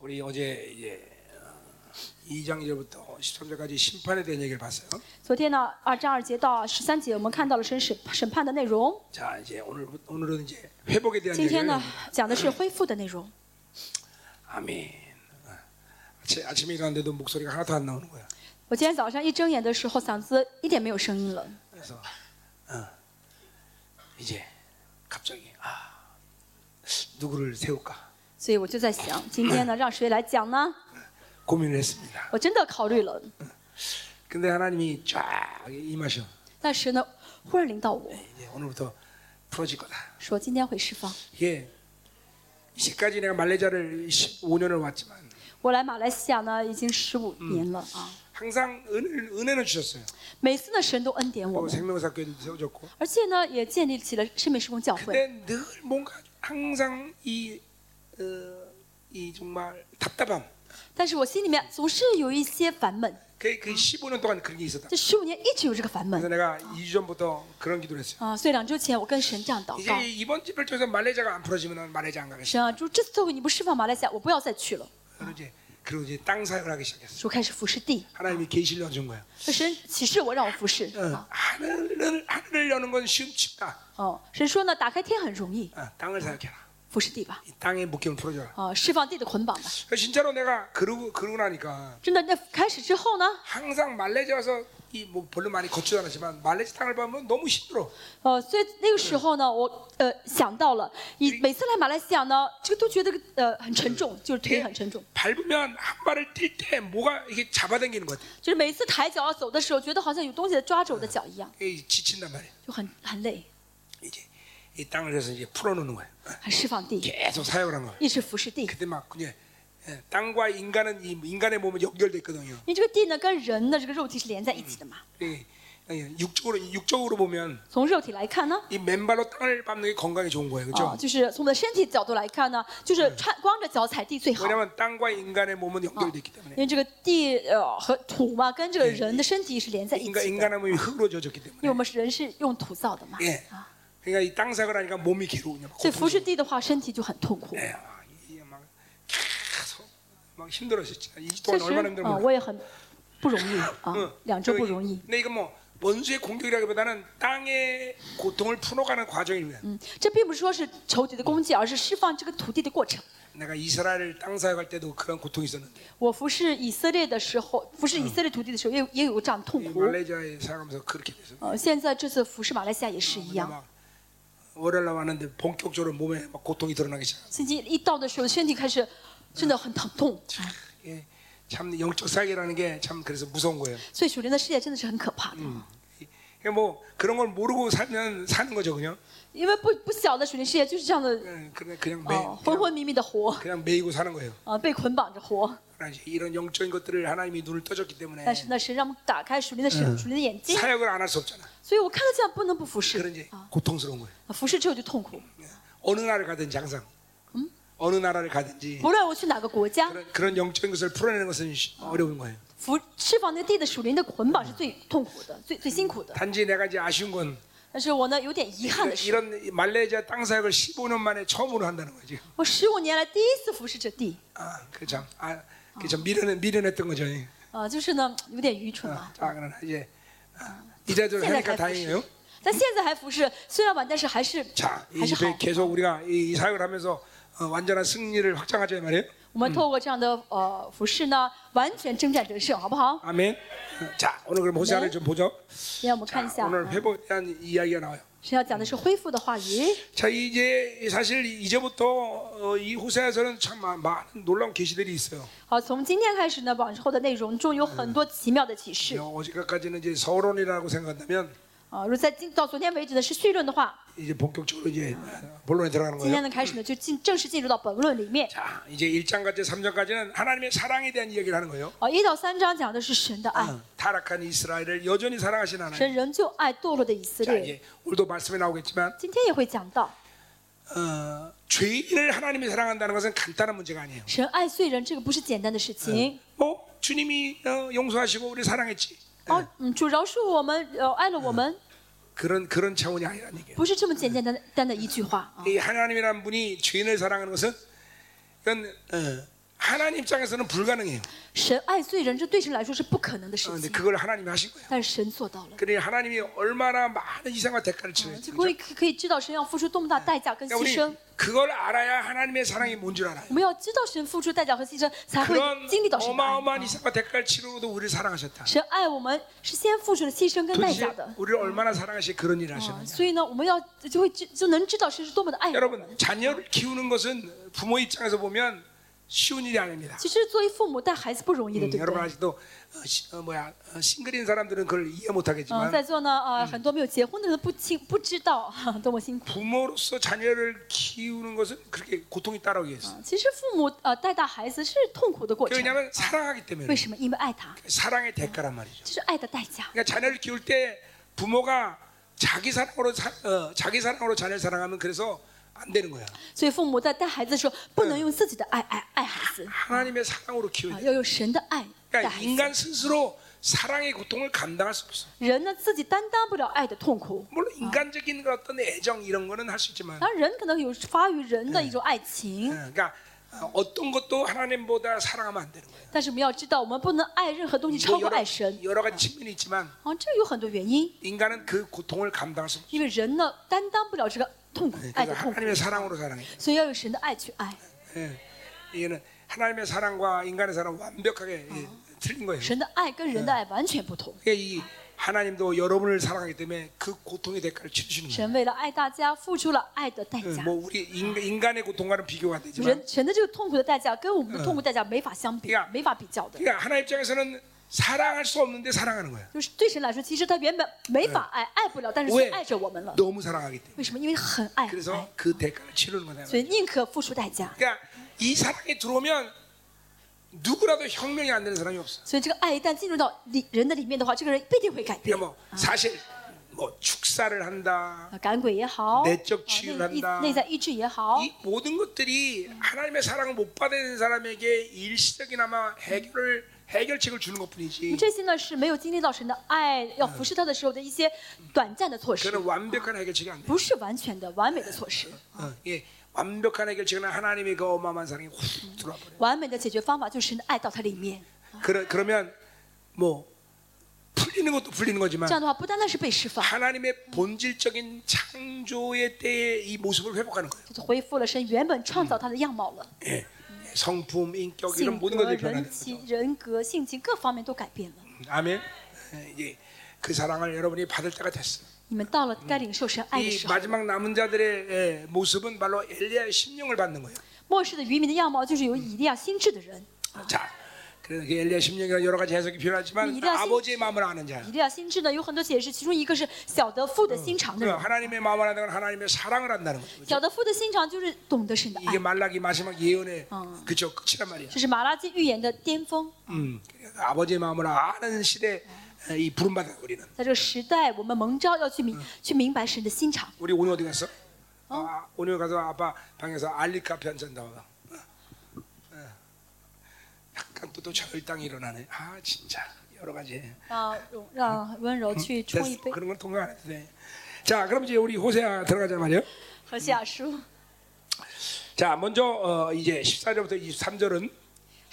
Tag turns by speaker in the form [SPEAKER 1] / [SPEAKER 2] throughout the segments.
[SPEAKER 1] 우리 어제 이제 2장 1절부터 13절까지 심판에 대한 얘기를 봤어요.
[SPEAKER 2] 昨天呢，二章二节到十三节，我们看到了审审审判的内容。
[SPEAKER 1] 자 이제 오늘 오늘은 이제 회복에 대한
[SPEAKER 2] 今天
[SPEAKER 1] 얘기를
[SPEAKER 2] 呢， 讲的是恢复的内容。
[SPEAKER 1] 아멘. 어. 아침, 아침에 일어났는데도 목소리가 하나도 안 나오는 거야.
[SPEAKER 2] 我今天早上一睁眼的时候，嗓子一点没有声音了。
[SPEAKER 1] 그래서 어, 이제 갑자기 아 누구를 세울까
[SPEAKER 2] 所以我就在想，今天呢，让谁来讲呢？
[SPEAKER 1] 고민을 했습니다.
[SPEAKER 2] 我真的考虑了，
[SPEAKER 1] 근데 하나님이 쫙 임하셔.
[SPEAKER 2] 但是呢，忽然领导我
[SPEAKER 1] 이제 오늘부터 풀어질 거다.
[SPEAKER 2] 说今天会释放。
[SPEAKER 1] 이게 이제까지 내가 말레이자를 15년을 왔지만
[SPEAKER 2] 我来马来西亚呢，已经十五年了啊。
[SPEAKER 1] 항상 은, 은혜는 주셨어요.
[SPEAKER 2] 每次呢，神都恩典
[SPEAKER 1] 또
[SPEAKER 2] 我们，
[SPEAKER 1] 뭐 생명사교도 세워줬고.
[SPEAKER 2] 而且呢，也建立起了圣美施工教会。
[SPEAKER 1] 근데 늘 뭔가 항상 이, 어, 이 정말 답답함.
[SPEAKER 2] 但是我心里面总是有一些烦闷，
[SPEAKER 1] 그, 그 15년 동안 그런 게 있었다.
[SPEAKER 2] 这十五年一直有这个烦闷
[SPEAKER 1] 그래서 내가 2주 전부터 그런 기도를 했어요.
[SPEAKER 2] 啊。所以两周前我跟神这样祷告
[SPEAKER 1] 이제 。 이번 집 발전에서 말레이자가 안 풀어지면 말레이자 안 가겠어.
[SPEAKER 2] 神啊，就这次特会你不释放马来西亚，我不要再去了。
[SPEAKER 1] 그리고 이제 그리고 이제 땅 사역을 하기 시작했어.
[SPEAKER 2] 就开始服侍地，
[SPEAKER 1] 하나님이 계시를 준 거야.
[SPEAKER 2] 神启示我让我服侍
[SPEAKER 1] 어,
[SPEAKER 2] 啊。
[SPEAKER 1] 하늘을 하늘을 여는 건 쉬운 쉽다.
[SPEAKER 2] 哦，神说呢，打开天很容易，
[SPEAKER 1] 어, 땅을 사역해라.
[SPEAKER 2] 服侍地吧，
[SPEAKER 1] 이 땅의 묶임을 풀어줘라.
[SPEAKER 2] 啊，释放地的捆绑吧。
[SPEAKER 1] 진짜로 내가 그러고 그러고 나니까
[SPEAKER 2] 真的，那开始之后呢，
[SPEAKER 1] 항상 말레이자 와서 이 뭐 별로 많이 걷지도 않았지만 말레이시 땅을 보면 너무 힘들어.
[SPEAKER 2] 呃，所以那个时候呢，我呃想到了，以每次来马来西亚呢，这个都觉得呃很沉重，就是腿很沉重，
[SPEAKER 1] 밟으면 한 발을 뛸 때 뭐가 이게 잡아당기는 것 같아.
[SPEAKER 2] 就是每一次抬脚要走的时候，觉得好像有东西抓着我的脚一样，
[SPEAKER 1] 이게 지친단 말이야.
[SPEAKER 2] 就很很累，
[SPEAKER 1] 이제 이 땅을 그래서 이제 풀어놓는 거야.
[SPEAKER 2] 很释放地，
[SPEAKER 1] 계속 사역을 한 거야.
[SPEAKER 2] 一直服侍地。
[SPEAKER 1] 그때 막 그냥 예, 땅과 인간은 이 인간의 몸은 연결돼 있거든요.
[SPEAKER 2] 因为这个地呢，跟人的这个肉体是连在一起的嘛。
[SPEAKER 1] 예, 예, 육적으로 육적으로 보면
[SPEAKER 2] 从肉体来看呢，
[SPEAKER 1] 이 맨발로 땅을 밟는 게 건강에 좋은 거예요, 그렇죠?
[SPEAKER 2] 啊，就是从我们的身体角度来看呢，就是穿光着脚踩地最好。
[SPEAKER 1] 왜냐하면 땅과 인간의 몸은 연결돼 있기
[SPEAKER 2] 因
[SPEAKER 1] 때문에
[SPEAKER 2] 为这个地呃和土嘛，跟这个人的身体是连在一起
[SPEAKER 1] 인간
[SPEAKER 2] 的，因
[SPEAKER 1] 인간의 몸이 흙으로 젖었기
[SPEAKER 2] 为
[SPEAKER 1] 때문에
[SPEAKER 2] 我们人是用土造的嘛。
[SPEAKER 1] 예, 그러니까 이 땅 사고를 하니까 몸이 괴로우냐, 막
[SPEAKER 2] 所以服侍
[SPEAKER 1] 고통스러워.
[SPEAKER 2] 地的话，身体就很痛苦。
[SPEAKER 1] 예, 막 이게 막 계속 막 힘들었었지. 이
[SPEAKER 2] 确
[SPEAKER 1] 동안
[SPEAKER 2] 实
[SPEAKER 1] 얼마나 ，
[SPEAKER 2] 啊，
[SPEAKER 1] 힘들었나?
[SPEAKER 2] 我也很不容易啊，
[SPEAKER 1] 嗯
[SPEAKER 2] 两周不容易。
[SPEAKER 1] 근데 이거 뭐 원수의 공격이라기보다는 땅의 고통을 풀어가는 과정입니다.
[SPEAKER 2] 嗯，这并不是说是仇敌的攻击，而是释放这个土地的过程。
[SPEAKER 1] 내가 이스라엘 땅 사역할 때도 그런 고통이 있었는데.
[SPEAKER 2] 我服侍以色列的时候，服侍以色列土地的时候，也有也有这样的痛
[SPEAKER 1] 이
[SPEAKER 2] 苦。
[SPEAKER 1] 말레이시아에 살아가면서 그렇게 돼서
[SPEAKER 2] 呃，现在这次服侍马来西亚也是一
[SPEAKER 1] 근데
[SPEAKER 2] 样。
[SPEAKER 1] 막 월요일 날 왔는데 본격적으로 몸에 막 고통이 드러나기 시작.
[SPEAKER 2] 最近一到的时候，身体开始真的很疼痛，
[SPEAKER 1] 예, 참 영적 사역이라는 게 참 그래서 무서운 거예요.
[SPEAKER 2] 所以属灵的世界真的是很可怕的。
[SPEAKER 1] 이게 뭐 그런 걸 모르고 살면 사는 거죠, 그냥.
[SPEAKER 2] 因为不不晓得属灵世界就是这样的，
[SPEAKER 1] 예, 그냥 그냥 매,
[SPEAKER 2] 哦，昏
[SPEAKER 1] 그냥,
[SPEAKER 2] 昏迷迷的活，
[SPEAKER 1] 그냥 매이고 사는 거예요.
[SPEAKER 2] 啊，被捆绑着活。
[SPEAKER 1] 그러나 이제 이런 영적인 것들을 하나님이 눈을 떠줬기 때문에
[SPEAKER 2] 但是呢，神让我们打开属灵的神属灵的眼睛，
[SPEAKER 1] 사역을 안 할 수 없잖아.
[SPEAKER 2] 所以我看到这样不能不服侍
[SPEAKER 1] 그런 이제 고통스러운 거예요.
[SPEAKER 2] 啊，服侍之后就痛苦。
[SPEAKER 1] 예. 어느 나라를 가든지 항상 음? 어느 나라를 가든지
[SPEAKER 2] 不论我去哪个国家，
[SPEAKER 1] 그런, 그런 영적인 것을 풀어내는 것은 쉬- 뭐? 어려운 거예요.
[SPEAKER 2] 服释放那地的属灵的捆绑是最痛苦的，最最辛苦的。
[SPEAKER 1] 단지 내가 이제 아쉬운 건그
[SPEAKER 2] 但是我呢，有点遗
[SPEAKER 1] 아,
[SPEAKER 2] 憾的
[SPEAKER 1] 네.
[SPEAKER 2] 是，
[SPEAKER 1] 이런 말레이시아 땅 사역을 15년 만에 처음으로 한다는 거지.
[SPEAKER 2] 我十五年来第一次服侍这地，
[SPEAKER 1] 아, 그참 아, 그참 미련해 미련했던 거죠. 예.
[SPEAKER 2] 啊，就是呢有点愚蠢啊
[SPEAKER 1] 아, 。 자, 그러나 이제 아, 이 자들
[SPEAKER 2] 现在
[SPEAKER 1] 하니까
[SPEAKER 2] 才服
[SPEAKER 1] 다행이에요.
[SPEAKER 2] 侍，但现在还服侍，虽然晚，但是还是
[SPEAKER 1] 자,
[SPEAKER 2] 还是
[SPEAKER 1] 이
[SPEAKER 2] 好。
[SPEAKER 1] 집에 계속 우리가 이 사역을 하면서 어, 완전한 승리를 확장하자 이 말이에요.
[SPEAKER 2] 我们透过这样的呃服饰呢，完全征战得胜，好不好？
[SPEAKER 1] 아멘. 자, 오늘 그럼 호세아를
[SPEAKER 2] 네.
[SPEAKER 1] 좀 보죠.
[SPEAKER 2] 让我们看
[SPEAKER 1] 자,
[SPEAKER 2] 一下，
[SPEAKER 1] 오늘 회복에 대한 이야기가 나와요.
[SPEAKER 2] 是要讲的是恢复的话语。
[SPEAKER 1] 자, 이제 사실 이제부터 어, 이 호세아에서는 참 마- 많은 놀라운 계시들이 있어요.
[SPEAKER 2] 好，从今天开始呢，往后的内容中有很多奇妙的启示
[SPEAKER 1] 어제까지는 이제 서론이라고 생각한다면
[SPEAKER 2] 啊。如果在今到昨天为止呢是绪论的话，
[SPEAKER 1] 이제 본격적으로 이제 본론에 들어가는
[SPEAKER 2] 今
[SPEAKER 1] 거예요.
[SPEAKER 2] 天呢开始呢就进正式进入到本论里面。
[SPEAKER 1] 자, 이제 1장까지 3장까지는 하나님의 사랑에 대한 이야기를 하는 거예요. 어,
[SPEAKER 2] 啊，一到三章讲的是神的爱，
[SPEAKER 1] 타락한 이스라엘을 여전히 사랑하시는 하나님.
[SPEAKER 2] 神仍旧爱堕落的以色
[SPEAKER 1] 자,
[SPEAKER 2] 列。
[SPEAKER 1] 이제 오늘도 말씀에 나오겠지만
[SPEAKER 2] 今天也会讲到，
[SPEAKER 1] 어, 죄인을 하나님이 사랑한다는 것은 간단한 문제가 아니에요.
[SPEAKER 2] 神爱罪人这个不是简单的事情。
[SPEAKER 1] 뭐 주님이 어, 용서하시고 우리 사랑했지.
[SPEAKER 2] 哦，嗯，主饶恕我们，呃，爱了我们，
[SPEAKER 1] 그런 그런 차원이 아니라는 얘기예요.
[SPEAKER 2] 不是这么简简单单的一句话啊。
[SPEAKER 1] 이 하나님이라는 분이 죄인을 사랑하는 것은 이건 어, 하나님 입장에서는 불가능해요.
[SPEAKER 2] 神爱罪人，这对神来说是不嗯可能的
[SPEAKER 1] 어,
[SPEAKER 2] 事
[SPEAKER 1] 근데
[SPEAKER 2] 情，
[SPEAKER 1] 아, 그걸 하나님이 하신 거예요.
[SPEAKER 2] 但神做到了。
[SPEAKER 1] 그러니 하나님이 얼마나 많은 희생과 대가를 치르는지 아,
[SPEAKER 2] 就可以哎可以知道神要付出多么大代价跟
[SPEAKER 1] 그러니까
[SPEAKER 2] 牺牲
[SPEAKER 1] 우리 。 그걸 알아야 하나님의 사랑이 뭔 줄 알아요.
[SPEAKER 2] 我们要知道神付出代价和牺牲，才会
[SPEAKER 1] 아, 그런
[SPEAKER 2] 经历到神的爱。
[SPEAKER 1] 어마어마한 희생과 대가를 치르고도 우리를 사랑하셨다.
[SPEAKER 2] 神爱我们是先付出了牺牲跟代
[SPEAKER 1] 도대체
[SPEAKER 2] 价的，
[SPEAKER 1] 우리를 얼마나 사랑하시 그런 일을 하시는
[SPEAKER 2] 啊
[SPEAKER 1] 지
[SPEAKER 2] 所以呢，我们要就会知就能知道神是多么的爱我们。
[SPEAKER 1] 여러분 자녀를 키우는 것은 부모 입장에서 보면 쉬운 일이 아닙니다.
[SPEAKER 2] 其实作为父母带孩子不容易的，对嗯
[SPEAKER 1] 음,
[SPEAKER 2] 啊不
[SPEAKER 1] 여러분
[SPEAKER 2] 对？
[SPEAKER 1] 아직도 어, 시- 어, 뭐야 어, 싱글인 사람들은 그걸 이해
[SPEAKER 2] 嗯，
[SPEAKER 1] 못하겠지만
[SPEAKER 2] 在座呢，呃，很多没有结婚的人不清不知道 多么辛苦。
[SPEAKER 1] 부모로서 자녀를 키우는 것은 그렇게 고통이 따라오게 했어.
[SPEAKER 2] 啊其实父母呃带大孩子是痛苦的过程，
[SPEAKER 1] 왜냐하면 사랑하기
[SPEAKER 2] 为
[SPEAKER 1] 때문에
[SPEAKER 2] 什么？因为爱他，
[SPEAKER 1] 사랑의 대가란 말이죠.
[SPEAKER 2] 这是爱的代价。
[SPEAKER 1] 그러니까 자녀를 키울 때 부모가 자기 사랑으로 사, 어, 자기 사랑으로 자녀를 사랑하면 그래서 안 되는 거야.
[SPEAKER 2] 所以父母在带孩子的时候，不能用自己的爱爱爱孩子，
[SPEAKER 1] 하나님의 사랑으로 키워야
[SPEAKER 2] 啊，
[SPEAKER 1] 돼.
[SPEAKER 2] 要用神的爱带
[SPEAKER 1] 그러니까
[SPEAKER 2] 孩子。
[SPEAKER 1] 인간 스스로 사랑의 고통을 감당할 수 없어.
[SPEAKER 2] 人呢自己担当不了爱的痛苦，
[SPEAKER 1] 물론 인간적인 그런 어떤 애정 이런 거는 할 수 있지만,
[SPEAKER 2] 当然人可能有发于人的一种爱情，
[SPEAKER 1] 어, 그러니까 어, 어떤 것도 하나님보다 사랑하면 안 되는 거예요.
[SPEAKER 2] 但是我们要知道，我们不能爱任何东西超
[SPEAKER 1] 뭐
[SPEAKER 2] 过
[SPEAKER 1] 여러,
[SPEAKER 2] 爱神。
[SPEAKER 1] 여러 가지 측면이 있지만
[SPEAKER 2] 啊，这有很多原因，
[SPEAKER 1] 인간은 그 고통을 감당할 수 없어.
[SPEAKER 2] 因为人呢担当不了这个痛苦，爱
[SPEAKER 1] 그래서
[SPEAKER 2] 的痛苦，
[SPEAKER 1] 하나님의 사랑으로 사랑해.
[SPEAKER 2] 所以要有神的爱去爱。
[SPEAKER 1] 예. 이거는 하나님의 사랑과 인간의 사랑 완벽하게 예, 틀린 거예요.
[SPEAKER 2] 神的爱跟人的爱完全不同，
[SPEAKER 1] 그러니까 이 하나님도 여러분을 사랑하기 때문에 그 고통의 대가를 치르시는 거예요.
[SPEAKER 2] 神为了爱大家付出了爱的代
[SPEAKER 1] 예,
[SPEAKER 2] 价。
[SPEAKER 1] 뭐 우리 인- 인간의 고통과는 비교가 안 되지만,
[SPEAKER 2] 人神的这个痛苦的代价跟我们的痛苦代价没法相比
[SPEAKER 1] 嗯，
[SPEAKER 2] 没法比较的。
[SPEAKER 1] 그러니까 하나 님 입장에서는 사랑할 수 없는데 사랑하는 거야.
[SPEAKER 2] 就是对神来说，其实他原本没法爱，爱不了，但是
[SPEAKER 1] 왜
[SPEAKER 2] 却爱着我们了。
[SPEAKER 1] 너무 사랑하기 때문에.
[SPEAKER 2] 为什么？因为很爱，
[SPEAKER 1] 그래서 그 대가를 치르는 거다.
[SPEAKER 2] 所以宁可付出代价。
[SPEAKER 1] 그러니까 이 사랑이 들어오면 누구라도 혁명이 안 되는 사람이 없어.
[SPEAKER 2] 所以这个爱一旦进入到里人的里面的话，这个人必定会改变。
[SPEAKER 1] 그러니까 뭐 사실 뭐 축사를 한다.
[SPEAKER 2] 啊赶鬼也好，
[SPEAKER 1] 내적
[SPEAKER 2] 啊
[SPEAKER 1] 치유를
[SPEAKER 2] 内内
[SPEAKER 1] 한다
[SPEAKER 2] 内在医治也好，
[SPEAKER 1] 이 모든 것들이 하나님의 사랑을 못 받는 사람에게 일시적이나마 해결을 해결책을 주는 것뿐이지.
[SPEAKER 2] 这些呢是没有经历到神的爱，要服侍他的时候的一些短暂的措施，
[SPEAKER 1] 그는 완벽한 해결책이 안 돼.
[SPEAKER 2] 不是完全的完美的措施。
[SPEAKER 1] 어, 예, 완벽한 해결책은 하나님의 그 어마어마한 사랑이 훅 들어와 버려.
[SPEAKER 2] 完美的解决方法就是神的爱到它里面，
[SPEAKER 1] 그러, 그러면 뭐 풀리는 것도 풀리는
[SPEAKER 2] 这
[SPEAKER 1] 거지만
[SPEAKER 2] 样的话不单单是被释放，
[SPEAKER 1] 하나님의 본질적인 창조의 때의 이 모습을 회복하는 거예요.
[SPEAKER 2] 就是恢复了神原本创造他的样貌了，
[SPEAKER 1] 예. 성품, 인격
[SPEAKER 2] 性
[SPEAKER 1] 이런 모든 것들이
[SPEAKER 2] 格、
[SPEAKER 1] 변하는
[SPEAKER 2] 人
[SPEAKER 1] 거죠.
[SPEAKER 2] 情、人格、性情各方面都改变了。
[SPEAKER 1] 아멘. 예, 예. 그 사랑을 여러분이 받을 때가 됐어요.
[SPEAKER 2] 你们到了该领受神爱的
[SPEAKER 1] 이
[SPEAKER 2] 时候，
[SPEAKER 1] 마지막 남은 자들의 예, 모습은 바로 엘리야의 심령을 받는 거예요.
[SPEAKER 2] 末世的渔民的样貌就是有以利亚心智的人。
[SPEAKER 1] 자, 그래서 그 엘리야 심령이라 여러 가지 해석이
[SPEAKER 2] 이
[SPEAKER 1] 필요하지만
[SPEAKER 2] 일이야, 심-
[SPEAKER 1] 아버지의 마음을 아는 자.
[SPEAKER 2] 以利亚心智呢有很多解释，其中一个是小德父的心肠的
[SPEAKER 1] 그
[SPEAKER 2] 人，
[SPEAKER 1] 하나님의 마음을 안다는 건 하나님의 사랑을 안다는 거죠.
[SPEAKER 2] 小德父的心肠就是懂得神的
[SPEAKER 1] 이게
[SPEAKER 2] 爱，
[SPEAKER 1] 말라기 마지막 예언의
[SPEAKER 2] 어.
[SPEAKER 1] 그죠 끝이란 말이야.
[SPEAKER 2] 这是马拉基预言的巅峰。
[SPEAKER 1] 음, 그래서 아버지의 마음을 아는 시대 에, 이 부름 받은 우리는
[SPEAKER 2] 在这个时代，我们蒙召要去明、去明白神的心肠。
[SPEAKER 1] 우리 오늘 어디 갔어? 아, 오늘 가서 아빠 방에서 알리 카페 한잔 나와. 어. 어. 약간 또또 절당이 일어나네. 아 진짜 여러 가지.
[SPEAKER 2] 让容让温柔去冲一
[SPEAKER 1] 됐어.
[SPEAKER 2] 杯。
[SPEAKER 1] 그런 건 통과 안 해도 돼. 자, 그럼 이제 우리 호세아 들어가자 말이요.
[SPEAKER 2] 和西雅书
[SPEAKER 1] 자, 먼저 어, 이제 14절부터 23절은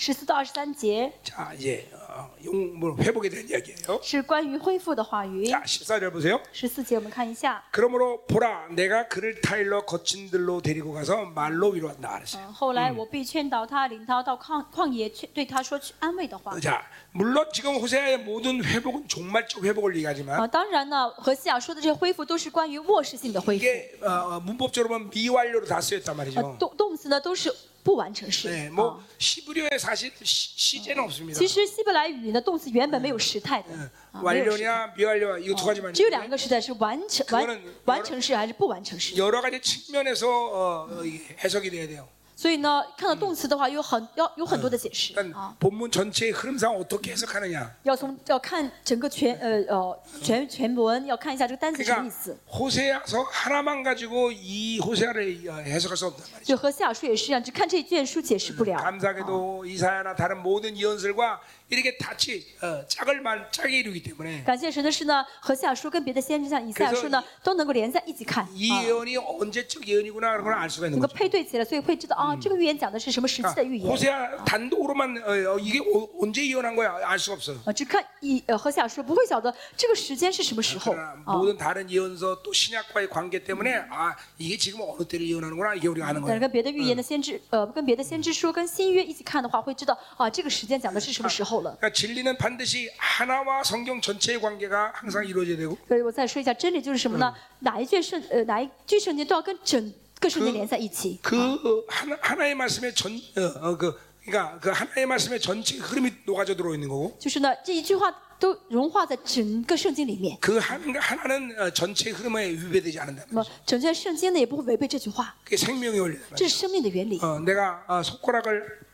[SPEAKER 2] 十四到二十三节
[SPEAKER 1] 자 이제 어, 용물 회복에 대한 이야기예요.
[SPEAKER 2] 是关于恢复的话语。
[SPEAKER 1] 자, 14절 보세요.
[SPEAKER 2] 十四节我们看一下，
[SPEAKER 1] 그러므로 보라, 내가 그를 타일러 거친들로 데리고 가서 말로 위로한다 그랬어요.
[SPEAKER 2] 嗯，后来我必劝导他，领他到旷旷野去，对他说去安慰的话。
[SPEAKER 1] 자, 물론 지금 호세아의 모든 회복은 종말적 회복을 얘기하지만
[SPEAKER 2] 啊，当然呢，和西雅说的这些恢复都是关于卧室性的恢复。
[SPEAKER 1] 이게 어, 어, 문법적으로 보면 미완료로 다 쓰였단
[SPEAKER 2] 呃
[SPEAKER 1] 말이죠.
[SPEAKER 2] 动动词呢都是不完成式。
[SPEAKER 1] 네,
[SPEAKER 2] 啊
[SPEAKER 1] 뭐 시브리어에 사실 시, 아, 시제는 아, 없습니다. 예,
[SPEAKER 2] 其实希伯来语呢，动词原本没有时态的，啊没有时态
[SPEAKER 1] 완료냐 미완료 이거 두 어, 가지만
[SPEAKER 2] 只有
[SPEAKER 1] 있는데
[SPEAKER 2] 两个时态是完成完
[SPEAKER 1] 그거는
[SPEAKER 2] 完成式还是不完成式。
[SPEAKER 1] 여러 가지 측면에서 어, 어, 이게 해석이 돼야 돼요.
[SPEAKER 2] 所以呢，看到动词的话，有很要有很多的解释
[SPEAKER 1] 일단
[SPEAKER 2] 啊，
[SPEAKER 1] 그러니까 본문 전체의 흐름상 어떻게 해석하느냐.
[SPEAKER 2] 要从要看整个全呃呃全全文，要看一下这个单词什么意
[SPEAKER 1] 그러니까
[SPEAKER 2] 思。
[SPEAKER 1] 호세아서 하나만 가지고 이 호세아를 어, 해석할 수 없단 말이죠.
[SPEAKER 2] 就和夏书也是一样，只看这卷书解释不了。
[SPEAKER 1] 어. 감사하게도 이사야나 다른 모든 예언설과 이렇게 같이 어, 짝을 말 짝이 이루기 때문에
[SPEAKER 2] 感谢神的是呢，和下书跟别的先知像以赛亚书呢，都能够连在一起看。
[SPEAKER 1] 이
[SPEAKER 2] 啊
[SPEAKER 1] 예언이 언제적 아. 예언이구나 그런 걸 알 수가 있는
[SPEAKER 2] 能够
[SPEAKER 1] 거죠.
[SPEAKER 2] 配对起来，所以会知道啊，这个预言讲的是什么时期的预
[SPEAKER 1] 그러니까
[SPEAKER 2] 言。
[SPEAKER 1] 호세아 단독으로만 어, 어, 이게 어- 언제 예언한 거야 알 수가 없어요.
[SPEAKER 2] 啊，只看以呃和下书，不会晓得这个时间是什么时候
[SPEAKER 1] 그러나
[SPEAKER 2] 啊。
[SPEAKER 1] 모든 다른 예언서 또 신약과의 관계 때문에 아 이게 지금 어느 때를 예언하는구나 이게 우리가 아는
[SPEAKER 2] 但是
[SPEAKER 1] 거예요.
[SPEAKER 2] 呃跟别的预言的先知，呃，跟别的先知说，跟新约一起看的话，会知道啊，这个时间讲的是什么时候了。
[SPEAKER 1] 그러니까 진리는 반드시 하나와 성경 전체의 관계가 항상 이루어져야 되고
[SPEAKER 2] 所以我再说一下真理就是什么呢？哪一卷圣呃哪一句圣经都要跟整个圣经连在一起。
[SPEAKER 1] 그 하나, 하나의 말씀의 전 어, 어, 그, 그러니까 그 하나의 말씀의 전체 흐름이 녹아져 들어 있는 거고
[SPEAKER 2] 就是呢，这一句话都融化在整个圣经里面。
[SPEAKER 1] 그 한, 하나는 어, 전체 흐름에 위배되지 않는다.
[SPEAKER 2] 那么整卷圣经呢，也不会违背这句话，
[SPEAKER 1] 그게 생명의 원리.
[SPEAKER 2] 这是生命的原理。
[SPEAKER 1] 어, 내가 어, 손가락을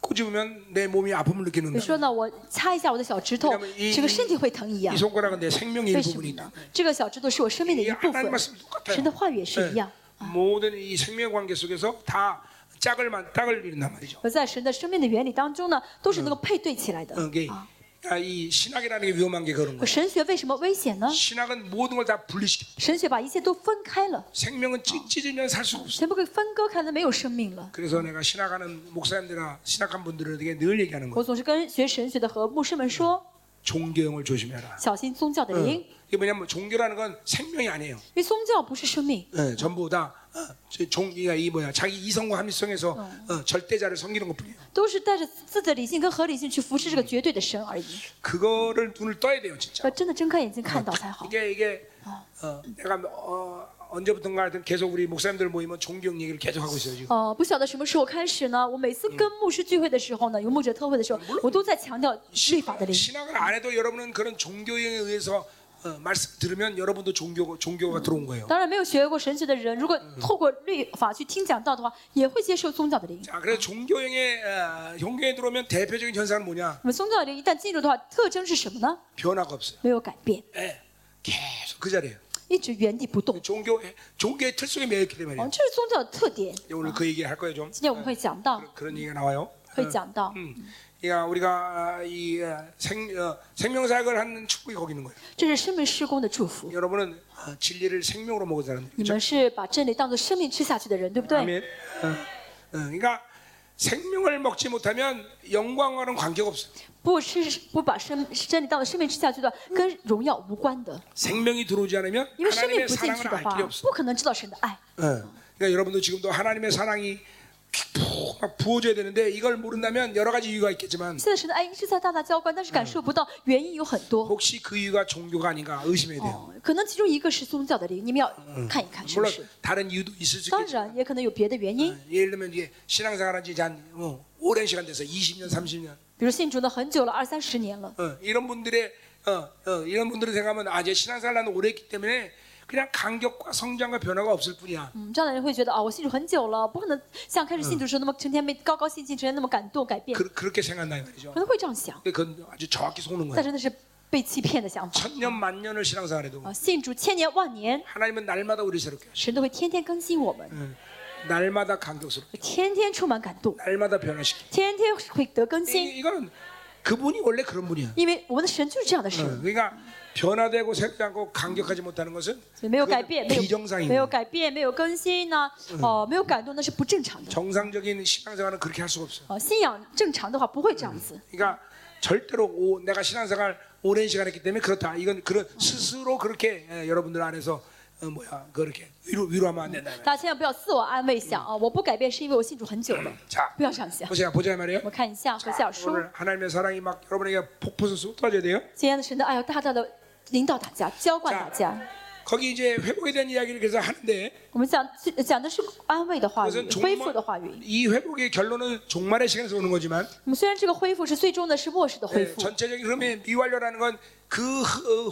[SPEAKER 1] 꼬집으면 내 몸이 아픔을
[SPEAKER 2] 比如
[SPEAKER 1] 느끼는다.
[SPEAKER 2] 说呢，我掐一下我的小指头
[SPEAKER 1] 那么一，
[SPEAKER 2] 这个身体会疼一样
[SPEAKER 1] 이 。 손가락은 내 생명의
[SPEAKER 2] 为什么
[SPEAKER 1] 일부분이다.
[SPEAKER 2] 呢？这个小指头是我生命的
[SPEAKER 1] 이
[SPEAKER 2] 一部
[SPEAKER 1] 하나님
[SPEAKER 2] 分，
[SPEAKER 1] 말씀
[SPEAKER 2] 神
[SPEAKER 1] 똑같아요.
[SPEAKER 2] 的话语也是一样
[SPEAKER 1] 예. 。 모든 이 생명 관계 속에서 다 짝을 만 짝을 이룬단 말이죠.
[SPEAKER 2] 而在神的生命的原理当中呢，都是能够配对起来的
[SPEAKER 1] 어, 。 이게 아, 이 신학이라는 게 위험한 게 그런
[SPEAKER 2] 可
[SPEAKER 1] 거예요.
[SPEAKER 2] 神学为什么危险呢？
[SPEAKER 1] 신학은 모든 걸 다 분리시켜.
[SPEAKER 2] 神学把一切都分开了，
[SPEAKER 1] 생명은 찢- 찢으면 살 수가 없어.
[SPEAKER 2] 全部给分割开了，没有生命了。
[SPEAKER 1] 그래서 내가 신학하는 목사님들이나 신학한 분들에게 늘 얘기하는
[SPEAKER 2] 我
[SPEAKER 1] 거예요.
[SPEAKER 2] 总是跟学神学的和牧师们说，
[SPEAKER 1] 종교형을 조심해라.
[SPEAKER 2] 小心宗教的
[SPEAKER 1] 어.
[SPEAKER 2] 灵，因
[SPEAKER 1] 이게 뭐냐면 종교라는 건 생명이 아니에요.
[SPEAKER 2] 为宗教不是生命，
[SPEAKER 1] 예, 전부 다 어, 저 종, 이이 뭐야 자기 이성과 합리성에서 어, 절대자를 섬기는 것뿐이에요.
[SPEAKER 2] 都是带着自己的理性跟合理性去服侍这个绝对的神而已。
[SPEAKER 1] 그거를 눈을 떠야 돼요, 진짜.
[SPEAKER 2] 要真的睁开眼睛看到才好。
[SPEAKER 1] 이게 이게 그- 어, 내가 어, 언제부턴가 하여튼 계속 우리 목사님들 모이면 종교형 얘기를 계속 하고 있어요 지금.
[SPEAKER 2] 呃，不晓得什么时候开始呢？我每次跟牧师聚会的时候呢，有牧者特会的时候，我都在强调律法的灵。
[SPEAKER 1] 신학을 안 해도 여러분은 그런 종교형에 의해서 어, 말씀 들으면 여러분도 종교 종교가 들어온 거예요.
[SPEAKER 2] 当然，没有学过神学的人，如果透过律法去听讲道的话，也会接受宗教的灵。
[SPEAKER 1] 자, 그래서 종교형에 어, 종교에 들어오면 대표적인 현상은 뭐냐?
[SPEAKER 2] 那么宗教的灵一旦进入的话，特征是什么呢？
[SPEAKER 1] 변화가 없어요.
[SPEAKER 2] 没有改变，
[SPEAKER 1] 예. 계속 그 자리에요.
[SPEAKER 2] 一直原地不动。
[SPEAKER 1] 종교 종교의 틀 속에 매여 있기
[SPEAKER 2] 哦，
[SPEAKER 1] 때문에
[SPEAKER 2] 这是宗教的特点。
[SPEAKER 1] 오늘 그 얘기 할 거예요 좀.
[SPEAKER 2] 今天我们会讲到，
[SPEAKER 1] 그런 얘기가 나와요.
[SPEAKER 2] 会讲到
[SPEAKER 1] 음. 그러니까 우리가 아, 이 어, 생, 어, 생명사역을 하는 축복이 거기 있는 거예요.
[SPEAKER 2] 这是生命施工的祝福。
[SPEAKER 1] 여러분은 어, 진리를 생명으로 먹은 사람들.
[SPEAKER 2] 你们是把真理当做生命吃下去的人，对不对？
[SPEAKER 1] 아멘. 어, 어, 그러니까 생명을 먹지 못하면 영광과는 관계가 없어요.
[SPEAKER 2] 不吃不把生真理当做生命吃下去的话，跟荣耀无关的。
[SPEAKER 1] 생명이 들어오지 않으면
[SPEAKER 2] 因为生命
[SPEAKER 1] 하나님의
[SPEAKER 2] 不进去
[SPEAKER 1] 사랑을
[SPEAKER 2] 的
[SPEAKER 1] 알
[SPEAKER 2] 话
[SPEAKER 1] 길이 ， 없어요.
[SPEAKER 2] 不可能知道神的爱。
[SPEAKER 1] 어. 그러니까 여러분도 지금도 하나님의 사랑이 푹막 부어져야 되는데 이걸 모른다면 여러 가지 이유가 있겠지만
[SPEAKER 2] 现在神的爱一直在大大浇灌，但是感受不到，原因有很多。
[SPEAKER 1] 혹시 그 이유가 종교가 아닌가 의심해야 돼요.
[SPEAKER 2] 哦，可能其中一个是宗教的灵，你们要看一看是不
[SPEAKER 1] 물론
[SPEAKER 2] 是？
[SPEAKER 1] 다른 이유도 있을 수
[SPEAKER 2] 当
[SPEAKER 1] 있겠지만
[SPEAKER 2] 然，也可能有别的原因，
[SPEAKER 1] 예를 들면 이제 신앙생활한 지 이제 한 어, 오랜 시간 돼서 20년, 30년
[SPEAKER 2] 比如信主呢很久了，二三十年了。
[SPEAKER 1] 어, 이런 분들의 어, 어, 이런 분들을 생각하면 아, 이제 신앙생활 나는 오래 했기 때문에 그냥 간격과 성장과 변화가 없을 뿐이야.
[SPEAKER 2] 嗯，这样的人会觉得啊，我信主很久了，不可能像开始信主时候那么成天没高高兴兴，成天那么感动改变，
[SPEAKER 1] 그, 렇게 생각한다 이 말이죠.
[SPEAKER 2] 可能会这样想，
[SPEAKER 1] 근데 그건 아주 정확히 속는
[SPEAKER 2] 但
[SPEAKER 1] 거예요.
[SPEAKER 2] 是那是被欺骗的想法。
[SPEAKER 1] 천년 만년을 신앙생활해도
[SPEAKER 2] 啊，信主千年万年，
[SPEAKER 1] 하나님은 날마다 우리 새롭게 하시고
[SPEAKER 2] 神都会天天更新我们，
[SPEAKER 1] 날마다 간격스럽게
[SPEAKER 2] 天天充满感动，
[SPEAKER 1] 날마다 변화시키고
[SPEAKER 2] 天天会得更新。
[SPEAKER 1] 이, 이거는 그분이 원래 그런 분이야.
[SPEAKER 2] 因为我们的神就是这样的神，
[SPEAKER 1] 어, 그러니까 변화되고 새롭지 않고 간격하지 못하는 것은
[SPEAKER 2] 所以没有改
[SPEAKER 1] 그건
[SPEAKER 2] 变，没有
[SPEAKER 1] 비정상인
[SPEAKER 2] 没有
[SPEAKER 1] 거예요.
[SPEAKER 2] 改变，没有更新呢、哦、没有感动，那是不正常的。
[SPEAKER 1] 정상적인 신앙생활은 그렇게 할 수가 없어요.
[SPEAKER 2] 哦、信仰正常的话不会这样子。
[SPEAKER 1] 그러니까 절대로 오, 내가 신앙생활 오랜 시간 했기 때문에 그렇다. 이건 그런 스스로 그렇게 예, 여러분들 안에서 어, 뭐야 그렇게 위로 위로하면 안 된다.
[SPEAKER 2] 大家千万不要自我安慰想啊，我不改变是因为我信主很久了，
[SPEAKER 1] 자, 뭐
[SPEAKER 2] 不要这样想。
[SPEAKER 1] 보자 보자 이 말이에요.
[SPEAKER 2] 我们看一下何西尔书，
[SPEAKER 1] 오늘 하나님의 사랑이 막 여러분에게 폭포수 쏟아져야 돼요.
[SPEAKER 2] 今天的神的爱要大大的领导大家，浇灌大家。
[SPEAKER 1] 거기 이제 회복에 대한 이야기를 계속 하는데
[SPEAKER 2] 我们讲讲的是安慰的话语
[SPEAKER 1] 그것은 ，
[SPEAKER 2] 恢复的话
[SPEAKER 1] 종말
[SPEAKER 2] 语。
[SPEAKER 1] 이 회복의 결론은 종말의 시간에서 오는 거지만
[SPEAKER 2] 我们虽然这个恢复是最终的是末世的恢
[SPEAKER 1] 예,
[SPEAKER 2] 复，
[SPEAKER 1] 전체적인 흐름의 미완료라는 건 그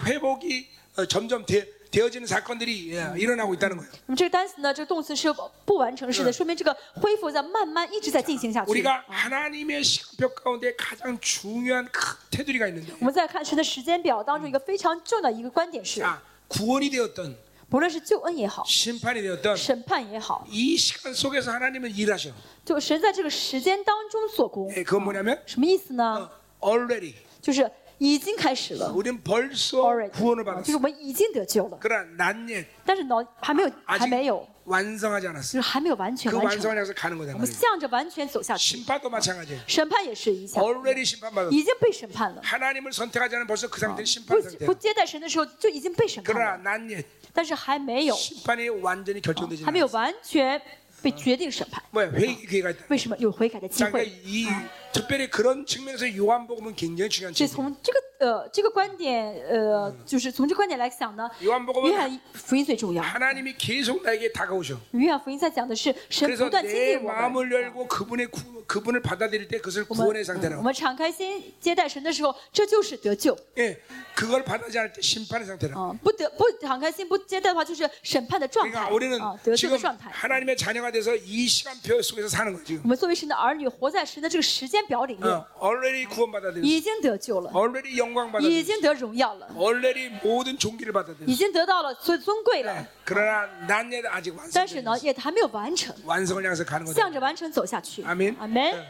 [SPEAKER 1] 회복이 어, 점점 되, 되어지는 사건들이 예, 일어나고 있다는 거예요.
[SPEAKER 2] 那么这个单词呢，这个动词是不完成式的，说明这个恢复在慢慢一直在进行下去。
[SPEAKER 1] 우리가 하나님의 시간표 가운데 가장 중요한 큰 테두리가 있는데
[SPEAKER 2] 我们在看神的时间表当中，一个非常重要的一个观点是，
[SPEAKER 1] 자, 구원이 되었던
[SPEAKER 2] 不论是救恩也好，
[SPEAKER 1] 심판이 되었던
[SPEAKER 2] 审判也好，
[SPEAKER 1] 이 시간 속에서 하나님은 일하셔.
[SPEAKER 2] 就神在这个时间当中做工，
[SPEAKER 1] 예, 그건 뭐냐면
[SPEAKER 2] 什么意思呢？
[SPEAKER 1] 어, already
[SPEAKER 2] 就是已经开始了
[SPEAKER 1] 우린 벌써 구원을
[SPEAKER 2] ，already，就
[SPEAKER 1] 받았어
[SPEAKER 2] 是我们已经得救了，
[SPEAKER 1] 그러나 난예
[SPEAKER 2] 但是呢，还没有，还
[SPEAKER 1] 아직
[SPEAKER 2] 没有，
[SPEAKER 1] 완성하지
[SPEAKER 2] 就
[SPEAKER 1] 않았어
[SPEAKER 2] 是还没有完全
[SPEAKER 1] 그
[SPEAKER 2] 完成。
[SPEAKER 1] 완성을 향해서 가는 거잖아
[SPEAKER 2] 我们向着完全走下去，
[SPEAKER 1] 심판도 마찬가지예요
[SPEAKER 2] 审判也是一样，
[SPEAKER 1] already 심판받았어
[SPEAKER 2] 已经被审判了。
[SPEAKER 1] 하나님을 선택하지 않으면 벌써 그 상태는
[SPEAKER 2] 不
[SPEAKER 1] 심판
[SPEAKER 2] 不
[SPEAKER 1] 상태야
[SPEAKER 2] 接待神的时候就已经被审判
[SPEAKER 1] 그러나
[SPEAKER 2] 了，
[SPEAKER 1] 난 예
[SPEAKER 2] 但是还没有，
[SPEAKER 1] 심판이 완전히 결정되지
[SPEAKER 2] 还没有
[SPEAKER 1] 않았어
[SPEAKER 2] 完全被决定审判。
[SPEAKER 1] 왜 회개 기회가 있다
[SPEAKER 2] 为什么有悔改的机
[SPEAKER 1] 그러니까
[SPEAKER 2] 会？
[SPEAKER 1] 이 특별히 그런 측면에서 요한복음은 굉장히 중요한
[SPEAKER 2] 所以
[SPEAKER 1] 책이에요
[SPEAKER 2] 从这个呃这个观点呃，就是从这个观点来想呢，
[SPEAKER 1] 요한복음은
[SPEAKER 2] 约翰福音最重要。
[SPEAKER 1] 하나님이 계속 나에게 다가오셔
[SPEAKER 2] 约翰福音在讲的 是神不
[SPEAKER 1] 그래서
[SPEAKER 2] 断亲
[SPEAKER 1] 내
[SPEAKER 2] 近我们。
[SPEAKER 1] 마음을 열고 그분의 구, 그분을 받아들일 때 그것을
[SPEAKER 2] 我们
[SPEAKER 1] 구원의 상태라고
[SPEAKER 2] 我们敞开心接待神的时候，这就是得救
[SPEAKER 1] 예, 그걸 받아지 않을 때 심판의 상태라.
[SPEAKER 2] 啊！不得不敞开心不接待的话，就是审判的状
[SPEAKER 1] 그러니까
[SPEAKER 2] 态
[SPEAKER 1] 우리는
[SPEAKER 2] 啊，得救
[SPEAKER 1] 지금
[SPEAKER 2] 的状态。
[SPEAKER 1] 하나님의 자녀가 돼서 이 시간표 속에서 사는 거예요. 지금.
[SPEAKER 2] 我们作为神的儿女，活在神的这个时间表里
[SPEAKER 1] 어,
[SPEAKER 2] 面，
[SPEAKER 1] already 구원 받아들였어.
[SPEAKER 2] 已经得救了，
[SPEAKER 1] already 영광
[SPEAKER 2] 已
[SPEAKER 1] 받아들였어.
[SPEAKER 2] 经得荣耀了，
[SPEAKER 1] already 모든 종기를
[SPEAKER 2] 已
[SPEAKER 1] 받아들였어.
[SPEAKER 2] 经得到了所以尊贵了
[SPEAKER 1] 예, 。 그러나 난 얘는 아직
[SPEAKER 2] 但是
[SPEAKER 1] 완성되지
[SPEAKER 2] 呢，
[SPEAKER 1] 않았어.
[SPEAKER 2] 也还没有完成，
[SPEAKER 1] 완성을 향해서 가는
[SPEAKER 2] 向
[SPEAKER 1] 거죠.
[SPEAKER 2] 着完成走下去。
[SPEAKER 1] 아멘.
[SPEAKER 2] 阿门。嗯
[SPEAKER 1] 예.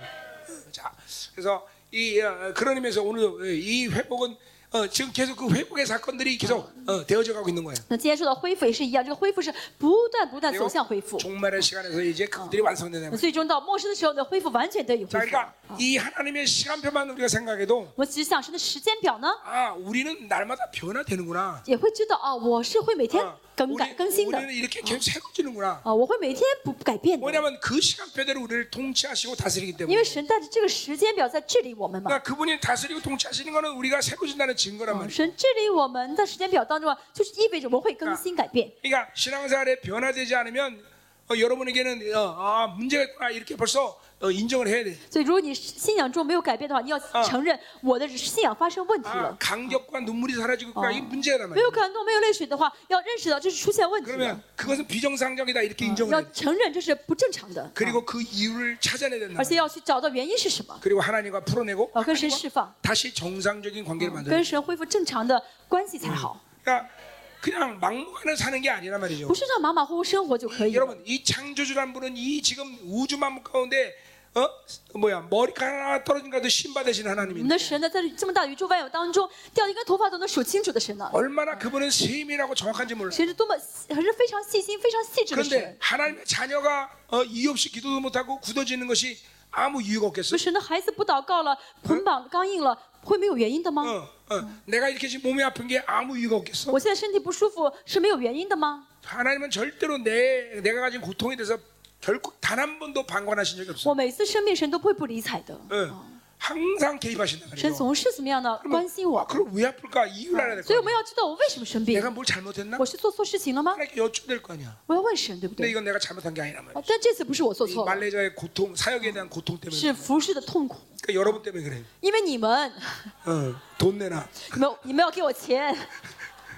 [SPEAKER 1] 자, 그래서 이 어, 그런 의미에서 오늘 이 회복은 어, 지금 계속 그 회복의 사건들이 계속 어, 되어져 가고 있는 거예요.
[SPEAKER 2] 那今天说到恢复也是一样，这个恢复是不断不断
[SPEAKER 1] 그리고
[SPEAKER 2] 走向恢复， 어.
[SPEAKER 1] 종말의 시간에서 이제 그들이 완성되는
[SPEAKER 2] 那
[SPEAKER 1] 거예요.
[SPEAKER 2] 最终到末世的时候呢，恢复完全得以恢
[SPEAKER 1] 자,
[SPEAKER 2] 复。
[SPEAKER 1] 그러니까
[SPEAKER 2] 啊
[SPEAKER 1] 이 하나님의 시간표만 우리가 생각해도
[SPEAKER 2] 我其实想神的时间表呢，
[SPEAKER 1] 아 우리는 날마다 변화되는구나.
[SPEAKER 2] 也会知道啊，我是会每天
[SPEAKER 1] 아,
[SPEAKER 2] 更改更新
[SPEAKER 1] 우리,
[SPEAKER 2] 的
[SPEAKER 1] 는 이렇게
[SPEAKER 2] 어.
[SPEAKER 1] 계속 새로워지는구나.
[SPEAKER 2] 啊，我会每天不改变的，
[SPEAKER 1] 왜냐하면 그 시간표대로 우리를 통치하시고 다스리기
[SPEAKER 2] 因
[SPEAKER 1] 때문에.
[SPEAKER 2] 为神带着这个时间表在治理我们嘛。
[SPEAKER 1] 그러니까 그분이 다스리고 통치하시는 거는 우리가 새로워진다는 증거란
[SPEAKER 2] 啊
[SPEAKER 1] 말이에요.
[SPEAKER 2] 神治理我们的时间表当中啊，就是意味着我们会更新改变。
[SPEAKER 1] 그러니까 신앙생활에 변화되지 않으면 어, 여러분에게는 어, 아 문제가 있구나 이렇게 벌써 어, 인정을 해야 돼.
[SPEAKER 2] 所以，如果你信仰中没有改变的话，你要
[SPEAKER 1] 啊
[SPEAKER 2] 承认我的信仰发生问题
[SPEAKER 1] 아
[SPEAKER 2] 了。
[SPEAKER 1] 강격과 눈물이 사라지고 그러니까
[SPEAKER 2] 어.
[SPEAKER 1] 이게 문제란
[SPEAKER 2] 没
[SPEAKER 1] 말이에요.
[SPEAKER 2] 有感动，没有泪水的话，要认识到这是出现问题了，
[SPEAKER 1] 그러면 그것은 비정상적이다 이렇게 인정을
[SPEAKER 2] 要
[SPEAKER 1] 해.
[SPEAKER 2] 承认这是不正常的，
[SPEAKER 1] 그리고 그 이유를 찾아내야 된다.
[SPEAKER 2] 而且要去找到原因是什么，
[SPEAKER 1] 그리고 하나님과 풀어내고
[SPEAKER 2] 要跟神释放，
[SPEAKER 1] 다시 정상적인 관계를 만들어.
[SPEAKER 2] 跟神恢复正常的关系才好，
[SPEAKER 1] 그러니까 그냥 막무가내 사는 게 아니란 말이죠.
[SPEAKER 2] 不是让马马虎虎生活就可以了。
[SPEAKER 1] 여러분 이 창조주란 분은 이 지금 우주 만물 가운데 어 뭐야 머리카락 하나 떨어진 것도 신바 되신
[SPEAKER 2] 我们
[SPEAKER 1] 하나님인데
[SPEAKER 2] 的神呢，在这么大宇宙万有当中，掉一根头发都能数清楚的神呢，
[SPEAKER 1] 얼마나 그분은 세밀하고 정확한지 몰라.
[SPEAKER 2] 神是多么细还是非常细心、非常细致的
[SPEAKER 1] 그런데
[SPEAKER 2] 神。
[SPEAKER 1] 하나님의 자녀가 어, 이유 없이 기도도 못하고 굳어지는 것이 아무 이유가
[SPEAKER 2] 不
[SPEAKER 1] 없겠어.
[SPEAKER 2] 是神的孩子不祷告了，捆绑刚硬了，会没有原因的
[SPEAKER 1] 어,
[SPEAKER 2] 吗？
[SPEAKER 1] 어, 내가 이렇게 지금 몸이 아픈 게 아무 이유가 없겠어.
[SPEAKER 2] 我现在身体不舒服是没有原因的吗？
[SPEAKER 1] 하나님은 절대로 내 내가 가진 고통에 대해서 결코 단 한 번도 방관하신 적이 없어.
[SPEAKER 2] 我每次生病，神都不会不理睬的。
[SPEAKER 1] 뭐
[SPEAKER 2] 哦
[SPEAKER 1] 응. 항상 개입하신다
[SPEAKER 2] 神
[SPEAKER 1] 그래요.
[SPEAKER 2] 总是怎么样呢？关心我
[SPEAKER 1] 아, 。 그럼 왜 아플까 이유를 알아야 뭐 될
[SPEAKER 2] 所以
[SPEAKER 1] 거야.
[SPEAKER 2] 我们要知道我为什么生病
[SPEAKER 1] 내가 ，뭘 잘못했나?
[SPEAKER 2] 我是做错事情了吗？
[SPEAKER 1] 하나님께 여쭈될 거 아니야.
[SPEAKER 2] 我要问神，对不
[SPEAKER 1] 근데
[SPEAKER 2] 对？
[SPEAKER 1] 이건 내가 잘못한 게 아니란 말이야.
[SPEAKER 2] 啊但这次不是我做
[SPEAKER 1] 이
[SPEAKER 2] 错了，
[SPEAKER 1] 말레이자의 고통, 사역에 대한 고통 때문에.
[SPEAKER 2] 是服侍的痛苦，
[SPEAKER 1] 그러니까 여러분 때문에 그래.
[SPEAKER 2] 因为你们，
[SPEAKER 1] 어, 돈 내놔.
[SPEAKER 2] 你们你们要给我钱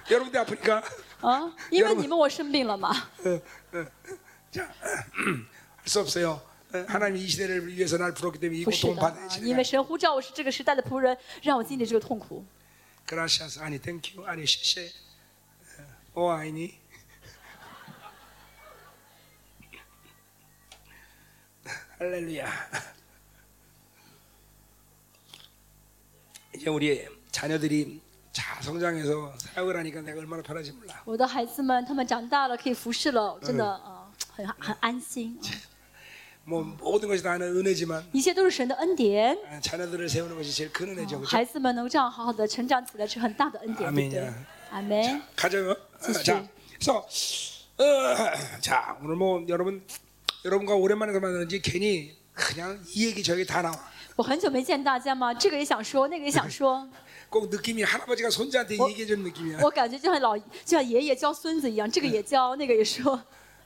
[SPEAKER 1] 여러분들 아프니까.
[SPEAKER 2] 啊，因为
[SPEAKER 1] 여러분
[SPEAKER 2] 你们我生病了嘛。
[SPEAKER 1] 어, 어. 자, 할 수 없어요. 어, 하나님이 이 시대를 위해서 날 불렀기 때문에 이
[SPEAKER 2] 不是
[SPEAKER 1] 고통을
[SPEAKER 2] 的啊，
[SPEAKER 1] 받아야지.
[SPEAKER 2] 因为神呼召我是这个时代的仆人，让我经历这个痛苦。
[SPEAKER 1] 그라시아스 아니 땡큐 아니 셰셰 어 아이니 할렐루야 이제 우리 자녀들이 잘 성장해서 사역을 하니까 내가 얼마나 편한지 몰라
[SPEAKER 2] 我的孩子们，他们长大了可以服侍了，真的
[SPEAKER 1] 嗯
[SPEAKER 2] 啊，很很安心。啊
[SPEAKER 1] 뭐 모든 것이 다 은혜지만
[SPEAKER 2] 一切都是神的恩典，
[SPEAKER 1] 아, 자녀들을 세우는 것이 제일 큰 은혜죠 그죠?
[SPEAKER 2] 孩子们能这样好好的成长起来是很大的恩典，对
[SPEAKER 1] 阿
[SPEAKER 2] 不对
[SPEAKER 1] 门？啊
[SPEAKER 2] 阿门。
[SPEAKER 1] 가져요. 어,
[SPEAKER 2] 지수.
[SPEAKER 1] 자, 그래서 어, 자 오늘 뭐 여러분 여러분과 오랜만에 만나는지 괜히 그냥 이 얘기 저기 다 나와.
[SPEAKER 2] 我很久没见大家嘛，这个也想说，那个也想 说，
[SPEAKER 1] 꼭 느낌이 할아버지가 손자한테
[SPEAKER 2] 어?
[SPEAKER 1] 얘기해 준 느낌이야.
[SPEAKER 2] 我感觉就像老就像爷爷教孙子一样，这个也教，那个也说。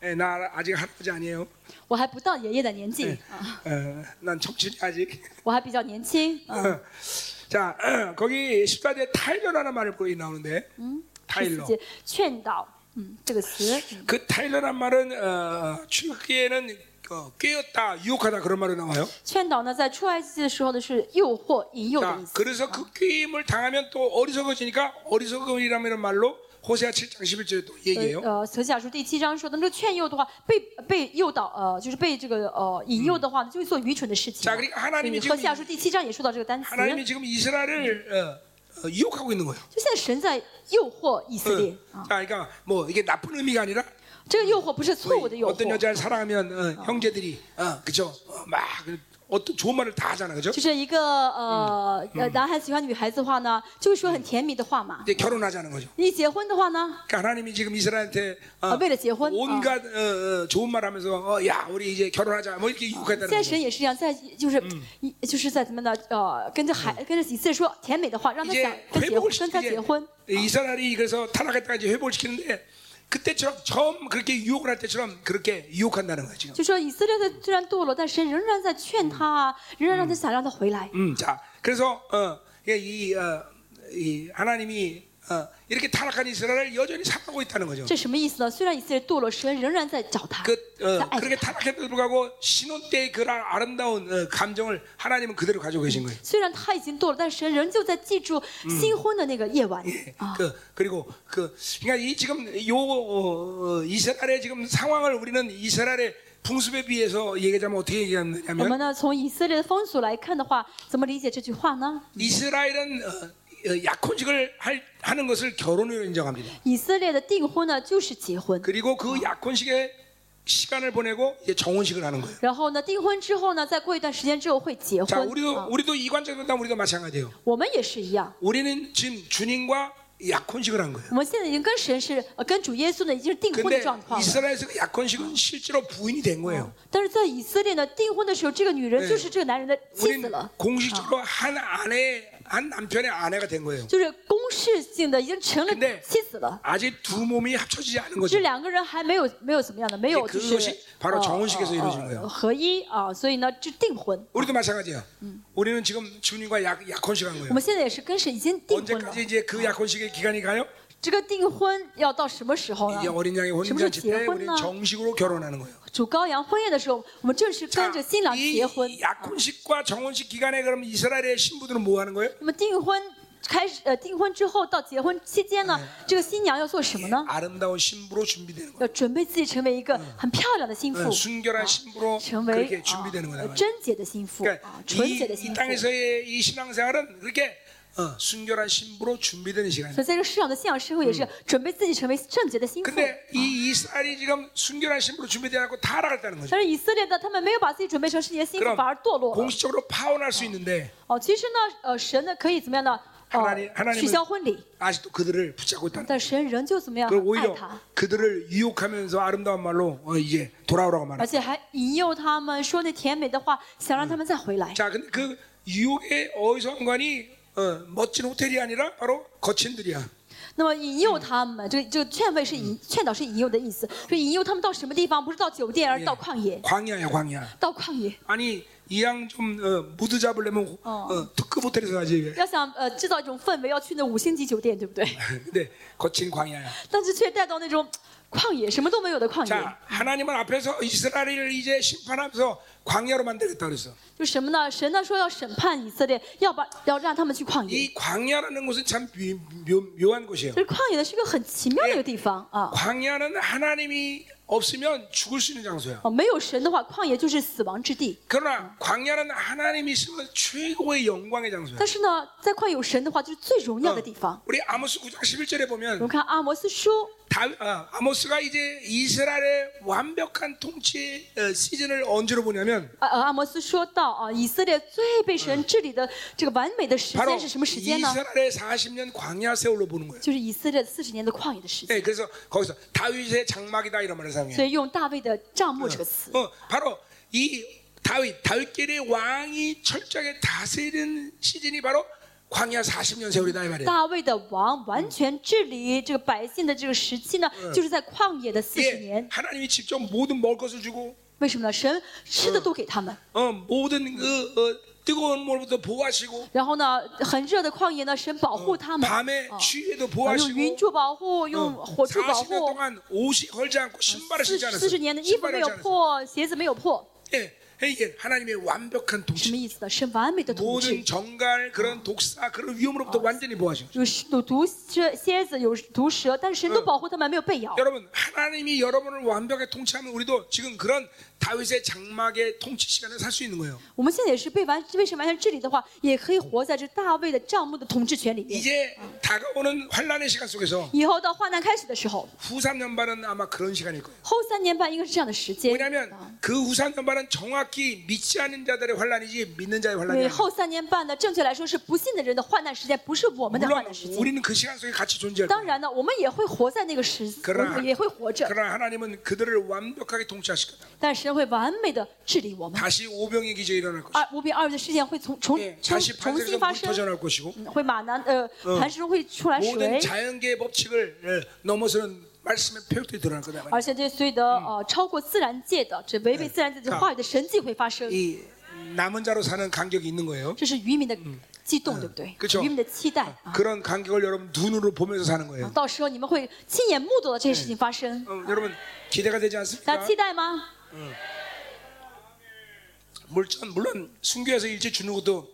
[SPEAKER 1] 예, 나 아직 할아버지 아니에요.
[SPEAKER 2] 我还不到爷爷的年纪
[SPEAKER 1] 예,
[SPEAKER 2] 啊，
[SPEAKER 1] 어, 난 청춘이 아직.
[SPEAKER 2] 我还比较年轻啊。
[SPEAKER 1] 어. 자 어, 거기 14절에 타일러라는 말을 거기 나오는데
[SPEAKER 2] 第四
[SPEAKER 1] 타일러.
[SPEAKER 2] 节劝导，嗯，这个词，嗯
[SPEAKER 1] 그 타일러란 말은 어, 출애굽기에는 어, 꿰었다, 유혹하다 그런 말로 나와요.
[SPEAKER 2] 劝导呢，在出埃及记的时候呢是诱惑、引诱的
[SPEAKER 1] 자,
[SPEAKER 2] 意思。
[SPEAKER 1] 그래서 그 게임을 당하면 또 어리석어지니까 어리석음이라는 말로 호세아 7장 11절에 또 얘기해요.
[SPEAKER 2] 呃，呃，《何西雅书》第七章说的，那个劝诱的话，被被诱导，呃，就是被这个呃引诱的话，就会做愚蠢的事情
[SPEAKER 1] 자
[SPEAKER 2] 了。
[SPEAKER 1] 그러니까하나님이
[SPEAKER 2] 所以
[SPEAKER 1] 지금
[SPEAKER 2] 何西雅书》第七章也说到这个单词，
[SPEAKER 1] 하나님이
[SPEAKER 2] 就
[SPEAKER 1] 지금 이스라엘을 어, 어, 유혹하고 있는 거예요.
[SPEAKER 2] 现在神在诱惑以色列
[SPEAKER 1] 어.
[SPEAKER 2] 啊，
[SPEAKER 1] 자, 그러니까 뭐 이게 나쁜 의미가 아니라
[SPEAKER 2] 这个诱惑不是错误的诱
[SPEAKER 1] 어떤
[SPEAKER 2] 惑，
[SPEAKER 1] 여자를 사랑하면 어, 형제들이 어, 그죠? 어, 막 어떤 좋은 말을 다 하잖아, 그죠?
[SPEAKER 2] 就是一个呃
[SPEAKER 1] 嗯
[SPEAKER 2] 呃男孩子喜欢女孩子的话呢，就会说很甜蜜的话嘛。
[SPEAKER 1] 이제 결혼하자는 거죠.
[SPEAKER 2] 你结婚的话呢，
[SPEAKER 1] 그러니까 하나님이 지금 이스라엘한테 어,
[SPEAKER 2] 아, 왜 이래, 재혼?
[SPEAKER 1] 온갖 어, 어, 좋은 말하면서 어, 야, 우리 이제 결혼하자, 뭐 이렇게
[SPEAKER 2] 现
[SPEAKER 1] 유혹했다는
[SPEAKER 2] 在
[SPEAKER 1] 거죠.
[SPEAKER 2] 神也是一样，在就是一就是在怎么呢？呃，跟着孩跟着以色列说甜美的话，让他想
[SPEAKER 1] 이제
[SPEAKER 2] 跟结婚
[SPEAKER 1] 회복을 ，
[SPEAKER 2] 跟他结婚
[SPEAKER 1] 시키는 。 이스라엘이 그래서 타락했다가 이제 회복을 시키는데 그때처럼 처음 그렇게 유혹을 할 때처럼 그렇게 유혹한다는 거예요 지금.
[SPEAKER 2] 就说以色列的虽然堕落，但神仍然在劝他啊，仍然让他想让他回来。
[SPEAKER 1] 음, 자, 그래서 어, 이게 이, 어, 이 하나님이 어, 이렇게 타락한 이스라엘을 여전히 사랑하고 있다는 거죠.
[SPEAKER 2] 这什么意思呢？虽然以色列堕落，神仍然在找他，
[SPEAKER 1] 그
[SPEAKER 2] 在
[SPEAKER 1] 어,
[SPEAKER 2] 爱
[SPEAKER 1] 그렇게
[SPEAKER 2] 他。
[SPEAKER 1] 타락했음에도 불구하고 신혼 때의 그 아름다운 어, 감정을 하나님은 그대로 가지고 계신 거예요.
[SPEAKER 2] 虽然他已经堕落，但神仍旧在记住新婚的那个夜晚啊。
[SPEAKER 1] 그 그리고 그 그러니까 이 지금 요 어, 어, 이스라엘의 지금 상황을 우리는 이스라엘의 풍습에 비해서 얘기하자면 어떻게
[SPEAKER 2] 我们
[SPEAKER 1] 얘기하냐면
[SPEAKER 2] 呢，从以色列的风俗来看的话，怎么理解这句话呢？
[SPEAKER 1] 이스라엘은 어, 어, 약혼식을 할, 하는 것을 결혼으로 인정합니다.
[SPEAKER 2] 以色列的订婚呢，就是结婚，
[SPEAKER 1] 그리고 그 약혼식에 시간을 보내고 이제 정혼식을 하는 거예요.
[SPEAKER 2] 然后呢，订婚之后呢，再过一段时间之后会结
[SPEAKER 1] 자,
[SPEAKER 2] 婚。
[SPEAKER 1] 우리도
[SPEAKER 2] 啊
[SPEAKER 1] 우리도 이관적으로 다 우리도 마찬가지예요.
[SPEAKER 2] 我们也是一样，
[SPEAKER 1] 우리는 지금 주님과 약혼식을 한 거예요.
[SPEAKER 2] 我们现在已经跟神是呃跟主耶稣呢已经是订婚的
[SPEAKER 1] 근데
[SPEAKER 2] 状况了。
[SPEAKER 1] 이스라엘에서 그 약혼식은 실제로 부인이 된 거예요.
[SPEAKER 2] 但是在以色列呢，订婚的时候，这个女人
[SPEAKER 1] 네
[SPEAKER 2] 就是这个男人的妻
[SPEAKER 1] 우리는
[SPEAKER 2] 子了，
[SPEAKER 1] 공식적으로 한 아내, 한 남편의 아내가 된 거예요.
[SPEAKER 2] 就是公示性的已经成了
[SPEAKER 1] 근
[SPEAKER 2] 妻子了。
[SPEAKER 1] 아직 두 몸이 합쳐지지 않은
[SPEAKER 2] 这
[SPEAKER 1] 거죠.
[SPEAKER 2] 两个人还没有没有怎么样的，没有
[SPEAKER 1] 그
[SPEAKER 2] 就是
[SPEAKER 1] 것이바로정혼식에서이루어진거예요
[SPEAKER 2] 呃合一啊，所以呢，这订婚。
[SPEAKER 1] 우리도 마찬가지예요. 우리는 지금 주님과 약, 약혼식 한 거예요.
[SPEAKER 2] 我们现在也是跟神已经订婚了
[SPEAKER 1] 언제까지 。 이제 그 약혼식의 기간이 가요?
[SPEAKER 2] 这个订婚要到什么时候呢
[SPEAKER 1] 이제 ？ 어린 양의
[SPEAKER 2] 什么时候
[SPEAKER 1] 혼인잔치
[SPEAKER 2] 结
[SPEAKER 1] 때
[SPEAKER 2] 婚
[SPEAKER 1] 우리는
[SPEAKER 2] 呢？
[SPEAKER 1] 정식으로 결혼하는 거예요.
[SPEAKER 2] 主羔羊婚宴的时候，我们正式
[SPEAKER 1] 자,
[SPEAKER 2] 跟着新郎
[SPEAKER 1] 이
[SPEAKER 2] 结婚。
[SPEAKER 1] 약혼식과 정혼식 기간에 그럼 이스라엘의 신부들은 뭐 하는 거예요?
[SPEAKER 2] 那么订婚开始呃订婚之后到结婚期间呢，
[SPEAKER 1] 嗯
[SPEAKER 2] 这个新娘要做什么呢？
[SPEAKER 1] 아름다운 신부로 준비되는 거예요.
[SPEAKER 2] 要准备自己成为一个很漂亮的新妇
[SPEAKER 1] 응, ，嗯 순결한 신부로
[SPEAKER 2] 成
[SPEAKER 1] 그렇게
[SPEAKER 2] 为
[SPEAKER 1] 준비되는
[SPEAKER 2] 啊
[SPEAKER 1] 거다.
[SPEAKER 2] 呃贞洁的新妇啊
[SPEAKER 1] 그러니까 ，
[SPEAKER 2] 纯洁的
[SPEAKER 1] 이,
[SPEAKER 2] 新
[SPEAKER 1] 이
[SPEAKER 2] 妇。
[SPEAKER 1] 땅에서의 이 신앙생활은 그렇게 어, 순결한 신부로 준비되는 시간이에요.
[SPEAKER 2] 所以在这个市场的信仰生活也是准备自己成为圣洁的新妇。
[SPEAKER 1] 嗯 근데 이 이스라엘이 지금 순결한 신부로 준비되고 타락했다는 거죠.
[SPEAKER 2] 但是以色列的他们没有把自己准备成圣洁的新妇，
[SPEAKER 1] 그럼
[SPEAKER 2] 反而堕落了。
[SPEAKER 1] 공식적으로 파혼할 수 있는데
[SPEAKER 2] 哦，其实呢，呃，神呢可以怎么样呢？
[SPEAKER 1] 하나님하나님
[SPEAKER 2] 呃，
[SPEAKER 1] 은
[SPEAKER 2] 取消婚礼，
[SPEAKER 1] 아직도 그들을 붙잡고 있다는 거예요.
[SPEAKER 2] 但神仍旧怎么样
[SPEAKER 1] 그리고
[SPEAKER 2] 爱
[SPEAKER 1] 오히려
[SPEAKER 2] 他，
[SPEAKER 1] 그들을 유혹하면서 아름다운 말로 어, 이제 돌아오라고
[SPEAKER 2] 而
[SPEAKER 1] 말해요.
[SPEAKER 2] 且还引诱他们说那甜美的话，想让他们再回来。
[SPEAKER 1] 자, 근데 그 유혹의 어휘성관이 어, 멋진 호텔이 아니라 바로 거친들이야.
[SPEAKER 2] 那么引诱他们，这个这个劝慰是引劝导是引诱的意思，所以引诱他们到什么地方？不是到酒店，而是到旷野，
[SPEAKER 1] 광야야, 광야.
[SPEAKER 2] 到旷野。
[SPEAKER 1] 아니 이양 좀 어, 무드 잡으려면 어.
[SPEAKER 2] 어.
[SPEAKER 1] 특급 호텔에서 가지.
[SPEAKER 2] 要想呃制造一种氛围，要去那五星级酒店，对不对？
[SPEAKER 1] 근데 네, 거친 광야야.
[SPEAKER 2] 但是却带到那种旷野，什么都没有的旷野，
[SPEAKER 1] 자, 하나님은 앞에서 이스라엘을 이제 심판하면서 광야로 만들겠다 그랬어.
[SPEAKER 2] 就什么呢？神呢说要审判以色列，要把要让他们去旷野。
[SPEAKER 1] 이 광야라는 곳은 참 묘, 묘한 곳이에요.
[SPEAKER 2] 这旷野呢是一个很奇妙的一个地方啊！
[SPEAKER 1] 광야는 하나님이 없으면 죽을 수 있는 장소야.
[SPEAKER 2] 哦，没有神的话，旷野就是死亡之地。
[SPEAKER 1] 그러나 광야는 하나님이 있으면 최고의 영광의 장소야.
[SPEAKER 2] 但是呢，在旷野有神的话，就是最荣耀的地方。
[SPEAKER 1] 우리 아모스 9장 11절에
[SPEAKER 2] 我
[SPEAKER 1] 보면
[SPEAKER 2] 们看阿摩斯书，
[SPEAKER 1] 다, 아, 아모스가 이제 이스라엘의 완벽한 통치 어, 시즌을 언제로 보냐면
[SPEAKER 2] 呃呃，阿摩斯说到啊，以色列最被神治理的这个完美的时
[SPEAKER 1] 바로
[SPEAKER 2] 间是什么时间呢？
[SPEAKER 1] 이스라엘의 40년 광야 세월로 보는 거예요.
[SPEAKER 2] 就是以色列四十年的旷野的时间。
[SPEAKER 1] 네, 그래서 거기서 다윗의 장막이다 이런 말을 사용해요.
[SPEAKER 2] 所以用大卫的帐幕这个词，
[SPEAKER 1] 어, 바로 이 다윗 다윗길의 왕이 철저하게 다스리는 시즌이 바로 광야 40년 세월이다 이 말이에요.
[SPEAKER 2] 大卫的王完全治理这个百姓的这个时期呢，就是在旷野的四十
[SPEAKER 1] 예,
[SPEAKER 2] 年。
[SPEAKER 1] 하나님이 직접 모든 먹을 것을 주고
[SPEAKER 2] 为什么呢？神吃的都给他们，
[SPEAKER 1] 어, 모든 그 어, 뜨거운 물부터 보호하시고
[SPEAKER 2] 然后呢，很热的旷野呢，神保护他们，嗯
[SPEAKER 1] 밤에
[SPEAKER 2] 啊
[SPEAKER 1] 추위에도
[SPEAKER 2] 啊用云
[SPEAKER 1] 보호하시고
[SPEAKER 2] 柱保护，用火柱保
[SPEAKER 1] 40년
[SPEAKER 2] 护。
[SPEAKER 1] 동안 옷이 헐지 않고 신발을
[SPEAKER 2] 四
[SPEAKER 1] 신지
[SPEAKER 2] 十
[SPEAKER 1] 않았어요.
[SPEAKER 2] 四十年的衣服
[SPEAKER 1] 신발을
[SPEAKER 2] 没
[SPEAKER 1] 신지
[SPEAKER 2] 有
[SPEAKER 1] 않았어요.
[SPEAKER 2] 破，鞋子没有破，
[SPEAKER 1] 예, 이게 하나님의 완벽한
[SPEAKER 2] 什
[SPEAKER 1] 통치.
[SPEAKER 2] 么意思呢？是完美的统
[SPEAKER 1] 모든
[SPEAKER 2] 治。
[SPEAKER 1] 정갈 그런 독사 그런 위험으로부터 완전히 보호하신 거죠.
[SPEAKER 2] 有有毒蝎蝎子，有毒蛇，但是神
[SPEAKER 1] 嗯
[SPEAKER 2] 都保护他们没有被咬。
[SPEAKER 1] 여러분 하나님이 여러분을 완벽하게 통치하면 우리도 지금 그런 다윗의 장막의 통치 시간을 살 수 있는 거예요.
[SPEAKER 2] 我们现在也是被完被神完全治理的话，也可以活在这大卫的帐幕的统治权里面。
[SPEAKER 1] 이제 다가오는 환란의 시간 속에서
[SPEAKER 2] 以后到患难开始的时候，
[SPEAKER 1] 후 3년반은 아마 그런 시간일 거예요.
[SPEAKER 2] 后三年半应该是这样的时
[SPEAKER 1] 예.
[SPEAKER 2] 间。啊
[SPEAKER 1] 왜냐하면 그후 3년반은 정확히 믿지 않는 자들의 환란이지 믿는 자의
[SPEAKER 2] 因为
[SPEAKER 1] 환란이 아니에요.
[SPEAKER 2] 后三年半呢，正确来说是不信的人的患难时间，不是我们的
[SPEAKER 1] 물론
[SPEAKER 2] 患难时间。
[SPEAKER 1] 우리는 그 시간 속에 같이 존재할
[SPEAKER 2] 当
[SPEAKER 1] 거예요.
[SPEAKER 2] 然呢，我们也会活在那个时，
[SPEAKER 1] 可是啊
[SPEAKER 2] 我们也会活着，
[SPEAKER 1] 그러나 하나님은 그들을 완벽하게 통치하실 거다.
[SPEAKER 2] 但神会完美的治理我们。
[SPEAKER 1] 다시 오병의 기적이 일어날 것이고
[SPEAKER 2] 二五饼二鱼的事件会从重
[SPEAKER 1] 예,
[SPEAKER 2] 重
[SPEAKER 1] 다시
[SPEAKER 2] 重新
[SPEAKER 1] 반석에서
[SPEAKER 2] 发
[SPEAKER 1] 물
[SPEAKER 2] 生，
[SPEAKER 1] 터져나올 것이고
[SPEAKER 2] 嗯会马南呃
[SPEAKER 1] 嗯
[SPEAKER 2] 磐石中会出来
[SPEAKER 1] 모든
[SPEAKER 2] 水，
[SPEAKER 1] 자연계의 법칙을 예, 넘어서는 말씀의 표현들이 드러날 거다.
[SPEAKER 2] 而且这所有的呃超过自然界的这违背自然界的话语的神迹会发生，
[SPEAKER 1] 이 남은 자로 사는 간격이 있는 거예요.
[SPEAKER 2] 这是渔民的悸动，对不对
[SPEAKER 1] 그쵸 ？
[SPEAKER 2] 渔民的期待啊，
[SPEAKER 1] 그런 간격을 여러분 눈으로 보면서 사는 거예요.
[SPEAKER 2] 到时候你们会亲眼目睹到这些事情发生，
[SPEAKER 1] 어, 여러분 기대가 되지
[SPEAKER 2] 大
[SPEAKER 1] 않습니까?
[SPEAKER 2] 家期待吗？
[SPEAKER 1] 물론 물론 순교해서 일찍 주는 것도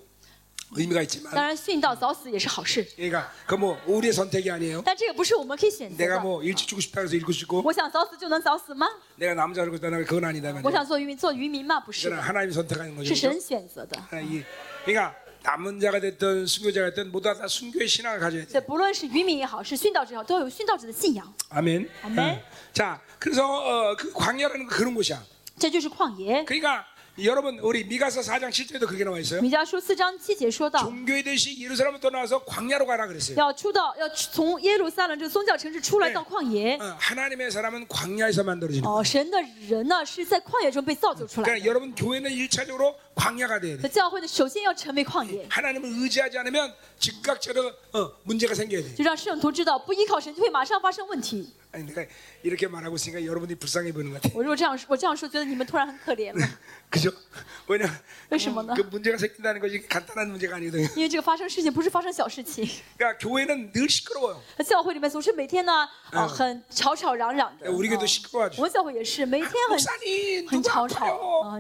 [SPEAKER 1] 의미가
[SPEAKER 2] 当
[SPEAKER 1] 있지만
[SPEAKER 2] 然，殉道早死也是好事，
[SPEAKER 1] 얘가 그뭐 우리의 선택이 아니에요.
[SPEAKER 2] 但这个不是我们可以选择
[SPEAKER 1] 내가
[SPEAKER 2] 的。
[SPEAKER 1] 뭐 일찍 주고 싶다 해서 일고 싶고
[SPEAKER 2] 我想早死就能早死吗？
[SPEAKER 1] 내가 남자를 그다나 그건 아니다.
[SPEAKER 2] 我想做渔民，做渔民吗？不是
[SPEAKER 1] 그러나
[SPEAKER 2] 的，
[SPEAKER 1] 하나님이 선택하는
[SPEAKER 2] 是
[SPEAKER 1] 거죠.
[SPEAKER 2] 神选择的。
[SPEAKER 1] 그러니까 이- 그러니까 남은 자가 됐든 순교자가 됐든 모두 다 순교의 신앙을 가져야 돼.
[SPEAKER 2] 所以不论是渔民也好，是殉道者也好，都要有殉道者的信仰。
[SPEAKER 1] 아멘.
[SPEAKER 2] 아멘.
[SPEAKER 1] 어. 자, 그래서 어, 그 광야라는 건 그런 곳이야.
[SPEAKER 2] 这就是旷野。
[SPEAKER 1] 그러니까 여러분 우리 미가서 4장 7절에도 그렇게 나와 있어요.
[SPEAKER 2] 米迦书四章七节说到，
[SPEAKER 1] 종교의 대신 예루살렘을 떠나서 광야로 가라 그랬어요.
[SPEAKER 2] 要出到，要从耶路撒冷这个宗教城市出来
[SPEAKER 1] 네
[SPEAKER 2] 到旷野
[SPEAKER 1] 어, 。 하나님의 사람은 광야에서 만들어지는. 거예요.
[SPEAKER 2] 哦，神的人呢是在旷野中被造就出来
[SPEAKER 1] 그러니까
[SPEAKER 2] 的。
[SPEAKER 1] 여러분 교회는 일차적으로 광야가 돼야
[SPEAKER 2] 那
[SPEAKER 1] 돼.
[SPEAKER 2] 教会呢，首先要成为旷野，
[SPEAKER 1] 하나님을 의지하지 않으면 즉각적으로 어, 문제가 생겨야 돼.
[SPEAKER 2] 就让圣徒知道，不依靠神就会马上发生问题。
[SPEAKER 1] 아니 내가 이렇게 말하고 있으니까 여러분이 불쌍해 보이는 것 같아.
[SPEAKER 2] 我如果这样，我这样说，觉得你们突然很可怜 了，
[SPEAKER 1] 그죠? 왜냐?
[SPEAKER 2] 왜 심었나?
[SPEAKER 1] 그 문제가 생긴다는 것이 간단한 문제가 아니거든요.
[SPEAKER 2] 因为这个发生事情不是发生小事情。
[SPEAKER 1] 그러니까 교회는 늘 시끄러워요.
[SPEAKER 2] 那教会里面总是每天呢，啊，很吵吵嚷嚷的。
[SPEAKER 1] 야, 우리 교도
[SPEAKER 2] 啊
[SPEAKER 1] 시끄러워가지고.
[SPEAKER 2] 我们教会也是每天很
[SPEAKER 1] 목사님
[SPEAKER 2] 很
[SPEAKER 1] 누가
[SPEAKER 2] 吵吵
[SPEAKER 1] 아파요?
[SPEAKER 2] 啊。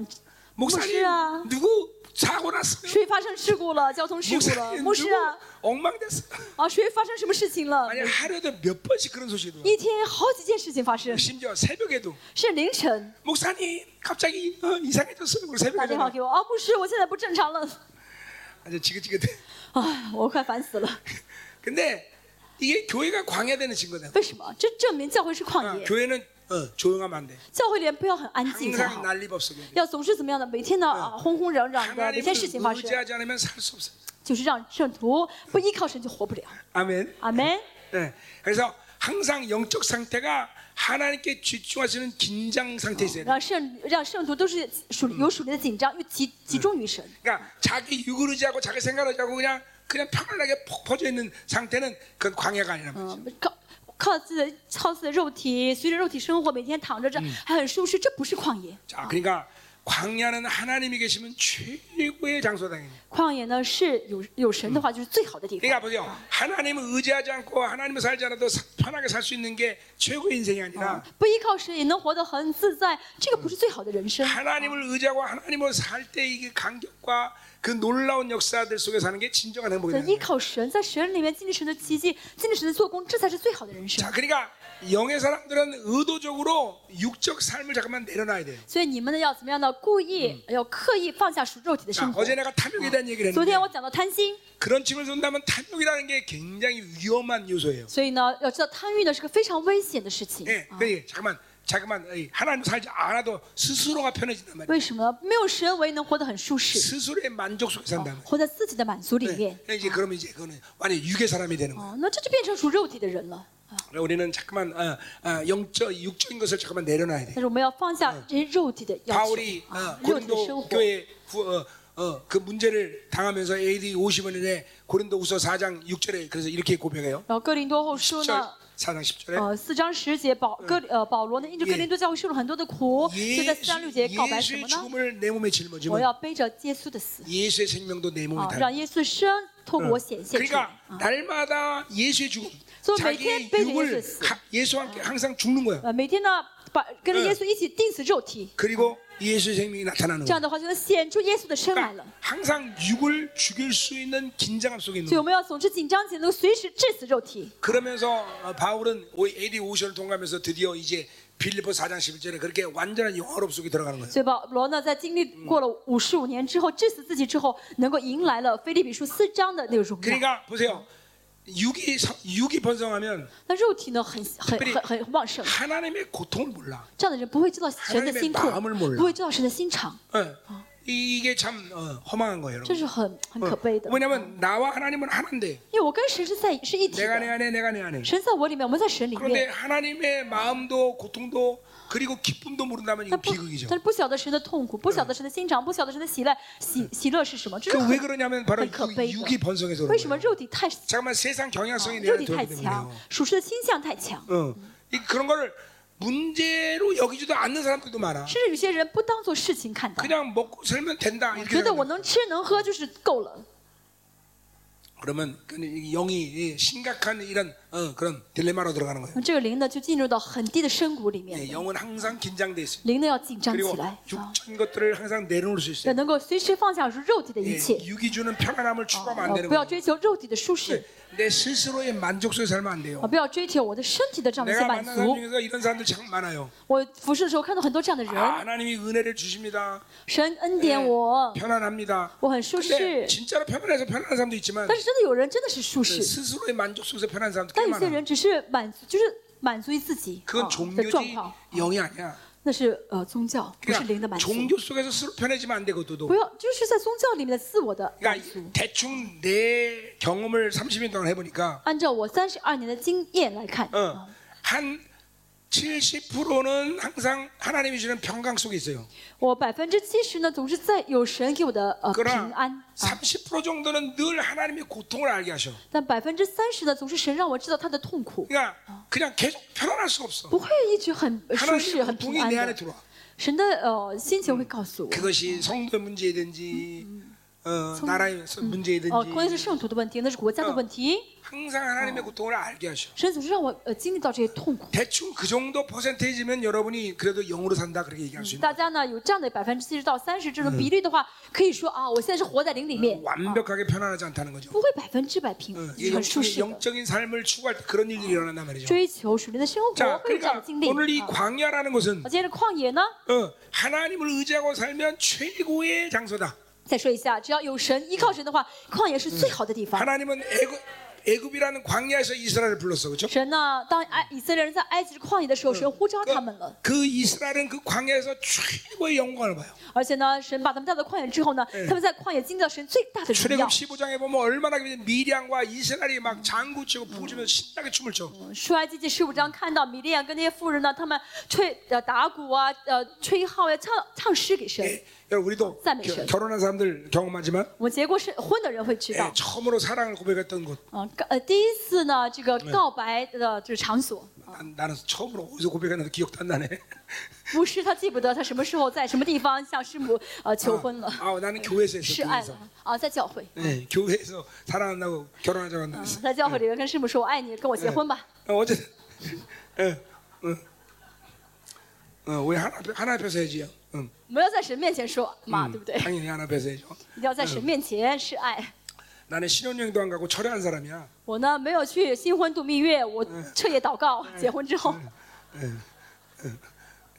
[SPEAKER 1] 목사님
[SPEAKER 2] 목사야.
[SPEAKER 1] 누구 사고 났어요?
[SPEAKER 2] 谁发生事故了？交通事故了？
[SPEAKER 1] 목사님
[SPEAKER 2] 牧师
[SPEAKER 1] 누구
[SPEAKER 2] 啊，
[SPEAKER 1] 엉망됐어요?
[SPEAKER 2] 啊，谁发生什么事情了？
[SPEAKER 1] 아니 하루에도 몇 번씩 그런 소식이 들어요.
[SPEAKER 2] 一天好几件事情发生，
[SPEAKER 1] 심지어 새벽에도
[SPEAKER 2] 是凌晨
[SPEAKER 1] 목사님 갑자기 어, 이상해졌어요. 우리
[SPEAKER 2] 打
[SPEAKER 1] 새벽에
[SPEAKER 2] 电话给我啊，牧师，我现在不正常了，
[SPEAKER 1] 아주 지긋지긋해.
[SPEAKER 2] 啊，我快烦死了。
[SPEAKER 1] 근데 이게 교회가 광야되는 증거다.
[SPEAKER 2] 为什么？这证明教会是
[SPEAKER 1] 아,
[SPEAKER 2] 旷野，
[SPEAKER 1] 교회는 어, 조용하면 안 돼.
[SPEAKER 2] 教会里面不要很安静才
[SPEAKER 1] 항상
[SPEAKER 2] 好，
[SPEAKER 1] 아. 난리법석이야.
[SPEAKER 2] 要总是怎么样的？每天呢啊，轰轰嚷嚷的，每
[SPEAKER 1] 하나님을
[SPEAKER 2] 天事情发生，
[SPEAKER 1] 의지하지 않으면 살 수 없어요.
[SPEAKER 2] 就是让圣徒不依靠神就活不了。
[SPEAKER 1] 아멘.
[SPEAKER 2] 阿门。
[SPEAKER 1] 네. 그래서 항상 영적 상태가 하나님께 집중하시는 긴장 상태 있어야 돼.
[SPEAKER 2] 让圣让圣徒都是属有属灵的紧张，又集集中于神。
[SPEAKER 1] 그러니까 자기 육을 의지하고 자기 생각을 의지하고 그냥 그냥 편안하게 폭 퍼져 있는 상태는 그건 광야가 아니란 말이야.
[SPEAKER 2] 嗯，靠靠自己的靠自己的肉体，随着肉体生活，每天躺着这还很舒适，这不是旷野。
[SPEAKER 1] 자, 그러니까 광야는 하나님이 계시면 최고의 장소다.
[SPEAKER 2] 旷野呢是有有神的话，就是最好的地方。
[SPEAKER 1] 그러니까 보세요. 하나님을 의지하지 않고 하나님을 살지 않아도 사- 편하게 살 수 있는 게 최고의 인생이 아니라
[SPEAKER 2] 不依靠神也能活得很自在，这个不是最好的人
[SPEAKER 1] 嗯
[SPEAKER 2] 生。
[SPEAKER 1] 하나님을 의지하고 하나님을 살 때 이게 간격과 그 놀라운 역사들 속에 사는 게 진정한 행복이다.
[SPEAKER 2] 依靠神，在神里面经历神的奇迹，经历神的做工，这才是最好的人生
[SPEAKER 1] 자, 。 그러니까 영의 사람들은 의도적으로 육적 삶을 잠깐만 내려놔야 돼요.
[SPEAKER 2] 所以你们呢，要怎么样呢？故意要刻意放下属肉体的
[SPEAKER 1] 자,
[SPEAKER 2] 生活。
[SPEAKER 1] 어제 내가 탐욕에 대한 얘기를
[SPEAKER 2] 昨
[SPEAKER 1] 했는데
[SPEAKER 2] 天我讲到贪心，
[SPEAKER 1] 그런 침을 쏜다면 탐욕이라는 게 굉장히 위험한 요소예요.
[SPEAKER 2] 所以呢，要知道贪欲呢是个非常危险的事情。啊
[SPEAKER 1] 예, 그러니 잠깐만, 잠깐만 이 하나님 살지 않아도 스스로가 편해진단 말이에요.
[SPEAKER 2] 为什么呢？没有神，我也能活得很舒适，
[SPEAKER 1] 스스로의 만족 속에 산단 말이에요.
[SPEAKER 2] 活在自己的满足里
[SPEAKER 1] 네.
[SPEAKER 2] 面。
[SPEAKER 1] 이제 그러면 이제 그거는 완전 육의 사람이 되는 거예요.
[SPEAKER 2] 哦，那这就变成属肉体的人了。
[SPEAKER 1] 우리는 잠깐만 어, 어, 영적 육적인 것을 잠깐만 내려놔야 돼요.
[SPEAKER 2] 但是我们要放下这些肉体的要求
[SPEAKER 1] 바울이 ，
[SPEAKER 2] 啊
[SPEAKER 1] 어,
[SPEAKER 2] 肉体的生
[SPEAKER 1] 고린도
[SPEAKER 2] 活。
[SPEAKER 1] 교회 구- 어, 어, 그 문제를 당하면서 AD 50년에 고린도후서 4장 6절에 그래서 이렇게 고백해요.
[SPEAKER 2] 然后哥林多后书
[SPEAKER 1] 10절,
[SPEAKER 2] 呢，
[SPEAKER 1] 4장 10절에
[SPEAKER 2] 呃，四章十节，保哥呃保罗呢，因着哥林多教会受了很多的苦，
[SPEAKER 1] 그
[SPEAKER 2] 所以在四章六节告白什
[SPEAKER 1] 예수의
[SPEAKER 2] 么呢？
[SPEAKER 1] 죽음을 내 몸에
[SPEAKER 2] 我
[SPEAKER 1] 짊어지면
[SPEAKER 2] 要背着耶稣的死
[SPEAKER 1] 예수의 생명도 내 몸에
[SPEAKER 2] 啊，
[SPEAKER 1] 다
[SPEAKER 2] 让耶稣的生透过我显现出来
[SPEAKER 1] 그러니까
[SPEAKER 2] 啊。
[SPEAKER 1] 날마다 예수의 죽음,
[SPEAKER 2] So
[SPEAKER 1] 자기의
[SPEAKER 2] 매일 매일
[SPEAKER 1] 육을
[SPEAKER 2] 그러니까 예수.
[SPEAKER 1] 가- 예수와 함께 항상 죽는 거야.
[SPEAKER 2] 呃，每天呢，把跟着
[SPEAKER 1] 嗯
[SPEAKER 2] 耶稣一起钉死肉体，
[SPEAKER 1] 그리고 예수의 생명이 나타나는
[SPEAKER 2] 这样
[SPEAKER 1] 거예요.
[SPEAKER 2] 的话就能显出耶稣的生来了
[SPEAKER 1] 그러니까 。 항상 육을 죽일 수 있는 긴장감 속에 있는
[SPEAKER 2] 所以
[SPEAKER 1] 거예요.
[SPEAKER 2] 我们要总是紧张起来，能够随时致死肉体。
[SPEAKER 1] 그러면서 어, 바울은 AD 50을 통과하면서 드디어 이제 빌리포 4장 11절에 그렇게 완전한 영화롭 속에 들어가는 거예요.
[SPEAKER 2] 所以保罗呢，在经历过了五十五年之后，致死自己之后，能够迎来了腓立比书四章的那个荣耀。
[SPEAKER 1] 그러니까 보세요. 육이 성- 육이 번성하면
[SPEAKER 2] 那肉体呢，很很
[SPEAKER 1] 对
[SPEAKER 2] 很很旺盛，
[SPEAKER 1] 하나님의 고통을 몰라.
[SPEAKER 2] 这样的人不会知道神的
[SPEAKER 1] 하나님의
[SPEAKER 2] 辛苦
[SPEAKER 1] 마음을몰라 ，
[SPEAKER 2] 不会知道神的心肠，
[SPEAKER 1] 어. 이- 이게 참 어, 허망한 거예요,
[SPEAKER 2] 这
[SPEAKER 1] 여러분.
[SPEAKER 2] 是很很可悲的
[SPEAKER 1] 어, 。 왜냐하면 나와 하나님은 하나인데
[SPEAKER 2] 因为我跟神是在是一体
[SPEAKER 1] 내가 내
[SPEAKER 2] 的，
[SPEAKER 1] 안에 내가 내 안에.
[SPEAKER 2] 神在我里面，我们在神里
[SPEAKER 1] 그런데
[SPEAKER 2] 面。
[SPEAKER 1] 하나님의 마음도 고통도 그리고 기쁨도 모른다면
[SPEAKER 2] 但
[SPEAKER 1] 이건
[SPEAKER 2] 不，
[SPEAKER 1] 비극이죠.
[SPEAKER 2] 但是不晓得神的痛苦，不晓得神的心肠，不晓得神的喜乐，喜喜乐是什么？这是
[SPEAKER 1] 그 왜
[SPEAKER 2] 很
[SPEAKER 1] 그러냐면 바로
[SPEAKER 2] 그
[SPEAKER 1] 육,
[SPEAKER 2] 거베이죠.
[SPEAKER 1] 육이 번성해서
[SPEAKER 2] 为
[SPEAKER 1] 그런
[SPEAKER 2] 什么
[SPEAKER 1] 거예요.
[SPEAKER 2] 肉体太强
[SPEAKER 1] 잠깐만 세상 경향성이 내
[SPEAKER 2] 肉
[SPEAKER 1] 안에
[SPEAKER 2] 体太
[SPEAKER 1] 들어오기
[SPEAKER 2] 强
[SPEAKER 1] 때문에요. ，
[SPEAKER 2] 属实的倾向太强，
[SPEAKER 1] 어. 이- 그런 거를 문제로 여기지도 않는 사람들도 많아.
[SPEAKER 2] 甚至有些人不当做事情看待，
[SPEAKER 1] 그냥 먹고 살면 된다 이렇게
[SPEAKER 2] 觉得
[SPEAKER 1] 생각해.
[SPEAKER 2] 我能吃能喝就是够了。
[SPEAKER 1] 그러면 그 영이 이 심각한 이런 어, 그런 딜레마로 들어가는 거예요.
[SPEAKER 2] 那这个灵呢，就进入到很低的深谷里
[SPEAKER 1] 예,
[SPEAKER 2] 面，
[SPEAKER 1] 영은 항상 긴장돼 있어요.
[SPEAKER 2] 灵呢要紧张
[SPEAKER 1] 그리고
[SPEAKER 2] 起来，啊，
[SPEAKER 1] 육적인 것들을 항상 내려놓을 수
[SPEAKER 2] 要
[SPEAKER 1] 있어요.
[SPEAKER 2] 能够随时放下肉体的
[SPEAKER 1] 예,
[SPEAKER 2] 一切，
[SPEAKER 1] 육이 주는 편안함을 추구하면 안
[SPEAKER 2] 啊，
[SPEAKER 1] 되는
[SPEAKER 2] 不要
[SPEAKER 1] 거예요.
[SPEAKER 2] 追求肉体的舒适，
[SPEAKER 1] 예, 내 스스로의 만족 속에 살면 안
[SPEAKER 2] 啊，
[SPEAKER 1] 돼요.
[SPEAKER 2] 不要追求我的身体的这样的一
[SPEAKER 1] 내가
[SPEAKER 2] 些满
[SPEAKER 1] 만난 사람
[SPEAKER 2] 足。
[SPEAKER 1] 중에서 이런 사람들 참 많아요.
[SPEAKER 2] 我服侍的时候看到很多这样的
[SPEAKER 1] 아,
[SPEAKER 2] 人，
[SPEAKER 1] 하나님이 은혜를 주십니다.
[SPEAKER 2] 神恩典
[SPEAKER 1] 어.
[SPEAKER 2] 我，
[SPEAKER 1] 편안합니다.
[SPEAKER 2] 我很舒
[SPEAKER 1] 근데
[SPEAKER 2] 适。
[SPEAKER 1] 진짜로 편안해서 편안한 사람도 있지만
[SPEAKER 2] 但是真的有人真的是舒
[SPEAKER 1] 그
[SPEAKER 2] 适，
[SPEAKER 1] 스스로의 만족 속에서 편한 사람도 꽤
[SPEAKER 2] 但有些
[SPEAKER 1] 많아요.
[SPEAKER 2] 人只是满足，就是满足于自己
[SPEAKER 1] 어,
[SPEAKER 2] 啊
[SPEAKER 1] 그건
[SPEAKER 2] 的状
[SPEAKER 1] 종교지
[SPEAKER 2] 况。
[SPEAKER 1] 영이 아니야.
[SPEAKER 2] 那是呃宗教，不是灵的
[SPEAKER 1] 그러니까
[SPEAKER 2] 满足。
[SPEAKER 1] 종교 속에서 스스로 편해지면 안 되거든.
[SPEAKER 2] 不要，就是在宗教里面的自我的满
[SPEAKER 1] 그러니까
[SPEAKER 2] 足。
[SPEAKER 1] 대충 내 경험을 30년 동안 해보니까
[SPEAKER 2] 按照我三十二年的经验来看，
[SPEAKER 1] 어, 한 70%는 항상 하나님이 주는 평강 속에 있어요.
[SPEAKER 2] 我百分之七十呢总是在有神给我的呃平
[SPEAKER 1] 그러나
[SPEAKER 2] 安啊，
[SPEAKER 1] 30% 정도는 늘 하나님의 고통을 알게 하셔.
[SPEAKER 2] 但百分之三十呢总是神让我知道他的痛苦，
[SPEAKER 1] 그러니까 그냥 계속 편안할 수가 없어.
[SPEAKER 2] 不会一直很
[SPEAKER 1] 뭐,
[SPEAKER 2] 呃舒适
[SPEAKER 1] 하나님의
[SPEAKER 2] 很
[SPEAKER 1] 고통이
[SPEAKER 2] 平
[SPEAKER 1] 내 안에 뭐.
[SPEAKER 2] 安的。
[SPEAKER 1] 들어와.
[SPEAKER 2] 神的呃心情会告诉我，
[SPEAKER 1] 그것이 성도의 문제이든지 어,
[SPEAKER 2] 성-
[SPEAKER 1] 나라의 문제이든지
[SPEAKER 2] 哦，关键是圣徒的问题，那是国家的问题。
[SPEAKER 1] 항상 하나님의 고통을 알게 하셔.
[SPEAKER 2] 神总是让我呃经历到这些痛苦。
[SPEAKER 1] 대충 그 정도 퍼센테이지면 여러분이 그래도 영으로 산다 그렇게 얘기할 수 있는
[SPEAKER 2] 大家呢有这样的百分之七十到三十这种比率的话，可以说啊，我现在是活在灵里面，啊
[SPEAKER 1] 완벽하게 편안하지 않다는 거죠.
[SPEAKER 2] 不会百分之百平
[SPEAKER 1] 어,
[SPEAKER 2] 安
[SPEAKER 1] 이
[SPEAKER 2] 很舒
[SPEAKER 1] 영적인,
[SPEAKER 2] 适的。
[SPEAKER 1] 영적인 삶을 추구할 때 그런 일이 일어난단 말이죠.
[SPEAKER 2] 追求属灵的生活
[SPEAKER 1] 자,
[SPEAKER 2] 会有这样的
[SPEAKER 1] 그러니까
[SPEAKER 2] 经历。
[SPEAKER 1] 오늘 이
[SPEAKER 2] 啊
[SPEAKER 1] 광야라는 것은
[SPEAKER 2] 我接着旷野呢，
[SPEAKER 1] 어, 하나님을 의지하고 살면 최고의 장소다.
[SPEAKER 2] 再说一下，只要有神依靠神的话，旷野是最好的地方。
[SPEAKER 1] 하나님은 애굽 애굽이라는 광야에서 이스라엘을 불렀어, 그렇죠?
[SPEAKER 2] 神呢，当埃以色列人在埃及旷野的时候，神呼召他们了，
[SPEAKER 1] 그 이스라엘은 그 광야에서 최고의 영광을 봐요.
[SPEAKER 2] 而且呢，神把他们带到旷野之后呢，他们在旷野经历到神最大的荣耀
[SPEAKER 1] 출애굽 。 15장에 보면 얼마나 미량과 이스라엘이 막 장구치고 부르면서 신나게 춤을 춰.
[SPEAKER 2] 出埃及记十五章看到米利安跟那些妇人呢，他们吹呃打鼓啊，呃吹号呀、唱唱诗给神。
[SPEAKER 1] 예, 여러분 우리도
[SPEAKER 2] 쌈이
[SPEAKER 1] 겨-
[SPEAKER 2] 있어요.
[SPEAKER 1] 결혼한 사람들 경험하지만
[SPEAKER 2] 我们结过是婚的人会知
[SPEAKER 1] 예,
[SPEAKER 2] 道，
[SPEAKER 1] 처음으로 사랑을 고백했던 곳
[SPEAKER 2] 嗯，告呃，第一次呢，这个告白的这个场所，
[SPEAKER 1] 난, 나는 처음으로 어디서 고백했는데 기억도 안 나네.
[SPEAKER 2] 牧师他记不得他什么时候在什么地方向师母呃求婚了，
[SPEAKER 1] 아, 나는 교회에서
[SPEAKER 2] 示
[SPEAKER 1] 했어.
[SPEAKER 2] 爱
[SPEAKER 1] 교회에서.
[SPEAKER 2] 了啊，在教会，
[SPEAKER 1] 예, 교회에서 사랑한다고 결혼하자고 한다.
[SPEAKER 2] 嗯在教会里面跟师母说我爱你，跟我结婚吧。
[SPEAKER 1] 어, 어쨌든 예, 어, 어, 우리 하나 앞에- 하나 앞에서 해야지요. 응.
[SPEAKER 2] 我们要在神面前说
[SPEAKER 1] 嗯
[SPEAKER 2] 嘛，对不对？
[SPEAKER 1] 당연히 하나 앞에서 해야죠.
[SPEAKER 2] 一定要在神面前示爱。
[SPEAKER 1] 나는 신혼여행도 안 가고 철회한 사람이야.
[SPEAKER 2] 我呢没有去新婚度蜜月，我彻夜祷告。结婚之后，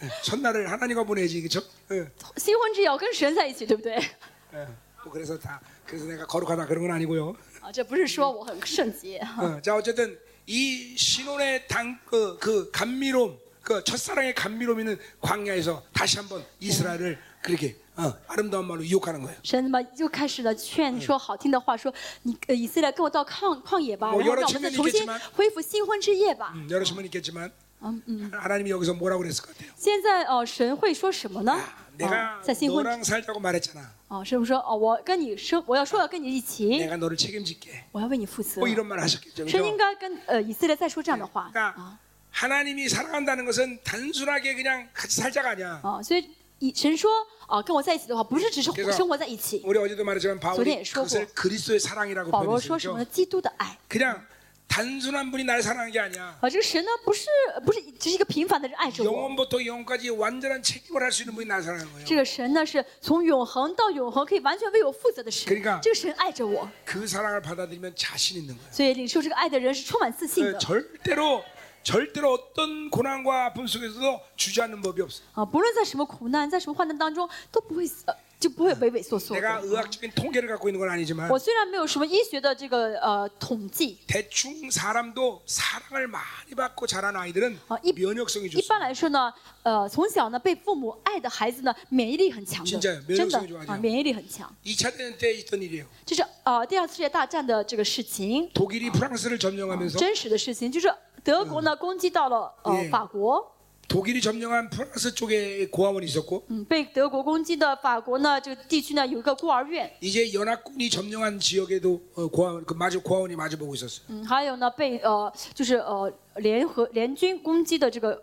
[SPEAKER 1] 예, 첫날을 하나님과 보내지 그렇죠? 예,
[SPEAKER 2] 新婚之夜要跟神在一起，对不对？
[SPEAKER 1] 예. 뭐 그래서 다 그래서 내가 거룩하다 그런 건 아니고요.
[SPEAKER 2] 啊，这不是说我很圣洁。
[SPEAKER 1] 어, 자 어쨌든 이 신혼의 당그 그 감미로움 그 첫사랑의 감미로움 있는 광야에서 다시 한번 이스라엘을 그렇게 어, 아름다운 말로 유혹하는 거예요.
[SPEAKER 2] 神嘛，就开始了劝说好听的话，说你呃以色列跟我到旷旷野吧，
[SPEAKER 1] 뭐
[SPEAKER 2] 然后
[SPEAKER 1] 여러
[SPEAKER 2] 让我们再
[SPEAKER 1] 측면이있겠지만
[SPEAKER 2] 重新恢复新婚之夜吧。嗯
[SPEAKER 1] 음, 여러 신문 있겠지만
[SPEAKER 2] 啊
[SPEAKER 1] 하나님이 여기서 뭐라고 그랬을 것 같아요.
[SPEAKER 2] 现在哦、呃神会说什么呢？啊
[SPEAKER 1] 내가 ，
[SPEAKER 2] 在新婚
[SPEAKER 1] 너랑 어. 살자고 말했잖아.
[SPEAKER 2] 哦，师傅说哦，我跟你生，我要说要跟你一起，
[SPEAKER 1] 내가 너를 책임질게.
[SPEAKER 2] 我要为你负责
[SPEAKER 1] 뭐 。 이런 말 하셨겠죠.
[SPEAKER 2] 神应
[SPEAKER 1] 그죠?
[SPEAKER 2] 该跟呃以色列再说这样的话
[SPEAKER 1] 그러니까
[SPEAKER 2] 啊
[SPEAKER 1] 하나님이 사랑한다는 것은 단순하게 그냥 같이 살자가 아니야.
[SPEAKER 2] 啊，所以以神说啊，跟我在一起的话，不是只是
[SPEAKER 1] 그래서
[SPEAKER 2] 生活在一起。
[SPEAKER 1] 우리 어제도 말했지만 바울이
[SPEAKER 2] 소리에
[SPEAKER 1] 그것을
[SPEAKER 2] 쇼고.
[SPEAKER 1] 그리스도의 사랑이라고
[SPEAKER 2] 保罗说什
[SPEAKER 1] 표현했죠.
[SPEAKER 2] 么呢？基督的爱，
[SPEAKER 1] 그냥 단순한 분이 나를 사랑한 게 아니야.
[SPEAKER 2] 啊，这个神呢，不是不是只是一个平凡的人爱
[SPEAKER 1] 그렇죠.
[SPEAKER 2] 着我，
[SPEAKER 1] 영원부터 영원까지 완전한 책임을 할 수 있는 분이 나를 사랑하는 거예요.
[SPEAKER 2] 这个神呢是从永恒到永恒可以完全为我负责的神
[SPEAKER 1] 그러니까 。
[SPEAKER 2] 这个神爱着我，
[SPEAKER 1] 그 사랑을 받아들이면 자신 있는 거예요.
[SPEAKER 2] 所以领受这个爱的人是充满自信
[SPEAKER 1] 네,
[SPEAKER 2] 的
[SPEAKER 1] 절대로 절대로 어떤 고난과 아픔 속에서도 주저하는 법이 없어.
[SPEAKER 2] 啊，不论在什么苦难，在什么患难当中都不会死，呃就不会畏畏缩缩
[SPEAKER 1] 내가
[SPEAKER 2] 的。
[SPEAKER 1] 의학적인 통계를 갖고 있는 건 아니지만
[SPEAKER 2] 我虽然没有什么医学的这个呃统计
[SPEAKER 1] 대충 사람도 사랑을 많이 받고 자란 아이들은
[SPEAKER 2] 어, 이-
[SPEAKER 1] 면역성이
[SPEAKER 2] 一
[SPEAKER 1] 좋습니다.
[SPEAKER 2] 般来说呢，呃，从小呢被父母爱的孩子呢，免疫力很强
[SPEAKER 1] 진짜요
[SPEAKER 2] 的，
[SPEAKER 1] 면역성이
[SPEAKER 2] 真的
[SPEAKER 1] 좋아져요
[SPEAKER 2] 啊，免疫力很强。
[SPEAKER 1] 2차 대전 때 있던 일이에요.
[SPEAKER 2] 这是呃第二次世界大战的这个事情，
[SPEAKER 1] 독일이 프랑스를 점령하면서
[SPEAKER 2] 真实的事情，就是德国呢攻击到了呃
[SPEAKER 1] 예
[SPEAKER 2] 法国。
[SPEAKER 1] 독일이 점령한 프랑스 쪽에 고아원이 있었고
[SPEAKER 2] 嗯，被德国攻击的法国呢，这个地区呢有一个孤儿院，
[SPEAKER 1] 이제 연합군이 점령한 지역에도 어, 고아원 그 마주 고아원이 마주보고 있었어요.
[SPEAKER 2] 嗯，还有呢被呃就是呃联合联军攻击的这个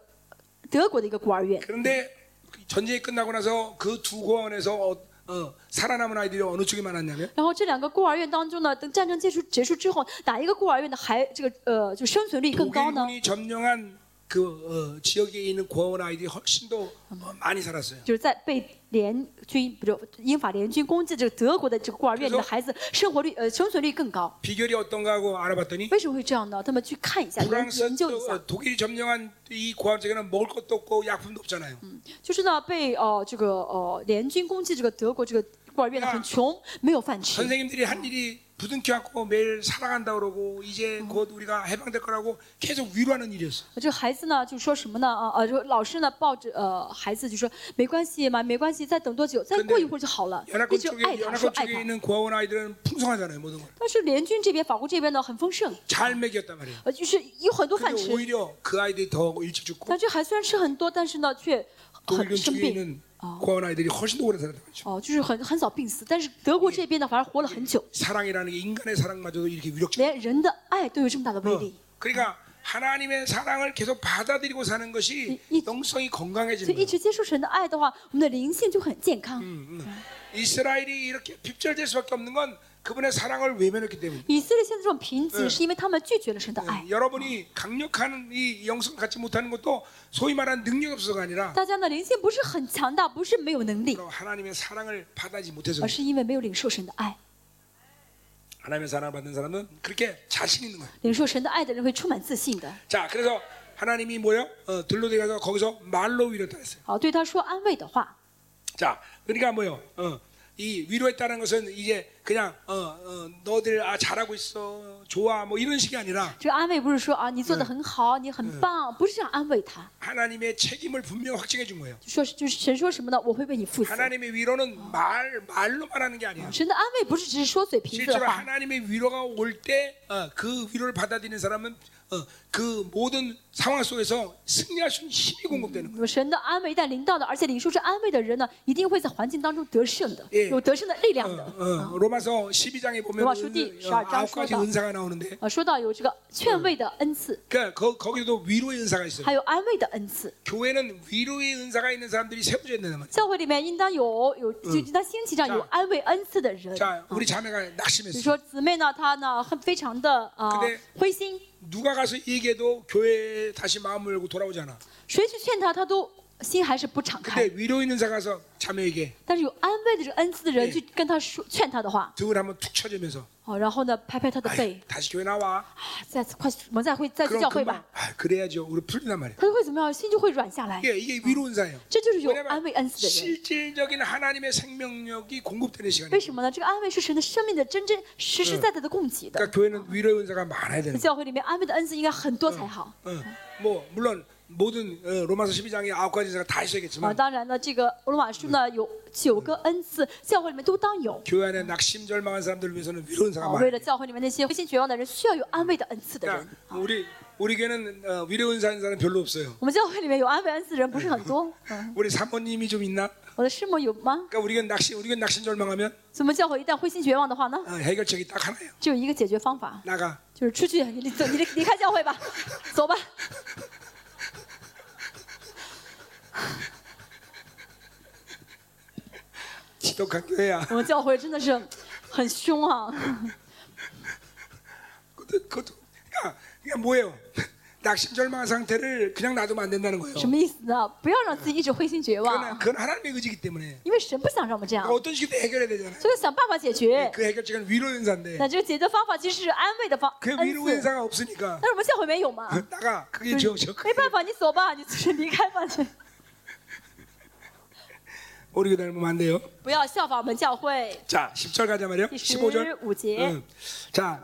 [SPEAKER 2] 德国的一个孤儿院。
[SPEAKER 1] 그런데 전쟁이 끝나고 나서 그 두 고아원에서 어, 어, 살아남은 아이들이 어느 쪽이 많았냐면
[SPEAKER 2] 然后这两个孤儿院当中呢，等战争结束结束之后，哪一个孤儿院的孩这个呃就生存率更高呢？
[SPEAKER 1] 독일군이 점령한 그 어, 지역에 있는 고아원 아이들이 훨씬 더 어, 많이 살았어요.
[SPEAKER 2] 就是在被联军不是英法联军攻击这个德国的这个孤儿院里的孩子，生活率呃生存率更高。
[SPEAKER 1] 비결이 어떤가 하고 알아봤더니
[SPEAKER 2] 为什么会这样呢？他们去看一
[SPEAKER 1] 그러니까
[SPEAKER 2] 下，研
[SPEAKER 1] 프랑스
[SPEAKER 2] 研究一下。
[SPEAKER 1] 독일이 점령한 이 고아원 쪽에는 먹을 것도 없고 약품도 없잖아요.
[SPEAKER 2] 就是呢，被呃这个呃联军攻击这个德国这个孤儿院呢，
[SPEAKER 1] 啊
[SPEAKER 2] 很穷，没有饭吃。
[SPEAKER 1] 선생님들이 한 일이 부둥켜 안고 매일 살아간다 그러고 이제 곧 우리가 해방될 거라고 계속 위로하는 일이었어.
[SPEAKER 2] 这个孩子呢，就说什么呢？啊啊，就老师呢抱着呃孩子就说没关系嘛，没关系，再等多久，再过一会儿就好了，一
[SPEAKER 1] 연합군
[SPEAKER 2] 直
[SPEAKER 1] 쪽에
[SPEAKER 2] 爱他，说
[SPEAKER 1] 연합군
[SPEAKER 2] 爱
[SPEAKER 1] 쪽에
[SPEAKER 2] 他。
[SPEAKER 1] 있는 고아원 아이들은 풍성하잖아요 모든 걸.
[SPEAKER 2] 但是联军这边，法国这边呢很丰盛，
[SPEAKER 1] 잘 먹였단 말이에요.
[SPEAKER 2] 呃，就是有很多饭
[SPEAKER 1] 근데
[SPEAKER 2] 吃。
[SPEAKER 1] 오히려 그 아이들이 더 일찍 죽고
[SPEAKER 2] 但这孩子虽然吃很多，但是呢却很
[SPEAKER 1] 독일군
[SPEAKER 2] 生
[SPEAKER 1] 쪽에
[SPEAKER 2] 病，
[SPEAKER 1] 있는
[SPEAKER 2] 아.
[SPEAKER 1] 고아원 아이들이 훨씬 더 오래 살았단 말이죠.
[SPEAKER 2] 哦、就是很很早病死。但是德国这边呢反而活了很久，
[SPEAKER 1] 사랑이라는 게 인간의 사랑마저도 이렇게 위력적.
[SPEAKER 2] 连人的爱都有这么大的威
[SPEAKER 1] 嗯
[SPEAKER 2] 力。
[SPEAKER 1] 그러니까 하나님의 사랑을 계속 받아들이고 사는 것이 그
[SPEAKER 2] 이- 이-
[SPEAKER 1] 영성이
[SPEAKER 2] 所
[SPEAKER 1] 건강해지는
[SPEAKER 2] 以一
[SPEAKER 1] 거예요.
[SPEAKER 2] 直接受神的爱的话，我们的灵性就很健康。
[SPEAKER 1] 음, 음. 이스라엘이 이렇게 핍절될 수밖에 없는 건 그분의 사랑을 외면했기 때문에.
[SPEAKER 2] 以色列现在这种贫瘠，
[SPEAKER 1] 嗯
[SPEAKER 2] 是因为他们拒绝了神的
[SPEAKER 1] 음,
[SPEAKER 2] 爱。
[SPEAKER 1] 여러분이 강력한 이 영성 갖지 못하는 것도 소위 말하는 능력 없어가 아니라
[SPEAKER 2] 大家呢灵性不是很强大，不是没有能力，
[SPEAKER 1] 하나님의 사랑을 받아지 못해서
[SPEAKER 2] 而是因为没有领受神的爱。
[SPEAKER 1] 하나님의 사랑을 받는 사람은 그렇게 자신 있는 거예요.
[SPEAKER 2] 领受神的爱的人会充满自信的。
[SPEAKER 1] 자, 그래서 하나님이 뭐요? 어, 들로데 가서 거기서 말로 위로했다 했어요.
[SPEAKER 2] 好，对他说安慰的话。
[SPEAKER 1] 자, 그러니까 뭐요? 어, 이 위로했다는 것은 이제 그냥 어, 어, 너들 아 잘하고 있어, 좋아, 뭐 이런 식이 아니라
[SPEAKER 2] 这个安慰不是说啊你做的很好，你很棒，不是这样安慰他，
[SPEAKER 1] 하나님의 책임을 분명 확증해 준 거예요.
[SPEAKER 2] 就说是就是神说什么呢？我会为你负责。
[SPEAKER 1] 하나님의 위로는 말 말로만 하는 게 아니야.
[SPEAKER 2] 神的安慰不是只是说嘴皮子的
[SPEAKER 1] 실제로
[SPEAKER 2] 话，
[SPEAKER 1] 하나님의 위로가 올 때 그 위로를 받아들이는 사람은 어, 그 모든 상황 속에서 승리할 수 있는 힘이 공급되는 거예요.
[SPEAKER 2] 神的安慰一旦临到的，而且领受这安慰的人呢，一定会在环境当中得胜的，
[SPEAKER 1] 예
[SPEAKER 2] 有得胜的力量
[SPEAKER 1] 어,
[SPEAKER 2] 的。
[SPEAKER 1] 어, 로마서 12장에 보면
[SPEAKER 2] 로마 수디
[SPEAKER 1] 은-
[SPEAKER 2] 12
[SPEAKER 1] 어, 아홉
[SPEAKER 2] 장
[SPEAKER 1] 가지
[SPEAKER 2] 수다.
[SPEAKER 1] 은사가 나오는데
[SPEAKER 2] 啊，说到有这个劝慰的恩赐，
[SPEAKER 1] 그러니까 거, 거기도 위로의 은사가 있어요.
[SPEAKER 2] 还有安慰的恩赐。
[SPEAKER 1] 교회는 위로의 은사가 있는 사람들이 세워져야 된다는 말이에요.
[SPEAKER 2] 教会里面应当有有就应当兴起嗯这样有
[SPEAKER 1] 자
[SPEAKER 2] 安慰恩赐的人。
[SPEAKER 1] 자,
[SPEAKER 2] 啊
[SPEAKER 1] 우리 자매가
[SPEAKER 2] 比如
[SPEAKER 1] 낙심했어.
[SPEAKER 2] 说姊妹呢，她呢很非常的啊
[SPEAKER 1] 근데
[SPEAKER 2] 灰心，
[SPEAKER 1] 누가 가서 얘기해도 교회에 다시 마음을 열고 돌아오잖아.
[SPEAKER 2] 谁去劝她，她都心还是不敞
[SPEAKER 1] 근데
[SPEAKER 2] 开。
[SPEAKER 1] 위로의 은사 가서 자매에게
[SPEAKER 2] 但是有安慰的这个恩赐的人
[SPEAKER 1] 예
[SPEAKER 2] 去跟她说劝她的话，
[SPEAKER 1] 등을 한번 툭 쳐주면서
[SPEAKER 2] 哦，然后呢拍拍她的
[SPEAKER 1] 아유,
[SPEAKER 2] 背，
[SPEAKER 1] 다시 교회 나와.
[SPEAKER 2] 啊再次快速我们再会再去
[SPEAKER 1] 그럼
[SPEAKER 2] 教会
[SPEAKER 1] 금방
[SPEAKER 2] 吧，
[SPEAKER 1] 아, 그래야죠. 우리 풀리단 말이에요.
[SPEAKER 2] 她就会怎么样，心就会软下来。
[SPEAKER 1] 이게, 이게 위로 은사예요.
[SPEAKER 2] 这就是有安慰
[SPEAKER 1] 왜냐면
[SPEAKER 2] 恩赐的人。
[SPEAKER 1] 실질적인 하나님의 생명력이 공급되는
[SPEAKER 2] 为
[SPEAKER 1] 시간이에요.
[SPEAKER 2] 什么呢？这个安慰是神的生命的真真实实在在的供给的。
[SPEAKER 1] 그러니까 교회는 위로의 은사가 많아야 되는 거예요.
[SPEAKER 2] 教会里面安慰的恩赐应该很多才好。
[SPEAKER 1] 어, 뭐 물론 모든 어, 로마서 12장의 아홉 가지 은사가 다
[SPEAKER 2] 啊，
[SPEAKER 1] 있어야겠지만
[SPEAKER 2] 当然呢，这个罗马书呢有九个恩赐，教会里面都当有。
[SPEAKER 1] 교회 안에 낙심 절망한 사람들을 위해서는 어, 위로 은사가
[SPEAKER 2] 啊，为
[SPEAKER 1] 많아요.
[SPEAKER 2] 了教会里面那些灰心绝望的人，需要有安慰的恩赐的人
[SPEAKER 1] 그러니까 。 우리 우리 교회는 어, 위로 은사 있는 사람 별로 없어요.
[SPEAKER 2] 我们教会里面有安慰恩赐的人不是很 多。嗯，
[SPEAKER 1] 우리 사모님이 좀 있나?
[SPEAKER 2] 我的师母有吗？
[SPEAKER 1] 그러니까 우리가 낙심 우리가 낙심 절망하면
[SPEAKER 2] 所以我们教会一旦灰心绝望的话呢，
[SPEAKER 1] 어, 해결책이 딱 하나예요.
[SPEAKER 2] 只有一个解决方法，
[SPEAKER 1] 나가.
[SPEAKER 2] 就是出去，你离走，你离离开教会吧， 走吧。
[SPEAKER 1] 지독한 교회야.
[SPEAKER 2] 我们教会真的是很凶啊，
[SPEAKER 1] 그것도, 그것도 그러니까 그게 뭐예요? 낙심 절망 상태를 그냥 놔두면 안 된다는 거예요.
[SPEAKER 2] 什么意思呢？不要让自己一直灰心绝
[SPEAKER 1] 그건,
[SPEAKER 2] 望，
[SPEAKER 1] 그건 하나님의 의지이기 때문에
[SPEAKER 2] 因为神不想让我们这样
[SPEAKER 1] 그러니까 ， 어떤 식이든 해결해야 되잖아요.
[SPEAKER 2] 所以想办法解决。
[SPEAKER 1] 그 해결책은 위로 인사인데
[SPEAKER 2] 那这个解决方法其实是安慰的方
[SPEAKER 1] 그
[SPEAKER 2] 恩
[SPEAKER 1] 위로
[SPEAKER 2] 赐，
[SPEAKER 1] 인사가 없으니까
[SPEAKER 2] 但是我们教会没有嘛，
[SPEAKER 1] 나가 그게 저,
[SPEAKER 2] 就是
[SPEAKER 1] 저
[SPEAKER 2] 没办法，你走吧，你就是离开吧， 这
[SPEAKER 1] 우리 교회 닮으면 안 돼요.
[SPEAKER 2] 不要效仿我们教会。
[SPEAKER 1] 자 10절 가자 말이요.
[SPEAKER 2] 第十
[SPEAKER 1] 15절.
[SPEAKER 2] 五嗯节，
[SPEAKER 1] 응. 자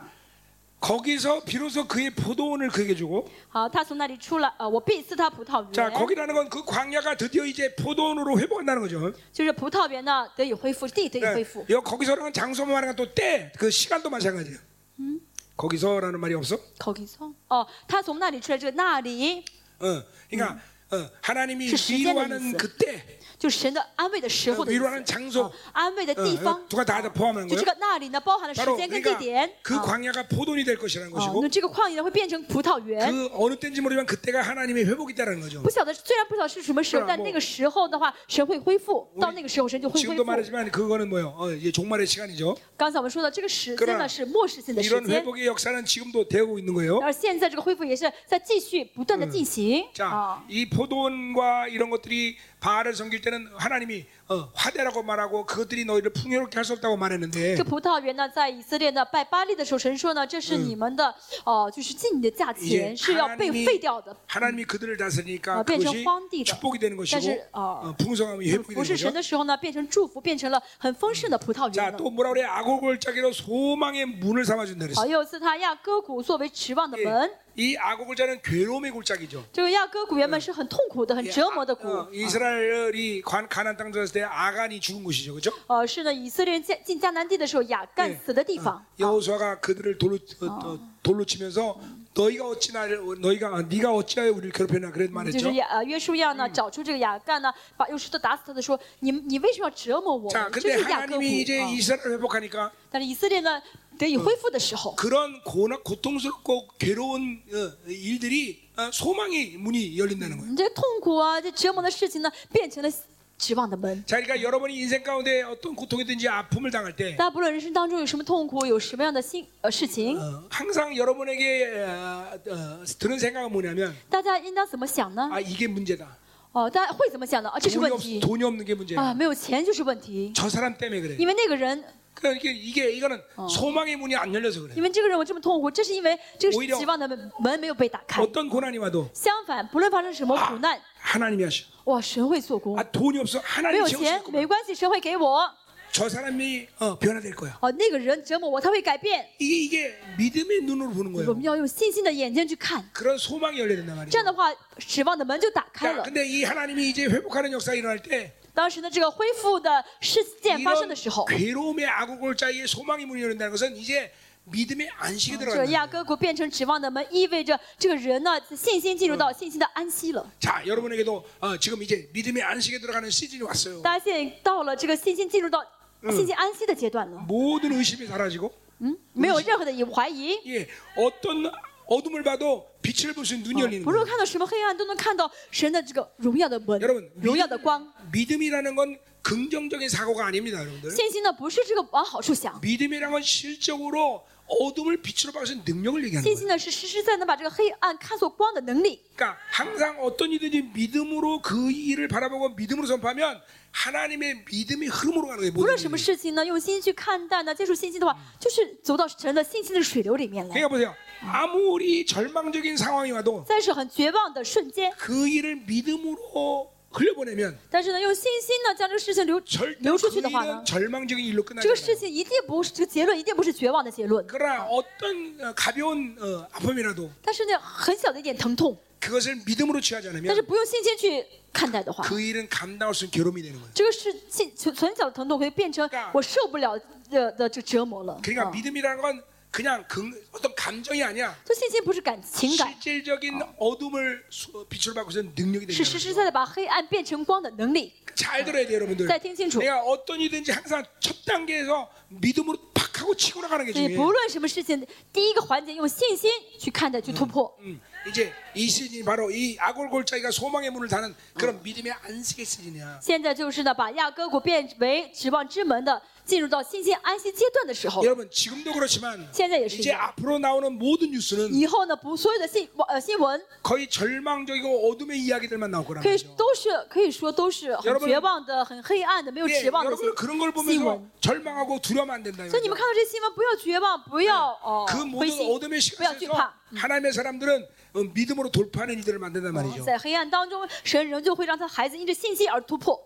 [SPEAKER 1] 거기서 비로소 그의 포도원을 그에게 주고
[SPEAKER 2] 好，他从那里出来，呃，我必赐他葡萄
[SPEAKER 1] 자
[SPEAKER 2] 园，
[SPEAKER 1] 거기라는 건 그 광야가 드디어 이제 포도원으로 회복한다는 거죠.
[SPEAKER 2] 就是葡萄园呢得以恢复，地得以
[SPEAKER 1] 네,
[SPEAKER 2] 恢复。
[SPEAKER 1] 여 거기서라는 건 장소만 말하는 건또때그 시간도 마찬가지예요.
[SPEAKER 2] 음?
[SPEAKER 1] 거기서라는 말이 없어?
[SPEAKER 2] 口音松哦，他从那里出来，这个那里
[SPEAKER 1] 어, 그러니까 어, 하나님이
[SPEAKER 2] 음. 그 시간의
[SPEAKER 1] 위로하는
[SPEAKER 2] 있어.
[SPEAKER 1] 그때
[SPEAKER 2] 就是神的安慰的时候的
[SPEAKER 1] 呃
[SPEAKER 2] 意思
[SPEAKER 1] 위로하는장소
[SPEAKER 2] 啊安慰的
[SPEAKER 1] 어,
[SPEAKER 2] 地方，
[SPEAKER 1] 누가 다다 포함하는
[SPEAKER 2] 就
[SPEAKER 1] 거예요?
[SPEAKER 2] 这个那里呢，包含了时
[SPEAKER 1] 바로
[SPEAKER 2] 间跟地
[SPEAKER 1] 그러니까
[SPEAKER 2] 点。
[SPEAKER 1] 그
[SPEAKER 2] 啊
[SPEAKER 1] 광야가 포돈이 될 것이라는
[SPEAKER 2] 哦
[SPEAKER 1] 것이고
[SPEAKER 2] 那这个旷野呢会变成葡萄园。
[SPEAKER 1] 그 어느 때인지 모르지만 그때가 하나님의 회복이다라는 거죠.
[SPEAKER 2] 不晓得，虽然不晓得是啊什么时候，
[SPEAKER 1] 그러나
[SPEAKER 2] 但
[SPEAKER 1] 뭐
[SPEAKER 2] 那个时候的话，神会恢复。
[SPEAKER 1] 우리
[SPEAKER 2] 到那个时候，神就会恢
[SPEAKER 1] 지금도
[SPEAKER 2] 复。
[SPEAKER 1] 말하지만 그거는 뭐예요? 어, 이제 종말의 시간이죠.
[SPEAKER 2] 刚才我们说的这个时间
[SPEAKER 1] 그러나
[SPEAKER 2] 呢是末世性的时
[SPEAKER 1] 이런
[SPEAKER 2] 间，
[SPEAKER 1] 회복의 역사는 지금도 되고 있는 거예요.
[SPEAKER 2] 而现在这个恢复也是在继续不断的进行。
[SPEAKER 1] 자,
[SPEAKER 2] 啊，
[SPEAKER 1] 이 포도원과 이런 것들이 바알을 섬길 때는 하나님이 어, 화대라고 말하고 그것들이 너희를 풍요롭게 할 수 없다고
[SPEAKER 2] 这
[SPEAKER 1] 말했는데
[SPEAKER 2] 个葡萄园呢，在以色列呢拜巴利的时候，神说呢，这是你们的哦、就是进你的价
[SPEAKER 1] 이제
[SPEAKER 2] 钱是要被废掉的，
[SPEAKER 1] 하나님이 그들을 다스리니까
[SPEAKER 2] 어, 변신
[SPEAKER 1] 그것이
[SPEAKER 2] 황디다.
[SPEAKER 1] 축복이 되는 것이고
[SPEAKER 2] 사실, 어,
[SPEAKER 1] 어, 풍성함이 회복이
[SPEAKER 2] 服
[SPEAKER 1] 되는
[SPEAKER 2] 侍神
[SPEAKER 1] 거죠.
[SPEAKER 2] 的时候呢，变成祝福，变成了很丰盛的葡萄园
[SPEAKER 1] 자,
[SPEAKER 2] 了。
[SPEAKER 1] 또 뭐라 그래? 아고골짜기로 소망의 문을 삼아준다
[SPEAKER 2] 好，
[SPEAKER 1] 그랬어.
[SPEAKER 2] 又赐他亚哥谷作为指望的
[SPEAKER 1] 예,
[SPEAKER 2] 门。
[SPEAKER 1] 이 아고골자는 괴로움의 골짜기죠.
[SPEAKER 2] 这个亚哥谷原本是很痛苦的、很
[SPEAKER 1] 예,
[SPEAKER 2] 折磨的
[SPEAKER 1] 아,
[SPEAKER 2] 谷。
[SPEAKER 1] 어, 이스라엘이 관, 가난 땅 들어갔을 때 아간이 죽은 곳이죠, 그렇죠?
[SPEAKER 2] 呃，是呢，以色列人进进迦南地的时候，雅干死的地方。
[SPEAKER 1] 여호수아가 그들을 돌로 어, 어, 돌로 치면서 너희가 어찌 나를 너희가 아, 네가 어찌하여 우리를 괴롭혔나 그런
[SPEAKER 2] 就
[SPEAKER 1] 말했죠.
[SPEAKER 2] 是雅呃约书亚呢，找出这个雅干呢，把又石头打死他的，说你你为什么要折磨我
[SPEAKER 1] 자,
[SPEAKER 2] 们？这
[SPEAKER 1] 근데
[SPEAKER 2] 是雅各谷。
[SPEAKER 1] 하나님이 이제
[SPEAKER 2] 啊
[SPEAKER 1] 이스라엘을 회복하니까
[SPEAKER 2] 但是以色列呢，得以恢复的时候，
[SPEAKER 1] 그런 고나 고통스럽고 괴로운 어, 일들이 어, 소망의 문이 열린다는 거예요.
[SPEAKER 2] 你这痛苦啊，这折磨的事情呢，变成了指望的门。
[SPEAKER 1] 자, 그러니까 여러분이 인생 가운데 어떤 고통이든지 아픔을 당할 때
[SPEAKER 2] 大家不论人生当中有什么痛苦，有什么样的心呃事情，
[SPEAKER 1] 어, 항상 여러분에게 어, 어, 드는 생각은 뭐냐면
[SPEAKER 2] 大家应当怎么想呢？
[SPEAKER 1] 아 이게 문제다.
[SPEAKER 2] 哦，大家会怎么想呢？啊，这是
[SPEAKER 1] 돈이,
[SPEAKER 2] 问
[SPEAKER 1] 없,
[SPEAKER 2] 题
[SPEAKER 1] 돈이 없는 게 문제야.
[SPEAKER 2] 啊，没有钱就是问题，
[SPEAKER 1] 저 사람 때문에 그래.
[SPEAKER 2] 因为那个人，
[SPEAKER 1] 그러니까 이게, 이게 이거는 소망의 문이 안 열려서 그래.
[SPEAKER 2] 因为这个人我这么痛苦，这是因为这
[SPEAKER 1] 오히려
[SPEAKER 2] 个指望的门门没有被打开。
[SPEAKER 1] 어떤 고난이 와도
[SPEAKER 2] 相反，不论发生什么苦难，
[SPEAKER 1] 하나님이 하셔.
[SPEAKER 2] 哇，神会做工
[SPEAKER 1] 아 。 돈이 없어
[SPEAKER 2] 没
[SPEAKER 1] 하나님
[SPEAKER 2] 有
[SPEAKER 1] 채우실
[SPEAKER 2] 钱
[SPEAKER 1] 구
[SPEAKER 2] 没
[SPEAKER 1] 만
[SPEAKER 2] 关系，神会给我。
[SPEAKER 1] 저 사람이 어, 변화될 거야.
[SPEAKER 2] 哦，那个人折磨我，他会改变。
[SPEAKER 1] 이게 이게 믿음의 눈으로 보는
[SPEAKER 2] 我
[SPEAKER 1] 거예요.
[SPEAKER 2] 们要用信心的眼睛去看，
[SPEAKER 1] 그런 소망이 열려야 된단
[SPEAKER 2] 这
[SPEAKER 1] 말이에요.
[SPEAKER 2] 样的话，指望的门就打开
[SPEAKER 1] 자,
[SPEAKER 2] 了。
[SPEAKER 1] 근데 이 하나님이 이제 회복하는 역사가 일어날 때
[SPEAKER 2] 当时呢，这个恢复的事件发生
[SPEAKER 1] 이런
[SPEAKER 2] 的时候，
[SPEAKER 1] 괴로움의 아구골짜기에 소망의 문이 열린다는 것은 이제 믿음의 안식이
[SPEAKER 2] 这个
[SPEAKER 1] 들어간다.
[SPEAKER 2] 亚哥谷变成指望的门，意味着这个人呢，信心进入到信心的安息了。
[SPEAKER 1] 자, 여러분에게도 어, 지금 이제 믿음의 안식에 들어가는 시즌이 왔어요.
[SPEAKER 2] 大家现在到了这个信心进入到信心安息的阶段了，
[SPEAKER 1] 모든 의심이 사라지고
[SPEAKER 2] 嗯，没有任何的疑怀疑。
[SPEAKER 1] 예, 어떤 어둠을 봐도 빛을 볼 수 있는 눈이 열리는
[SPEAKER 2] 不论
[SPEAKER 1] 거예요.
[SPEAKER 2] 看到什么黑暗，都能看到神的这个荣耀的门
[SPEAKER 1] 여러분, 、
[SPEAKER 2] 荣耀的光。
[SPEAKER 1] 믿음이라는 건 긍정적인 사고가 아닙니다, 여러분들.
[SPEAKER 2] 信心呢，不是这个往好处想，
[SPEAKER 1] 믿음이라는 건 실적으로 어둠을 빛으로 바꾸는 능력을 얘기하는
[SPEAKER 2] 信
[SPEAKER 1] 거예요.
[SPEAKER 2] 心呢是实实在在能把这个黑暗看作光的能力。
[SPEAKER 1] 그러니까 항상 어떤 일든지 믿음으로 그 일을 바라보고 믿음으로 선포하면 하나님의 믿음이 흐름으로 가는 거예요.
[SPEAKER 2] 无
[SPEAKER 1] 모든
[SPEAKER 2] 论什么
[SPEAKER 1] 일이.
[SPEAKER 2] 事情呢，用心去看待呢，接触信心的话，就是走到神的信心的水流里面来。
[SPEAKER 1] 그러니까 보세요. 아무리 절망적인 상황이 와도
[SPEAKER 2] 但是很绝望的瞬间，
[SPEAKER 1] 그 일을 믿음으로 흘려보내면
[SPEAKER 2] 但是呢，用信心呢将这个事情流
[SPEAKER 1] 절대
[SPEAKER 2] 流出
[SPEAKER 1] 그
[SPEAKER 2] 去的话呢
[SPEAKER 1] 일은 ， 절망적인 일로
[SPEAKER 2] 这
[SPEAKER 1] 끝나지
[SPEAKER 2] 个事
[SPEAKER 1] 않아요.
[SPEAKER 2] 情一定不是这个结论，一定不是绝望的结论。
[SPEAKER 1] 그러나 어떤 어, 가벼운 어, 아픔이라도
[SPEAKER 2] 但是呢，很小的一点疼痛，
[SPEAKER 1] 그것을 믿음으로 취하지
[SPEAKER 2] 但是
[SPEAKER 1] 않으면
[SPEAKER 2] 不用信心去看待的话，
[SPEAKER 1] 그 일은 감당할 수 있는 괴로움이 되는 거예요.
[SPEAKER 2] 这个事情存存小的疼痛可以变成
[SPEAKER 1] 그러니까
[SPEAKER 2] 我受不了的的这个折磨了。
[SPEAKER 1] 그러니까
[SPEAKER 2] 啊
[SPEAKER 1] 믿음이라는 건 그냥 긍, 어떤 감정이 아니야.
[SPEAKER 2] 就信心不是感情感，
[SPEAKER 1] 실질적인 어. 둠을 빛으로 바꾸는 능력이
[SPEAKER 2] 是实
[SPEAKER 1] 된다.
[SPEAKER 2] 实在在把黑暗变成光的能力。
[SPEAKER 1] 잘 들어야 돼요, 여러분들.
[SPEAKER 2] 자, 听清楚.
[SPEAKER 1] 내가 어떤 일든지 항상 첫 단계에서 믿음으로 팍 하고 치고 나가는 게
[SPEAKER 2] 所以
[SPEAKER 1] 중요해.
[SPEAKER 2] 不论什么事情，第一个环节用信心去看待，去突破。
[SPEAKER 1] 음, 이제 이 시즌이 바로 이 아골골짜기가 소망의 문을 다는 그런 믿음의 안식의 시즌이야.
[SPEAKER 2] 现在就是呢，把亚割谷变为指望之门的，进入到信心安息阶段的时候。
[SPEAKER 1] 여러분 지금도 그렇지만
[SPEAKER 2] 现在也是一
[SPEAKER 1] 이제
[SPEAKER 2] 样。
[SPEAKER 1] 앞으로 나오는 모든 뉴스는
[SPEAKER 2] 以后呢，不所有的新呃新闻
[SPEAKER 1] 거의 절망적이고 어둠의 이야기들만 나올 거란
[SPEAKER 2] 可以
[SPEAKER 1] 말이죠.
[SPEAKER 2] 都是可以说都是
[SPEAKER 1] 여러
[SPEAKER 2] 很
[SPEAKER 1] 분
[SPEAKER 2] 绝望的、很黑暗的、没有
[SPEAKER 1] 예,
[SPEAKER 2] 指望的
[SPEAKER 1] 여러분 그런 걸
[SPEAKER 2] 新
[SPEAKER 1] 보면서
[SPEAKER 2] 闻。
[SPEAKER 1] 절망하고 두려면 안 된다.
[SPEAKER 2] 所以你
[SPEAKER 1] 이거죠.
[SPEAKER 2] 们看到这新闻，不要绝望，不要哦
[SPEAKER 1] 그
[SPEAKER 2] 灰
[SPEAKER 1] 모든 어둠의
[SPEAKER 2] 心，不要惧
[SPEAKER 1] 시간에서
[SPEAKER 2] 怕。
[SPEAKER 1] 하나님의 사람들은 어, 믿음으로 돌파하는 이들을 만든단 말이죠.
[SPEAKER 2] 在黑暗当中，神仍旧会让他的孩子因着信心而突破。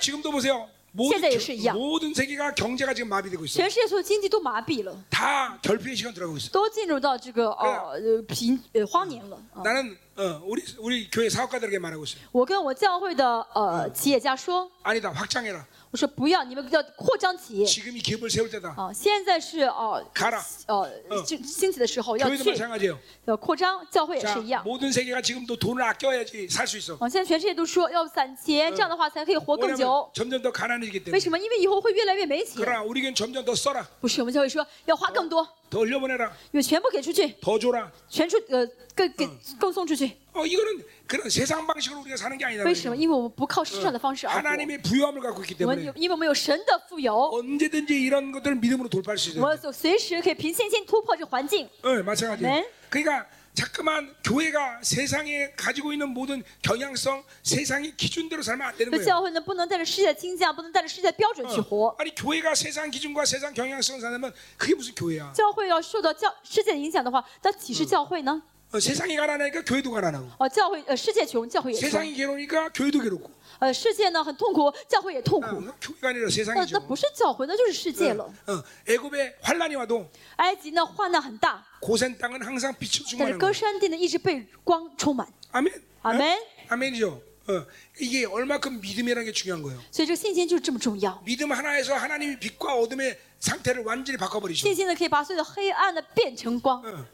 [SPEAKER 1] 지금도 보세요. 모든,
[SPEAKER 2] 세상에
[SPEAKER 1] 겨-
[SPEAKER 2] 있어요.
[SPEAKER 1] 모든 세계가 경제가 지금 마비되고 있어요.
[SPEAKER 2] 全世界所有经济都麻痹了，
[SPEAKER 1] 다 결핍의 시간 들어가고 있어요.
[SPEAKER 2] 都进入到这个哦呃贫呃荒年了。啊
[SPEAKER 1] 나는 어, 우리 우리 교회 사업가들에게 말하고 있어요.
[SPEAKER 2] 我跟我教会的呃企业家说，
[SPEAKER 1] 아니다 확장해라.
[SPEAKER 2] 我说不要，你们要扩张企业
[SPEAKER 1] 지금이 기업을 세울 때다.
[SPEAKER 2] 啊！现在是哦
[SPEAKER 1] 가라.
[SPEAKER 2] 呃
[SPEAKER 1] 嗯
[SPEAKER 2] 就兴起的时候要
[SPEAKER 1] 교회도
[SPEAKER 2] 去
[SPEAKER 1] 마찬가지예요.
[SPEAKER 2] 要扩张，教会也
[SPEAKER 1] 자,
[SPEAKER 2] 啊是一啊样。
[SPEAKER 1] 모든 세계가 지금도 돈을 아껴야지 살 수 있어.
[SPEAKER 2] 哦，现在全世界都说要攒钱，这样的话才可以活更
[SPEAKER 1] 왜냐면
[SPEAKER 2] 久。
[SPEAKER 1] 점점 더 가난해지기
[SPEAKER 2] 嗯
[SPEAKER 1] 때문에.
[SPEAKER 2] 为什么？因为以后会越来越没钱。
[SPEAKER 1] 그러나 우리 교회는 점점 더 써라.
[SPEAKER 2] 不是，我们教会说要花更多，
[SPEAKER 1] 더 흘려보내라.
[SPEAKER 2] 因为全部给出去，
[SPEAKER 1] 더 줘라.
[SPEAKER 2] 全出呃更给更送出去。
[SPEAKER 1] 어, 이거는 그런 세상 방식으로 우리가 사는 게 아니다.
[SPEAKER 2] 为什么？
[SPEAKER 1] 말이죠.
[SPEAKER 2] 因为我们不靠世上的方式而活。
[SPEAKER 1] 하나님의 부여함을 갖고 있기
[SPEAKER 2] 我们
[SPEAKER 1] 때문에
[SPEAKER 2] 有，因为我们有神的富有，
[SPEAKER 1] 언제든지 이런 것들을 믿음으로 돌파할 수
[SPEAKER 2] 我
[SPEAKER 1] 있어요.
[SPEAKER 2] 们所随时可以凭信心突破这环境。
[SPEAKER 1] 네, 마찬가지. 요
[SPEAKER 2] 네.
[SPEAKER 1] 그러니까 자꾸만 교회가 세상에 가지고 있는 모든 경향성, 세상의 기준대로 살면 안 되는
[SPEAKER 2] 这
[SPEAKER 1] 거예요.
[SPEAKER 2] 教会呢，不能带着世界的倾向，不能带着世界的标准去
[SPEAKER 1] 어.
[SPEAKER 2] 活。
[SPEAKER 1] 아니 교회가 세상 기준과 세상 경향성 사면 그게 무슨 교회야?
[SPEAKER 2] 教会要受到教世界的影响的话，那岂是教会呢？
[SPEAKER 1] 어, 세상이 가난하니까 교회도 가난하고
[SPEAKER 2] 哦，教会呃，世界穷，教会也穷。
[SPEAKER 1] 세상이 괴로우니까 교회도 괴롭고
[SPEAKER 2] 呃，世界呢很痛苦，教会也痛
[SPEAKER 1] 어,
[SPEAKER 2] 苦。
[SPEAKER 1] 교회가 아니라
[SPEAKER 2] 那
[SPEAKER 1] 세상이죠.
[SPEAKER 2] 那不是教会，那就是世界了。
[SPEAKER 1] 어, 애굽에 환란이 와도
[SPEAKER 2] 埃及呢患难很大，
[SPEAKER 1] 고센 땅은 항상 빛으로
[SPEAKER 2] 但
[SPEAKER 1] 충만하는
[SPEAKER 2] 是歌
[SPEAKER 1] 거예요.
[SPEAKER 2] 山地呢一直被光充满。
[SPEAKER 1] 아멘.
[SPEAKER 2] 아멘.
[SPEAKER 1] 어? 아멘이죠. 어, 이게 얼마큼 믿음이라는 게 중요한 거예요.
[SPEAKER 2] 所以这个信心就是这么重要。
[SPEAKER 1] 믿음 하나에서 하나님이 빛과 어둠의 상태를 완전히 바꿔버리죠.
[SPEAKER 2] 信心呢可以把所有的黑暗呢变成光。
[SPEAKER 1] 어.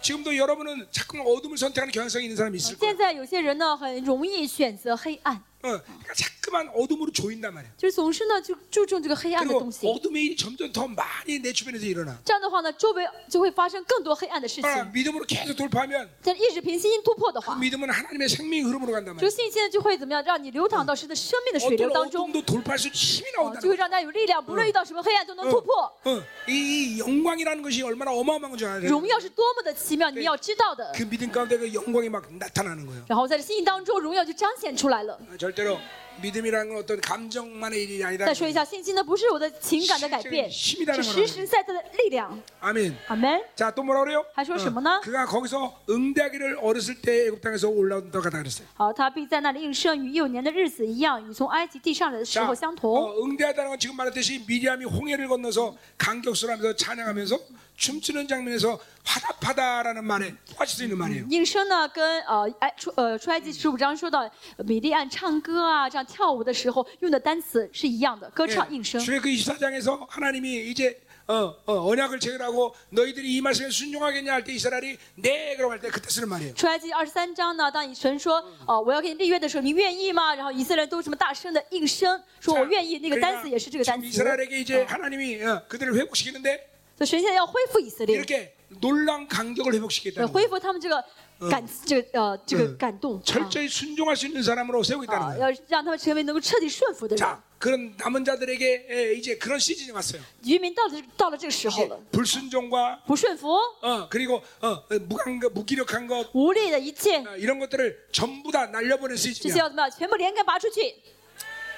[SPEAKER 1] 지금도 여러분은 자꾸 어둠을 선택하는 경향성이 있는 사람이 있을 거예요.
[SPEAKER 2] 现在有些人呢很容易选择黑暗，
[SPEAKER 1] 어, 그러니까 자꾸만 어둠으로 조인단 말이에요.
[SPEAKER 2] 就是总是呢就注重这个黑暗的
[SPEAKER 1] 그리고
[SPEAKER 2] 东西。
[SPEAKER 1] 어둠의 일이 점점 더 많이 내 주변에서 일어나.
[SPEAKER 2] 这样的话呢，周围就会发生更多黑暗的事
[SPEAKER 1] 그러나
[SPEAKER 2] 情。
[SPEAKER 1] 믿음으로 계속 돌파하면
[SPEAKER 2] 但一直凭信心突破的
[SPEAKER 1] 그
[SPEAKER 2] 话，
[SPEAKER 1] 믿음은 하나님의 생명의 흐름으로 간단
[SPEAKER 2] 这个
[SPEAKER 1] 말이에요.
[SPEAKER 2] 信心呢就会怎么样，让你流淌到神的生命的水流
[SPEAKER 1] 어떤
[SPEAKER 2] 当中，
[SPEAKER 1] 어둠도 돌파할 수 있는 힘이
[SPEAKER 2] 哦
[SPEAKER 1] 나온다는
[SPEAKER 2] 就会让大家有力量，不论遇到什么黑暗都能突破。
[SPEAKER 1] 거예요. 어, 이, 이 영광이라는 것이 얼마나 어마어마한 건지 알아요.
[SPEAKER 2] 荣耀是多么的奇妙，你们要知道的
[SPEAKER 1] 그 。 믿음 가운데 그 영광이 막 나타나는 거예요.
[SPEAKER 2] 然后在这信心当中，荣耀就彰显出来了。
[SPEAKER 1] 아, 절대로 믿음이라는 건 어떤 감정만의 일이 아니라
[SPEAKER 2] 再说一下，信心呢不是我的情感的改变，
[SPEAKER 1] 是这个是
[SPEAKER 2] 是实实在在的力量。
[SPEAKER 1] 아멘.
[SPEAKER 2] 아멘
[SPEAKER 1] 자 또 뭐라 그래요?
[SPEAKER 2] 하시오,
[SPEAKER 1] 어,
[SPEAKER 2] 시모나?
[SPEAKER 1] 그가 거기서 응대하기를 어렸을 때 애굽 땅에서 올라온다 가다 그랬어요.
[SPEAKER 2] 好，他必在那里应生，与幼年的日子一样，与从埃及地上来的时
[SPEAKER 1] 자,
[SPEAKER 2] 候相同。
[SPEAKER 1] 어, 응대하다는 건 지금 말했듯이 미리암이 홍해를 건너서 강격수하면서 찬양하면서 춤추는 장면에서 화답하다라는 말에 똑같이 쓰이는 말이에요.
[SPEAKER 2] 应生呢，跟呃埃出呃出埃及十五章说到呃米利暗唱歌啊，这样跳舞的时候用的单词是一样的，歌唱应声。
[SPEAKER 1] 주의 그 24장에서 하나님이 이제 어, 어, 언약을 체결하고 너희들이 이 말씀에 순종하겠냐 할 때 이스라엘이 네 그러고 할 때 그때 쓰는 말이에요.
[SPEAKER 2] 出埃及二十三章呢，当以神说哦、我要给你立约的时候，你愿意吗？然后以色列人都什么大声的应声，说
[SPEAKER 1] 자,
[SPEAKER 2] 我愿意。那个单词
[SPEAKER 1] 그러니까
[SPEAKER 2] 也啊是这啊个单
[SPEAKER 1] 지금
[SPEAKER 2] 词。
[SPEAKER 1] 이스라엘에게 이제 하나님이 어, 그들을 회복시키는데
[SPEAKER 2] 所以神现在要恢复以色列，
[SPEAKER 1] 이렇게 놀라운 강격을
[SPEAKER 2] 呃
[SPEAKER 1] 회복시키겠다는 거예요.
[SPEAKER 2] 恢复他们这个感，这个呃这个感动，
[SPEAKER 1] 철저히 순종할 수 있는 사람으로 세우고
[SPEAKER 2] 啊
[SPEAKER 1] 있다는
[SPEAKER 2] 啊
[SPEAKER 1] 거예요.
[SPEAKER 2] 要让他们成为能够彻底顺服的人。
[SPEAKER 1] 자, 그런 남은 자들에게 예, 이제 그런 시즌이 왔어요.
[SPEAKER 2] 渔民到了到了这个时候
[SPEAKER 1] 이게
[SPEAKER 2] 了，
[SPEAKER 1] 불순종과
[SPEAKER 2] 不顺服、
[SPEAKER 1] 어, 그리고 어, 어, 무관 거, 무기력한 것
[SPEAKER 2] 无力的一切，
[SPEAKER 1] 어, 이런 것들을 전부 다 날려버린
[SPEAKER 2] 这些
[SPEAKER 1] 시즌이야.
[SPEAKER 2] 要怎么样？全部连根拔出去。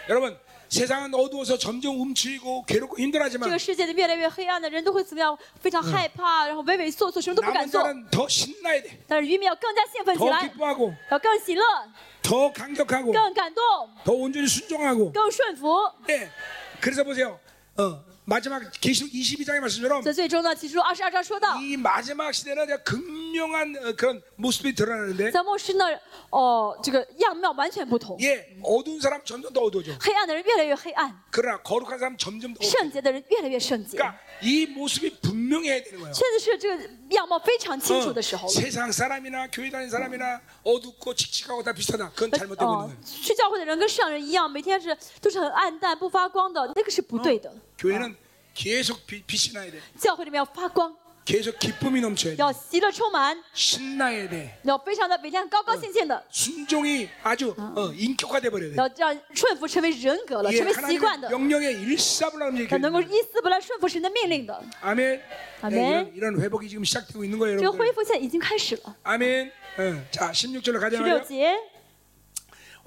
[SPEAKER 1] 여러분, 세상은 어두워서 점점 움츠리고 괴롭고
[SPEAKER 2] 这
[SPEAKER 1] 힘들하지만
[SPEAKER 2] 个世界的越来越黑暗的人都会怎么样？非常害怕，然后畏畏缩缩，什么都不敢
[SPEAKER 1] 남은
[SPEAKER 2] 做。
[SPEAKER 1] 자는 더 신나야 돼.
[SPEAKER 2] 但是渔民要更加兴奋起
[SPEAKER 1] 더
[SPEAKER 2] 来，
[SPEAKER 1] 기뻐하고
[SPEAKER 2] 要更喜乐，
[SPEAKER 1] 더 강격하고
[SPEAKER 2] 更感动，
[SPEAKER 1] 더 온전히 순종하고
[SPEAKER 2] 更顺服。
[SPEAKER 1] 네. 그래서 보세요. 어, 마지막 계시록 22장의 말씀처럼
[SPEAKER 2] 所以最终呢，启示录二十二章说到，
[SPEAKER 1] 이 마지막 시대는 아주 극명한 어, 그런 모습이 드러나는데
[SPEAKER 2] 在末世呢，哦，这个样貌完全不同，
[SPEAKER 1] 예, 어두운 사람 점점 더 어두워져.
[SPEAKER 2] 黑暗的人越来越黑暗。
[SPEAKER 1] 그러나 거룩한 사람 점점 더 어두워.
[SPEAKER 2] 圣洁的人越来越圣洁，
[SPEAKER 1] 그러니까 이 모습이 분명해야 되는 거예요.
[SPEAKER 2] 确实是这个样貌非常清楚的时候
[SPEAKER 1] 어,
[SPEAKER 2] 了。
[SPEAKER 1] 세상 사람이나 교회 다니는 사람이나 어둡고 칙칙하고 다 비슷하다. 그건
[SPEAKER 2] 那
[SPEAKER 1] 잘못된
[SPEAKER 2] 哦
[SPEAKER 1] 거예요. ，
[SPEAKER 2] 去教会的人跟世上人一样，每天是都是很暗淡、不发光的，那个是不对的。
[SPEAKER 1] 교회는 계속 비, 빛이 나야 돼.
[SPEAKER 2] 教会里面要发光，
[SPEAKER 1] 계속 기쁨이 넘쳐야 돼.
[SPEAKER 2] 要喜乐充满，
[SPEAKER 1] 신나야 돼.
[SPEAKER 2] 要非常的每天高高兴兴
[SPEAKER 1] 嗯
[SPEAKER 2] 的，
[SPEAKER 1] 순종이 아주 어, 인격화돼 버려야 돼.
[SPEAKER 2] 要让顺服成为人格了，
[SPEAKER 1] 이게
[SPEAKER 2] 成为习惯
[SPEAKER 1] 예, 하나님의
[SPEAKER 2] 的，
[SPEAKER 1] 명령의 일사불란
[SPEAKER 2] 要能够
[SPEAKER 1] 움직이는
[SPEAKER 2] 一丝不乱顺服神的命令的。
[SPEAKER 1] 아멘.
[SPEAKER 2] 아멘.
[SPEAKER 1] 네, 이런, 이런 회복이 지금 시작되고 있는 거예요,
[SPEAKER 2] 这个恢
[SPEAKER 1] 여러분.
[SPEAKER 2] 复现在已经开始了。
[SPEAKER 1] 아멘. 어, 자, 16절로
[SPEAKER 2] 十六
[SPEAKER 1] 가자마자
[SPEAKER 2] 节，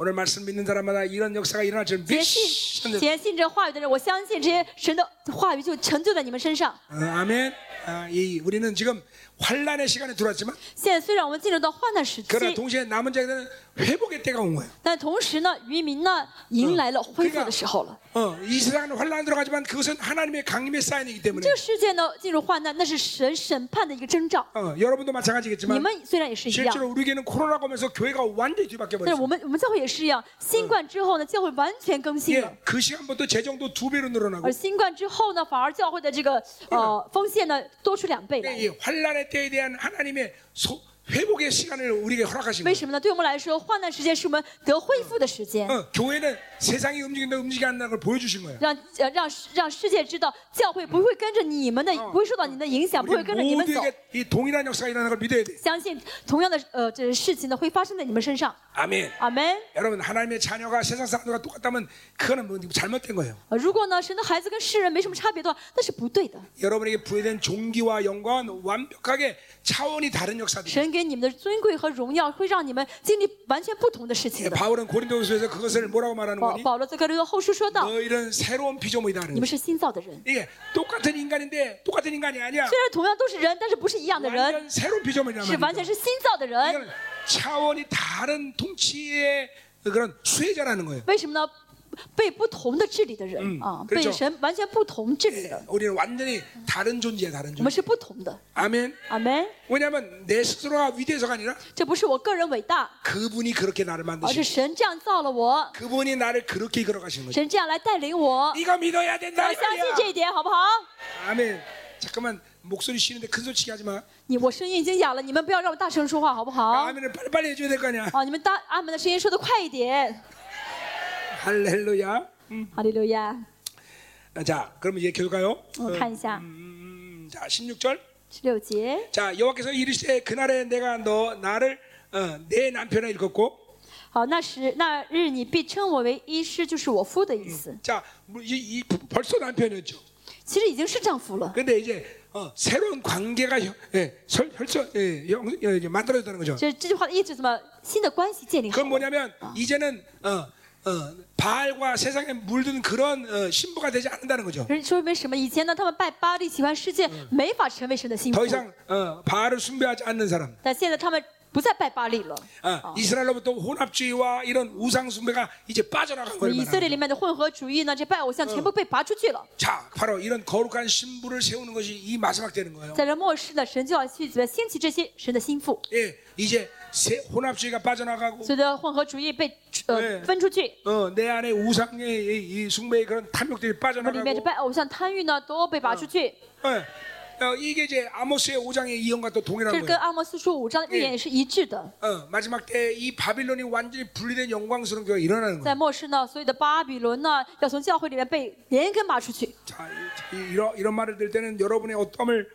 [SPEAKER 1] 오늘 말씀 믿는 사람마다 이런 역사가 일어날 줄
[SPEAKER 2] 坚信
[SPEAKER 1] 믿습니다.
[SPEAKER 2] 坚信这话语的人，我相信这些神的话语就成就在你们身上。
[SPEAKER 1] 어, 아멘. 아, 이 우리는 지금 환란의 시간에 들어왔지만
[SPEAKER 2] 现在虽然我们进入到患难时
[SPEAKER 1] 그러나
[SPEAKER 2] 期，
[SPEAKER 1] 동시에 남은 자들은 회복의 때가 온 거예요.
[SPEAKER 2] 但同时呢，渔民呢迎来了恢复的时候了。
[SPEAKER 1] 어, 이 세상은 환란 들어가지만 그것은 하나님의 강림의 사인이기
[SPEAKER 2] 这
[SPEAKER 1] 때문에
[SPEAKER 2] 个世界呢进入患难，那是神审判的一个征兆。
[SPEAKER 1] 어, 여러분도
[SPEAKER 2] 你
[SPEAKER 1] 마찬가지겠지만
[SPEAKER 2] 们虽然也是一样，
[SPEAKER 1] 실제로 뭐 우리에게는 코로나가 오면서 교회가 완전히 뒤바뀌어
[SPEAKER 2] 但是
[SPEAKER 1] 버렸어요.
[SPEAKER 2] 我们我们教会也是一样，新冠之后呢，教会完全更新了
[SPEAKER 1] 예, 。그 시간부터 재정도 두 배로 늘어나고
[SPEAKER 2] 而新冠之后呢，反而教会的这个呃风险呢多出两倍来。
[SPEAKER 1] 이 환란의 때에 대한 하나님의 소- 회복의 시간을 우리에게 허락하신
[SPEAKER 2] 为
[SPEAKER 1] 거예요.
[SPEAKER 2] 什么呢？对我们来说，患难时间是我们得恢复的时间，
[SPEAKER 1] 어, 교회는 세상이 움직인다 움직이지 않는다는 걸 보여주신 거예요.
[SPEAKER 2] 让呃让让世界知道，教会不会跟着你们的，不会受到你们的影响，不会
[SPEAKER 1] 우리
[SPEAKER 2] 跟着你们走。
[SPEAKER 1] 모두에게 이 동일한 역사가 일어나는 걸 믿어야 돼.
[SPEAKER 2] 相信同样的呃这事情呢会发生在你们身上。
[SPEAKER 1] 아멘.
[SPEAKER 2] 阿门。
[SPEAKER 1] 여러분 하나님의 자녀가 세상 사람들과 똑같다면 그거는 뭐 잘못된 거예요.
[SPEAKER 2] 呃如果呢神的孩子跟世人没什么差别的话，那是不对的。
[SPEAKER 1] 여러분에게 부여된 종기와 영광은 완벽하게 차원이 다른 역사들이에요.
[SPEAKER 2] 神给你们的尊贵和荣耀，会让你们经历完全不同的事情的。
[SPEAKER 1] 예, 바울은 고린도후서에서 그것을 뭐라고 말하는
[SPEAKER 2] 保
[SPEAKER 1] 거니?
[SPEAKER 2] 保罗在哥林多后书
[SPEAKER 1] 어.
[SPEAKER 2] 说道：
[SPEAKER 1] 너희는 새로운 피조물이다 하는
[SPEAKER 2] 你们
[SPEAKER 1] 거예요.
[SPEAKER 2] 是新造的人，
[SPEAKER 1] 이게 똑같은 인간인데 똑같은 인간이 아니야.
[SPEAKER 2] 虽然同样都是人，但是不是一样的人，
[SPEAKER 1] 완전 새로운 피조물이란
[SPEAKER 2] 是完
[SPEAKER 1] 말이야.
[SPEAKER 2] 全是新造的人。
[SPEAKER 1] 이건 차원이 다른 통치의 그런 수혜자라는 거예요.
[SPEAKER 2] 为什么呢？被不同的治理的人、
[SPEAKER 1] 嗯
[SPEAKER 2] 啊，
[SPEAKER 1] 그렇죠
[SPEAKER 2] 被神完全不同治理的，
[SPEAKER 1] 우리는 완전히 다른 존재야, 다른
[SPEAKER 2] 我们
[SPEAKER 1] 존재.
[SPEAKER 2] 是不同的。
[SPEAKER 1] 아멘.
[SPEAKER 2] 阿门。
[SPEAKER 1] 왜냐하면 내 스스로가 위대해서가 아니라
[SPEAKER 2] 这不是我个人伟大，
[SPEAKER 1] 그분이 그렇게 나를
[SPEAKER 2] 而是
[SPEAKER 1] 만드신.
[SPEAKER 2] 神这样造了我，
[SPEAKER 1] 그분이 나를 그렇게 이끌어 가신 거죠.
[SPEAKER 2] 神这样来带领我。
[SPEAKER 1] 네가 믿어야 된다
[SPEAKER 2] 我
[SPEAKER 1] 이
[SPEAKER 2] 相信
[SPEAKER 1] 말이야.
[SPEAKER 2] 这一点，好不好？
[SPEAKER 1] 아멘. 잠깐만 목소리 쉬는데 큰 소리치게 하지 마.
[SPEAKER 2] 你我声音已经哑了，你们不要让我大声说话，好不好？
[SPEAKER 1] 아멘을 빨리빨리 해줘야 될 거 아니야.
[SPEAKER 2] 啊，你们大阿门的声音说的快一点。
[SPEAKER 1] 할렐루야.
[SPEAKER 2] 哈利路亚。
[SPEAKER 1] 자, 그럼 이제 계속 가요.
[SPEAKER 2] 我看一下
[SPEAKER 1] 음, 자, 16절.
[SPEAKER 2] 十六节。
[SPEAKER 1] 자, 여호와께서 이르시되 그날에 내가 너 나를 어, 내 남편을 일컫고
[SPEAKER 2] 好，那时那日你必称我为医师，就是我夫的意思。
[SPEAKER 1] 자, 뭐 이, 이 부- 벌써 남편이었죠.
[SPEAKER 2] 其实已经是丈夫了，
[SPEAKER 1] 근데 이제 어, 새로운 관계가 혀- 예, 설, 혈서, 예, 영, 예, 이제 만들어졌다는 거죠.
[SPEAKER 2] 这这句话的意思怎么新的关系建立好
[SPEAKER 1] 그건 ？ 뭐냐면 이제는 어, 어, 바알과 세상에 물든 그런 어, 신부가 되지 않는다는 거죠.
[SPEAKER 2] 人说明什么？以前呢，他们拜巴力喜欢世界，没法成为神的幸福
[SPEAKER 1] 더 。 이상 어, 바알을 숭배하지 않는 사람,
[SPEAKER 2] 但现在他们不再拜巴力了。
[SPEAKER 1] 어, 이스라엘로부터 혼합주의와 이런 우상 숭배가 이제 빠져나간
[SPEAKER 2] 以
[SPEAKER 1] 거예요.
[SPEAKER 2] 色列里面的混合主义呢，这拜偶像全部被拔出去了。
[SPEAKER 1] 자, 바로 이런 거룩한 신부를 세우는 것이 이 마지막 되는 거예요.
[SPEAKER 2] 在这末世呢，神就要去怎么兴起这些神的心腹，
[SPEAKER 1] 예, 이제 세- 혼합주의가 빠져나가고
[SPEAKER 2] 所有的混合主义被
[SPEAKER 1] 对
[SPEAKER 2] 呃分出去，
[SPEAKER 1] 어, 내 안에 우상의 이, 이 숭배의 그런 탐욕들이
[SPEAKER 2] 那里面
[SPEAKER 1] 빠져나가고
[SPEAKER 2] 这拜偶像、贪欲呢都被拔出去。
[SPEAKER 1] 예, 어, 이게 이제 아모스의 5장의 이언과 또
[SPEAKER 2] 这
[SPEAKER 1] 동일한
[SPEAKER 2] 跟
[SPEAKER 1] 거예요.
[SPEAKER 2] 阿摩斯书五章的预言也是一致的。
[SPEAKER 1] 어, 마지막 때 이 바빌론이 완전히 분리된 영광스러운 교회가 일어나는 거예요.
[SPEAKER 2] 在末世呢，所有的巴比伦呢要从教会里面被连根拔出去。
[SPEAKER 1] 자, 이, 런 이런 말을 들 때는 여러분의 어떠함을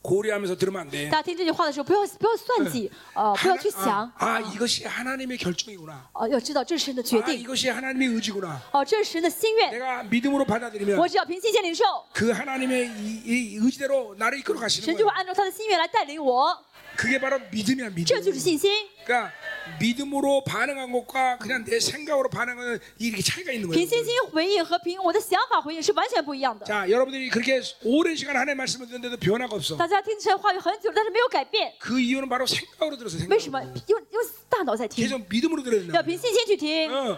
[SPEAKER 1] 고려하면서 들으면 안 돼.
[SPEAKER 2] 大家听这句话的时候，不要不要算计，呃，不要去想
[SPEAKER 1] 아, ， 아, 이것이 하나님의 결정이구나.
[SPEAKER 2] 呃，要知道这是神的决
[SPEAKER 1] 아,
[SPEAKER 2] 定，
[SPEAKER 1] 이것이 하나님의 의지구나.
[SPEAKER 2] 哦，这是神的心愿。
[SPEAKER 1] 내가 믿음으로 받아들이면
[SPEAKER 2] 我只要凭信心领受，
[SPEAKER 1] 그 하나님의 이, 이 의지대로 나를 이끌어
[SPEAKER 2] 神
[SPEAKER 1] 가시는
[SPEAKER 2] 就会
[SPEAKER 1] 거예요.
[SPEAKER 2] 按照他的心愿来带领我。
[SPEAKER 1] 그게 바로 믿음이야, 믿음.
[SPEAKER 2] 这就是信心，
[SPEAKER 1] 그러니까 믿음으로 반응한 것과 그냥 내 생각으로 반응하는 이렇게 차이가 있는
[SPEAKER 2] 凭
[SPEAKER 1] 거예요.
[SPEAKER 2] 信心回应和凭我的想法回应是完全不一样的。
[SPEAKER 1] 자, 여러분들이 그렇게 오랜 시간 하나님의 말씀을 듣는데도 변화가 없어.
[SPEAKER 2] 大家听这话语很久，但是没有改变，
[SPEAKER 1] 그 이유는 바로 생각으로 들었어.
[SPEAKER 2] 为什
[SPEAKER 1] 생각.
[SPEAKER 2] 么？用用大脑在听，
[SPEAKER 1] 계속 믿음으로 들었나?
[SPEAKER 2] 要凭信心去听。
[SPEAKER 1] 어,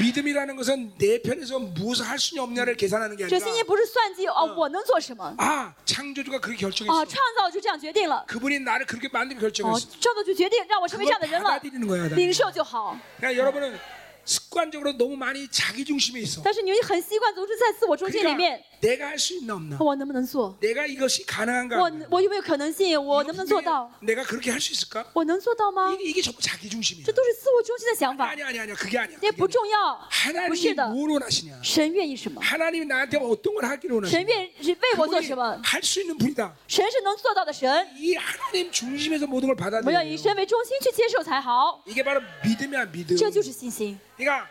[SPEAKER 1] 믿음이라는 것은 내 편에서 무엇을 할 수냐 없냐를 계산하는 게
[SPEAKER 2] 这信心
[SPEAKER 1] 아니라
[SPEAKER 2] 不是算计哦，我能做什么？
[SPEAKER 1] 아 창조주가 그렇게
[SPEAKER 2] 哦，
[SPEAKER 1] 결정했어.
[SPEAKER 2] 创造就这样决定了。
[SPEAKER 1] 그분이 나를 그렇게 만들고
[SPEAKER 2] 哦
[SPEAKER 1] 아, 결정했어. ，
[SPEAKER 2] 创造就决定让我成为这样的人
[SPEAKER 1] 그걸
[SPEAKER 2] 了
[SPEAKER 1] 받아들이는거야，나
[SPEAKER 2] 领受就好。
[SPEAKER 1] 그러니까 여러분은 스- 습관적으로 너무 많이 자기 중심에 있어.
[SPEAKER 2] 但是你又很习惯总是在自我中心里
[SPEAKER 1] 그러니까
[SPEAKER 2] 面，
[SPEAKER 1] 내가 할 수 있나 없나?
[SPEAKER 2] 我能不能做？
[SPEAKER 1] 내가 이것이 가능한가?
[SPEAKER 2] 我我有没有可能性？我
[SPEAKER 1] 이게
[SPEAKER 2] 能不能做到？
[SPEAKER 1] 내가 그렇게 할 수 있을까?
[SPEAKER 2] 我能做到吗？
[SPEAKER 1] 이게, 이게 전부 자기 중심이야.
[SPEAKER 2] 这都是自我中心的想法，
[SPEAKER 1] 아니 아니 아니야. 그게 아니야.
[SPEAKER 2] 也
[SPEAKER 1] 그게
[SPEAKER 2] 不
[SPEAKER 1] 아니야.
[SPEAKER 2] 重要，不是
[SPEAKER 1] 하나님이
[SPEAKER 2] 的。
[SPEAKER 1] 뭘 원하시냐?
[SPEAKER 2] 神愿意什么？
[SPEAKER 1] 하나님이 나한테 어떤 걸 하기를 원하시냐?
[SPEAKER 2] 神愿意为我做什么？
[SPEAKER 1] 할수 있는 분이다.
[SPEAKER 2] 神是能做到的神，
[SPEAKER 1] 이 하나님 중심에서 모든 걸
[SPEAKER 2] 我们要以
[SPEAKER 1] 받아들여요.
[SPEAKER 2] 神为中心去接受才好。
[SPEAKER 1] 이게 바로 믿음이야 믿음.
[SPEAKER 2] 这就是信心。
[SPEAKER 1] 그러니까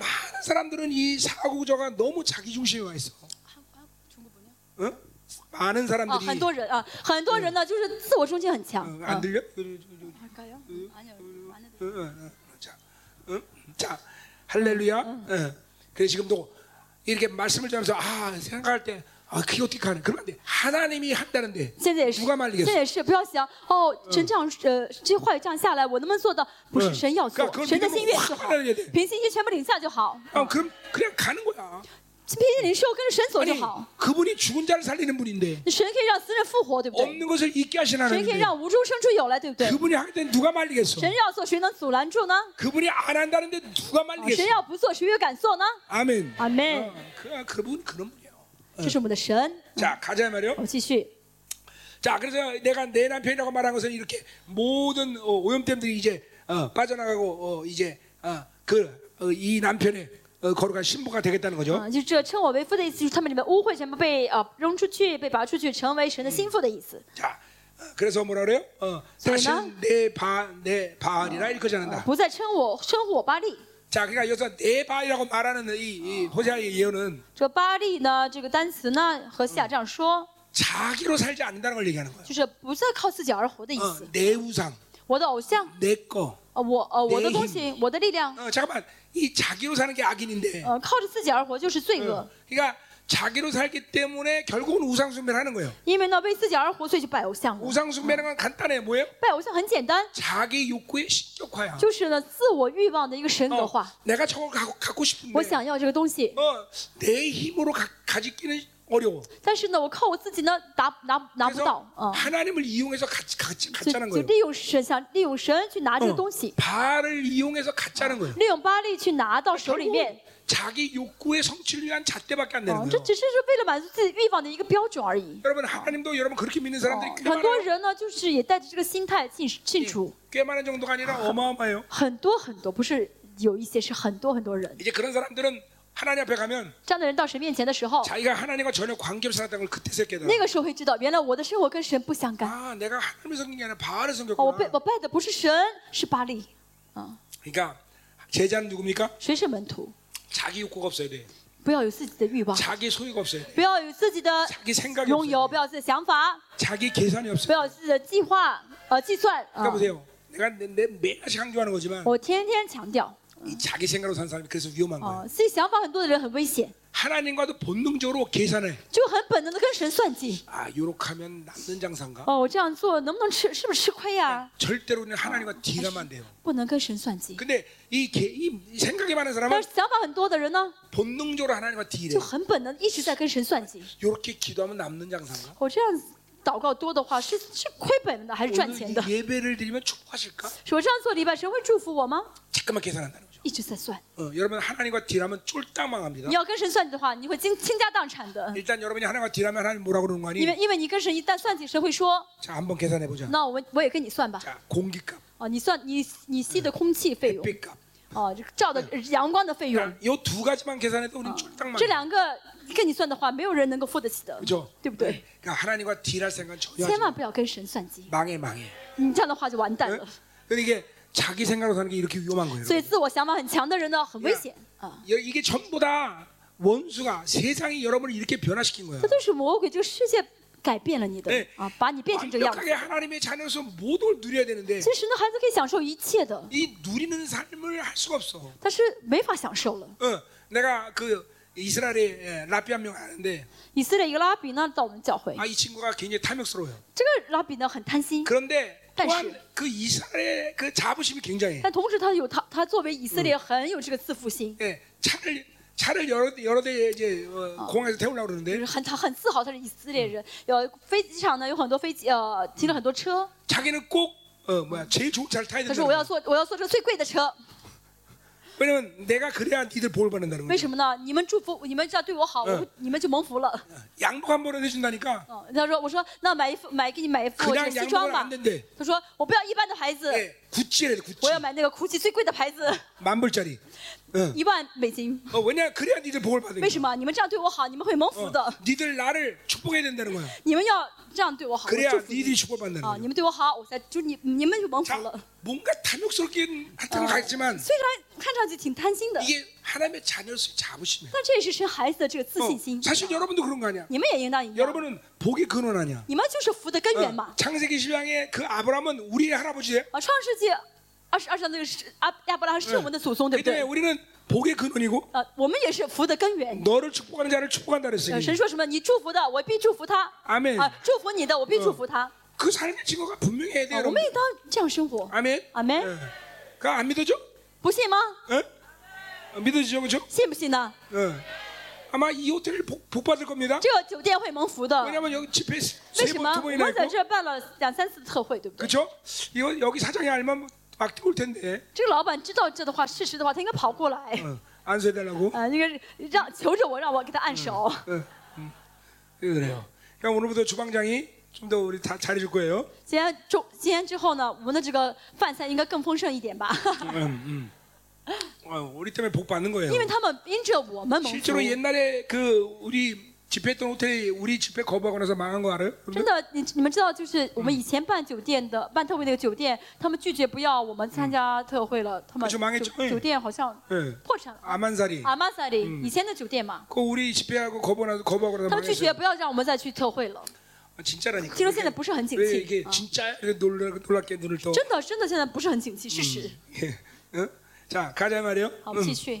[SPEAKER 1] 많은 사람들은 이 사고구조가 너무 자기 중심에 와 있어. 응? 많은
[SPEAKER 2] 啊，
[SPEAKER 1] 사람들이
[SPEAKER 2] 很多人啊，很多人呢，就是自我中心很强
[SPEAKER 1] 어,
[SPEAKER 2] 啊
[SPEAKER 1] 안 。 들려?
[SPEAKER 3] 할까요? 아니요. 안 해도
[SPEAKER 1] 어, 어, 어. 자, 어? 자, 할렐루야. 어. 그래 지금도 이렇게 말씀을 전하면서 아 생각할 때 아, 그게 어떻게 하는? 그러면 안 돼. 하나님이 한다는데
[SPEAKER 2] 现在也是，
[SPEAKER 1] 누가말리겠어
[SPEAKER 2] 现在也是，不要想哦，神这样，呃，这话语这样下来，我能不能做到？不是，
[SPEAKER 1] 응.
[SPEAKER 2] 神要做
[SPEAKER 1] 그러니까 ， 그걸
[SPEAKER 2] 神的心愿
[SPEAKER 1] 믿으면
[SPEAKER 2] 就
[SPEAKER 1] 확
[SPEAKER 2] 好，
[SPEAKER 1] 받아들여야 돼.
[SPEAKER 2] 凭信心全部领下就好，
[SPEAKER 1] 아, 그럼 그냥 가는 거야.
[SPEAKER 2] 凭心领受，跟着神走就
[SPEAKER 1] 아니
[SPEAKER 2] 好。
[SPEAKER 1] 그분이 죽은 자를 살리는 분인데
[SPEAKER 2] 那神可以让死人复活，对不对？
[SPEAKER 1] 없는 것을 잊게 하시는
[SPEAKER 2] 神可以
[SPEAKER 1] 하나님인데
[SPEAKER 2] 让无中生出有来，对不对？
[SPEAKER 1] 그분이 하기 때문에 누가 말리겠어?
[SPEAKER 2] 神要做，谁能阻拦住呢？
[SPEAKER 1] 그분이 안 한다는데 누가
[SPEAKER 2] 啊神
[SPEAKER 1] 말리겠어?
[SPEAKER 2] 要不做，谁又敢做呢？
[SPEAKER 1] 아, 아멘.
[SPEAKER 2] 阿门。
[SPEAKER 1] 어, 그 그분 그런 분이에요.
[SPEAKER 2] 这是我们的神。
[SPEAKER 1] 자 가자 말이요.
[SPEAKER 2] 我们继续。
[SPEAKER 1] 자 그래서 내가 내 남편이라고 말한 것은 이렇게 모든 어, 오염됨들이 이제 어, 빠져나가고 어, 이제 어, 그이 남편의 어, 거룩한 신부가 되겠다는 거죠.
[SPEAKER 2] 啊，就是这称我为夫的意思，就是他们里面污秽全部被啊扔出去，被拔出去，成为神的心腹的意思。
[SPEAKER 1] 자 어, 그래서 뭐라 그래요? 어, 다시
[SPEAKER 2] 소리나?
[SPEAKER 1] 내바내 바알이라 이렇게 전한다.
[SPEAKER 2] 不再称我称呼我巴利。
[SPEAKER 1] 자 그러니까 여기서 내 바알이라고 말하는 이, 이 호세아의 예언은
[SPEAKER 2] 这巴利呢，这个单词呢，和西亚这样说，
[SPEAKER 1] 자기로 살지 않는다는 걸 얘기하는 거예요.
[SPEAKER 2] 就是不再靠自己而活的意
[SPEAKER 1] 어,
[SPEAKER 2] 思。
[SPEAKER 1] 내 우상,
[SPEAKER 2] 我的偶像，
[SPEAKER 1] 내 거.
[SPEAKER 2] 呃，我呃我的
[SPEAKER 1] 내힘
[SPEAKER 2] 东西，我的力量，
[SPEAKER 1] 어, 잠깐만 이 자기로 사는 게 악인인데
[SPEAKER 2] 呃，靠着自己而活就是罪
[SPEAKER 1] 嗯
[SPEAKER 2] 恶。
[SPEAKER 1] 어, 그러니까 자기로 살기 때문에 결국은 우상 숭배를 하는 거예요.
[SPEAKER 2] 因为呢，为自己而活，所以就拜偶像了。
[SPEAKER 1] 우상 숭배는 건 간단해 뭐예요?
[SPEAKER 2] 拜偶像很简单，
[SPEAKER 1] 자기 욕구의 신격화야.
[SPEAKER 2] 就是呢自我欲望的一个神格
[SPEAKER 1] 어,
[SPEAKER 2] 化。
[SPEAKER 1] 내가 저걸 갖고, 갖고
[SPEAKER 2] 我
[SPEAKER 1] 싶은데
[SPEAKER 2] 想要这个东西，
[SPEAKER 1] 어, 내 힘으로 가, 가지기는 어려워.
[SPEAKER 2] 但是呢，我靠我自己呢，拿拿拿不到
[SPEAKER 1] 그래서
[SPEAKER 2] 啊。
[SPEAKER 1] 하나님을 이용해서 같이 같이
[SPEAKER 2] 就
[SPEAKER 1] 갖자는
[SPEAKER 2] 就
[SPEAKER 1] 거예요.
[SPEAKER 2] 利用神，想利用神去拿这个
[SPEAKER 1] 어,
[SPEAKER 2] 东西，
[SPEAKER 1] 발을 이용해서 갖자는 거예요.
[SPEAKER 2] 利用巴利去拿到手里
[SPEAKER 1] 결국은
[SPEAKER 2] 面。
[SPEAKER 1] 자기 욕구의 성취를 위한 잣대밖에 안
[SPEAKER 2] 啊
[SPEAKER 1] 되는
[SPEAKER 2] 这
[SPEAKER 1] 거예요.
[SPEAKER 2] 只是是为了满足自己欲望的一个标准 而已。嗯
[SPEAKER 1] 여러분 하나님도 여러분 어, 그렇게 믿는 사람들이 꽤
[SPEAKER 2] 很多
[SPEAKER 1] 많아요.
[SPEAKER 2] 人呢，就是也带着这个心态进进出，
[SPEAKER 1] 꽤 많은 정도가 아니라 어마어마해요.
[SPEAKER 2] 很多很多，不是有一些是很多很多人。
[SPEAKER 1] 이제 그런 사람들은 하나님 앞에 가면
[SPEAKER 2] 这样的人到神面前的时候，
[SPEAKER 1] 자기가 하나님과 전혀 관계없이 살았다는 걸 그때서 깨달아.
[SPEAKER 2] 那个时候会知道，原来我的生活跟神不相干。
[SPEAKER 1] 아 내가 하나님을 섬긴 게 아니라 바알을
[SPEAKER 2] 哦，我拜
[SPEAKER 1] 섬겼구나.
[SPEAKER 2] 我拜的不是神，是巴利。啊，
[SPEAKER 1] 그러니까 제자는 누굽니까?
[SPEAKER 2] 谁是门徒？
[SPEAKER 1] 자기 욕구가 없어야 돼.
[SPEAKER 2] 不要有自己的欲望，
[SPEAKER 1] 자기 소유가 없어야 돼.
[SPEAKER 2] 不要有自己的
[SPEAKER 1] 자기생각이없어요
[SPEAKER 2] 拥有，不要有自己的想法，
[SPEAKER 1] 자기 계산이
[SPEAKER 2] 不
[SPEAKER 1] 없어요.
[SPEAKER 2] 要有自己的计划呃计算啊
[SPEAKER 1] 그러니까 。 보세요. 내가 내, 내 매일 강조하는 거지만
[SPEAKER 2] 我天天强调，
[SPEAKER 1] 이 자기 생각으로 산 사람이 그래서 위험한 거예요.
[SPEAKER 2] 啊，自己想法很多的人很危险，
[SPEAKER 1] 하나님과도 본능적으로 계산해.
[SPEAKER 2] 就很本能的跟神算计。
[SPEAKER 1] 아 요렇게 하면 남는 장사인가?
[SPEAKER 2] 哦，我这样做能不能吃？是不是吃亏呀？
[SPEAKER 1] 절대로는 하나님과 뒤가면 안 돼요.
[SPEAKER 2] 不能跟神算计。
[SPEAKER 1] 근데 이, 개- 이 생각이 많은
[SPEAKER 2] 但
[SPEAKER 1] 사람은
[SPEAKER 2] 是想法很多的人呢，
[SPEAKER 1] 본능적으로 하나님과
[SPEAKER 2] 就
[SPEAKER 1] 뒤래.
[SPEAKER 2] 很本能一直在跟神算计。
[SPEAKER 1] 요렇게 기도하면 남는 장사인가?
[SPEAKER 2] 我这样子祷告多的话，是是亏本的还是赚钱的
[SPEAKER 1] 이 ？ 예배를 드리면 축복하실까?
[SPEAKER 2] 我这样做礼拜，神会祝福我吗？
[SPEAKER 1] 잠깐만 계산한다는 거죠.
[SPEAKER 2] 一直在算。
[SPEAKER 1] 어, 여러분 하나님과 뒤라면 쫄딱 망합니다.
[SPEAKER 2] 你要跟神算计的话，你会倾倾家荡产的，
[SPEAKER 1] 일단 여러분이 하나님과 뒤라면 하나님 뭐라고 그러는 거
[SPEAKER 2] 因为
[SPEAKER 1] 아니?
[SPEAKER 2] 因为你跟神一旦算计，神会说
[SPEAKER 1] 자 한번 계산해 보자. ：“
[SPEAKER 2] 那我我也跟你算吧。
[SPEAKER 1] 자 공기값, ”
[SPEAKER 2] 啊，你算你你吸的空气费用，
[SPEAKER 1] 햇빛값.
[SPEAKER 2] 啊，这个照的阳光的费用，
[SPEAKER 1] 요 두 가지만 계산해도 우리는 쫄딱 망.
[SPEAKER 2] 这两个跟你算的话，没有人能够付得起的，
[SPEAKER 1] 그죠?
[SPEAKER 2] 对不对？
[SPEAKER 1] 그러니까 하나님과 딜할 생각 은 전혀 하지
[SPEAKER 2] 千万
[SPEAKER 1] 마.
[SPEAKER 2] 不要跟神算计，
[SPEAKER 1] 망해 망해.
[SPEAKER 2] 你这样的话就完蛋
[SPEAKER 1] 응?
[SPEAKER 2] 了。
[SPEAKER 1] 근데 이게 자기 생각으로 사는 게 이렇게 위험한 거예요.
[SPEAKER 2] 所以
[SPEAKER 1] 여러분.
[SPEAKER 2] 自我想法很强的人呢，很危险啊。
[SPEAKER 1] 여- 이게 전부 다 원수가 세상이 여러분을 이렇게 변화시킨 거예요.
[SPEAKER 2] 这都是魔鬼，这个世界改变了你的
[SPEAKER 1] 对
[SPEAKER 2] 啊，把你变成这个样子。
[SPEAKER 1] 완벽하게 하나님의 자녀로서 모든 걸 누려야 되는데
[SPEAKER 2] 其实呢，孩子可以享受一切的，
[SPEAKER 1] 이 누리는 삶을 할 수가 없어.
[SPEAKER 2] 但是没法享受了。
[SPEAKER 1] 어, 내가 그 예, 이스라엘에 에, 라비 한 명 아는데
[SPEAKER 2] 以色列一个拉比呢到我们教会，
[SPEAKER 1] 아, 이 친구가 굉장히 탐욕스러워요.
[SPEAKER 2] 这个拉比呢很贪心，
[SPEAKER 1] 그런데 또한
[SPEAKER 2] 다시.
[SPEAKER 1] 그 이스라엘 그 자부심이 굉장해.
[SPEAKER 2] 但同时他有他他作为以色列很有这个自负心，
[SPEAKER 1] 예, 차를 차를 여러 여러 대 이제 어, 공항에서 태우려고
[SPEAKER 2] 就
[SPEAKER 1] 그러는데
[SPEAKER 2] 是很他很自豪他是以色列人。有飞机场呢有很多飞机呃停了很多车，
[SPEAKER 1] 嗯 자기는 꼭 어, 뭐야 제일 좋은 차를 타야
[SPEAKER 2] 他说我要
[SPEAKER 1] 된다.
[SPEAKER 2] 坐我要坐这最贵的车，
[SPEAKER 1] 왜냐면 내가 그래야 니들 복을 받는다는
[SPEAKER 2] 为
[SPEAKER 1] 거예요.
[SPEAKER 2] 什么呢？你们祝福，你们这样对我好，我会你们就蒙福了。
[SPEAKER 1] 양복 한 벌은 해준다니까
[SPEAKER 2] 嗯，他说，我说那买一副买给你买一副这个
[SPEAKER 1] 그냥
[SPEAKER 2] 西装
[SPEAKER 1] 양복은
[SPEAKER 2] 吧
[SPEAKER 1] 안 。 된대.
[SPEAKER 2] 他说我不要一般的牌子，
[SPEAKER 1] 예, 구찌래 구찌.
[SPEAKER 2] 我要买那个 GUCCI 最贵的牌子，
[SPEAKER 1] 만 불짜리. 응.
[SPEAKER 2] 一万美金。
[SPEAKER 1] 어, 왜냐 그래야 니들 복을 받는
[SPEAKER 2] 为
[SPEAKER 1] 거야.
[SPEAKER 2] 什么？你们这样对我好，你们会蒙福
[SPEAKER 1] 어,
[SPEAKER 2] 的。
[SPEAKER 1] 니들 나를 축복해야 된다는 거야.
[SPEAKER 2] 你们要这样对我好，我
[SPEAKER 1] 그래야
[SPEAKER 2] 祝福你
[SPEAKER 1] 니들이 축복받는다는
[SPEAKER 2] 啊！
[SPEAKER 1] 거야.
[SPEAKER 2] 你们对我好，我才就你你们就蒙福
[SPEAKER 1] 자,
[SPEAKER 2] 了。
[SPEAKER 1] 뭔가 탐욕스럽긴 같은 것
[SPEAKER 2] 啊
[SPEAKER 1] 같지만
[SPEAKER 2] 虽然看上去挺贪心的，
[SPEAKER 1] 이게 하나님의 자녀로서 자부심이야.
[SPEAKER 2] 但这也是生孩子的这个自
[SPEAKER 1] 어,
[SPEAKER 2] 信心。
[SPEAKER 1] 사실 여러분도 그런 거 아니야.
[SPEAKER 2] 你们也应当一样，
[SPEAKER 1] 여러분은 복의 근원 아니야.
[SPEAKER 2] 你们就是福的根源嘛
[SPEAKER 1] 어, 。 창세기 10장에 그 아브라함은 우리의 할아버지 예
[SPEAKER 2] 啊，创世纪二十二章那个是阿亚伯拉罕是我们的祖宗，对
[SPEAKER 1] 그렇기
[SPEAKER 2] 不
[SPEAKER 1] 때문에
[SPEAKER 2] 对？
[SPEAKER 1] 우리는 복의 근원이고
[SPEAKER 2] 啊，我们也是福的根源。
[SPEAKER 1] 너를 축복하는 자를 축복한다 그랬어요.
[SPEAKER 2] 呃，神说什么？你祝福的，我必祝福他。
[SPEAKER 1] 아멘
[SPEAKER 2] 啊，祝福你的，我必祝福他。啊
[SPEAKER 1] 그 삶의 증거가 분명히 해야 돼요.
[SPEAKER 2] 我
[SPEAKER 1] 여러분.
[SPEAKER 2] 们也当这样生活，
[SPEAKER 1] 아멘.
[SPEAKER 2] 아멘.
[SPEAKER 1] 그 안 믿어져?
[SPEAKER 2] 不信吗？
[SPEAKER 1] 어? 어, 믿어지죠, 그죠?
[SPEAKER 2] 信不信呢？
[SPEAKER 1] 어. 아마 이 호텔 복, 복 받을 겁니다.
[SPEAKER 2] 这个酒店会蒙福的。
[SPEAKER 1] 왜냐면 여기 집회
[SPEAKER 2] 为
[SPEAKER 1] 세
[SPEAKER 2] 什
[SPEAKER 1] 번
[SPEAKER 2] 么我
[SPEAKER 1] 두 번이나
[SPEAKER 2] 们在
[SPEAKER 1] 있고,
[SPEAKER 2] 这儿办了两三次的特会，对不对？
[SPEAKER 1] 그렇죠? 이거 여기 사장이 알면 막 뛰어올 텐데
[SPEAKER 2] 这个老板知道这的话，事实的话，他应该跑过来，
[SPEAKER 1] 어, 안수해 달라고.
[SPEAKER 2] 呃，应该是让求着我，让我给他按手。
[SPEAKER 1] 응, 응. 그래요. 그러니까 오늘부터 주방장이 좀 더 우리 다 잘해줄 거예요.
[SPEAKER 2] 今天中今天之后呢，我们的这个饭菜应该更丰盛一点吧，
[SPEAKER 1] 응, 응. 어, 음, 우리 때문에 복 받는 거예요.
[SPEAKER 2] 因为他们因着我们蒙福
[SPEAKER 1] 실제로 。 옛날에 그 우리 집회했던 호텔이 우리 집회 거부하고 나서 망한 거 알아요? 여러분들?
[SPEAKER 2] 真的，你你们知道，就是我们以前办酒店的、办特会那个酒店，他们拒绝不要我们参加特会了，他们
[SPEAKER 1] 그렇죠망했죠
[SPEAKER 2] 酒
[SPEAKER 1] 예
[SPEAKER 2] 酒店好像
[SPEAKER 1] 예.
[SPEAKER 2] 破产了。
[SPEAKER 1] 아만사리.
[SPEAKER 2] 阿玛萨里以前的酒店嘛，
[SPEAKER 1] 그 우리 집회하고 거부 나서 거부하고 나서
[SPEAKER 2] 嗯他们拒绝
[SPEAKER 1] 망했어요.
[SPEAKER 2] 不要让我们再去特会了。
[SPEAKER 1] 진짜라니까.
[SPEAKER 2] 听说现在不是很景
[SPEAKER 1] 왜
[SPEAKER 2] 气
[SPEAKER 1] 이게 ，
[SPEAKER 2] 啊
[SPEAKER 1] 진짜 이렇게 놀라 놀랍게 눈을 떠.
[SPEAKER 2] 真的真的现在不是很景气，事实。
[SPEAKER 1] 예. 어? 자 가자 말이요. 음.
[SPEAKER 2] 好，我们继续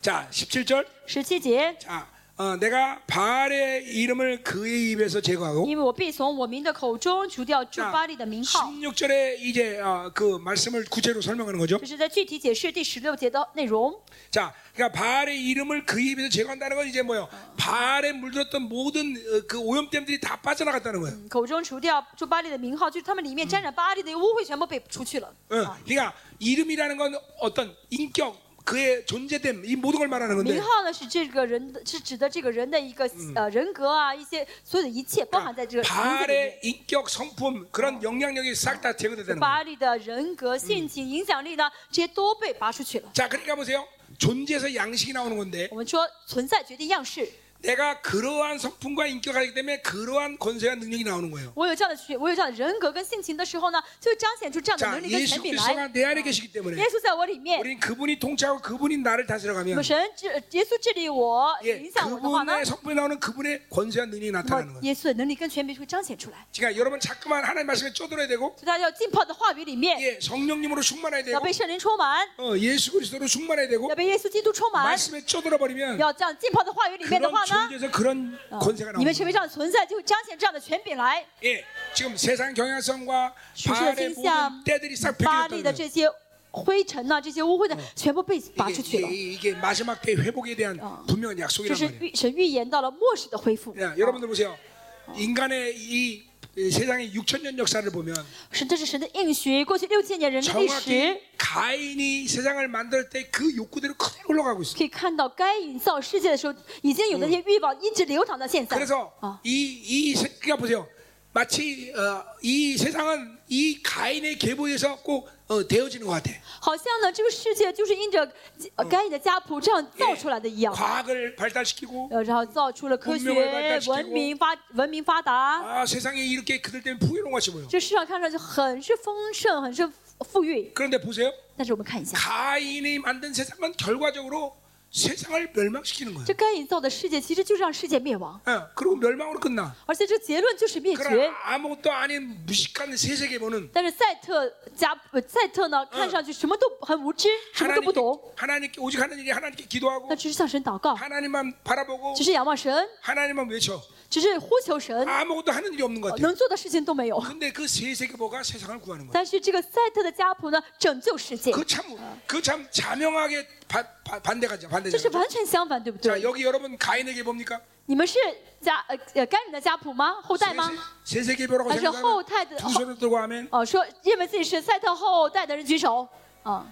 [SPEAKER 1] 자 17절.
[SPEAKER 2] 十七节，
[SPEAKER 1] 자 어, 내가 바알의 이름을 그의 입에서 제거하고.
[SPEAKER 2] 因为我必从我民的口中除掉驻巴利的名号。
[SPEAKER 1] 16절에 이제 아, 그 말씀을 구체로 설명하는 거죠.
[SPEAKER 2] 这是在具体解释第十六节的内容。
[SPEAKER 1] 자, 그러니까 바알의 이름을 그 입에서 제거한다는 건 이제 뭐예요? 바알에 물들었던 모든 어, 그 오염됨들이 다 빠져나갔다는 거예요.
[SPEAKER 2] 嗯口中除掉驻巴利的名号，就是他们里面沾染巴利的污秽全部被除去了。
[SPEAKER 1] 어, 그러니까 이름이라는 건 어떤 인격, 그의 존재됨 이 모든 걸 네, 말하는
[SPEAKER 2] 名
[SPEAKER 1] 건데
[SPEAKER 2] 号呢是这个人的，是指的这个人的一个、呃人格啊，一些所有的一切包含在这个名字里面。
[SPEAKER 1] 바알의 인격, 성품 그런 영향력이 싹 다 제거됐다는 거예요.
[SPEAKER 2] 巴利的人格、性情、影响力呢，这些都被拔出去了。
[SPEAKER 1] 자, 그러니까 보세요. 존재에서 양식이 나오는 건데
[SPEAKER 2] 我们说存在决定样式，
[SPEAKER 1] 내가 그러한 성품과 인격을 가지기 때문에 그러한 권세와 능력이 나오는 거예요.
[SPEAKER 2] 我有这样的学，我有这样的人格跟性情的时候呢，就会彰显出这样的
[SPEAKER 1] 자,
[SPEAKER 2] 能力跟
[SPEAKER 1] 예수
[SPEAKER 2] 权柄来。
[SPEAKER 1] 그리스도가 내 안에 계시기 때문에
[SPEAKER 2] 耶稣在我里面，
[SPEAKER 1] 우린 그분이 통치하고 그분이 나를 다스려
[SPEAKER 2] 我
[SPEAKER 1] 가면
[SPEAKER 2] 们神治耶稣治理我，
[SPEAKER 1] 예,
[SPEAKER 2] 影响我的话呢，
[SPEAKER 1] 그분의 성품에 나오는 그분의 권세와 능력이
[SPEAKER 2] 那
[SPEAKER 1] 나타나는
[SPEAKER 2] 么
[SPEAKER 1] 거예요.
[SPEAKER 2] 耶稣的能力跟权柄就会彰显出来。
[SPEAKER 1] 그러니까 여러분 자꾸만 하나님 말씀에 쪼들어야 되고
[SPEAKER 2] 所以大家要浸泡在话语里面，
[SPEAKER 1] 예, 성령님으로 충만해야
[SPEAKER 2] 要
[SPEAKER 1] 되고
[SPEAKER 2] 被圣灵充满，
[SPEAKER 1] 어, 예수 그리스도로 충만해야 되고
[SPEAKER 2] 要被耶稣基督充满，
[SPEAKER 1] 말씀에 쪼들어 버리면
[SPEAKER 2] 要这样浸泡在话语里面的
[SPEAKER 1] 그런
[SPEAKER 2] 话呢，
[SPEAKER 1] 존재에서 그런
[SPEAKER 2] 啊
[SPEAKER 1] 권세가 나오는
[SPEAKER 2] 你们成
[SPEAKER 1] 거예요.
[SPEAKER 2] 为这样的存在，就会彰显这样的权柄来。
[SPEAKER 1] 예, 지금 세상 경향성과 바알의
[SPEAKER 2] 属世的倾向,
[SPEAKER 1] 모든 때들이 싹
[SPEAKER 2] 巴利的
[SPEAKER 1] 베겨졌다는
[SPEAKER 2] 这
[SPEAKER 1] 거예요.
[SPEAKER 2] 些灰尘呐、这些污秽的全部被拔出
[SPEAKER 1] 이게,
[SPEAKER 2] 去
[SPEAKER 1] 이게,
[SPEAKER 2] 了。
[SPEAKER 1] 이게 마지막 때 회복에 대한
[SPEAKER 2] 어.
[SPEAKER 1] 분명한
[SPEAKER 2] 这
[SPEAKER 1] 약속이란
[SPEAKER 2] 是
[SPEAKER 1] 말이에요.
[SPEAKER 2] 预神预言到了末世的恢复。啊
[SPEAKER 1] 야, 여러분들 보세요. 어. 인간의 이 세상의 6천 년 역사를 보면
[SPEAKER 2] 神，这是神的应许，过去六千年人的历史
[SPEAKER 1] 정확히 。 가인이 세상을 만들 때 그 욕구대로 그대로 올라가고 있어요.
[SPEAKER 2] 可以看到该营造世界的时候，已经有那些欲望一直流淌到现在。
[SPEAKER 1] 그래서
[SPEAKER 2] 啊，
[SPEAKER 1] 이이 그러니까 보세요. 마치 어, 이 세상은 이 가인의 계보에서 꼭 어, 되어지는 것 같아.
[SPEAKER 2] 好像呢，这个世界就是因着呃该隐的家谱这样造出来的
[SPEAKER 1] 嗯
[SPEAKER 2] 一样，
[SPEAKER 1] 과학을 발달시키고
[SPEAKER 2] 呃，然后造出了科
[SPEAKER 1] 文明发达
[SPEAKER 2] 学、
[SPEAKER 1] 结果
[SPEAKER 2] 文明发文明发达，
[SPEAKER 1] 아 세상에 이렇게 그들 때문에 풍요로운 것이 보여.
[SPEAKER 2] 这世上看上去很是丰盛，很是富裕。
[SPEAKER 1] 그런데 보세요.
[SPEAKER 2] 但是我们看一下，
[SPEAKER 1] 가인이 만든 세상은 결과적으로 세상을 멸망시키는 거예요.
[SPEAKER 2] 这该隐造的世界其实就是让世界灭亡，
[SPEAKER 1] 예, 그리고 멸망으로 끝나.
[SPEAKER 2] 而且这结论就是灭绝。
[SPEAKER 1] 그러나 아무것도 아닌 무식한 세세계 보는
[SPEAKER 2] 但是赛特加呃赛特呢，看上去什么都很无知，什么
[SPEAKER 1] 하나님께,
[SPEAKER 2] 都不懂，
[SPEAKER 1] 하나님께 오직 하는 일이 하나님께 기도하고
[SPEAKER 2] 那只是向神祷告，
[SPEAKER 1] 하나님만 바라보고
[SPEAKER 2] 只是仰望神，
[SPEAKER 1] 하나님만 외쳐
[SPEAKER 2] 只是呼求神，
[SPEAKER 1] 아무것도 하는 일이 없는 것 같아요.
[SPEAKER 2] 能做的事情都没有。
[SPEAKER 1] 근데 그 세세계보가 세상을 구하는 거예요.
[SPEAKER 2] 但是这个赛特的家谱呢，拯救世界，
[SPEAKER 1] 그 참 그 참 자명하게 바, 바, 반대가죠.
[SPEAKER 2] 这是
[SPEAKER 1] 반대죠.
[SPEAKER 2] 完全相反，对不
[SPEAKER 1] 자
[SPEAKER 2] 对？
[SPEAKER 1] 여기 여러분 가인에게 뭡니까?
[SPEAKER 2] 你们是家呃呃该隐的家谱吗？后代吗？
[SPEAKER 1] 세세계보라고
[SPEAKER 2] 아니, 저
[SPEAKER 1] 생각하면
[SPEAKER 2] 호타드-
[SPEAKER 1] 두 손을 들고 하면
[SPEAKER 2] 哦、说认为自己是赛特后代的人举手。啊、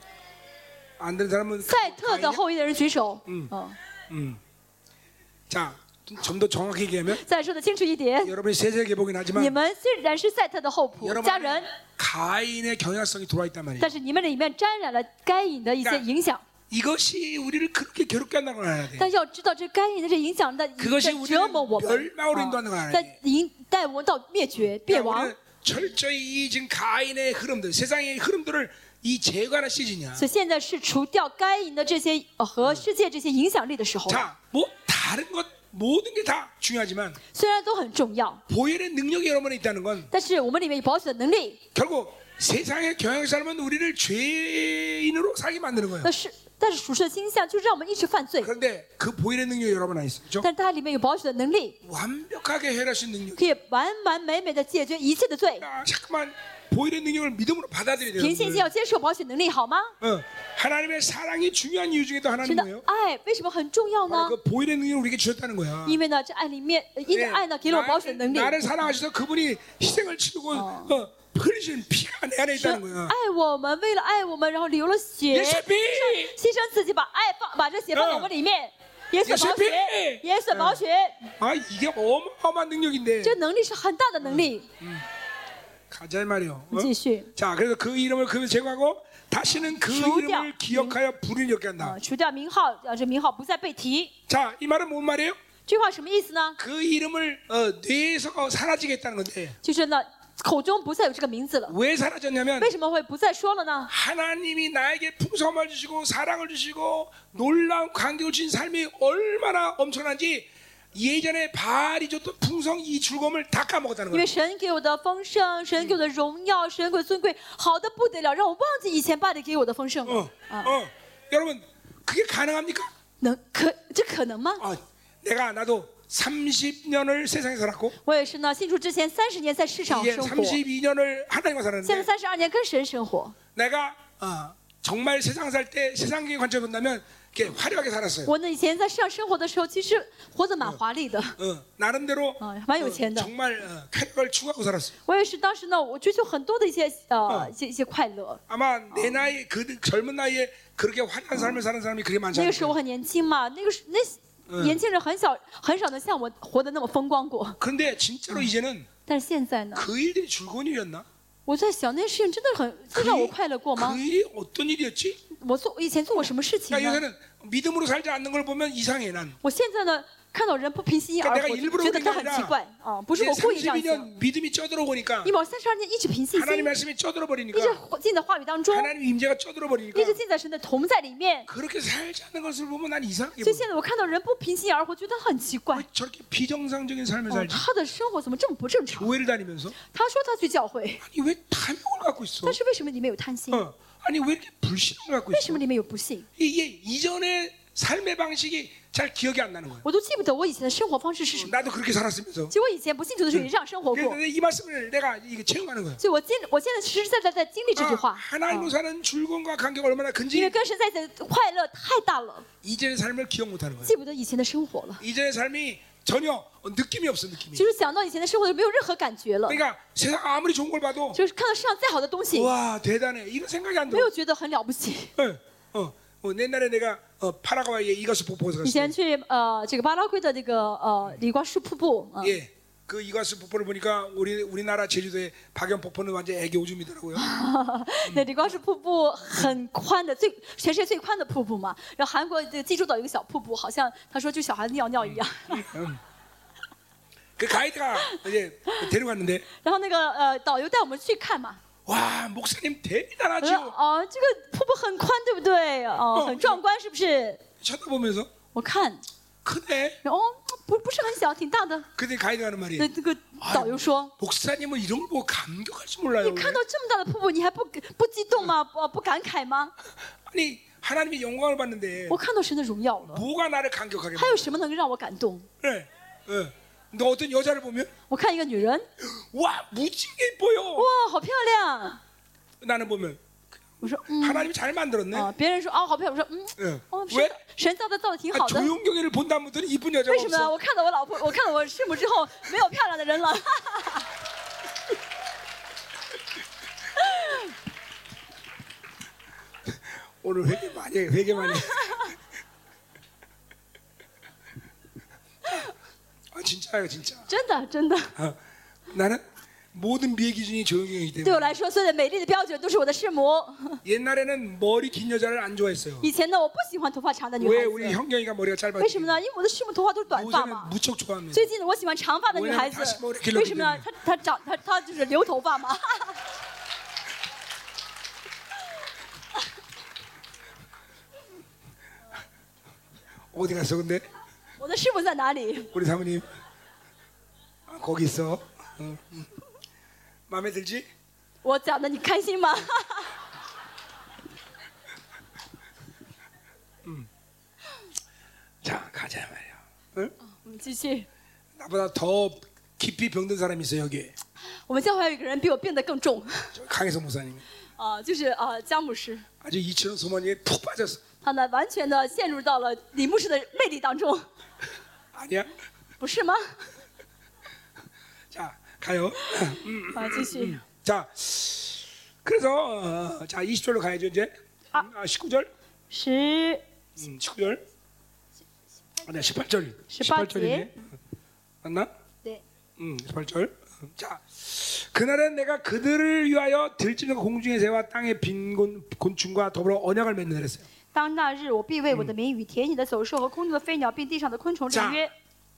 [SPEAKER 1] 안 되는 사람은
[SPEAKER 2] 赛特的
[SPEAKER 1] 가인이야?
[SPEAKER 2] 后裔的人举手。嗯，哦，
[SPEAKER 1] 자, 좀 더 정확히 얘기하면
[SPEAKER 2] 再说的清楚一点，
[SPEAKER 1] 여러분이 세세계 보긴
[SPEAKER 2] 你
[SPEAKER 1] 하지만
[SPEAKER 2] 们虽然是赛特的后仆
[SPEAKER 1] 여러분
[SPEAKER 2] 家人，
[SPEAKER 1] 가인의 경향성이 들어와 있단 말이에요.
[SPEAKER 2] 但是你们里面沾染了该隐的一些影响。
[SPEAKER 1] 이것이 우리를 그렇게 괴롭게 한다는 걸 알아야 돼.
[SPEAKER 2] 但要知道，这该隐的这影响在
[SPEAKER 1] 그것이
[SPEAKER 2] 在折磨我
[SPEAKER 1] 우리를
[SPEAKER 2] 们，哦
[SPEAKER 1] 멸망으로인도하는거아니에요
[SPEAKER 2] 在引带我们到灭绝、灭
[SPEAKER 1] 그러니까
[SPEAKER 2] 亡。
[SPEAKER 1] 우리는 철저히 이 지금 가인의 흐름들, 세상의 흐름들을 이 제거하는 시즌이야.
[SPEAKER 2] 所以现在是除掉该隐的这些呃和世界这些影响力的时候，
[SPEAKER 1] 자, 뭐 다른 것 모든 게 다 중요하지만
[SPEAKER 2] 虽然都很重要，
[SPEAKER 1] 보혈의 능력이 여러분에 있다는 건
[SPEAKER 2] 但是我们里面有保守的能力，
[SPEAKER 1] 결국 세상의 경향 사람은 우리를 죄인으로 살게 만드는 거예요.
[SPEAKER 2] 但是但是属实的倾向就让我们一直犯罪，
[SPEAKER 1] 그런데 그 보혈의 능력이 여러분 안에 있어요. 그죠?
[SPEAKER 2] 但是它里面有保守的能力，
[SPEAKER 1] 완벽하게 해결하신 능력.
[SPEAKER 2] 可以完完美美的解决一切的罪。
[SPEAKER 1] 아, 잠깐만 보일의 능력을 믿음으로 받아들여야
[SPEAKER 2] 凭信心
[SPEAKER 1] 돼요.
[SPEAKER 2] 要接受保险能力，好吗？
[SPEAKER 1] 어, 하나님의 사랑이 중요한 이유 중에 또
[SPEAKER 2] 真
[SPEAKER 1] 하나는
[SPEAKER 2] 的
[SPEAKER 1] 뭐예요? ，
[SPEAKER 2] 爱为什么很重要呢
[SPEAKER 1] 바로 ？그 보일의 능력을 우리에게 주셨다는 거야.
[SPEAKER 2] 因为呢，这爱里面呃因
[SPEAKER 1] 예,
[SPEAKER 2] 着爱呢，给了我保险能
[SPEAKER 1] 나를,
[SPEAKER 2] 力。
[SPEAKER 1] 나를 사랑하셔서 그분이 희생을 치르고 어. 아. 흘리신 피가 내 안에
[SPEAKER 2] 神
[SPEAKER 1] 있다는 거야.
[SPEAKER 2] 爱我们，为了爱我们，然后流了血，
[SPEAKER 1] 예수 피!
[SPEAKER 2] 牺牲自己，把爱放，把这血放到我们里面。耶稣
[SPEAKER 1] 예수
[SPEAKER 2] 宝血
[SPEAKER 1] 피 ，
[SPEAKER 2] 耶稣宝血，
[SPEAKER 1] 아 이게 어마어마한 능력인데
[SPEAKER 2] 这能力是很大的能力。
[SPEAKER 1] 가자 이 말이요. 어?
[SPEAKER 2] 我们继续，
[SPEAKER 1] 자 그래서 그 이름을 그 제거하고 다시는 그
[SPEAKER 2] 죽여.
[SPEAKER 1] 이름을 기억하여 불을 엮게 한다.
[SPEAKER 2] 呃，除掉名号，让这名号不再被提。
[SPEAKER 1] 자 이 말은 뭔 말이에요?
[SPEAKER 2] 这话什么意思呢？
[SPEAKER 1] 그 이름을 어, 뇌에서 사라지겠다는 건데
[SPEAKER 2] 就是呢，口中不再有这个名字了。
[SPEAKER 1] 왜 사라졌냐면
[SPEAKER 2] 为什么会不再说了呢？
[SPEAKER 1] 하나님이 나에게 풍성함을 주시고 사랑을 주시고 놀라운 관계를 주신 삶이 얼마나 엄청난지 예전에 바알이 줬던 풍성 이 즐거움을 다 까먹었다는
[SPEAKER 2] 因
[SPEAKER 1] 거예요.
[SPEAKER 2] 为神给我的丰盛，神给我的荣耀，神给我的尊贵，好的不得了，让我忘记以前爸爸给我的丰盛
[SPEAKER 1] 어,
[SPEAKER 2] 了。
[SPEAKER 1] 어. 여러분 그게 가능합니까?
[SPEAKER 2] 能可这可能吗？
[SPEAKER 1] 아, 내가 나도 30년을 세상에 살았고
[SPEAKER 2] 我也是呢，信主之前三十年在世上
[SPEAKER 1] 이제
[SPEAKER 2] 生活，现
[SPEAKER 1] 32년을 하나님과
[SPEAKER 2] 在
[SPEAKER 1] 살았는데
[SPEAKER 2] 三十二年跟神生活。
[SPEAKER 1] 내가 어, 정말 세상 살 때 세상의 관점 본다면 이렇게 화려하게 살았어요.
[SPEAKER 2] 我呢以前在世上生活的时候，其实活得蛮华丽的，啊
[SPEAKER 1] 어, 나름대로
[SPEAKER 2] 어, 많이 오치한다.
[SPEAKER 1] 정말 어, 쾌락을 추구하고 살았어요.
[SPEAKER 2] 我也是当时呢，我追求很多的一些呃
[SPEAKER 1] 嗯
[SPEAKER 2] 一些一些快乐。
[SPEAKER 1] 아마 내 나이 그 젊은 나이에 그렇게 화려한 삶을 사는 사람이 그렇게 많지
[SPEAKER 2] 那个时候我
[SPEAKER 1] 않아요.
[SPEAKER 2] 很年轻嘛，那个时那
[SPEAKER 1] 嗯
[SPEAKER 2] 年轻人很少很少能像我活得那么风光过。
[SPEAKER 1] 근데 진짜로 이제는
[SPEAKER 2] 但是现在呢，
[SPEAKER 1] 그 일들이 즐거운 일이었나?
[SPEAKER 2] 我在想那些事情真的很
[SPEAKER 1] 그
[SPEAKER 2] 真让我快乐过吗
[SPEAKER 1] 그 ？ 일이 어떤 일이었지?
[SPEAKER 2] 我做我以前做过什么事情
[SPEAKER 1] 그러니까
[SPEAKER 2] 呢？
[SPEAKER 1] 요새는 믿음으로 살지 않는 걸 보면 이상해 난.
[SPEAKER 2] 我现在呢，看到人不凭信心而
[SPEAKER 1] 그러니까내가
[SPEAKER 2] 活，
[SPEAKER 1] 일부러
[SPEAKER 2] 觉得他
[SPEAKER 1] 그런게
[SPEAKER 2] 很
[SPEAKER 1] 아니라
[SPEAKER 2] 奇怪啊，不是
[SPEAKER 1] 이제
[SPEAKER 2] 我故意这样想。
[SPEAKER 1] 32년 믿음이 쩌들어 보니까
[SPEAKER 2] 因为我三十二年一直凭信
[SPEAKER 1] 하나님
[SPEAKER 2] 心，
[SPEAKER 1] 말씀이 쩌들어
[SPEAKER 2] 一直
[SPEAKER 1] 버리니까
[SPEAKER 2] 进在话语当中，
[SPEAKER 1] 하나님 임재가 쩌들어
[SPEAKER 2] 一
[SPEAKER 1] 버리니까
[SPEAKER 2] 直进在神的同在里面。
[SPEAKER 1] 그렇게 살지 않는 것을 보면 난 이상해.
[SPEAKER 2] 所以
[SPEAKER 1] 보여.
[SPEAKER 2] 现在我看到人不凭信而活，觉得很奇怪
[SPEAKER 1] 왜 ， 저렇게 비정상적인 삶을
[SPEAKER 2] 哦
[SPEAKER 1] 살지?
[SPEAKER 2] 他的生活怎么这么不正常？
[SPEAKER 1] 교회를 다니면서
[SPEAKER 2] 他说他去教会，
[SPEAKER 1] 아니 왜 탐욕을 갖고 있어?
[SPEAKER 2] 但是嗯为什么里面有贪心？
[SPEAKER 1] 어, 아니 왜 이렇게 불신을 갖고
[SPEAKER 2] 为
[SPEAKER 1] 있어?
[SPEAKER 2] 什么里面有不信？
[SPEAKER 1] 이게 이전의 삶의 방식이 잘 기억이 안 나는 거예요.
[SPEAKER 2] 我都记不得我以前的生活方式是什么。
[SPEAKER 1] 나도 그렇게 살았으면서.
[SPEAKER 2] 其实我以前不信主的时候也这样生活过，
[SPEAKER 1] 그런데 이 말씀을 내가 이게 체험하는 거예요.
[SPEAKER 2] 所以我经我现在实实在在在经历这句
[SPEAKER 1] 아,
[SPEAKER 2] 话，
[SPEAKER 1] 하나님으로
[SPEAKER 2] 嗯
[SPEAKER 1] 사는 즐거움과 관계가 얼마나
[SPEAKER 2] 因为
[SPEAKER 1] 큰지
[SPEAKER 2] 跟神在一起的快乐太大了，
[SPEAKER 1] 이전의 삶을 기억 못하는 거예요.
[SPEAKER 2] 记不得以前的生活了。
[SPEAKER 1] 이전의 삶이 전혀 느낌이 없어 느낌이.
[SPEAKER 2] 就是想到以前的生活就没有任何感觉了，
[SPEAKER 1] 그러니까 세상 아무리 좋은 걸 봐도
[SPEAKER 2] 就是看到世上再好的东西，
[SPEAKER 1] 와 대단해 이런 생각이 안
[SPEAKER 2] 没有
[SPEAKER 1] 들어.
[SPEAKER 2] 觉得很了不起。
[SPEAKER 1] 어, 어, 어, 옛날에 내가 어, 파라과이에 이가수 폭포에서
[SPEAKER 2] 以
[SPEAKER 1] 갔을
[SPEAKER 2] 前
[SPEAKER 1] 때
[SPEAKER 2] 去呃这个巴拉圭的这个呃李瓜树瀑布啊，
[SPEAKER 1] 예. 그 이가수 폭포를 보니까 우리 우리나라 제주도의 박연 폭포는 완전 애기 오줌이더라고요.
[SPEAKER 2] 那李瓜树瀑布很宽的，最全世界最宽的瀑布嘛。然后韩国的济州岛有一个小瀑布，好像他说就小孩子尿尿一样。
[SPEAKER 1] 그 가이드가 이제 데려갔는데
[SPEAKER 2] 然后那个呃导游带我们去看嘛，
[SPEAKER 1] 와 목사님
[SPEAKER 2] 我说
[SPEAKER 1] 대단하죠
[SPEAKER 2] 哦这个瀑布很宽对不对？哦
[SPEAKER 1] 嗯
[SPEAKER 2] 很壮观是不是？
[SPEAKER 1] 쳐다보면서
[SPEAKER 2] 我看，
[SPEAKER 1] 크네
[SPEAKER 2] 然后哦不不是很小，挺大的。
[SPEAKER 1] 근데 가이드가 하는 말이
[SPEAKER 2] 那这个导游说。
[SPEAKER 1] 목사님은 이런 거 보고 감격할 줄 몰라요
[SPEAKER 2] 你看到这么大的瀑布，你还不不激动吗？不不感慨吗？
[SPEAKER 1] 아니 하나님의 영광을 봤는데
[SPEAKER 2] 我看到神的荣耀了，
[SPEAKER 1] 뭐가 나를 감격하게
[SPEAKER 2] 还有什么能让我感动？
[SPEAKER 1] 만드네 예. 근데 어떤 여자를 보면
[SPEAKER 2] 我看一个女人，
[SPEAKER 1] 와 무지개 이뻐요
[SPEAKER 2] 哇，好漂亮！
[SPEAKER 1] 나는 보면
[SPEAKER 2] 我说，嗯，
[SPEAKER 1] 하나님이 잘 만들었네 아,
[SPEAKER 2] 啊，别人说，哦，好漂亮。我说，嗯，哎
[SPEAKER 1] 예.
[SPEAKER 2] 哦，
[SPEAKER 1] 왜
[SPEAKER 2] 神神造的造的挺
[SPEAKER 1] 아,
[SPEAKER 2] 好的。
[SPEAKER 1] 조용경이를 본다는 분들은 이쁜 여자가
[SPEAKER 2] 为什么
[SPEAKER 1] 없어
[SPEAKER 2] 我看到我老婆，我看到我师母之后，没有漂亮的人了？
[SPEAKER 1] 오늘 회개 많이 해, 회개 많이 해. 아, 진짜예요, 진짜.
[SPEAKER 2] 真的真的，
[SPEAKER 1] 어, 나는 모든 미의 기준이 조용이기
[SPEAKER 2] 对
[SPEAKER 1] 때문에
[SPEAKER 2] 我来说，所有的美丽的标准都是我的世魔。
[SPEAKER 1] 옛날에는 머리 긴 여자를 안 좋아했어요.
[SPEAKER 2] 以前呢，我不喜欢头发长的女
[SPEAKER 1] 왜
[SPEAKER 2] 孩
[SPEAKER 1] 우리
[SPEAKER 2] 子，
[SPEAKER 1] 형경이가 머리가
[SPEAKER 2] 为什
[SPEAKER 1] 짧았지?
[SPEAKER 2] 么呢？因为我的世魔头发都是短发
[SPEAKER 1] 요새는
[SPEAKER 2] 嘛。
[SPEAKER 1] 무척 좋아합니다.
[SPEAKER 2] 最近呢，我喜欢长发的女孩子
[SPEAKER 1] 我也是我也是，
[SPEAKER 2] 为什么呢？她她长她她就是留头发嘛。
[SPEAKER 1] 어디 갔어, 근데?
[SPEAKER 2] 我的师傅在哪里？
[SPEAKER 1] 우리 사모님. 아, 거기 있어. 어, 음. 마음에 들지?
[SPEAKER 2] 我讲的你开心吗？
[SPEAKER 1] 자, 가자 말이야. 응?
[SPEAKER 2] 我们继续。
[SPEAKER 1] 나보다 더 깊이 병든 사람이 있어요, 여기.
[SPEAKER 2] 我们教会还有一个人比我病得更重，
[SPEAKER 1] 저 강혜성 목사님.
[SPEAKER 2] 啊、就是啊、呃姜牧师，
[SPEAKER 1] 아주 이치원 소망에 푹 빠졌어.
[SPEAKER 2] 他呢完全的陷入到了李牧师的魅力当中，
[SPEAKER 1] 아니야?
[SPEAKER 2] 不是吗？
[SPEAKER 1] 자, 가요.
[SPEAKER 2] 啊，继续
[SPEAKER 1] 자, 그래서 어, 자 20절로 가야죠 이제. 아, 19절.
[SPEAKER 2] 十
[SPEAKER 1] 음, 19절. 아니야 18절.
[SPEAKER 2] 18
[SPEAKER 1] 18절이네. 맞나?
[SPEAKER 2] 네.
[SPEAKER 1] 음, 18절. 자, 그날은 내가 그들을 위하여 들짐과 공중의 새와 땅의 빈 곤, 곤충과 더불어 언약을 맺는 했어요.
[SPEAKER 2] 当那日我必为我的名与田野的走兽和空中的飞鸟并地上的昆虫
[SPEAKER 1] 자
[SPEAKER 2] 立约，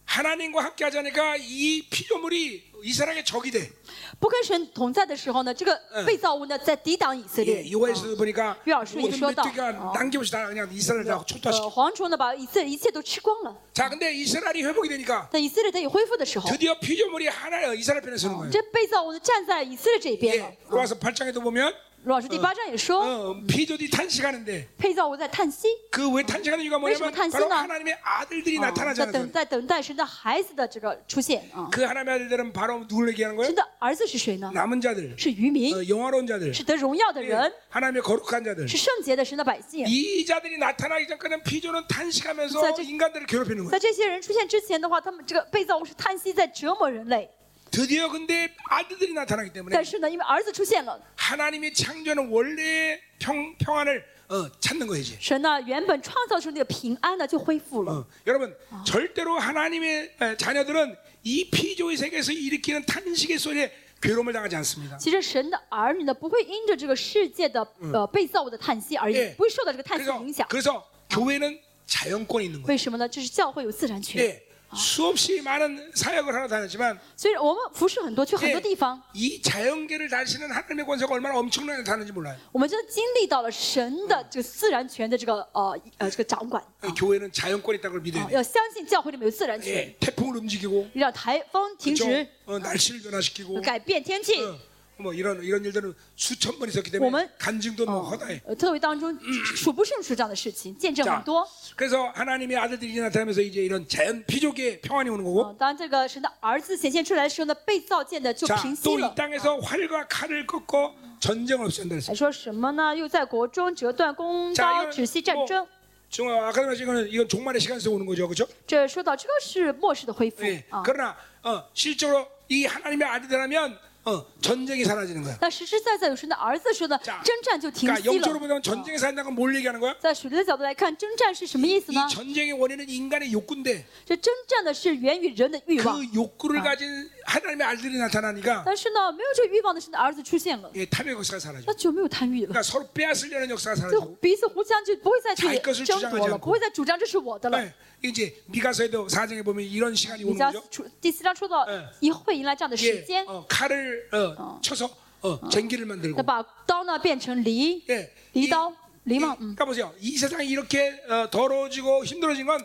[SPEAKER 1] 하나님과 함께 하자니까 이 피조물이 이스라엘의 적이 돼.
[SPEAKER 2] 不跟神同在的时候呢，这个被造物呢在抵挡以色
[SPEAKER 1] 예,
[SPEAKER 2] 列。
[SPEAKER 1] 요한에서 보니까
[SPEAKER 2] 요한서
[SPEAKER 1] 모든
[SPEAKER 2] 说到,
[SPEAKER 1] 메뚜기가
[SPEAKER 2] 어.
[SPEAKER 1] 남김없이 다 그냥 이스라엘 다
[SPEAKER 2] 呃，
[SPEAKER 1] 초토화시켜.
[SPEAKER 2] 蝗虫呢把以色列一切都吃光了，
[SPEAKER 1] 자, 근데 이스라엘이 회복이 되니까
[SPEAKER 2] 但以色列得以恢复的时候，
[SPEAKER 1] 드디어 피조물이 하나 이스라엘 편에 서는 거예요.
[SPEAKER 2] 这被造物呢站在以色列这边了
[SPEAKER 1] 예, 。 로아서 8장에도 보면
[SPEAKER 2] 罗老师第八章也说，
[SPEAKER 1] 어, 피조들이 탄식하는데
[SPEAKER 2] 被造物在叹息。
[SPEAKER 1] 그 왜 탄식하는 이유가 뭐냐면
[SPEAKER 2] 왜 탄식이나? 어.
[SPEAKER 1] 바로 하나님의 아들들이
[SPEAKER 2] 啊在
[SPEAKER 1] 나타나잖아요.
[SPEAKER 2] 等在等待神的孩子的这个出现啊。
[SPEAKER 1] 그 하나님의 아들들은 바로 누굴 얘기하는 거예요?
[SPEAKER 2] 神的儿子是谁呢？
[SPEAKER 1] 남은 자들,
[SPEAKER 2] 是渔民，
[SPEAKER 1] 어, 영화로운 자들,
[SPEAKER 2] 是得荣耀的
[SPEAKER 1] 예,
[SPEAKER 2] 人，
[SPEAKER 1] 하나님의 거룩한 자들.
[SPEAKER 2] 是圣洁的神的百姓。
[SPEAKER 1] 이 자들이 나타나기 전까지는 피조는 탄식하면서
[SPEAKER 2] 자,
[SPEAKER 1] 인간들을 괴롭히는 거예요.
[SPEAKER 2] 在这些人出现之前的话，他们这个被造物是叹息在折磨人类。
[SPEAKER 1] 드디어 근데 아들들이 나타나기 때문에
[SPEAKER 2] 但是呢，因为儿子出现了，
[SPEAKER 1] 하나님이 창조는 원래 평, 평안을 어, 찾는 거예요. 이제.
[SPEAKER 2] 神呢原本创造出那个平安呢就恢复了。
[SPEAKER 1] 어, 여러분 절대로 하나님의 에, 자녀들은 이 피조의 세계에서 일으키는 탄식의 소리에 괴로움을 당하지 않습니다.
[SPEAKER 2] 其实神的儿女呢不会因着这个世界的呃被造物的叹息而
[SPEAKER 1] 예
[SPEAKER 2] 不会受到这个叹息
[SPEAKER 1] 그래서
[SPEAKER 2] 影响。
[SPEAKER 1] 그래서 교회는 자연권이 있는 거예요.
[SPEAKER 2] 为什么呢？这是教会有自然权。
[SPEAKER 1] 예, 수없이 많은 사역을 하러 다녔지만
[SPEAKER 2] 所以我们服侍很多，去很
[SPEAKER 1] 예,
[SPEAKER 2] 多地方，
[SPEAKER 1] 이 자연계를 다스리는 하나님의 권세가 얼마나 엄청나게 다는지 몰라요.
[SPEAKER 2] 我们真的经历到了神的这个自然权的这个呃呃这个掌管。
[SPEAKER 1] 교회는 자연권이 있다는 걸 믿어야
[SPEAKER 2] 啊
[SPEAKER 1] 돼요.
[SPEAKER 2] 要相信教会里面有自然权，
[SPEAKER 1] 예, 태풍을 움직이고
[SPEAKER 2] 让台风停
[SPEAKER 1] 그죠?
[SPEAKER 2] 止，
[SPEAKER 1] 어, 날씨를 변화시키고
[SPEAKER 2] 改变天气。
[SPEAKER 1] 어, 뭐 이런 이런 일들은 수천 번 있었기 때문에
[SPEAKER 2] 오면-
[SPEAKER 1] 간증도 뭐
[SPEAKER 2] 哦
[SPEAKER 1] 허다해.
[SPEAKER 2] 呃，特会当中数不胜数这样的事情，见证很
[SPEAKER 1] 자,
[SPEAKER 2] 多。
[SPEAKER 1] 그래서 하나님의 아들들이 이제 나타나면서 이제 이런 자연 피조계에 평안이 오는
[SPEAKER 2] 嗯
[SPEAKER 1] 거고 ，
[SPEAKER 2] 当这个神的儿子显现出来的时候呢，被造界呢就
[SPEAKER 1] 자,
[SPEAKER 2] 平息
[SPEAKER 1] 어, 또 어.
[SPEAKER 2] 了
[SPEAKER 1] 이 。 땅에서 활과 칼을 꺾고 전쟁을 없앤다
[SPEAKER 2] 还
[SPEAKER 1] 했어요.
[SPEAKER 2] 说什么呢？又在国中折断弓
[SPEAKER 1] 자
[SPEAKER 2] 刀，
[SPEAKER 1] 이거는
[SPEAKER 2] 止息战
[SPEAKER 1] 뭐
[SPEAKER 2] 争。
[SPEAKER 1] 지금 아까 말씀하신 거는 이건 종말의 시간 속에 오는 거죠. 그렇죠?
[SPEAKER 2] 这说到这个是末世的恢复
[SPEAKER 1] 예.
[SPEAKER 2] 啊。
[SPEAKER 1] 그러나 어, 실제로 이 하나님의 아들이라면 어, 전쟁이 사라지는 거야.
[SPEAKER 2] 那实实在在有神的儿子说呢，
[SPEAKER 1] 자
[SPEAKER 2] 征战就停
[SPEAKER 1] 그러니까
[SPEAKER 2] 息
[SPEAKER 1] 영적으로
[SPEAKER 2] 了。
[SPEAKER 1] 보면 전쟁이 사라진다는 건 뭘 얘기하는 거야?
[SPEAKER 2] 在属灵的角度来看，征战是什么意思呢
[SPEAKER 1] 이 ？ 전쟁의 원인은 인간의 욕구인데
[SPEAKER 2] 这征战呢是源于人的欲
[SPEAKER 1] 그
[SPEAKER 2] 望。
[SPEAKER 1] 어. 욕구를
[SPEAKER 2] 아.
[SPEAKER 1] 가진 하나님의 아들이 나타나니까
[SPEAKER 2] 但是呢，没有这个欲望的神的儿子出现了，
[SPEAKER 1] 예, 탐욕의 역사가 사라져.
[SPEAKER 2] 那就没有贪欲了，
[SPEAKER 1] 그러니까 서로 빼앗으려는 역사가
[SPEAKER 2] 就
[SPEAKER 1] 사라지고
[SPEAKER 2] 彼此互相就不会再去
[SPEAKER 1] 자기것을주장하지
[SPEAKER 2] 争夺
[SPEAKER 1] 않고
[SPEAKER 2] 了，不会再主张这哎是我的了。
[SPEAKER 1] 예, 이제 미가서에도 사정에 보면 이런 시간이
[SPEAKER 2] 你
[SPEAKER 1] 오는
[SPEAKER 2] 家
[SPEAKER 1] 거죠.
[SPEAKER 2] 出第四章说到
[SPEAKER 1] 嗯
[SPEAKER 2] 一会迎来这样的时
[SPEAKER 1] 예,
[SPEAKER 2] 间，
[SPEAKER 1] 어, 칼을 어, 쳐서 어, 쟁기를
[SPEAKER 2] 那
[SPEAKER 1] 만들고
[SPEAKER 2] 把刀呢变成犁
[SPEAKER 1] 예, ，
[SPEAKER 2] 犁
[SPEAKER 1] 이-
[SPEAKER 2] 刀、
[SPEAKER 1] 이-
[SPEAKER 2] 犁棒，嗯。
[SPEAKER 1] 그러니까 보세요. 이 세상이 이렇게 어, 더러워지고 힘들어진 건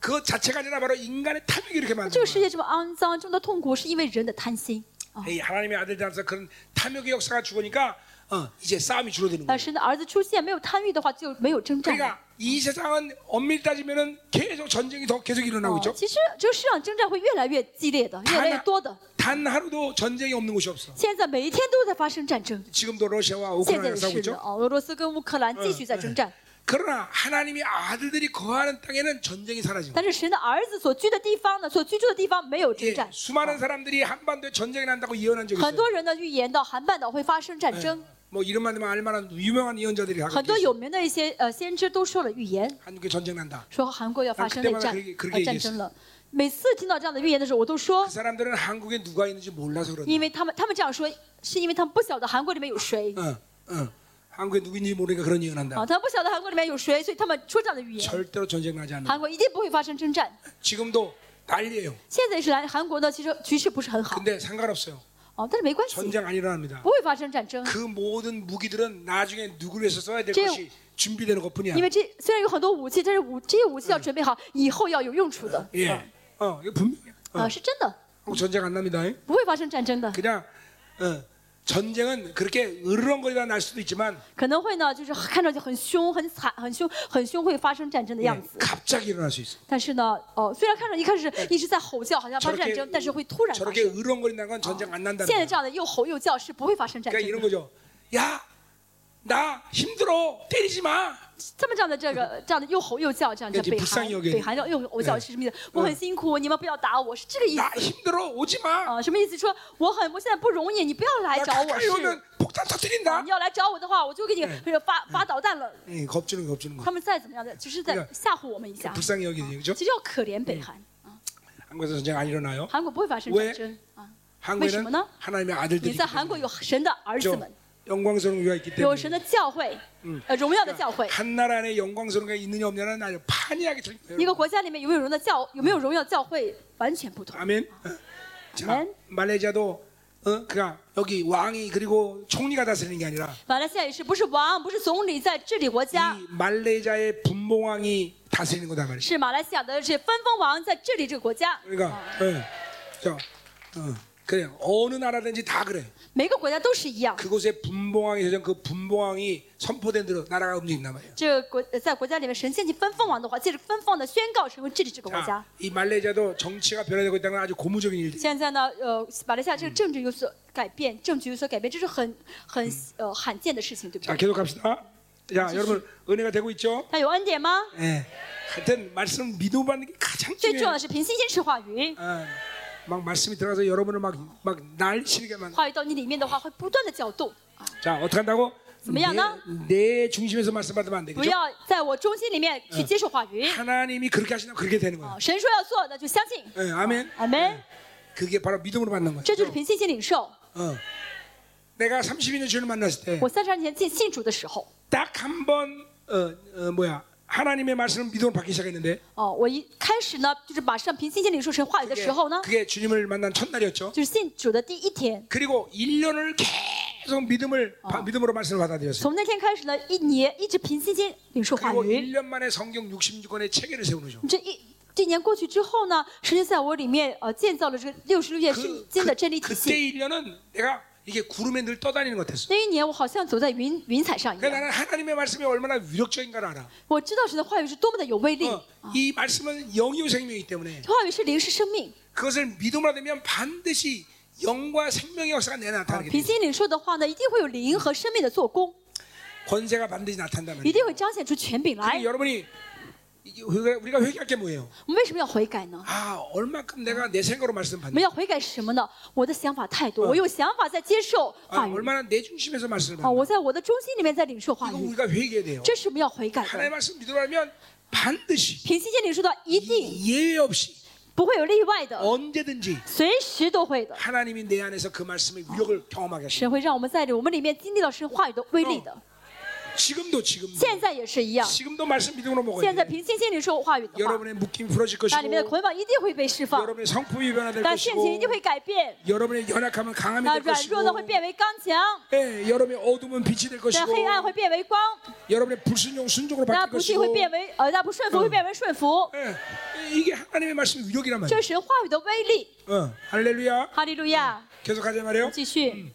[SPEAKER 1] 그 자체가 아니라 바로 인간의 탐욕이 이렇게
[SPEAKER 2] 这
[SPEAKER 1] 만드는
[SPEAKER 2] 个世
[SPEAKER 1] 거예요.
[SPEAKER 2] 界这么肮脏，这么多痛苦，是因为人的贪心啊。
[SPEAKER 1] 이 하나님의 아들들한테 그런 탐욕의 역사가 죽으니까 어, 이제 싸움이 줄어드는 거예요.
[SPEAKER 2] 但呃神的儿子出现，没有贪欲的话，就没有征战了。
[SPEAKER 1] 그러니까 이 세상은 엄밀히 따지면은 계속 전쟁이 더 계속 일어나고
[SPEAKER 2] 哦
[SPEAKER 1] 있죠.
[SPEAKER 2] 其实这个世上征战会越来越激烈的，越来越多的。
[SPEAKER 1] 단 하루도 전쟁이 없는 곳이 없어.
[SPEAKER 2] 现在每一天都在发生战争，
[SPEAKER 1] 지금도 러시아와
[SPEAKER 2] 现
[SPEAKER 1] 우크라이나
[SPEAKER 2] 在也
[SPEAKER 1] 싸우고
[SPEAKER 2] 是的
[SPEAKER 1] 있죠.
[SPEAKER 2] 啊，俄罗斯跟乌克兰继续在征战。
[SPEAKER 1] 그러나 하나님이 아들들이 거하는 땅에는 전쟁이 사라지고
[SPEAKER 2] 但是神的儿子所居的地方呢，所居住的地方没有
[SPEAKER 1] 예,
[SPEAKER 2] 征战。
[SPEAKER 1] 수많은 사람들이 한반도에 전쟁이 난다고 예언한 적이
[SPEAKER 2] 很
[SPEAKER 1] 있어요.
[SPEAKER 2] 多人呢预言到韩半岛会发生战争，
[SPEAKER 1] 뭐 이름만 되면 알만한 유명한 예언자들이 다
[SPEAKER 2] 很
[SPEAKER 1] 그렇게
[SPEAKER 2] 多
[SPEAKER 1] 했어요.
[SPEAKER 2] 有名的一些呃先知都说了预言，
[SPEAKER 1] 한국에 전쟁 난다.
[SPEAKER 2] 说韩国要发生内战
[SPEAKER 1] 그때마다그렇게그렇게
[SPEAKER 2] 呃战争了。每次听到这样的预言的时候，我都说
[SPEAKER 1] 그 ， 사람들은 한국에 누가 있는지 몰라서 그런다.
[SPEAKER 2] 因为他们他们这样说，是因为他们不晓得韩国里面有谁
[SPEAKER 1] 응, 응. 어, 한국에 누구인지 모르니까 그런 예언한다.
[SPEAKER 2] 啊，他们不晓得韩国里面有谁，所以他们说这样的预言，
[SPEAKER 1] 절대로 전쟁 나지 않는다.
[SPEAKER 2] 韩国一定不会发生征战。
[SPEAKER 1] 지금도 난리예요.
[SPEAKER 2] 现在是来韩国呢，其实局势不是很好
[SPEAKER 1] 근데 상관없어요.
[SPEAKER 2] 哦，但是没关系，
[SPEAKER 1] 전쟁 안 일어납니다.
[SPEAKER 2] 不会发生战争，
[SPEAKER 1] 그 모든 무기들은 나중에 누구를 위해서 써야 될
[SPEAKER 2] 지금-
[SPEAKER 1] 것이 준비되는 것뿐이야.
[SPEAKER 2] 因为这虽然有很多武器，但是武这些武器要准备好，以后要有用处的
[SPEAKER 1] 예. 어, 이거 분명해.
[SPEAKER 2] 啊，是真的，
[SPEAKER 1] 전쟁 안 납니다.
[SPEAKER 2] 不会发生战争的。
[SPEAKER 1] 그냥 어, 전쟁은 그렇게 으르렁거리다 날 수도 있지만
[SPEAKER 2] 可能会呢，就是看上去很凶、很惨、很凶、很凶，会发生战争的
[SPEAKER 1] 예,
[SPEAKER 2] 样子。
[SPEAKER 1] 갑자기 일어날 수 있어.
[SPEAKER 2] 但是呢，哦，虽然看着一开始一直在吼叫，好像发生战
[SPEAKER 1] 저렇게
[SPEAKER 2] 争，但是会突然发
[SPEAKER 1] 저렇게
[SPEAKER 2] 生。
[SPEAKER 1] 으렁거린다는 건 전쟁 안 난다는
[SPEAKER 2] 现在
[SPEAKER 1] 거야.
[SPEAKER 2] 这样的又吼又叫是不会发生战
[SPEAKER 1] 그러니까
[SPEAKER 2] 争
[SPEAKER 1] 이런
[SPEAKER 2] 的。
[SPEAKER 1] 거죠. 야, 나 힘들어. 때리지 마.
[SPEAKER 2] 他们这样的这个呃这样的又吼又叫，这样
[SPEAKER 1] 네
[SPEAKER 2] 这北
[SPEAKER 1] 불쌍
[SPEAKER 2] 韩
[SPEAKER 1] 히여기는
[SPEAKER 2] 北韩叫又吼又叫
[SPEAKER 1] 네
[SPEAKER 2] 是什么意思？我很辛苦，你们不要打我，是这个意思
[SPEAKER 1] 나 힘들어. 오지 마.
[SPEAKER 2] 啊？什么意思？说我很我现在不容易，你不要来
[SPEAKER 1] 나
[SPEAKER 2] 找我
[SPEAKER 1] 가까이
[SPEAKER 2] 是
[SPEAKER 1] 오면 。 폭탄
[SPEAKER 2] 啊
[SPEAKER 1] 터뜨린다.
[SPEAKER 2] 你要来找我的话，我就给你
[SPEAKER 1] 네
[SPEAKER 2] 呃发发导弹了。
[SPEAKER 1] 예, 겁주는 거 겁주는
[SPEAKER 2] 他
[SPEAKER 1] 거.
[SPEAKER 2] 们再怎么样的，只是在
[SPEAKER 1] 그러니까
[SPEAKER 2] 吓唬我们一下。
[SPEAKER 1] 불쌍히 여기는 거죠.
[SPEAKER 2] 其实要可怜北韩，
[SPEAKER 1] 한국에서 전쟁 안 일어나요.
[SPEAKER 2] 韩国不会发生
[SPEAKER 1] 왜
[SPEAKER 2] 战争。
[SPEAKER 1] 한국에는
[SPEAKER 2] 왜시므나?
[SPEAKER 1] 하나님의
[SPEAKER 2] 因
[SPEAKER 1] 아들들이
[SPEAKER 2] 为在韩国有神的儿子
[SPEAKER 1] 있죠.
[SPEAKER 2] 们，
[SPEAKER 1] 영광스러운 교회가 있기
[SPEAKER 2] 有
[SPEAKER 1] 때문에
[SPEAKER 2] 神的教会，呃，荣耀的教会。
[SPEAKER 1] 한 나라 안에 영광스러운 게 있느냐 없느냐는 아주 판이하게
[SPEAKER 2] 一
[SPEAKER 1] 틀려요.
[SPEAKER 2] 个国家里面有没有荣耀教，有没有荣耀教会，完全不同。
[SPEAKER 1] 아멘. 자,
[SPEAKER 2] 아멘.
[SPEAKER 1] 말레이시아도 어, 그가 여기 왕이 그리고 총리가 다스리는 게 아니라
[SPEAKER 2] 马来西亚也是，不是王，不是总理在治理国家，
[SPEAKER 1] 이 말레이시아의 분봉왕이 다스리는 거다 말이죠.
[SPEAKER 2] 是马来西亚的这分封王在治理这个国家。
[SPEAKER 1] 그러니까 예. 자, 어, 그래요. 어느 나라든지 다 그래.
[SPEAKER 2] 每个国家都是一样，
[SPEAKER 1] 그곳에 분봉왕이 되면 그 분봉왕이 선포된 대로 나라가 움직인단 말이에요.
[SPEAKER 2] 这个国呃在国家里面神仙去分封王的话，借着分封王的宣告神会治理这个国家
[SPEAKER 1] 자, 。이 말레이시아도 정치가 변화되고 있다는 건 아주 고무적인 일들.
[SPEAKER 2] 现在呢，呃，马来西亚这个政治有所改变，政局有所改变，这是很很呃罕见的事情，对不
[SPEAKER 1] 자,
[SPEAKER 2] 对？
[SPEAKER 1] 계속 갑시다. 자, 여러분 은혜가 되고 있죠?
[SPEAKER 2] 那有恩典吗？
[SPEAKER 1] 예. 하여튼 말씀 믿어받는 게 가장
[SPEAKER 2] 最重
[SPEAKER 1] 중요해요.
[SPEAKER 2] 要的是凭信心吃话语。
[SPEAKER 1] 아, 막 말씀이 들어가서 여러분을 막막 날씨게만
[SPEAKER 2] 话语到你里面的话，会不断的搅动，
[SPEAKER 1] 자, 어떻게 한다고? 내,
[SPEAKER 2] 뭐야나?
[SPEAKER 1] 내 중심에서 말씀 받으면 안
[SPEAKER 2] 不
[SPEAKER 1] 되겠죠?
[SPEAKER 2] 要在我中心里面去接受话语。
[SPEAKER 1] 하나님이 그렇게 하시면 그렇게 되는 거예요.
[SPEAKER 2] 啊神说要做，那就相信。
[SPEAKER 1] 예, 아멘.
[SPEAKER 2] 阿门。
[SPEAKER 1] 그게 바로 믿음으로 받는
[SPEAKER 2] 这就是
[SPEAKER 1] 거예요.
[SPEAKER 2] 凭信心领受。
[SPEAKER 1] 어. 내가 32년 주를 만났을
[SPEAKER 2] 我三十二年前信主的时候，
[SPEAKER 1] 때 딱 한번 어, 어, 뭐야 하나님의 말씀을 믿음으로 받기 시작했는데
[SPEAKER 2] 哦，我一开始呢，就是马上凭信心领受神话语的
[SPEAKER 1] 그게,
[SPEAKER 2] 时候呢，
[SPEAKER 1] 그게 주님을 만난 첫날이었죠.
[SPEAKER 2] 就是信主的第一天。
[SPEAKER 1] 그리고 1년을 계속 믿음을 바- 믿음으로 말씀을 받아들였어요.
[SPEAKER 2] 从那天开始呢，一年一直凭信心领受话
[SPEAKER 1] 그리고
[SPEAKER 2] 语。
[SPEAKER 1] 1년 만에 성경 66권의 체계를 세우는 거죠.
[SPEAKER 2] 这一这一年过去之后呢，神就在我里面呃建造了这个六十六页圣
[SPEAKER 1] 그
[SPEAKER 2] 经的
[SPEAKER 1] 그-
[SPEAKER 2] 真理体
[SPEAKER 1] 그때
[SPEAKER 2] 系。
[SPEAKER 1] 1년은 내가 이게 구름에 늘 떠다니는 것 같았어.
[SPEAKER 2] 那一年我好像走在云云彩上一
[SPEAKER 1] 그러니까
[SPEAKER 2] 样，
[SPEAKER 1] 나는 하나님의 말씀이 얼마나 위력적인가를 알아.
[SPEAKER 2] 我知道神的话语是多么的有威力。
[SPEAKER 1] 어, 이 말씀은 영유 생명이기 때문에
[SPEAKER 2] 话语是灵，是生命。
[SPEAKER 1] 그것을 믿음으로 되면 반드시 영과 생명의 역사가 내 나타나게 돼.
[SPEAKER 2] 凭心领受的话呢，一定会有灵和生命的做工，
[SPEAKER 1] 권세가 반드시 나타난다면.
[SPEAKER 2] 一定会彰显出权柄来
[SPEAKER 1] 그리고 。 여러분이 이게 우리가 우리가 회개할 게 뭐예요?
[SPEAKER 2] 我们为什么要悔改呢？
[SPEAKER 1] 아 얼마큼 내가 내 생각으로 말씀
[SPEAKER 2] 我们
[SPEAKER 1] 받는?
[SPEAKER 2] 要悔改是什么呢？我的想法太多，我用想法在接受
[SPEAKER 1] 아,
[SPEAKER 2] 话语
[SPEAKER 1] 얼마나 내 중심에서 말씀을
[SPEAKER 2] 啊，
[SPEAKER 1] 받는?
[SPEAKER 2] 我在我的中心里面在领受话
[SPEAKER 1] 이거
[SPEAKER 2] 语，
[SPEAKER 1] 우리가 회개해야 돼요.
[SPEAKER 2] 这是我们要悔改的
[SPEAKER 1] 하나님의 。 말씀 믿으라면 반드시
[SPEAKER 2] 凭信心领受的，一定
[SPEAKER 1] 예외 없이
[SPEAKER 2] 不会有例外
[SPEAKER 1] 哦
[SPEAKER 2] 的，
[SPEAKER 1] 언제든지
[SPEAKER 2] 随时都会的。
[SPEAKER 1] 하나님이 내 안에서 그 말씀의 위력을 경험하게 하시고
[SPEAKER 2] 神会让我们在我们里面经历到神话语的威力的。
[SPEAKER 1] 지금도 지금도
[SPEAKER 2] 现在也是一样，
[SPEAKER 1] 지금도 말씀 믿음으로
[SPEAKER 2] 现
[SPEAKER 1] 먹어야
[SPEAKER 2] 在
[SPEAKER 1] 돼.
[SPEAKER 2] 凭信心领受话语的话，
[SPEAKER 1] 여러분의 그러니까 묶임이 풀어질
[SPEAKER 2] 那里面的
[SPEAKER 1] 것이고
[SPEAKER 2] 捆绑一定会被释放，
[SPEAKER 1] 여러분의 성품이 변화될
[SPEAKER 2] 那性情一定
[SPEAKER 1] 것이고
[SPEAKER 2] 会改变。
[SPEAKER 1] 여러분의 연약함은 강함이
[SPEAKER 2] 那
[SPEAKER 1] 될
[SPEAKER 2] 软弱
[SPEAKER 1] 것이고
[SPEAKER 2] 的会变为刚强，
[SPEAKER 1] 예, 여러분의 어둠은 빛이 될
[SPEAKER 2] 那
[SPEAKER 1] 것이고
[SPEAKER 2] 黑暗会变为光，
[SPEAKER 1] 여러분의 불순종 순종으로
[SPEAKER 2] 那
[SPEAKER 1] 바뀔
[SPEAKER 2] 不信会
[SPEAKER 1] 것이고
[SPEAKER 2] 变为呃，那不顺服会变为顺服，
[SPEAKER 1] 哎 예, 이게 하나님의 말씀 위력이란
[SPEAKER 2] 这
[SPEAKER 1] 말이에요
[SPEAKER 2] 是神话语的威力。
[SPEAKER 1] 어, 할렐루야
[SPEAKER 2] 哈利路亚！
[SPEAKER 1] 계속 하자 말이에요
[SPEAKER 2] 继续，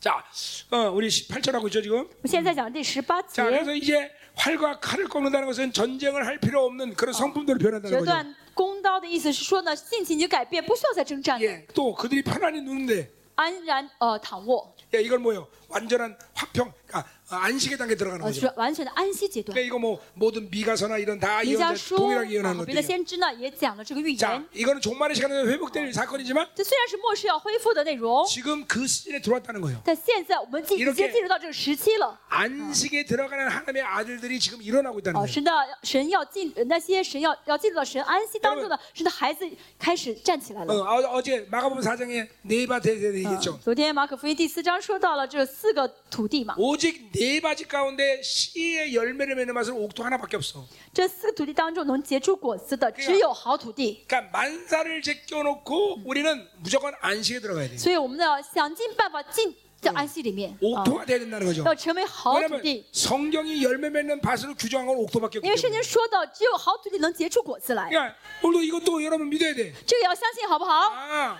[SPEAKER 1] 자 어, 우리 18절 하고 있죠 지금
[SPEAKER 2] 我现在讲第十八节
[SPEAKER 1] 자 ， 그래서 이제 활과 칼을 꺾는다는 것은 전쟁을 할 필요 없는 그런 성품들을 변한다는
[SPEAKER 2] 决
[SPEAKER 1] 거죠
[SPEAKER 2] 断弓刀的意思是说呢，性情已经改变，不需要再征战了，
[SPEAKER 1] 예, 또 그들이 편안히 누는데
[SPEAKER 2] 安然呃躺卧。
[SPEAKER 1] 예, 이걸 뭐예요 완전한 화평, 아, 아, 안식의 단계 들어가는
[SPEAKER 2] 呃，
[SPEAKER 1] 거죠.
[SPEAKER 2] 是完全的安息阶段。
[SPEAKER 1] 그러니까 이거 뭐 모든 미가서나 이런 다
[SPEAKER 2] 弥迦
[SPEAKER 1] 예언자
[SPEAKER 2] 书
[SPEAKER 1] 동일하게
[SPEAKER 2] 啊
[SPEAKER 1] 예언하는
[SPEAKER 2] 和别的
[SPEAKER 1] 것들이에요.
[SPEAKER 2] 先知呢也讲了这个预
[SPEAKER 1] 자,
[SPEAKER 2] 言。
[SPEAKER 1] 이거는 종말의 시간에 회복될 사건이지만
[SPEAKER 2] 这虽然是末世要恢复的内容，
[SPEAKER 1] 지금 그 시즌에 들어왔다는 거예요.
[SPEAKER 2] 但现在我们进
[SPEAKER 1] 이렇
[SPEAKER 2] 已
[SPEAKER 1] 게
[SPEAKER 2] 经进入到这个时期了。
[SPEAKER 1] 안식에 들어가는 하나님의 아들들이 지금 일어나고 있다는
[SPEAKER 2] 哦，
[SPEAKER 1] 거예요.
[SPEAKER 2] 神的神要进呃那些神要要进入到神安息当中的神的孩子开始站起来
[SPEAKER 1] 어,
[SPEAKER 2] 了。
[SPEAKER 1] 어, 어제 마가복음 4장에 네바 대대로
[SPEAKER 2] 嗯
[SPEAKER 1] 얘기했죠.
[SPEAKER 2] 昨天马可福音第四章说到了这四个土地嘛，
[SPEAKER 1] 오직 네 바지 가운데 씨의 열매를 맺는 맛은 옥토 하나밖에 없어.
[SPEAKER 2] 这四个土地当中能结出果子的只有好土地，
[SPEAKER 1] 그러니까 만사를 제껴놓고 우리는 무조건 안식에 들어가야 돼.
[SPEAKER 2] 所以我们要想尽办法进到安息里面啊，
[SPEAKER 1] 옥토가 돼야 된다는 거죠.
[SPEAKER 2] 要成为好土
[SPEAKER 1] 왜냐하면
[SPEAKER 2] 地，
[SPEAKER 1] 성경이 열매 맺는 밭으로 규정한 건 옥토밖에
[SPEAKER 2] 因为
[SPEAKER 1] 없기
[SPEAKER 2] 圣经
[SPEAKER 1] 때문에.
[SPEAKER 2] 说到只有好土地能结出果子来，
[SPEAKER 1] 그러니까 오늘도 이것도 여러분 믿어야 돼.
[SPEAKER 2] 这个也要相信好不好？
[SPEAKER 1] 아,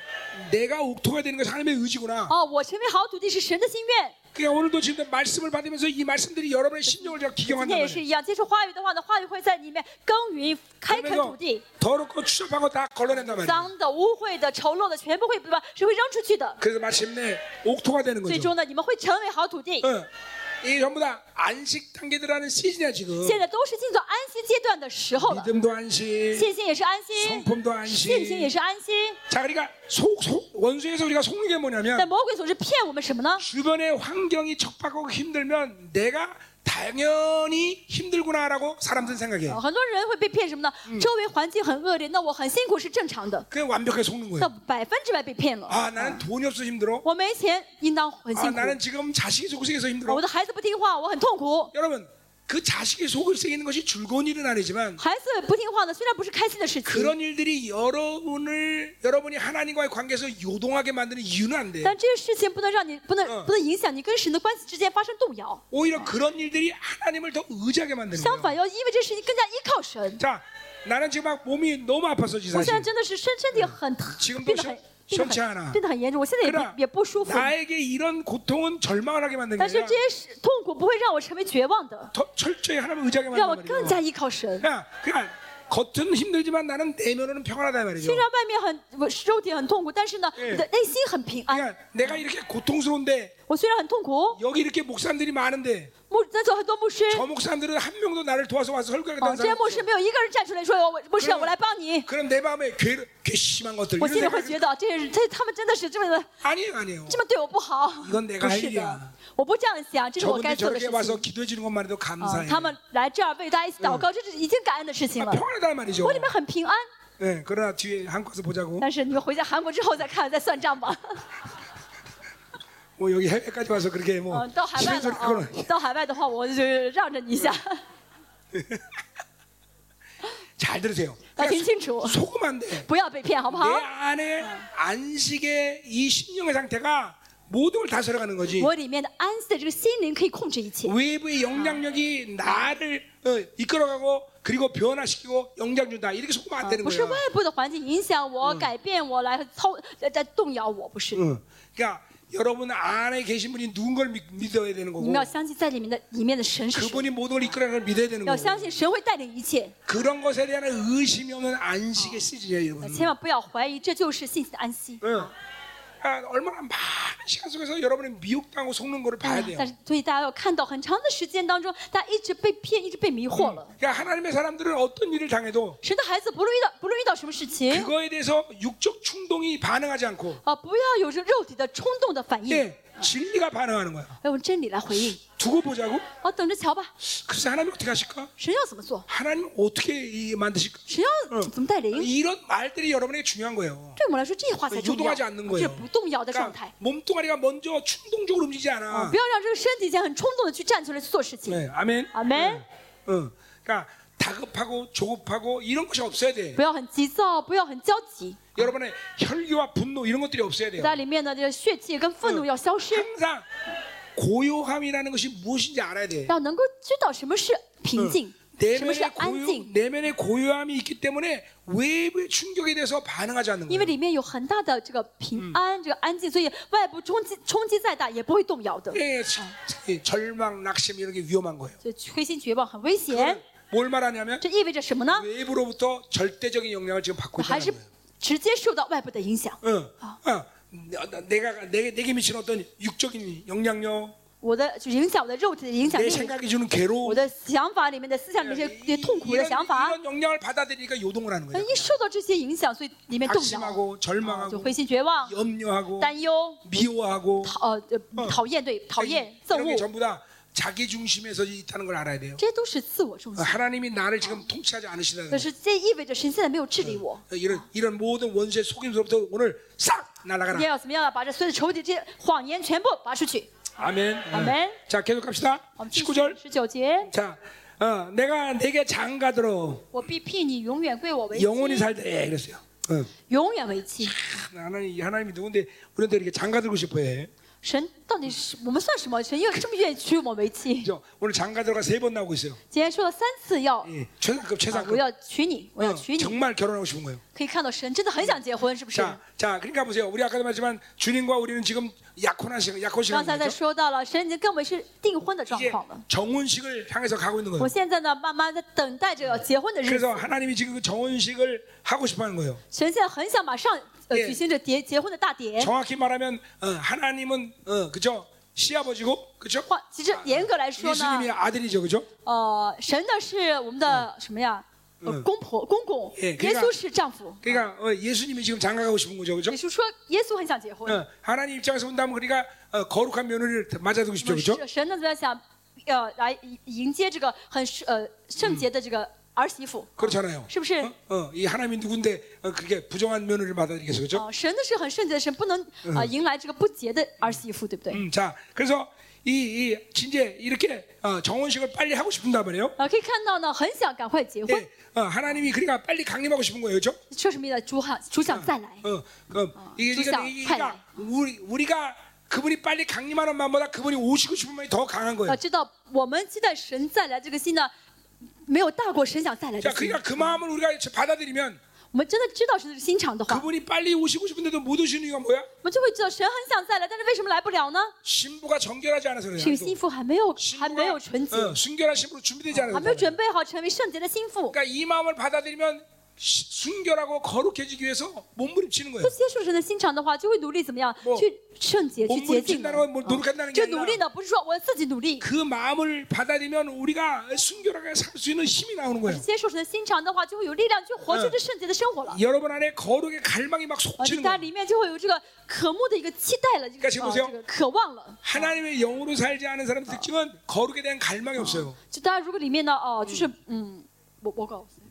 [SPEAKER 1] 내가 옥토가 되는 것이 하나님의 의지구나.
[SPEAKER 2] 哦，我成为好土地是神的心愿。
[SPEAKER 1] 그러니까 오늘도 지금 말씀을 받으면서 이 말씀들이 여러분의 심령을 제가
[SPEAKER 2] 今
[SPEAKER 1] 기경한다는
[SPEAKER 2] 天也是
[SPEAKER 1] 거예요.
[SPEAKER 2] 一样，接触话语的话呢，话语会在里面耕耘、开垦土
[SPEAKER 1] 그러면서
[SPEAKER 2] 地，
[SPEAKER 1] 더럽고 추잡한 거 다 걸러낸단 말이에요.
[SPEAKER 2] 脏的、污秽的、丑陋的，全部会把是会扔出去的。
[SPEAKER 1] 그래서 마침내 옥토가 되는
[SPEAKER 2] 最
[SPEAKER 1] 거죠.
[SPEAKER 2] 终呢，你们会成为好土地。
[SPEAKER 1] 어, 이 전부 다 안식 단계 들어가는 시즌이야 지금.
[SPEAKER 2] 现在都是进入安息阶段的时候了，
[SPEAKER 1] 믿음도 안식,
[SPEAKER 2] 信心也是安心
[SPEAKER 1] 성품도，안식
[SPEAKER 2] 信心也是安心。
[SPEAKER 1] 자, 그러니까 속, 속 원수에서 우리가 속는 게
[SPEAKER 2] 但
[SPEAKER 1] 뭐냐면
[SPEAKER 2] 魔鬼总是骗我们什么呢？
[SPEAKER 1] 주변의 환경이 척박하고 힘들면 내가 당연히 힘들구나라고 사람들은 생각해.
[SPEAKER 2] 呃很多人会被骗什么呢？
[SPEAKER 1] 嗯
[SPEAKER 2] 周围环境很恶劣，那我很辛苦是正常的，
[SPEAKER 1] 그게 완벽하게 속는
[SPEAKER 2] 那
[SPEAKER 1] 거예요.
[SPEAKER 2] 百分之百被骗了。
[SPEAKER 1] 아, 나는 돈이 없어 서 힘들어.
[SPEAKER 2] 我没钱，应当很
[SPEAKER 1] 아,
[SPEAKER 2] 辛苦。
[SPEAKER 1] 나는 지금 자식이 속세에서
[SPEAKER 2] 我
[SPEAKER 1] 힘들어.
[SPEAKER 2] 的孩子不听话，我很痛苦。
[SPEAKER 1] 여러분, 그 자식이 속을 새기는 것이 즐거운 일은 아니지만
[SPEAKER 2] 孩子不听话呢，虽然不是开心的事情，
[SPEAKER 1] 그런 일들이 여러분을 여러분이 하나님과의 관계에서 요동하게 만드는 이유는 안 돼.
[SPEAKER 2] 但这个事情不能让你不能
[SPEAKER 1] 嗯
[SPEAKER 2] 不能影响你跟神的关系之间发生动摇，
[SPEAKER 1] 오히려 그런 일들이 하나님을 더 의지하게 만드는
[SPEAKER 2] 相
[SPEAKER 1] 거예요.
[SPEAKER 2] 反要因为这事情更加依靠神。
[SPEAKER 1] 자, 나는 지금 막 몸이 너무 아팠어,
[SPEAKER 2] 我现在
[SPEAKER 1] 지사실.
[SPEAKER 2] 真的是身身体很
[SPEAKER 1] 嗯 지금도
[SPEAKER 2] 变得很
[SPEAKER 1] 시
[SPEAKER 2] 变
[SPEAKER 1] 시원치
[SPEAKER 2] 得
[SPEAKER 1] 않아
[SPEAKER 2] 很变得很严重，我现在也
[SPEAKER 1] 나
[SPEAKER 2] 不也不舒服，
[SPEAKER 1] 나에게 이런 고통은 절망을 하게 만드는
[SPEAKER 2] 但是
[SPEAKER 1] 거야.
[SPEAKER 2] 这些事痛苦不会让我成为绝望的，
[SPEAKER 1] 더 철저히 하나님을 의지하게
[SPEAKER 2] 让我
[SPEAKER 1] 만드는
[SPEAKER 2] 更
[SPEAKER 1] 거야.
[SPEAKER 2] 加依靠神。
[SPEAKER 1] 그러니까, 그러니까 겉은 힘들지만 나는 내면으로는 평안하다 이 말이죠.
[SPEAKER 2] 虽然外面很我肉体很痛苦，但是呢，
[SPEAKER 1] 예
[SPEAKER 2] 嗯你的内心很平安。
[SPEAKER 1] 그러니까 내가 이렇게 고통스러운데
[SPEAKER 2] 我虽然很痛苦，
[SPEAKER 1] 여기 이렇게 목사님들이 많은데
[SPEAKER 2] 牧在座很多牧师，
[SPEAKER 1] 저 목사님들은 한 명도 나를 도와서 와서
[SPEAKER 2] 啊，
[SPEAKER 1] 설교하겠다는
[SPEAKER 2] 这些
[SPEAKER 1] 사람
[SPEAKER 2] 牧师没有一个人站出来说我牧师
[SPEAKER 1] 그럼
[SPEAKER 2] 我来帮嗯你，
[SPEAKER 1] 그럼 내 마음에 괴, 괘씸한 것들
[SPEAKER 2] 我
[SPEAKER 1] 이런
[SPEAKER 2] 心里会
[SPEAKER 1] 생각이
[SPEAKER 2] 觉得这人这他们真的是这么的。
[SPEAKER 1] 아니에요 아니에요
[SPEAKER 2] 这么对我不好，
[SPEAKER 1] 이건내가
[SPEAKER 2] 不是
[SPEAKER 1] 할일이야
[SPEAKER 2] 的，我不这样想，这是我该
[SPEAKER 1] 저분들
[SPEAKER 2] 做的
[SPEAKER 1] 저렇게
[SPEAKER 2] 事
[SPEAKER 1] 와서
[SPEAKER 2] 情。
[SPEAKER 1] 기도해 주는 것만 해도
[SPEAKER 2] 啊，
[SPEAKER 1] 감사해요
[SPEAKER 2] 他们来这儿为大家一起祷告，这是已经感恩的事情
[SPEAKER 1] 아,
[SPEAKER 2] 了。
[SPEAKER 1] 평안하다는 말이죠
[SPEAKER 2] 我里面很平安，
[SPEAKER 1] 네, 그러나 뒤에 한국 가서 보자고
[SPEAKER 2] 但是你们回家韩国之后再看，再算账吧。
[SPEAKER 1] 뭐 여기 해외까지 와서 그렇게 뭐
[SPEAKER 2] 嗯，到海
[SPEAKER 1] 심한
[SPEAKER 2] 外了
[SPEAKER 1] 소리 하거나
[SPEAKER 2] 啊，到海外的话，我就让着你一下，
[SPEAKER 1] 잘 들으세요
[SPEAKER 2] 要听
[SPEAKER 1] 그러니까
[SPEAKER 2] 清楚，
[SPEAKER 1] 속으면 안돼내
[SPEAKER 2] 不要被骗，好不好？
[SPEAKER 1] 안에 안식의 이 심령의 상태가 모든 걸 다스려가는 거지
[SPEAKER 2] 我里面的安息的这个心灵可以控制一切，
[SPEAKER 1] 외부의 영향력이 나를 어, 이끌어가고 그리고 변화시키고 영향 준다 이렇게 속으면 안 되는
[SPEAKER 2] 不是
[SPEAKER 1] 거예요
[SPEAKER 2] 外部的嗯环境影响我、改变我来操来来动摇我，不是。
[SPEAKER 1] 응. 그러니까 여러분 안에 계신 분이 누군 걸 믿- 믿어야 되는
[SPEAKER 2] 你
[SPEAKER 1] 거고
[SPEAKER 2] 们要相信在里面的里面的神是谁，
[SPEAKER 1] 그분이 모든 걸 이끌어가는 걸 믿어야 되는
[SPEAKER 2] 要
[SPEAKER 1] 거고
[SPEAKER 2] 相信神会带领一切。
[SPEAKER 1] 그런 것에 대한 의심이 없는 안식의 시즌이에요
[SPEAKER 2] 呃
[SPEAKER 1] 여러분
[SPEAKER 2] 千万不要怀疑，这就是信心的安息。
[SPEAKER 1] 응. 아, 얼마나 많은 시간 속에서 여러분이 미혹당하고 속는 거를 봐야 돼요
[SPEAKER 2] 但是，所以大家要看到，很长的时间当中，大家一直被骗，一直被迷惑了。
[SPEAKER 1] 그러니까 하나님의 사람들은 어떤 일을 당해도
[SPEAKER 2] 神的孩子，不论遇到不论遇到什么事情，
[SPEAKER 1] 그거에 대해서 육적 충동이 반응하지 않고
[SPEAKER 2] 啊，不要有着肉体的冲动的反应，
[SPEAKER 1] 예, 진리가 반응하는 거야
[SPEAKER 2] 要用真理来回应。
[SPEAKER 1] 두고 보자고
[SPEAKER 2] 好，等着瞧吧，
[SPEAKER 1] 글쎄 하나님 어떻게 하실까
[SPEAKER 2] 神要怎么做，
[SPEAKER 1] 하나님 어떻게 이- 만드실까
[SPEAKER 2] 神要怎么带领，
[SPEAKER 1] 이런 말들이 여러분에게 중요한 거예요
[SPEAKER 2] 对我们来说，这话才重
[SPEAKER 1] 유동하
[SPEAKER 2] 要。
[SPEAKER 1] 지않는거예요
[SPEAKER 2] 这是不动摇的状
[SPEAKER 1] 그러니까
[SPEAKER 2] 态，
[SPEAKER 1] 몸뚱아리가 먼저 충동적으로 움직이지
[SPEAKER 2] 啊
[SPEAKER 1] 않아.
[SPEAKER 2] 不要让这个身体先很冲动的去站起来去做事情。
[SPEAKER 1] 네, 아멘.
[SPEAKER 2] 阿门。
[SPEAKER 1] 응. 그러니까 다급하고 조급하고 이런 것이 없어야 돼.
[SPEAKER 2] 不要很急躁，不要很焦急，
[SPEAKER 1] 여러분의 혈기와 분노 이런 것들이 없어야 돼요.
[SPEAKER 2] 在里面的这个血气跟愤怒要消失，
[SPEAKER 1] 항상 고요함이라는 것이 무엇인지 알아야 돼.
[SPEAKER 2] 要能够知道什么是平静，
[SPEAKER 1] 嗯
[SPEAKER 2] 什么是
[SPEAKER 1] 내면의
[SPEAKER 2] 安
[SPEAKER 1] 고요,
[SPEAKER 2] 静。
[SPEAKER 1] 내면의 고요함이 있기 때문에 외부의 충격에 대해서 반응하지 않는
[SPEAKER 2] 因为
[SPEAKER 1] 거예요.
[SPEAKER 2] 里面有很大的这个平安、这个安静，所以外部冲击冲击再大也不会动摇的。
[SPEAKER 1] 예, 참, 예, 절망, 낙심 이런 게 위험한 거예요.
[SPEAKER 2] 所以灰心绝望很危
[SPEAKER 1] 예.
[SPEAKER 2] 险，
[SPEAKER 1] 뭘 말하냐면
[SPEAKER 2] 这意味着什么
[SPEAKER 1] 아.
[SPEAKER 2] 呢？
[SPEAKER 1] 외부로부터 절대적인 영향을 지금 받고
[SPEAKER 2] 还
[SPEAKER 1] 있다는
[SPEAKER 2] 是
[SPEAKER 1] 거예요.
[SPEAKER 2] 直接受到外部的影响，
[SPEAKER 1] 아. 어, 어, 내가 내, 내게 미친 어떤 육적인 영향력
[SPEAKER 2] 我的就影响我的肉体的影响
[SPEAKER 1] 내
[SPEAKER 2] 力，
[SPEAKER 1] 생각이 주는 괴로움,
[SPEAKER 2] 我的想法里面的思想里面这些痛苦的想法，
[SPEAKER 1] 이런 영향을 받아들이니까 아, 요동을 하는
[SPEAKER 2] 呃
[SPEAKER 1] 거예요.
[SPEAKER 2] 一受到这些影响，所以里面动摇，
[SPEAKER 1] 낙심하고
[SPEAKER 2] 啊就
[SPEAKER 1] 절망하고
[SPEAKER 2] 灰心绝望、
[SPEAKER 1] 염려하고
[SPEAKER 2] 担忧、
[SPEAKER 1] 미워하고
[SPEAKER 2] 讨呃
[SPEAKER 1] 嗯
[SPEAKER 2] 呃讨厌，对，讨厌、
[SPEAKER 1] 이-
[SPEAKER 2] 憎
[SPEAKER 1] 이런 게
[SPEAKER 2] 恶，
[SPEAKER 1] 전부 다 자기 중심에서 있다는 걸 알아야 돼요.
[SPEAKER 2] 这些都是自我中
[SPEAKER 1] 어,
[SPEAKER 2] 心。
[SPEAKER 1] 하나님이 나를 지금 통치하지 않으시다는
[SPEAKER 2] 但是这意味着神现在没有治理我。
[SPEAKER 1] 거예요. 이런 이런 모든 원수의 속임수로부터 오늘 싹
[SPEAKER 2] 你
[SPEAKER 1] 날아가라.
[SPEAKER 2] 要怎么样啊？把这所有的仇敌、这些谎言全部拔出去。
[SPEAKER 1] 아멘.
[SPEAKER 2] 아멘.
[SPEAKER 1] 어. 자 계속 갑시다.
[SPEAKER 2] 我们继续
[SPEAKER 1] 19절.
[SPEAKER 2] 十九节，
[SPEAKER 1] 자, 어, 내가 내게 장가들어
[SPEAKER 2] 我必聘你永远归我为
[SPEAKER 1] 영원히
[SPEAKER 2] 妻，
[SPEAKER 1] 살다. 예, 그랬어요. 어.
[SPEAKER 2] 永远为妻。
[SPEAKER 1] 하나님 하나님이 누군데 우리한테 이렇게 장가들고 싶어해.
[SPEAKER 2] 神到底是我们算什么？神又这么愿意娶我们为妻？
[SPEAKER 1] 그죠? 오늘 장가들어가 세 번 나오고 있어요.
[SPEAKER 2] 今天说了三次要，
[SPEAKER 1] 예, 최상급
[SPEAKER 2] 啊
[SPEAKER 1] 최상급.
[SPEAKER 2] 我要娶你，我要
[SPEAKER 1] 어,
[SPEAKER 2] 娶你。
[SPEAKER 1] 정말 결혼하고 싶은 거예요.
[SPEAKER 2] 可以看到神真的很想结婚，是不是？
[SPEAKER 1] 자, 자, 그러니까 보세요. 우리 아까도 말했지만 주님과 우리는 지금 약혼한 시간, 약혼
[SPEAKER 2] 刚才
[SPEAKER 1] 시간이죠.
[SPEAKER 2] 在说到了，神已经跟我们是订婚的状
[SPEAKER 1] 이제
[SPEAKER 2] 况了。
[SPEAKER 1] 정혼식을 향해서 가고 있는
[SPEAKER 2] 我
[SPEAKER 1] 거예요.
[SPEAKER 2] 现在呢，慢慢的等待着要结婚的日子。
[SPEAKER 1] 그래서 하나님이 지금 그 정혼식을 하고 싶어하는 거예요.
[SPEAKER 2] 神现在很想马上呃
[SPEAKER 1] 예
[SPEAKER 2] 举行这结结婚的大典。
[SPEAKER 1] 정확히 말하면 어, 하나님은 어, 그죠? 시아버지고 그죠?
[SPEAKER 2] 话其实严格来说呢，
[SPEAKER 1] 예수님이 아들이죠, 그죠?
[SPEAKER 2] 呃，神呢是我们的什么呀？呃
[SPEAKER 1] 嗯，
[SPEAKER 2] 公婆公公，
[SPEAKER 1] 예
[SPEAKER 2] 耶稣是丈夫。
[SPEAKER 1] 그러니까 어, 예수님이 지금 장가가고 싶은 거죠, 그죠?
[SPEAKER 2] 耶稣说，耶稣很想结婚。
[SPEAKER 1] 어, 하나님 입장에서 본다면 그러니까 어, 거룩한 며느리를 맞아두고 싶죠,
[SPEAKER 2] 我们
[SPEAKER 1] 그죠?
[SPEAKER 2] 是神呢怎么样想，呃，来迎迎接这个很呃圣洁的这个儿媳妇，
[SPEAKER 1] 그렇잖아요.
[SPEAKER 2] 嗯是不是？
[SPEAKER 1] 어, 어, 이 하나님이 누군데 어, 그렇게 부정한 며느리를 받아들이겠어요, 그죠?
[SPEAKER 2] 哦，神呢是很圣洁的神，不能啊、呃迎来这个不洁的儿媳妇，对不对？
[SPEAKER 1] 음, 자, 그래서 이, 이 진짜 이렇게 어, 정원식을 빨리 하고 싶은단 말이에요.
[SPEAKER 2] 啊，可以看到呢，很想赶快结婚，
[SPEAKER 1] 예, 어, 하나님이 그러니까 빨리 강림하고 싶은 거예요, 그렇죠?
[SPEAKER 2] 说什么呢？主想主想再来，
[SPEAKER 1] 어, 그, 이게
[SPEAKER 2] 주상,
[SPEAKER 1] 그러니까 이게 그러니까 우리 우리가 그분이 빨리 강림하는 마음보다 그분이 오시고 싶은 마음이 더 강한
[SPEAKER 2] 要
[SPEAKER 1] 거예요.
[SPEAKER 2] 呃知道我们期待神再来这个心呢，没有大过神想再来的
[SPEAKER 1] 자,
[SPEAKER 2] 心。
[SPEAKER 1] 그러니까 그 마음을 우리가 받아들이면
[SPEAKER 2] 我们真的知道神的心肠的话，
[SPEAKER 1] 그분이 빨리 오시고 싶은데도 못 오시는 이유가 뭐야?
[SPEAKER 2] 我们就会知道神很想再来，但是为什么来不了呢？
[SPEAKER 1] 신부가 정결하지 않아서
[SPEAKER 2] 是因
[SPEAKER 1] 그래요.
[SPEAKER 2] 为心腹还没有还没
[SPEAKER 1] 신부가
[SPEAKER 2] 有纯洁，
[SPEAKER 1] 어, 순결한 신부로 준비되지
[SPEAKER 2] 还
[SPEAKER 1] 않아서
[SPEAKER 2] 没有
[SPEAKER 1] 그래요.
[SPEAKER 2] 准备好成为圣洁的心腹。
[SPEAKER 1] 그러니까 이 마음을 받아들이면 시- 순결하고 거룩해지기 위해서 몸부림치는 거예요.
[SPEAKER 2] 不接受神的心肠的话，就会努力怎么样
[SPEAKER 1] 不
[SPEAKER 2] 去圣洁、去洁净的。
[SPEAKER 1] 몸부림친다는 건뭐 노력한다는 게
[SPEAKER 2] 这努
[SPEAKER 1] 아니라
[SPEAKER 2] 力呢，不是说我自己努力，
[SPEAKER 1] 그 마음을 받아들이면 우리가 순결하게 살 수 있는 힘이 나오는 거예요.
[SPEAKER 2] 接受神的心肠的话，就会有力量去活出
[SPEAKER 1] 嗯
[SPEAKER 2] 这圣洁的生活了。
[SPEAKER 1] 여러분 안에 거룩의 갈망이 막
[SPEAKER 2] 啊，你
[SPEAKER 1] 속치는
[SPEAKER 2] 家
[SPEAKER 1] 거예요.
[SPEAKER 2] 里面就会有这个渴慕的一个期待了，这
[SPEAKER 1] 그러니까지
[SPEAKER 2] 个、
[SPEAKER 1] 금
[SPEAKER 2] 啊
[SPEAKER 1] 보세요
[SPEAKER 2] 这个渴望了。
[SPEAKER 1] 하나님의 영으로 살지 않은 사람 의 특징은 거룩에 대한 갈망이 없어요.
[SPEAKER 2] 就大家如果里面呢，哦、就是嗯，我我告诉你，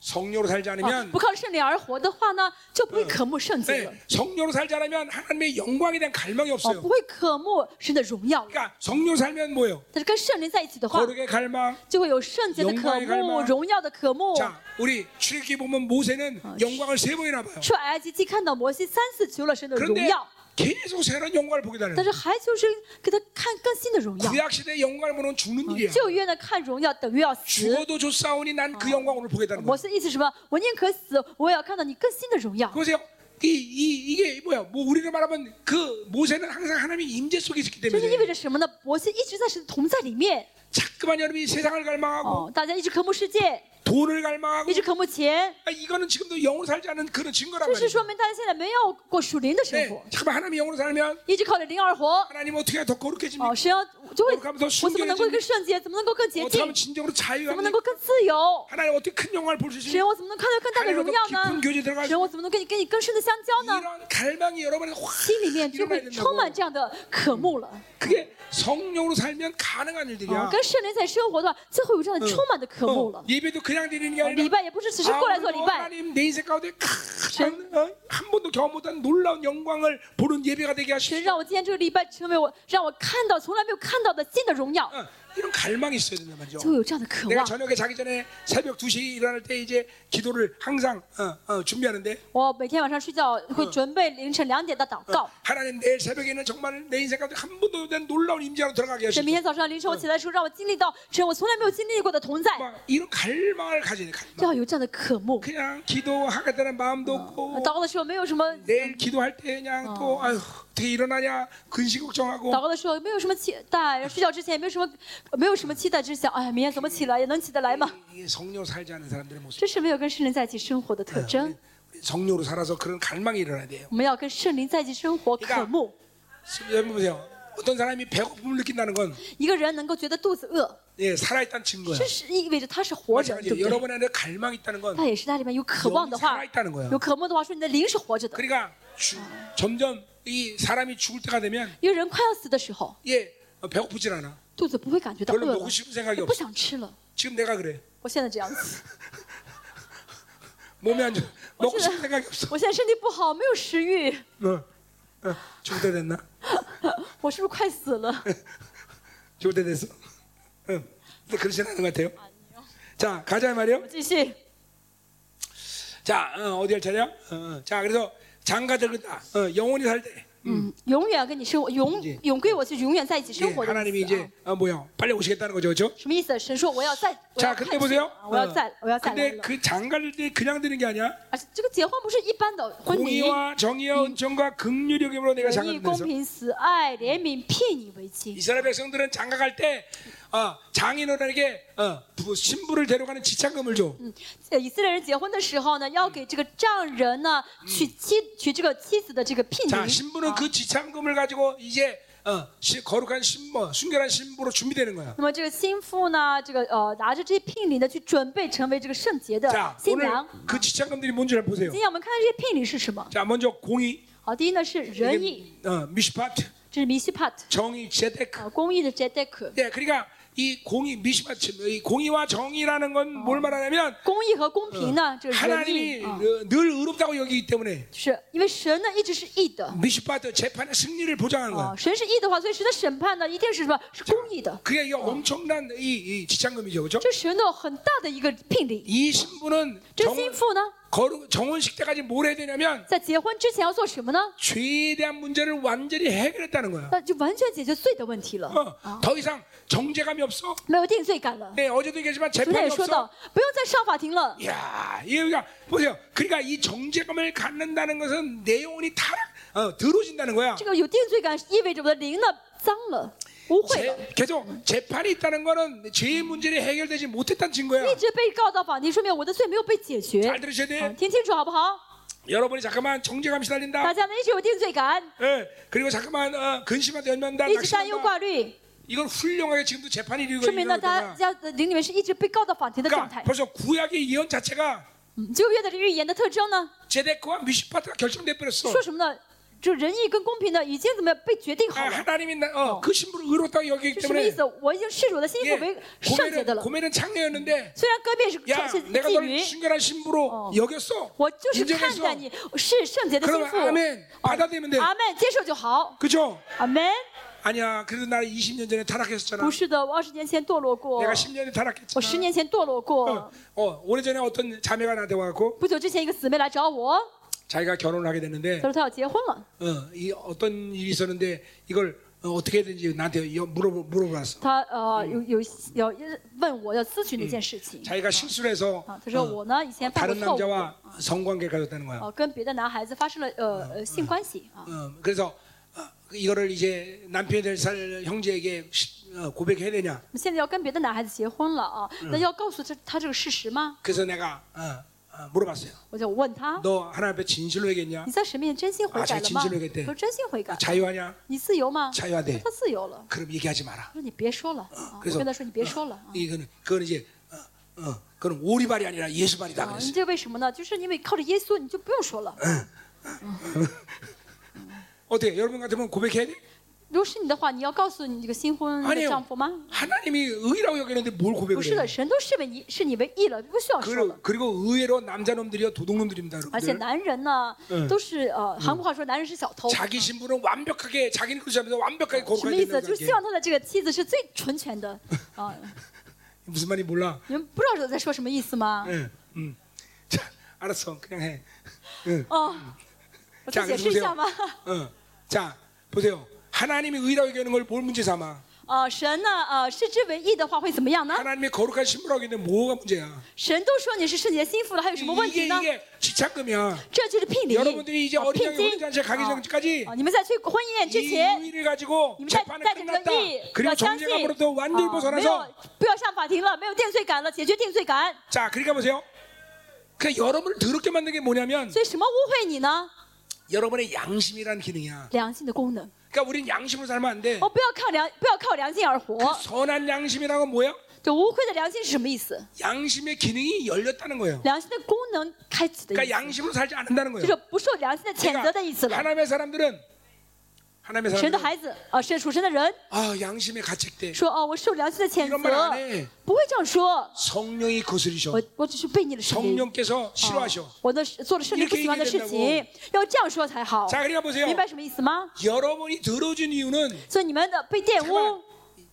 [SPEAKER 1] 성령으로 살지
[SPEAKER 2] 啊
[SPEAKER 1] 않으면
[SPEAKER 2] 不靠圣灵而活的话呢，就不会渴慕圣洁
[SPEAKER 1] 네,
[SPEAKER 2] 了，
[SPEAKER 1] 성령으로 살지 않으면 하나님의 영광에 대한 갈망이
[SPEAKER 2] 哦、
[SPEAKER 1] 없어요.
[SPEAKER 2] 不会渴慕神的荣耀了。
[SPEAKER 1] 그러니까 성령 살면 뭐예요?
[SPEAKER 2] 但是跟圣灵在一起的话，
[SPEAKER 1] 거룩의 갈망.
[SPEAKER 2] 就会有圣洁的
[SPEAKER 1] 영광
[SPEAKER 2] 渴
[SPEAKER 1] 의갈망
[SPEAKER 2] 慕、荣耀的渴慕。
[SPEAKER 1] 자, 우리 출애기 보면 모세는 영광을 세 번이나 봐요.
[SPEAKER 2] 出埃及记看到摩西三次求了神的荣
[SPEAKER 1] 그런데
[SPEAKER 2] 耀。
[SPEAKER 1] 계속 새로운 영광을 보게 되는
[SPEAKER 2] 但
[SPEAKER 1] 거예요.
[SPEAKER 2] 是还求神给他看更新的荣耀。
[SPEAKER 1] 구약 시대 영광을 보는 죽는 일이야.
[SPEAKER 2] 旧约呢，看荣耀等于要死。
[SPEAKER 1] 죽어도 좋사오니 난 그 영광을 보게 되는 거예요.
[SPEAKER 2] 我是意思什么？我宁可死，我也要看到你更新的荣耀。
[SPEAKER 1] 보세요. 이, 이, 이게 뭐야? 뭐 우리를 말하면 그 모세는 항상 하나님의 임재 속에 있었기
[SPEAKER 2] 这就意
[SPEAKER 1] 때문에
[SPEAKER 2] 味着什么呢？摩西一直在神的同在里面
[SPEAKER 1] 자꾸만 여러분이 세상을 갈망하고
[SPEAKER 2] 哦，大家一直渴慕世界，
[SPEAKER 1] 돈을 갈망하고
[SPEAKER 2] 一直渴慕钱，
[SPEAKER 1] 아, 이거는 지금도 영으로 살지 않은 그런 증거란
[SPEAKER 2] 这是
[SPEAKER 1] 말이에요.
[SPEAKER 2] 说明大家现在没有过属灵的生
[SPEAKER 1] 네,
[SPEAKER 2] 活，
[SPEAKER 1] 잠깐만 하나님의 영으로 살면
[SPEAKER 2] 一直靠着灵而活。
[SPEAKER 1] 하나님 어떻게 더 거룩해집니까?
[SPEAKER 2] 哦，神要就会，
[SPEAKER 1] 我看不到
[SPEAKER 2] 我怎么能够更圣洁？怎么能够更洁
[SPEAKER 1] 어떻게
[SPEAKER 2] 净
[SPEAKER 1] 하면 ？ 그 진정으로
[SPEAKER 2] 怎么能
[SPEAKER 1] 자유합니까?
[SPEAKER 2] 够更自由？
[SPEAKER 1] 하나님 어떻게 큰 영광을 볼 수 있습니까?
[SPEAKER 2] 神，我怎么能看到更大的荣耀
[SPEAKER 1] 하나님과더 깊은교제들어가
[SPEAKER 2] 呢？
[SPEAKER 1] 서
[SPEAKER 2] 神，我怎么能跟你跟你更深的相交呢？
[SPEAKER 1] 이런 갈망이 여러분의 확
[SPEAKER 2] 心里面就
[SPEAKER 1] 일어나야
[SPEAKER 2] 会充
[SPEAKER 1] 된다고.
[SPEAKER 2] 满这样的渴慕了。
[SPEAKER 1] 그게 성령으로 살면 가능한 일들이야.
[SPEAKER 2] 哦跟圣灵在生活的话，就会有这样的充满的渴慕
[SPEAKER 1] 어,
[SPEAKER 2] 了。
[SPEAKER 1] 예배도 그냥 어, 드리는 게
[SPEAKER 2] 哦礼
[SPEAKER 1] 아니라
[SPEAKER 2] 拜也不是只是过来做礼
[SPEAKER 1] 아무도
[SPEAKER 2] 拜，
[SPEAKER 1] 하나님 내 인생 가운데 큰, 어, 한 번도 경험 못한 놀라운 영광을 보는 예배가 되게
[SPEAKER 2] 神
[SPEAKER 1] 하시오.
[SPEAKER 2] 让我今天这个礼拜成为我让我看到从来没有看到的新的荣耀，
[SPEAKER 1] 어, 이런 갈망이 있어야 된단 말이죠.
[SPEAKER 2] 就会有这样的渴
[SPEAKER 1] 내가
[SPEAKER 2] 望。
[SPEAKER 1] 저녁에 자기 전에 새벽 2시에 일어날 때 이제 기도를 항상 어, 어, 준비하는데
[SPEAKER 2] 我每天晚上睡觉会准备凌晨两点的祷
[SPEAKER 1] 어,
[SPEAKER 2] 告。
[SPEAKER 1] 하나님 내일 새벽에는 정말 내 인생 가운데 한 번도 된 놀라운 임재로 들어가게
[SPEAKER 2] 神，
[SPEAKER 1] 하시오.
[SPEAKER 2] 明天早上凌晨我起来的时候，让我经历到神我从来没有经历过的同在，
[SPEAKER 1] 막 이런 갈망을 가지네 갈망.
[SPEAKER 2] 要有这样的渴慕。
[SPEAKER 1] 그냥 기도하겠다는 마음도 없고
[SPEAKER 2] 祷告的时候没有什么，
[SPEAKER 1] 내일 기도할 때 그냥 또 아휴 어. 아, 어떻게 일어나냐 근심 걱정하고
[SPEAKER 2] 祷告的时候没有什么期待，睡觉之前也没有什么没有什么期待，只是想哎呀明天怎么起来，也能起得来吗？
[SPEAKER 1] 이게 성령 살지 않은 사람들의 모습.
[SPEAKER 2] 这是没有跟圣灵在一起生活的特征。
[SPEAKER 1] 우리 성령으로 살아서 그런 갈망이 일어나야 돼요.
[SPEAKER 2] 我们要跟圣灵在一起生活，渴慕。
[SPEAKER 1] 여러분 보세요. 어떤 사람이 배고픔을 느낀다는 건
[SPEAKER 2] 一个人能够觉得肚子饿，
[SPEAKER 1] 예, 살아있다는 증거야.
[SPEAKER 2] 这是意味着他是活着的，
[SPEAKER 1] 마찬가지로
[SPEAKER 2] 对不对？
[SPEAKER 1] 여러분 안에 갈망이 있다는 건
[SPEAKER 2] 但也是他里面有渴望的话
[SPEAKER 1] 有살아있다는거야 ，
[SPEAKER 2] 有渴望的话，说你的灵是活着的。
[SPEAKER 1] 그러니까 주- 점점 이 사람이 죽을 때가 되면
[SPEAKER 2] 一个人快要死的时候，
[SPEAKER 1] 예, 어, 배고프질 않아.
[SPEAKER 2] 肚子不会感觉到饿
[SPEAKER 1] 별로먹고
[SPEAKER 2] 了
[SPEAKER 1] 싶은생각이，
[SPEAKER 2] 也
[SPEAKER 1] 없어
[SPEAKER 2] 不想吃了。
[SPEAKER 1] 지금 내가 그래.
[SPEAKER 2] 我现在这样子，
[SPEAKER 1] 몸에 안 좋아. 먹고 싶은 생각이 없어.
[SPEAKER 2] 我现在身体不好，没有食欲，
[SPEAKER 1] 어, 어, 죽을 때 됐나?
[SPEAKER 2] 我是不是快死了？
[SPEAKER 1] 죽을 때 됐어? 응. 근데 그렇진 않은 것 같아요. 자, 가자 말이요.
[SPEAKER 2] 继续，
[SPEAKER 1] 자, 어, 디할 차례야? 어, 어. 자, 그래서 장가 들겠다. 어, 영원히 살 때.
[SPEAKER 2] 嗯，永远要跟你生活，永
[SPEAKER 1] 이제
[SPEAKER 2] 永归我去，永远在一起
[SPEAKER 1] 예,
[SPEAKER 2] 生活的意
[SPEAKER 1] 하나님이
[SPEAKER 2] 思啊
[SPEAKER 1] 이제 어, 뭐야? 빨리 오시겠다는 거죠, 그렇죠?
[SPEAKER 2] 什么意思？神说我要再，我
[SPEAKER 1] 자
[SPEAKER 2] 要
[SPEAKER 1] 근데
[SPEAKER 2] 看
[SPEAKER 1] 보세요.
[SPEAKER 2] 啊我要
[SPEAKER 1] 어.
[SPEAKER 2] 再，我要再来
[SPEAKER 1] 근데
[SPEAKER 2] 了。
[SPEAKER 1] 그 장가를 때 그냥 드는 게 아니야.
[SPEAKER 2] 而且这个结婚不是一般的婚礼，
[SPEAKER 1] 공의와 정의와 은총과 긍휼력으로 내가
[SPEAKER 2] 仁
[SPEAKER 1] 장가를
[SPEAKER 2] 义、公
[SPEAKER 1] 내서
[SPEAKER 2] 平、慈爱、怜悯、聘你为妻。
[SPEAKER 1] 이스라엘 백성들은 장가 갈때 어, 장인어른에게 어, 부- 신부를 데려가는 지참금을 줘.
[SPEAKER 2] 嗯，呃以色列人结婚的时候呢，要给这个丈人呢娶妻娶这个妻子的这个聘礼。
[SPEAKER 1] 자, 신부는
[SPEAKER 2] 啊
[SPEAKER 1] 그 지참금을 가지고 이제 어, 시- 거룩한 신부, 순결한 신부로 준비되는 거야.
[SPEAKER 2] 那么这个新妇呢，这个呃拿着这些聘礼呢，去准备成为这个圣洁的
[SPEAKER 1] 자,
[SPEAKER 2] 新
[SPEAKER 1] 오늘
[SPEAKER 2] 娘。
[SPEAKER 1] 그 지참금들이 뭔지 잘 보세요.
[SPEAKER 2] 今天我们看看这些聘礼是什么。
[SPEAKER 1] 자, 먼저 공의,
[SPEAKER 2] 好，第一呢是仁义，
[SPEAKER 1] 이게, 어, 미시파트,
[SPEAKER 2] 这是米西帕特，
[SPEAKER 1] 정의, 제데크.
[SPEAKER 2] 呃，公义的 j e d e k
[SPEAKER 1] 네, 그러니까 이 공의, 미시파트, 이 공의와 정의라는 건 뭘 말하냐면
[SPEAKER 2] 公义和公平呢，这个仁义
[SPEAKER 1] 하나님이
[SPEAKER 2] 啊，
[SPEAKER 1] 어, 늘 의롭다고 여기기 때문에
[SPEAKER 2] 就是因为神呢一直是义的，
[SPEAKER 1] 미시파트 재판의 승리를 보장하는 거야.
[SPEAKER 2] 啊，神是义的话，所以神的审判呢一定是什么？是公义的。
[SPEAKER 1] 그게 이 엄청난 이, 이 지참금이죠, 그렇죠?
[SPEAKER 2] 这神的很大的一个聘礼。
[SPEAKER 1] 이 신부는
[SPEAKER 2] 这
[SPEAKER 1] 정
[SPEAKER 2] 新妇呢，
[SPEAKER 1] 거룩, 정혼식 때까지 뭘 해야 되냐면
[SPEAKER 2] 在结婚之前要做什么呢？
[SPEAKER 1] 죄에 대한 문제를 완전히 해결했다는 거야.
[SPEAKER 2] 那就完全解决罪的问题了，
[SPEAKER 1] 어, 더 이상 정죄감이 없어.
[SPEAKER 2] 没有定罪感了。
[SPEAKER 1] 네, 어제도 얘기했지만
[SPEAKER 2] 昨天
[SPEAKER 1] 재판이
[SPEAKER 2] 也说
[SPEAKER 1] 없어.
[SPEAKER 2] 到，不用再上法庭了。
[SPEAKER 1] 이야, 이게 그러니까 보세요. 그러니까 이 정죄감을 갖는다는 것은 내 영혼이 타락, 어, 더러진다는 거야.
[SPEAKER 2] 这个有定罪感意味着我的灵呢脏了、污秽了。
[SPEAKER 1] 재, 계속 재판이 있다는 거는 죄의 문제를 해결되지 못했다는 증거야.
[SPEAKER 2] 一直被告到法庭，说明我的罪没有被解决。
[SPEAKER 1] 잘 들으셔야
[SPEAKER 2] 啊
[SPEAKER 1] 돼.
[SPEAKER 2] 听清楚好不好？
[SPEAKER 1] 여러분이 잠깐만 정죄감 시달린다.
[SPEAKER 2] 大家呢一直有定罪感，
[SPEAKER 1] 예, 그리고 잠깐만 어, 근심한테 연면다.
[SPEAKER 2] 一直担忧
[SPEAKER 1] 낙심한다.
[SPEAKER 2] 挂虑，
[SPEAKER 1] 이건 훌륭하게 지금도 재판이 일고
[SPEAKER 2] 说明呢
[SPEAKER 1] 있는
[SPEAKER 2] 大
[SPEAKER 1] 거야.
[SPEAKER 2] 家的灵里面是一直被告到法庭的状
[SPEAKER 1] 그러니까
[SPEAKER 2] 态。
[SPEAKER 1] 벌써 구약의 예언 자체가
[SPEAKER 2] 嗯旧约的这预言的特征呢，
[SPEAKER 1] 제데크와 미시파트가 결정돼 버렸어.
[SPEAKER 2] 说什么呢？就仁义跟公平呢已经怎么样被决定
[SPEAKER 1] 아,
[SPEAKER 2] 好了。
[SPEAKER 1] 하나님이 나, 어, 그 신부를 의롭다고 여기기
[SPEAKER 2] 这什么意
[SPEAKER 1] 때문에
[SPEAKER 2] 思？我已经视我的心
[SPEAKER 1] 예,
[SPEAKER 2] 腹为圣洁的
[SPEAKER 1] 고멜은,
[SPEAKER 2] 了。
[SPEAKER 1] 고멜은 창녀였는데
[SPEAKER 2] 虽然割面是
[SPEAKER 1] 야
[SPEAKER 2] 是
[SPEAKER 1] 내가
[SPEAKER 2] 妓
[SPEAKER 1] 널
[SPEAKER 2] 女，
[SPEAKER 1] 순결한 신부로
[SPEAKER 2] 어.
[SPEAKER 1] 여겼어
[SPEAKER 2] 我就是看
[SPEAKER 1] 인정했어
[SPEAKER 2] 待你是圣洁的心腹。
[SPEAKER 1] 그러면 아멘
[SPEAKER 2] 哦
[SPEAKER 1] 어. 받아들이면 돼
[SPEAKER 2] 阿门，接受就好。
[SPEAKER 1] 그죠?
[SPEAKER 2] 阿门。
[SPEAKER 1] 아니야 그래도 나 20년 전에 타락했었잖아
[SPEAKER 2] 不是的，我二十年前堕落过
[SPEAKER 1] 내가 ， 10년에
[SPEAKER 2] 我十
[SPEAKER 1] 타락했잖아
[SPEAKER 2] 年前堕落
[SPEAKER 1] 어,
[SPEAKER 2] 过。
[SPEAKER 1] 어, 오래전에 어떤 자매가 나한테 와갖고
[SPEAKER 2] 不久之前，一个姊妹来找我，
[SPEAKER 1] 자기가 결혼을 하게 됐는데
[SPEAKER 2] 她说她要结婚了，
[SPEAKER 1] 어, 이 어떤 일이 있었는데 이걸 어, 떻게 해야 되는지 나한테 여- 물어보, 물어봤어
[SPEAKER 2] 她呃有有要问我要咨询的一件事情
[SPEAKER 1] 자기가 실수를 해서
[SPEAKER 2] 啊。她说
[SPEAKER 1] 어,
[SPEAKER 2] 我呢以前犯过
[SPEAKER 1] 다른
[SPEAKER 2] 错误，
[SPEAKER 1] 남자와 성관계 가졌다는 거야
[SPEAKER 2] 呃，跟别的男孩子发生了呃呃性关系啊。
[SPEAKER 1] 어, 그래서 어, 이거를 이제 남편이 될 살 형제에게 시- 어, 고백해야 되냐
[SPEAKER 2] 那么现在要跟别的男孩子结婚了啊，那要告诉这他这个事实吗？
[SPEAKER 1] 그래서 내가 어, 어, 물어봤어요.
[SPEAKER 2] 我就问他，
[SPEAKER 1] 너 하나님 앞에 진실로 얘기했냐?
[SPEAKER 2] 你在神面前真心悔改了吗
[SPEAKER 1] 啊这个真心悔改？
[SPEAKER 2] 说真心悔改，
[SPEAKER 1] 자유하냐?
[SPEAKER 2] 你自由吗？
[SPEAKER 1] 자유하대
[SPEAKER 2] 他自由了。
[SPEAKER 1] 그럼 얘기하지 마라.
[SPEAKER 2] 我说你别说了，啊我
[SPEAKER 1] 그래서
[SPEAKER 2] 跟他说你别说了。啊
[SPEAKER 1] 이거는 그건 이제 어, 어, 그건 오리발이 아니라 예수발이다
[SPEAKER 2] 啊
[SPEAKER 1] 그랬어.
[SPEAKER 2] 你这为什么呢？就是因为靠着耶稣，你就不用说了。
[SPEAKER 1] 어때? 여러분 같으면 고백해야 돼?
[SPEAKER 2] 如果是你的话，你要告诉你这个新婚的
[SPEAKER 1] 아니요.
[SPEAKER 2] 丈夫吗？
[SPEAKER 1] 하나님이 의라고 여기는데 뭘
[SPEAKER 2] 不
[SPEAKER 1] 고백을
[SPEAKER 2] 是
[SPEAKER 1] 해?
[SPEAKER 2] 的，神都视为你是你为义了，不需要说了
[SPEAKER 1] 그리고, 。 그리고 의외로 남자놈들이요 도둑놈들입니다
[SPEAKER 2] 而且
[SPEAKER 1] 여러분들.
[SPEAKER 2] 男人呢，都是呃，韩国话说男人是小偷。
[SPEAKER 1] 자기 신부는 완벽하게 자기는 그러면서 완벽하게
[SPEAKER 2] 什么
[SPEAKER 1] 거룩하게
[SPEAKER 2] 意思？就是
[SPEAKER 1] 된다는
[SPEAKER 2] 希望他的这个妻子是最纯全的啊！
[SPEAKER 1] 무슨 말인지 몰라.
[SPEAKER 2] 你们不知道我在说什么意思吗？
[SPEAKER 1] 응, 응. 자, 알았어. 그냥 해. 응.
[SPEAKER 2] 哦，我再
[SPEAKER 1] 자
[SPEAKER 2] 解
[SPEAKER 1] 그래서
[SPEAKER 2] 释一
[SPEAKER 1] 보세요.
[SPEAKER 2] 下吧。
[SPEAKER 1] 응. 자, 보세요. 하나님이 의라고 여기는 걸 뭘 문제 삼아?
[SPEAKER 2] 呃，神呢，呃，视之为义的话会怎么样呢？
[SPEAKER 1] 하나님이 거룩한 신부라고 했는데 뭐가 문제야?
[SPEAKER 2] 神都说你是圣洁心腹了，还有什么问
[SPEAKER 1] 이게
[SPEAKER 2] 题呢？
[SPEAKER 1] 이게 지착금이야.
[SPEAKER 2] 这就是聘礼，
[SPEAKER 1] 여러분들이 이제
[SPEAKER 2] 啊
[SPEAKER 1] 어린양이
[SPEAKER 2] 聘金
[SPEAKER 1] 혼인잔치에 가기
[SPEAKER 2] 啊
[SPEAKER 1] 전까지
[SPEAKER 2] 啊！你们在去婚宴之
[SPEAKER 1] 이
[SPEAKER 2] 前，
[SPEAKER 1] 의를 가지고
[SPEAKER 2] 你们带
[SPEAKER 1] 재판은
[SPEAKER 2] 带着这
[SPEAKER 1] 끝났다.
[SPEAKER 2] 个义，
[SPEAKER 1] 그리고
[SPEAKER 2] 要相信，
[SPEAKER 1] 정죄감으로부터
[SPEAKER 2] 啊
[SPEAKER 1] 완전히
[SPEAKER 2] 没有
[SPEAKER 1] 벗어나서
[SPEAKER 2] 不要上法庭了，没有定罪感了，解决定罪感。
[SPEAKER 1] 자, 그러니까 보세요. 그러니까 여러분을 더럽게 만든 게 뭐냐면
[SPEAKER 2] 所以什么污秽你呢？
[SPEAKER 1] 여러분의 양심이란 기능이야.
[SPEAKER 2] 良心的功能。
[SPEAKER 1] 그러니까 우린 양심으로 살면 안 돼.
[SPEAKER 2] 哦，不要靠良，不要靠良心而活。
[SPEAKER 1] 어. 선한 양심이라는 건 뭐야?
[SPEAKER 2] 就无愧的良心是什么意思？
[SPEAKER 1] 양심의 기능이 열렸다는 거예요.
[SPEAKER 2] 良心的功能开启的
[SPEAKER 1] 그러니까
[SPEAKER 2] 意思，
[SPEAKER 1] 양심으로 살지 않는다는
[SPEAKER 2] 就
[SPEAKER 1] 거예요.
[SPEAKER 2] 是不受良心的谴责的意思
[SPEAKER 1] 그러니까
[SPEAKER 2] 了。
[SPEAKER 1] 하나님의 사람들은 하나님의
[SPEAKER 2] 神的
[SPEAKER 1] 사람들은
[SPEAKER 2] 孩子啊，是属神的人，
[SPEAKER 1] 아 양심에 가책돼
[SPEAKER 2] 说哦，我受良心的谴
[SPEAKER 1] 이런 말 안
[SPEAKER 2] 责，
[SPEAKER 1] 해.
[SPEAKER 2] 不会这样说。
[SPEAKER 1] 성령이 거스리셔.
[SPEAKER 2] 我我只是被你的圣灵，
[SPEAKER 1] 성령께서 싫어하셔.
[SPEAKER 2] 哦我的做了圣灵不喜欢的事
[SPEAKER 1] 이렇게
[SPEAKER 2] 情，要这样说才好。
[SPEAKER 1] 자 그러니까 보세요.
[SPEAKER 2] 明白什么意思吗？
[SPEAKER 1] 여러분이 들어준 이유는
[SPEAKER 2] 所以你们的被玷污，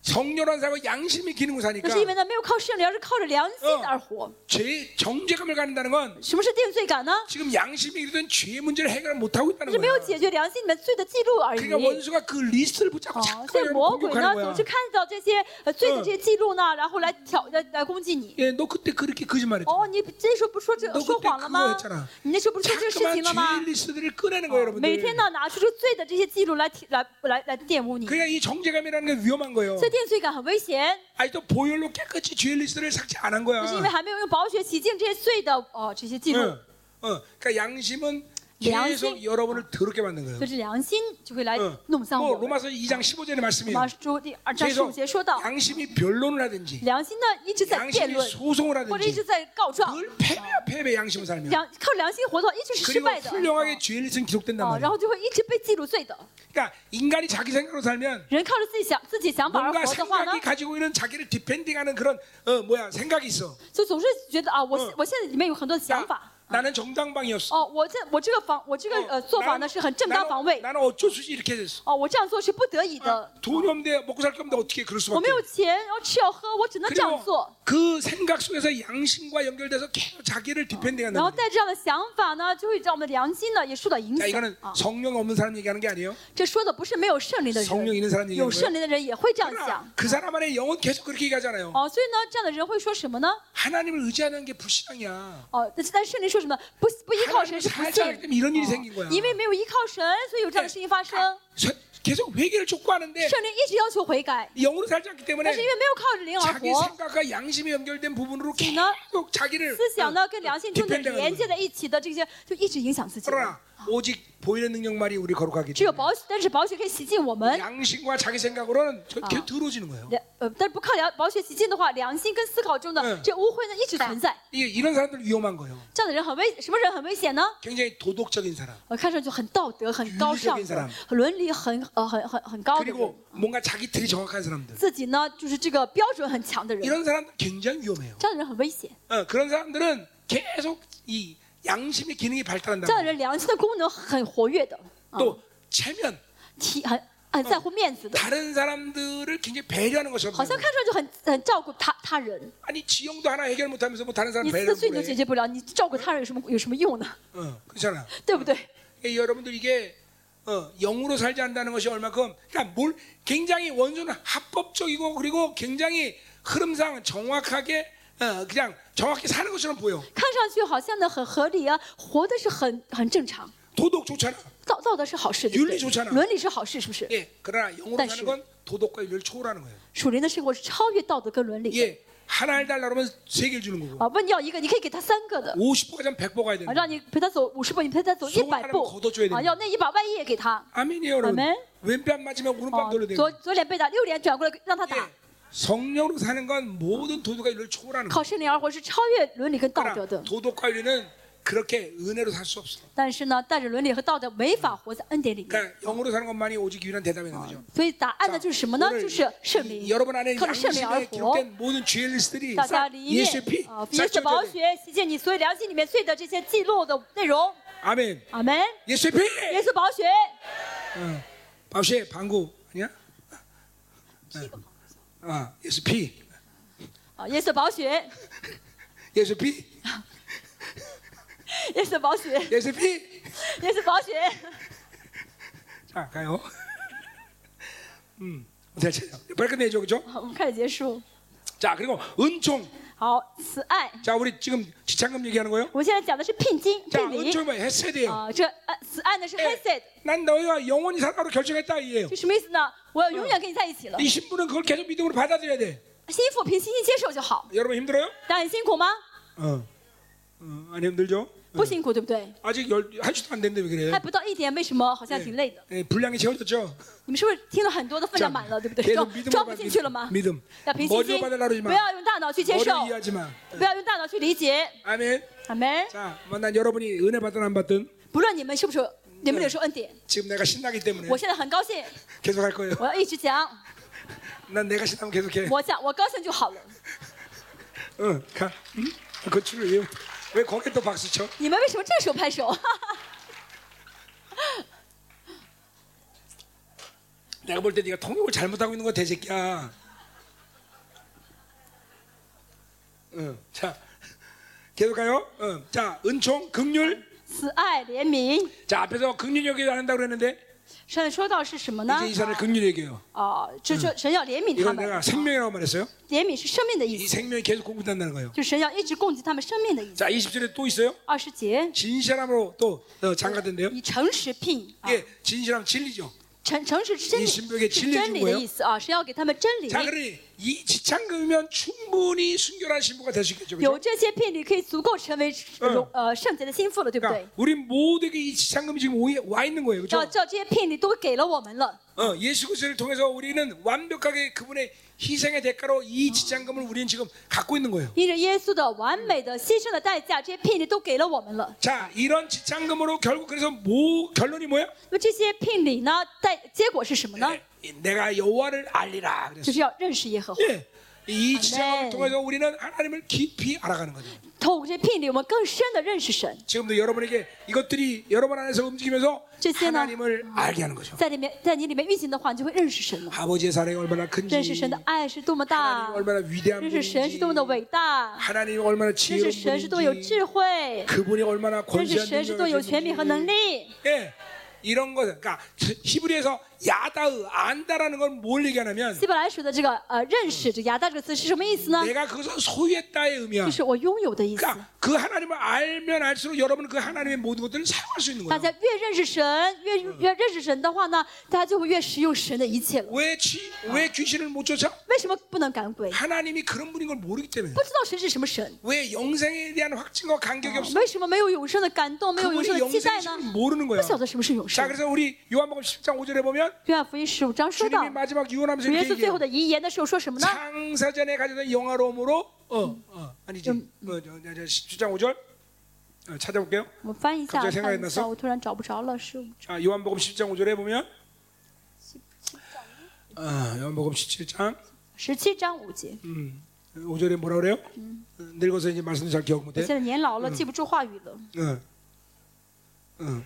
[SPEAKER 1] 성령한 사고 양심의 기능을
[SPEAKER 2] 那
[SPEAKER 1] 사니까
[SPEAKER 2] 是因为呢没有靠圣灵，而是靠着良心而活。
[SPEAKER 1] 죄 정죄감을 갖는다는 건
[SPEAKER 2] 什么是定罪感呢？
[SPEAKER 1] 지금 양심이 이르던 죄의 문제를 해결 못 하고
[SPEAKER 2] 就
[SPEAKER 1] 있다는
[SPEAKER 2] 是没有
[SPEAKER 1] 거야.
[SPEAKER 2] 解决良心里面罪的记录而已。
[SPEAKER 1] 그러니까 원수가 그 리스트를 붙잡고
[SPEAKER 2] 哦，
[SPEAKER 1] 자꾸
[SPEAKER 2] 所以
[SPEAKER 1] 여러분
[SPEAKER 2] 魔鬼
[SPEAKER 1] 공격하는 거야.
[SPEAKER 2] 呢总是看到这些呃罪的
[SPEAKER 1] 嗯
[SPEAKER 2] 这些记录呢，然后来挑来来攻击你。
[SPEAKER 1] 예, 너 그때 그렇게 거짓말했잖아.
[SPEAKER 2] 哦，嗯你这时候不说这
[SPEAKER 1] 너
[SPEAKER 2] 说
[SPEAKER 1] 그때
[SPEAKER 2] 谎了
[SPEAKER 1] 그거
[SPEAKER 2] 吗？
[SPEAKER 1] 했잖아.
[SPEAKER 2] 你那时候不是说这个事情了吗
[SPEAKER 1] 자꾸만 죄의 ？ 리스트들을 꺼내는 거예요,
[SPEAKER 2] 每
[SPEAKER 1] 여러분들.
[SPEAKER 2] 天呢拿出这个罪的这些记录来提来来来玷污你，所
[SPEAKER 1] 그러니까 이 정죄감이라는 게 위험한 거예요.
[SPEAKER 2] 以定罪感很危险，
[SPEAKER 1] 아직도 보혈로 깨끗이 죄의 리스트를 삭제 안 한 거야.
[SPEAKER 2] 就是因为还没有用宝血洗净这些罪的哦这些记录，
[SPEAKER 1] 응, 응. 그러니까 양심은
[SPEAKER 2] 양심?
[SPEAKER 1] 계속 여러분을 더럽게 만든 거예요.
[SPEAKER 2] 就是良心就会来
[SPEAKER 1] 응.
[SPEAKER 2] 弄脏
[SPEAKER 1] 뭐
[SPEAKER 2] 我们。
[SPEAKER 1] 로마서 2장 15절의
[SPEAKER 2] 罗马
[SPEAKER 1] 말씀이에요.
[SPEAKER 2] 书第二章十五
[SPEAKER 1] 계속
[SPEAKER 2] 节说到，
[SPEAKER 1] 양심이 변론을 하든지
[SPEAKER 2] 良心呢一直在辩
[SPEAKER 1] 양심이
[SPEAKER 2] 论，
[SPEAKER 1] 소송을
[SPEAKER 2] 或者一直
[SPEAKER 1] 하든지
[SPEAKER 2] 在告状，
[SPEAKER 1] 늘 패배야 패배 양심을 살면
[SPEAKER 2] 良靠良心活动一直是失
[SPEAKER 1] 그리고
[SPEAKER 2] 败的。
[SPEAKER 1] 훌륭하게 죄의 리스트는 기록된단
[SPEAKER 2] 哦，然
[SPEAKER 1] 말이에요.
[SPEAKER 2] 后就会一直被记录罪的。
[SPEAKER 1] 그러니까 인간이 자기 생각으로 살면
[SPEAKER 2] 人靠着自己想自己想法而
[SPEAKER 1] 뭔가
[SPEAKER 2] 活的话呢
[SPEAKER 1] 생각이 ， 가지고 있는 자기를 디펜딩하는 그런 어 뭐야 생각이 있어.
[SPEAKER 2] 就总是觉得啊，我
[SPEAKER 1] 嗯
[SPEAKER 2] 我现在里面有很多想
[SPEAKER 1] 야,
[SPEAKER 2] 法。
[SPEAKER 1] 나는 어. 정당방위였어.
[SPEAKER 2] 哦，我这我这个防我这个
[SPEAKER 1] 어,
[SPEAKER 2] 呃做法呢
[SPEAKER 1] 나는-
[SPEAKER 2] 是很正当
[SPEAKER 1] 나는-
[SPEAKER 2] 防卫。
[SPEAKER 1] 나는 어쩔 수 없이 이렇게 됐어.
[SPEAKER 2] 哦，我这样做是不得已的，
[SPEAKER 1] 돈이 없는데 먹고 살 게 없는데 어떻게 그럴
[SPEAKER 2] 我
[SPEAKER 1] 수밖에.
[SPEAKER 2] 没有钱要吃要喝，我只能这样
[SPEAKER 1] 그리고
[SPEAKER 2] 做。
[SPEAKER 1] 그 생각 속에서 양심과 연결돼서 계속 자기를 디펜딩하는.
[SPEAKER 2] 然后
[SPEAKER 1] 거예요.
[SPEAKER 2] 带着这样的想法呢，就会让我们的良心呢也受到影
[SPEAKER 1] 자
[SPEAKER 2] 响
[SPEAKER 1] 이거는
[SPEAKER 2] 啊。
[SPEAKER 1] 성령 없는 사람 얘기하는 게 아니에요.
[SPEAKER 2] 这说的不是没有圣灵的
[SPEAKER 1] 성령있는사람얘기하는
[SPEAKER 2] 人，
[SPEAKER 1] 거예요
[SPEAKER 2] 有圣灵的人也会这样
[SPEAKER 1] 그러나
[SPEAKER 2] 想。
[SPEAKER 1] 그 사람 안에 영은 계속 그렇게 얘기하잖아요.
[SPEAKER 2] 哦，所以呢，这样的人会说什么呢？
[SPEAKER 1] 하나님을 의지하는 게 불신앙이야.
[SPEAKER 2] 哦，但是但是圣灵说什么？不不依靠神
[SPEAKER 1] 하나님을
[SPEAKER 2] 是不
[SPEAKER 1] 살지 않기
[SPEAKER 2] 信，
[SPEAKER 1] 때문에 이런 일이 생긴 거야.
[SPEAKER 2] 因为没有依靠神，所以有这样的事情发生。
[SPEAKER 1] 서- 계속 회개를 촉구하는데
[SPEAKER 2] 圣灵一直要求悔改，
[SPEAKER 1] 영으로 살지 않기
[SPEAKER 2] 但是因
[SPEAKER 1] 때문에
[SPEAKER 2] 为没有靠着灵而
[SPEAKER 1] 자기
[SPEAKER 2] 活，
[SPEAKER 1] 생각과 양심이 연결된 부분으로
[SPEAKER 2] 지나-
[SPEAKER 1] 계속 자기를
[SPEAKER 2] 思想呢跟良心中的
[SPEAKER 1] 디펜딩하는
[SPEAKER 2] 连接
[SPEAKER 1] 거야.
[SPEAKER 2] 在一起的这些，就一直影响自己。
[SPEAKER 1] 그러나 오직 보이는 능력만이 우리 거룩하기
[SPEAKER 2] 只有
[SPEAKER 1] 때문에
[SPEAKER 2] 保险，但是保险可以洗净我们。
[SPEAKER 1] 양심과 자기 생각으로는 저- 계속
[SPEAKER 2] 아.
[SPEAKER 1] 더러워지는 거예요.
[SPEAKER 2] 良呃，但是不靠良保险洗净的话，良心跟思考中的
[SPEAKER 1] 嗯
[SPEAKER 2] 这污秽呢一直存在。
[SPEAKER 1] 이게 이런 사람들 위험한 거예요.
[SPEAKER 2] 这样的人很危，什么人很危险呢？
[SPEAKER 1] 굉장히 도덕적인 사람
[SPEAKER 2] 呃，看上去很道德、很高尚
[SPEAKER 1] 律师跟
[SPEAKER 2] 的，伦理很呃很很很高的人，
[SPEAKER 1] 그리고 뭔가 자기 틀이 정확한 사람들
[SPEAKER 2] 自己呢就是这个标准很强的人，
[SPEAKER 1] 이런 사람들 굉장히 위험해요.
[SPEAKER 2] 这样的人很危险。
[SPEAKER 1] 어, 그런 사람들은 계속 이 양심의 기능이
[SPEAKER 2] 这样的
[SPEAKER 1] 발달한다.
[SPEAKER 2] 人良心的功能很活跃的，啊，
[SPEAKER 1] 또 체면
[SPEAKER 2] 体很很在乎面子的。
[SPEAKER 1] 다른 사람들을 굉장히 배려하는 것처럼
[SPEAKER 2] 好像
[SPEAKER 1] 생각해요.
[SPEAKER 2] 看上去很很照顾他他人，
[SPEAKER 1] 아니 지형도 하나 해결 못하면서 뭐 다른 사람
[SPEAKER 2] 你四
[SPEAKER 1] 배려를
[SPEAKER 2] 岁你都解
[SPEAKER 1] 그래.
[SPEAKER 2] 决不了，你照顾他人有什么有什么用呢？
[SPEAKER 1] 어, 그렇잖아.
[SPEAKER 2] 对不对？
[SPEAKER 1] 예, 여러분들 이게 어, 영으로 살지 않는다는 것이 얼마큼 그러니까 뭘 굉장히 원수는 합법적이고 그리고 굉장히 흐름상 정확하게 어, 그냥 정확히 사는 것처럼 보여.
[SPEAKER 2] 看上去好像呢很合理啊，活的是很很正常，
[SPEAKER 1] 도덕 좋잖아.
[SPEAKER 2] 道道德是好事，对不对
[SPEAKER 1] 윤리좋잖아
[SPEAKER 2] 伦理是好事，是不是？
[SPEAKER 1] 예, 그러나 영으로
[SPEAKER 2] 다시.
[SPEAKER 1] 사는 건 도덕과 윤리를 초월하는 거예요.
[SPEAKER 2] 属灵的生活是超越道德跟伦理的
[SPEAKER 1] 예, 하나를 달라 그러면 세 개를 주는 거고.
[SPEAKER 2] 啊。问你要一个，你可以给他三个的
[SPEAKER 1] 50%가 면 100% 가야 되는
[SPEAKER 2] 啊，
[SPEAKER 1] 거예요.
[SPEAKER 2] 让你陪他走五十步，你陪他走一
[SPEAKER 1] 送
[SPEAKER 2] 百步
[SPEAKER 1] 他那个口头追的
[SPEAKER 2] 啊，要那一百万一也给他
[SPEAKER 1] 아멘이에요, 여러분.
[SPEAKER 2] 아멘. 아,
[SPEAKER 1] 왼뺨 맞으면
[SPEAKER 2] 啊
[SPEAKER 1] 오른뺨 돌려야 ，
[SPEAKER 2] 左
[SPEAKER 1] 돼요.
[SPEAKER 2] 左脸被打，右脸转过来让他打
[SPEAKER 1] 예, 。 성령으로 사는 건 모든 도덕과 윤리를 초월하는 거예요.
[SPEAKER 2] 靠圣灵而活是超越伦理跟道德
[SPEAKER 1] 그러나
[SPEAKER 2] 的，
[SPEAKER 1] 도덕과 윤리는 그렇게 은혜로 살 수 없어.
[SPEAKER 2] 但是呢，带着伦理和道德没法活在恩典里面。
[SPEAKER 1] 그러니까 영으로 사는 것만이 오직 유일한 대답인 거죠.
[SPEAKER 2] 所以答案呢
[SPEAKER 1] 자,
[SPEAKER 2] 就是什么呢？
[SPEAKER 1] 오늘
[SPEAKER 2] 就是圣灵
[SPEAKER 1] 이- 。 여러분 안에
[SPEAKER 2] 靠着圣灵而
[SPEAKER 1] 양심에
[SPEAKER 2] 活，
[SPEAKER 1] 기록된 모든 죄의 리스트들이
[SPEAKER 2] 大家
[SPEAKER 1] 싹
[SPEAKER 2] 里面
[SPEAKER 1] 예수의 피,
[SPEAKER 2] 啊，
[SPEAKER 1] 싹
[SPEAKER 2] 耶稣宝
[SPEAKER 1] 지워져야 돼.
[SPEAKER 2] 血洗净你所有良心里面罪的这些记录的内容。
[SPEAKER 1] 아멘.
[SPEAKER 2] 阿门。
[SPEAKER 1] 예수의 피.
[SPEAKER 2] 耶稣宝血，
[SPEAKER 1] 어. 바우시의 방구 아니야? 어. 어, 예수 피.
[SPEAKER 2] 啊，耶稣宝血，
[SPEAKER 1] 예수 피.
[SPEAKER 2] 耶稣宝血，耶
[SPEAKER 1] 예수 피.
[SPEAKER 2] 稣宝血。
[SPEAKER 1] 자, 가요. 음. 잘 찾아. 빨리 끝내죠, 그죠?
[SPEAKER 2] 好，我们开始结束。
[SPEAKER 1] 자, 그리고 은총.
[SPEAKER 2] 好，慈爱。
[SPEAKER 1] 자, 우리 지금 지창금 얘기하는 거예요?
[SPEAKER 2] 我们现在讲的是聘金、
[SPEAKER 1] 자,
[SPEAKER 2] 聘礼
[SPEAKER 1] 은총이 뭐예요? 헤세드예요
[SPEAKER 2] 啊，这呃慈爱呢是 hesed，
[SPEAKER 1] 난 너희와 영원히 살아로 결정했다 이에요.
[SPEAKER 2] 就什么意思呢？我要永远跟你在一起了。
[SPEAKER 1] 이 신부는 그걸 계속 믿음으로 받아들여야 돼.
[SPEAKER 2] 心腹平，心心接受就好。
[SPEAKER 1] 여러분 힘들어요?
[SPEAKER 2] 나很辛苦吗？
[SPEAKER 1] 어. 어, 안 힘들죠?
[SPEAKER 2] 不辛苦，对不对？
[SPEAKER 1] 아직 열, 한 주도 안 됐는데 왜
[SPEAKER 2] 还
[SPEAKER 1] 그래요?
[SPEAKER 2] 不到一点，为什么好像挺累的？
[SPEAKER 1] 예, 분량이 채워졌죠?
[SPEAKER 2] 你们是不是听了很多的分量满了，对不对？
[SPEAKER 1] 계속
[SPEAKER 2] 装
[SPEAKER 1] 믿음으로
[SPEAKER 2] 装不
[SPEAKER 1] 받-
[SPEAKER 2] 进去了吗？
[SPEAKER 1] 믿음.
[SPEAKER 2] 要凭信
[SPEAKER 1] 머리로
[SPEAKER 2] 心，
[SPEAKER 1] 받으라 그러지
[SPEAKER 2] 不
[SPEAKER 1] 마.
[SPEAKER 2] 要用大脑去接受，
[SPEAKER 1] 머리로 이해하지 마.
[SPEAKER 2] 不要用大脑去理解。
[SPEAKER 1] 아멘.
[SPEAKER 2] 阿门。
[SPEAKER 1] 자, 뭐난 여러분이 은혜 받든 안 받든
[SPEAKER 2] 不论你们是不是有没有受恩典，
[SPEAKER 1] 지금 내가 신나기 때문에
[SPEAKER 2] 我现在很高兴，
[SPEAKER 1] 계속 할 거예요.
[SPEAKER 2] 我要一直讲，
[SPEAKER 1] 난 내가 신나면 계속해.
[SPEAKER 2] 我讲我高兴就好了。
[SPEAKER 1] 응, 가. 응? 그 줄을 이어. 왜 거기에 또 박수 쳐?
[SPEAKER 2] 你们为什么这时候拍手？
[SPEAKER 1] 내가 볼 때 네가 통역을 잘못하고 있는 거 대새끼야. 응, 자, 계속 가요. 응, 자, 은총, 극률.
[SPEAKER 2] 慈爱怜悯，
[SPEAKER 1] 자, 앞에서 극률 얘기도 안 한다고 그랬는데
[SPEAKER 2] 上面说到是什么呢
[SPEAKER 1] 이제 ？이 사람을 극률 얘기해요.
[SPEAKER 2] 啊，这这神要怜悯他
[SPEAKER 1] 이건
[SPEAKER 2] 们，
[SPEAKER 1] 내가 생명이라고 말했어요.
[SPEAKER 2] 怜悯是生命的意
[SPEAKER 1] 이
[SPEAKER 2] 思，
[SPEAKER 1] 생명이 계속 공급된다는 거예요.
[SPEAKER 2] 就是神要一直供给他们生命的意思。
[SPEAKER 1] 자, 20절에 또 있어요.
[SPEAKER 2] 二十节，
[SPEAKER 1] 진실함으로 또 어, 장가된대요.
[SPEAKER 2] 以诚实聘啊，
[SPEAKER 1] 이게 진실함 진리죠.
[SPEAKER 2] 诚诚实是真
[SPEAKER 1] 이
[SPEAKER 2] 理，
[SPEAKER 1] 신벽에
[SPEAKER 2] 是
[SPEAKER 1] 진리를
[SPEAKER 2] 真理的意思啊，神要给他们真理。
[SPEAKER 1] 자 그러니 이 지창금이면 충분히 순결한 신부가 될 수 있겠죠. 그죠?
[SPEAKER 2] 有这些聘礼可以足够成为荣呃圣洁的心腹了，对不对
[SPEAKER 1] 그러니까 ？ 우리 모두에게 이 지창금이 지금 오이- 와 있는 거예요.
[SPEAKER 2] 要
[SPEAKER 1] 그렇죠?
[SPEAKER 2] 啊叫这些聘礼都给了我们了，
[SPEAKER 1] 어, 예수 그리스도를 통해서 우리는 완벽하게 그분의 희생의 대가로 이 지창금을 우리는 지금 갖고 있는 거예요.
[SPEAKER 2] 因着耶稣的完美的牺牲的代价，这些聘礼都给了我们了。
[SPEAKER 1] 자, 이런 지창금으로 결국 그래서 뭐 결론이 뭐예요?
[SPEAKER 2] 那么这些聘礼呢，代结果是什么呢？
[SPEAKER 1] 네, 내가 여호와를 알리라 그랬어요.
[SPEAKER 2] 就是要认识耶和华。
[SPEAKER 1] 예. 이 지창금을
[SPEAKER 2] 아멘.
[SPEAKER 1] 통해서 우리는 하나님을 깊이 알아가는 거죠.
[SPEAKER 2] 透过这些聘礼，我们更深的认识神，
[SPEAKER 1] 지금도 여러분에게 이것들이 여러분 안에서 움직이면서
[SPEAKER 2] 주시나.
[SPEAKER 1] 하나님을 알게 하는 거죠.
[SPEAKER 2] 在里面，在你里面运行的话，你就会认识神了。
[SPEAKER 1] 아버지의 사랑이 얼마나 큰지
[SPEAKER 2] 认识神的爱是多么大
[SPEAKER 1] 하나님 ， 얼마나 위대한
[SPEAKER 2] 认识神是多么的
[SPEAKER 1] 분인지
[SPEAKER 2] 伟大，
[SPEAKER 1] 하나님 얼마나
[SPEAKER 2] 认识
[SPEAKER 1] 지혜로운
[SPEAKER 2] 神是多么有
[SPEAKER 1] 분인지
[SPEAKER 2] 智慧，
[SPEAKER 1] 그분이 얼마나
[SPEAKER 2] 认识
[SPEAKER 1] 권세한
[SPEAKER 2] 神是多有权柄和能
[SPEAKER 1] 능력이
[SPEAKER 2] 力。
[SPEAKER 1] 예, 이런 거 그러니까 히브리에서 야다의 안다라는 건 뭘 얘기하냐면
[SPEAKER 2] 希伯来说的这个呃认识这个“亚大”这个词是什么意思呢？
[SPEAKER 1] 내가 그것을 소유했다의 의미야
[SPEAKER 2] 就是我拥有的意思。
[SPEAKER 1] 그러니까 그 하나님을 알면 알수록 여러분은 그 하나님의 모든 것들을 사용할 수 있는
[SPEAKER 2] 大
[SPEAKER 1] 거예요
[SPEAKER 2] 家越认识神，越越认识神的话呢，大家就会越使用神的一切了。
[SPEAKER 1] 왜 쥐- 왜 귀신을 못 쫓아?
[SPEAKER 2] 为什么不能赶鬼？
[SPEAKER 1] 하나님이 그런 분인 걸 모르기 때문에
[SPEAKER 2] 不知道神是什么神，
[SPEAKER 1] 왜 영생에 대한 확증과 간격이 없어?
[SPEAKER 2] 为什么没有永生的感动，没有永
[SPEAKER 1] 그분이
[SPEAKER 2] 生的期待
[SPEAKER 1] 영생을
[SPEAKER 2] 呢？
[SPEAKER 1] 모르는 거야
[SPEAKER 2] 不啊晓得什么是永
[SPEAKER 1] 자
[SPEAKER 2] 生。
[SPEAKER 1] 그래서 우리 요한복음 10장 5절에 보면
[SPEAKER 2] 约翰福音十五章说到
[SPEAKER 1] 주님이 ， 마지막 유언하면서
[SPEAKER 2] 主耶
[SPEAKER 1] 이렇게
[SPEAKER 2] 稣最
[SPEAKER 1] 얘기해요.
[SPEAKER 2] 后的遗言的时候说什么呢？
[SPEAKER 1] 창사전에 가졌던 영화로움으로 어, 어 아니지 어, 저, 저, 저, 10장 5절 어, 찾아볼게요
[SPEAKER 2] 我们翻译一下，
[SPEAKER 1] 갑자기생각이
[SPEAKER 2] 看
[SPEAKER 1] 났어
[SPEAKER 2] 一下，我突然找不着了，是
[SPEAKER 1] 자 요한복음 10장 5절에 보면 아, 요한복음 17장
[SPEAKER 2] 十七章五节。
[SPEAKER 1] 음, 5절에 뭐라 그래요? 어, 늙어서 이제 말씀도 잘 기억
[SPEAKER 2] 我
[SPEAKER 1] 못해
[SPEAKER 2] 现在年老了，记不住话语了。
[SPEAKER 1] 어, 어.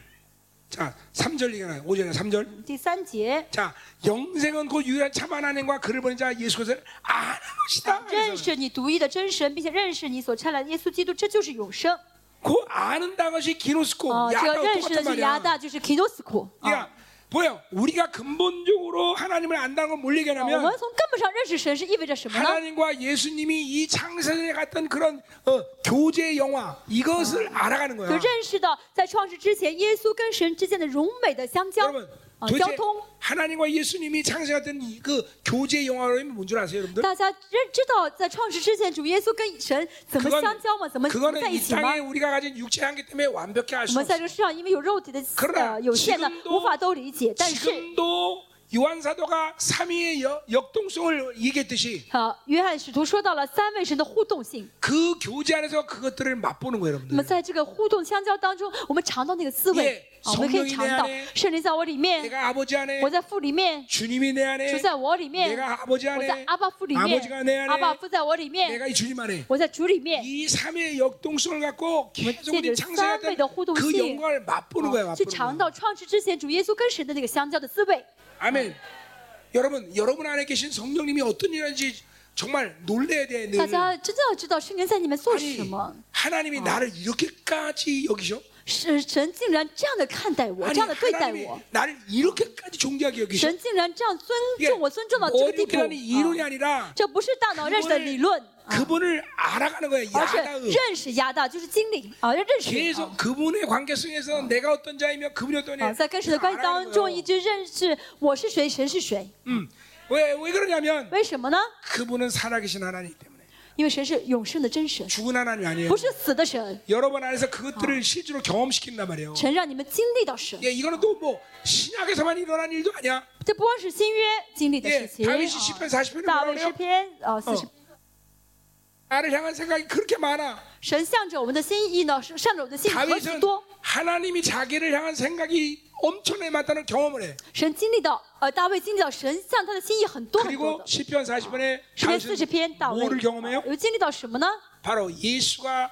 [SPEAKER 1] 자 3절 얘기하나요 5절에 3절
[SPEAKER 2] 第三节，
[SPEAKER 1] 자 영생은 곧 유일한 참 하나님과 그를 보낸 자 예수 그리스도를 아는 것이다
[SPEAKER 2] 认
[SPEAKER 1] 그래서
[SPEAKER 2] 识你独一的真神，并且认识你所差来的耶稣基督，这就是永生。
[SPEAKER 1] 그 아는다는 것이 기노스코
[SPEAKER 2] 哦，这个
[SPEAKER 1] 야다고
[SPEAKER 2] 认识的
[SPEAKER 1] 똑같단
[SPEAKER 2] 是亚
[SPEAKER 1] 말이야
[SPEAKER 2] 大，就是 kinosku。啊，
[SPEAKER 1] 그러니까 뭐예요? 우리가 근본적으로 하나님을 안다는 건 뭘
[SPEAKER 2] 哦我们
[SPEAKER 1] 얘기하냐면
[SPEAKER 2] 从根本上认识神是意味着什么呢？
[SPEAKER 1] 하나님과 예수님이 이 창세전에 갔던 그런 어, 교제의 영화 이것을 알아가는
[SPEAKER 2] 就
[SPEAKER 1] 거야.
[SPEAKER 2] 认识到在创世之前，耶稣跟神之间的荣美的相交
[SPEAKER 1] 여러분
[SPEAKER 2] 啊交
[SPEAKER 1] 도대체
[SPEAKER 2] 通。
[SPEAKER 1] 하나님과 예수님이 창세 갔던 이- 그 교제의 영화라면 뭔줄 아세요, 여러분들?
[SPEAKER 2] 大家认知道在创世之前，主耶稣跟神怎么
[SPEAKER 1] 그건-
[SPEAKER 2] 相交吗？怎么在
[SPEAKER 1] 그거는
[SPEAKER 2] 一
[SPEAKER 1] 이
[SPEAKER 2] 起吗？
[SPEAKER 1] 땅에 우리가 가진 육체 한계 때문에 완벽히 알
[SPEAKER 2] 我
[SPEAKER 1] 수
[SPEAKER 2] 们在
[SPEAKER 1] 없어.
[SPEAKER 2] 这个世上因为有肉体的
[SPEAKER 1] 그러나
[SPEAKER 2] 呃有限呢
[SPEAKER 1] 지금도 ，
[SPEAKER 2] 无法都理解。但是
[SPEAKER 1] 지금도 요한 사도가 삼위의 여- 역동성을 얘기했듯이
[SPEAKER 2] 好，约翰使徒说到了三位神的互动性。
[SPEAKER 1] 그 교제 안에서 그것들을 맛보는 거예요,
[SPEAKER 2] 那么
[SPEAKER 1] 여러분들.
[SPEAKER 2] 在这个互动相交当中，我们尝到那个滋味
[SPEAKER 1] 예，
[SPEAKER 2] 啊我们可以
[SPEAKER 1] 성령이내
[SPEAKER 2] 尝到
[SPEAKER 1] 안에
[SPEAKER 2] 圣灵在我里面，
[SPEAKER 1] 내가 아버지 안에
[SPEAKER 2] 我在父里面，
[SPEAKER 1] 주님이 내 안에
[SPEAKER 2] 主在我里面，
[SPEAKER 1] 내가 아버지
[SPEAKER 2] 我
[SPEAKER 1] 안에
[SPEAKER 2] 在阿爸父里面
[SPEAKER 1] 아버지가 내 ，
[SPEAKER 2] 阿爸
[SPEAKER 1] 안에 네.
[SPEAKER 2] 父在我里面，
[SPEAKER 1] 내가 이 주님 안에
[SPEAKER 2] 我在主里面。
[SPEAKER 1] 이 삼의 역동성을 갖고 계속 우리
[SPEAKER 2] 그
[SPEAKER 1] 창세하던
[SPEAKER 2] 쌍의 역동성.
[SPEAKER 1] 그 영광을 맛보는 거야
[SPEAKER 2] 去尝
[SPEAKER 1] 맛보는 거야
[SPEAKER 2] 到创世之前主耶稣跟神的那个相交的滋味。
[SPEAKER 1] 아멘 여러분 여러분 안에 계신 성령님이 어떤 일인지 정말 놀래야 돼
[SPEAKER 2] 大
[SPEAKER 1] 늘.
[SPEAKER 2] 家真的要知道圣灵在你们做
[SPEAKER 1] 아니
[SPEAKER 2] 什么，
[SPEAKER 1] 하나님이 나를 이렇게까지 여기셔
[SPEAKER 2] 是神竟然这样的看待我，
[SPEAKER 1] 아니
[SPEAKER 2] 这样的对待
[SPEAKER 1] 하나님이
[SPEAKER 2] 我，
[SPEAKER 1] 나를 이렇게까지 존귀하게 여기셔
[SPEAKER 2] 神竟然这样尊
[SPEAKER 1] 이게
[SPEAKER 2] 重我，尊重到这个地步。
[SPEAKER 1] 머리로라는 이론이
[SPEAKER 2] 啊
[SPEAKER 1] 아니라
[SPEAKER 2] 这不是大脑认识的理论，
[SPEAKER 1] 어.
[SPEAKER 2] 啊
[SPEAKER 1] 그분을 알아가는 거야
[SPEAKER 2] 而是
[SPEAKER 1] 야다의
[SPEAKER 2] 认识压大，就是经历啊，要认识。
[SPEAKER 1] 계속 그분의 관계성에서 내가 어떤 자이며 그분이 어떤
[SPEAKER 2] 啊，
[SPEAKER 1] 자.
[SPEAKER 2] 在跟神的关系当中，一直认识我是谁，神是谁。
[SPEAKER 1] 음. 왜, 왜 그러냐면
[SPEAKER 2] 为什么呢？
[SPEAKER 1] 그분은 살아계신 하나님 이기 때문에.
[SPEAKER 2] 因为神是永生的真神，
[SPEAKER 1] 죽은 하나님이 아니에요.
[SPEAKER 2] 不是死的神。
[SPEAKER 1] 여러분 안에서 그것들을 실제로 경험시킨단 말이에요.
[SPEAKER 2] 神让你们经历到神，
[SPEAKER 1] 예, 이거는 또 뭐 신약에서만 일어난 일도 아니야.
[SPEAKER 2] 这不光是新约经历的事
[SPEAKER 1] 예,
[SPEAKER 2] 情。
[SPEAKER 1] 다윗이
[SPEAKER 2] 啊
[SPEAKER 1] 시편 40편에
[SPEAKER 2] 大
[SPEAKER 1] 뭐라고
[SPEAKER 2] 卫诗
[SPEAKER 1] 그래요?
[SPEAKER 2] 篇啊，四十
[SPEAKER 1] 어. ， 나를 향한 생각이 그렇게 많아.
[SPEAKER 2] 神向着我们的心意呢，是向着我们的心意何其
[SPEAKER 1] 다윗은
[SPEAKER 2] 多。
[SPEAKER 1] 하나님이 자기를 향한 생각이 엄청나게 많다는 경험을 해.
[SPEAKER 2] 神经历到，呃，大卫经历到神向他的心意很多很
[SPEAKER 1] 그리고
[SPEAKER 2] 多的。
[SPEAKER 1] 시편 40편에
[SPEAKER 2] 诗篇四十
[SPEAKER 1] 다윗은
[SPEAKER 2] 篇，大卫
[SPEAKER 1] 뭐를 경험해요?
[SPEAKER 2] 有经历到什么呢？
[SPEAKER 1] 바로 예수가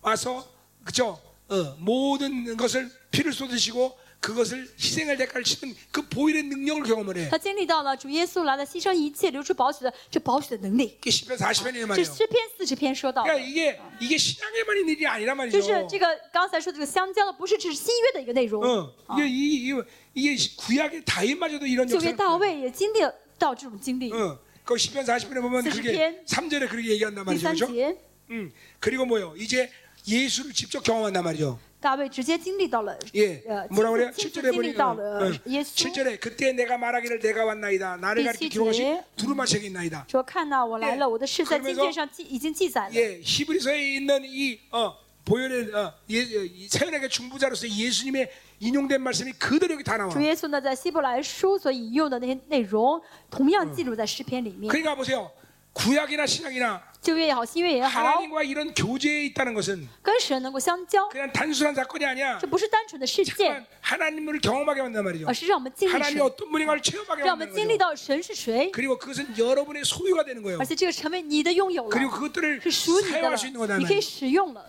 [SPEAKER 1] 와서 그죠? 어, 모든 것을 피를 쏟으시고 그것을 희생할 대가를 치는 그 보일의 능력을 경험을 해.
[SPEAKER 2] 他经历到了主耶稣来了，牺牲一切，流出宝血的这宝血的能力。
[SPEAKER 1] 이게 시편 40편이란
[SPEAKER 2] 这
[SPEAKER 1] 말이에요.
[SPEAKER 2] 诗篇四十篇说到的，
[SPEAKER 1] 그러니까 이게 이게 신약에만 있는 일이 아니란
[SPEAKER 2] 就是
[SPEAKER 1] 말이죠.
[SPEAKER 2] 这个刚才说这个相交的，不是只是新约的一个内容。
[SPEAKER 1] 어, 이게 이, 이, 이게 구약의 다윗마저도 이런
[SPEAKER 2] 旧约
[SPEAKER 1] 역사를
[SPEAKER 2] 大卫也经历到这种经历。
[SPEAKER 1] 응. 그 시편 40편에 보면 그게
[SPEAKER 2] 40편.
[SPEAKER 1] 3절에 그렇게 얘기한단
[SPEAKER 2] 第
[SPEAKER 1] 말이죠.
[SPEAKER 2] 三
[SPEAKER 1] 그렇죠?
[SPEAKER 2] 节，
[SPEAKER 1] 음. 그리고 뭐요? 이제 예수를 직접 경험한단 말이죠.
[SPEAKER 2] 大卫直接经历到了，
[SPEAKER 1] 예.
[SPEAKER 2] 呃，亲
[SPEAKER 1] 뭐라 그래요?
[SPEAKER 2] 自亲自
[SPEAKER 1] 7절에
[SPEAKER 2] 经历到
[SPEAKER 1] 보니까
[SPEAKER 2] 了
[SPEAKER 1] 응.
[SPEAKER 2] 耶稣，
[SPEAKER 1] 7절에 그때 내가 말하기를 내가 왔나이다. 나를
[SPEAKER 2] 이
[SPEAKER 1] 가리켜
[SPEAKER 2] 시절에-
[SPEAKER 1] 기록하신 두루마책이 있나이다.
[SPEAKER 2] 说：“看呐，我来
[SPEAKER 1] 예
[SPEAKER 2] 了，我的事在
[SPEAKER 1] 그러면서
[SPEAKER 2] 经卷上记已经记载了。”
[SPEAKER 1] 예. 히브리서에 있는 이 어, 보혈의 어, 예, 이 사연에게 중보자로서 예수님의 인용된 말씀이 그대로 여기 다 나와.
[SPEAKER 2] 主耶稣呢，在希伯来书所引用的那些内容，同样记录在诗篇里面。
[SPEAKER 1] 그러니까 보세요. 구약이나 신약이나
[SPEAKER 2] 旧约也好，新约也好，
[SPEAKER 1] 하나님과 이런 교제에 있다는 것은
[SPEAKER 2] 跟神能够相交，
[SPEAKER 1] 그냥 단순한 사건이 아니야.
[SPEAKER 2] 这不是单纯的事件
[SPEAKER 1] 만 ， 하나님을 경험하게 만단 말이죠.
[SPEAKER 2] 而是让我们经历
[SPEAKER 1] 하나님이
[SPEAKER 2] 神，
[SPEAKER 1] 어떤 분인가를 체험하게
[SPEAKER 2] 让我
[SPEAKER 1] 만드는
[SPEAKER 2] 们经历
[SPEAKER 1] 거죠.
[SPEAKER 2] 到神是谁，
[SPEAKER 1] 그리고 그것은 여러분의 소유가 되는 거예요.
[SPEAKER 2] 而且这个成为你的拥有
[SPEAKER 1] 그리고
[SPEAKER 2] 了，
[SPEAKER 1] 그것들을
[SPEAKER 2] 是属你的
[SPEAKER 1] 사용할 수 있는
[SPEAKER 2] 了，
[SPEAKER 1] 거다.
[SPEAKER 2] 你可以使用了。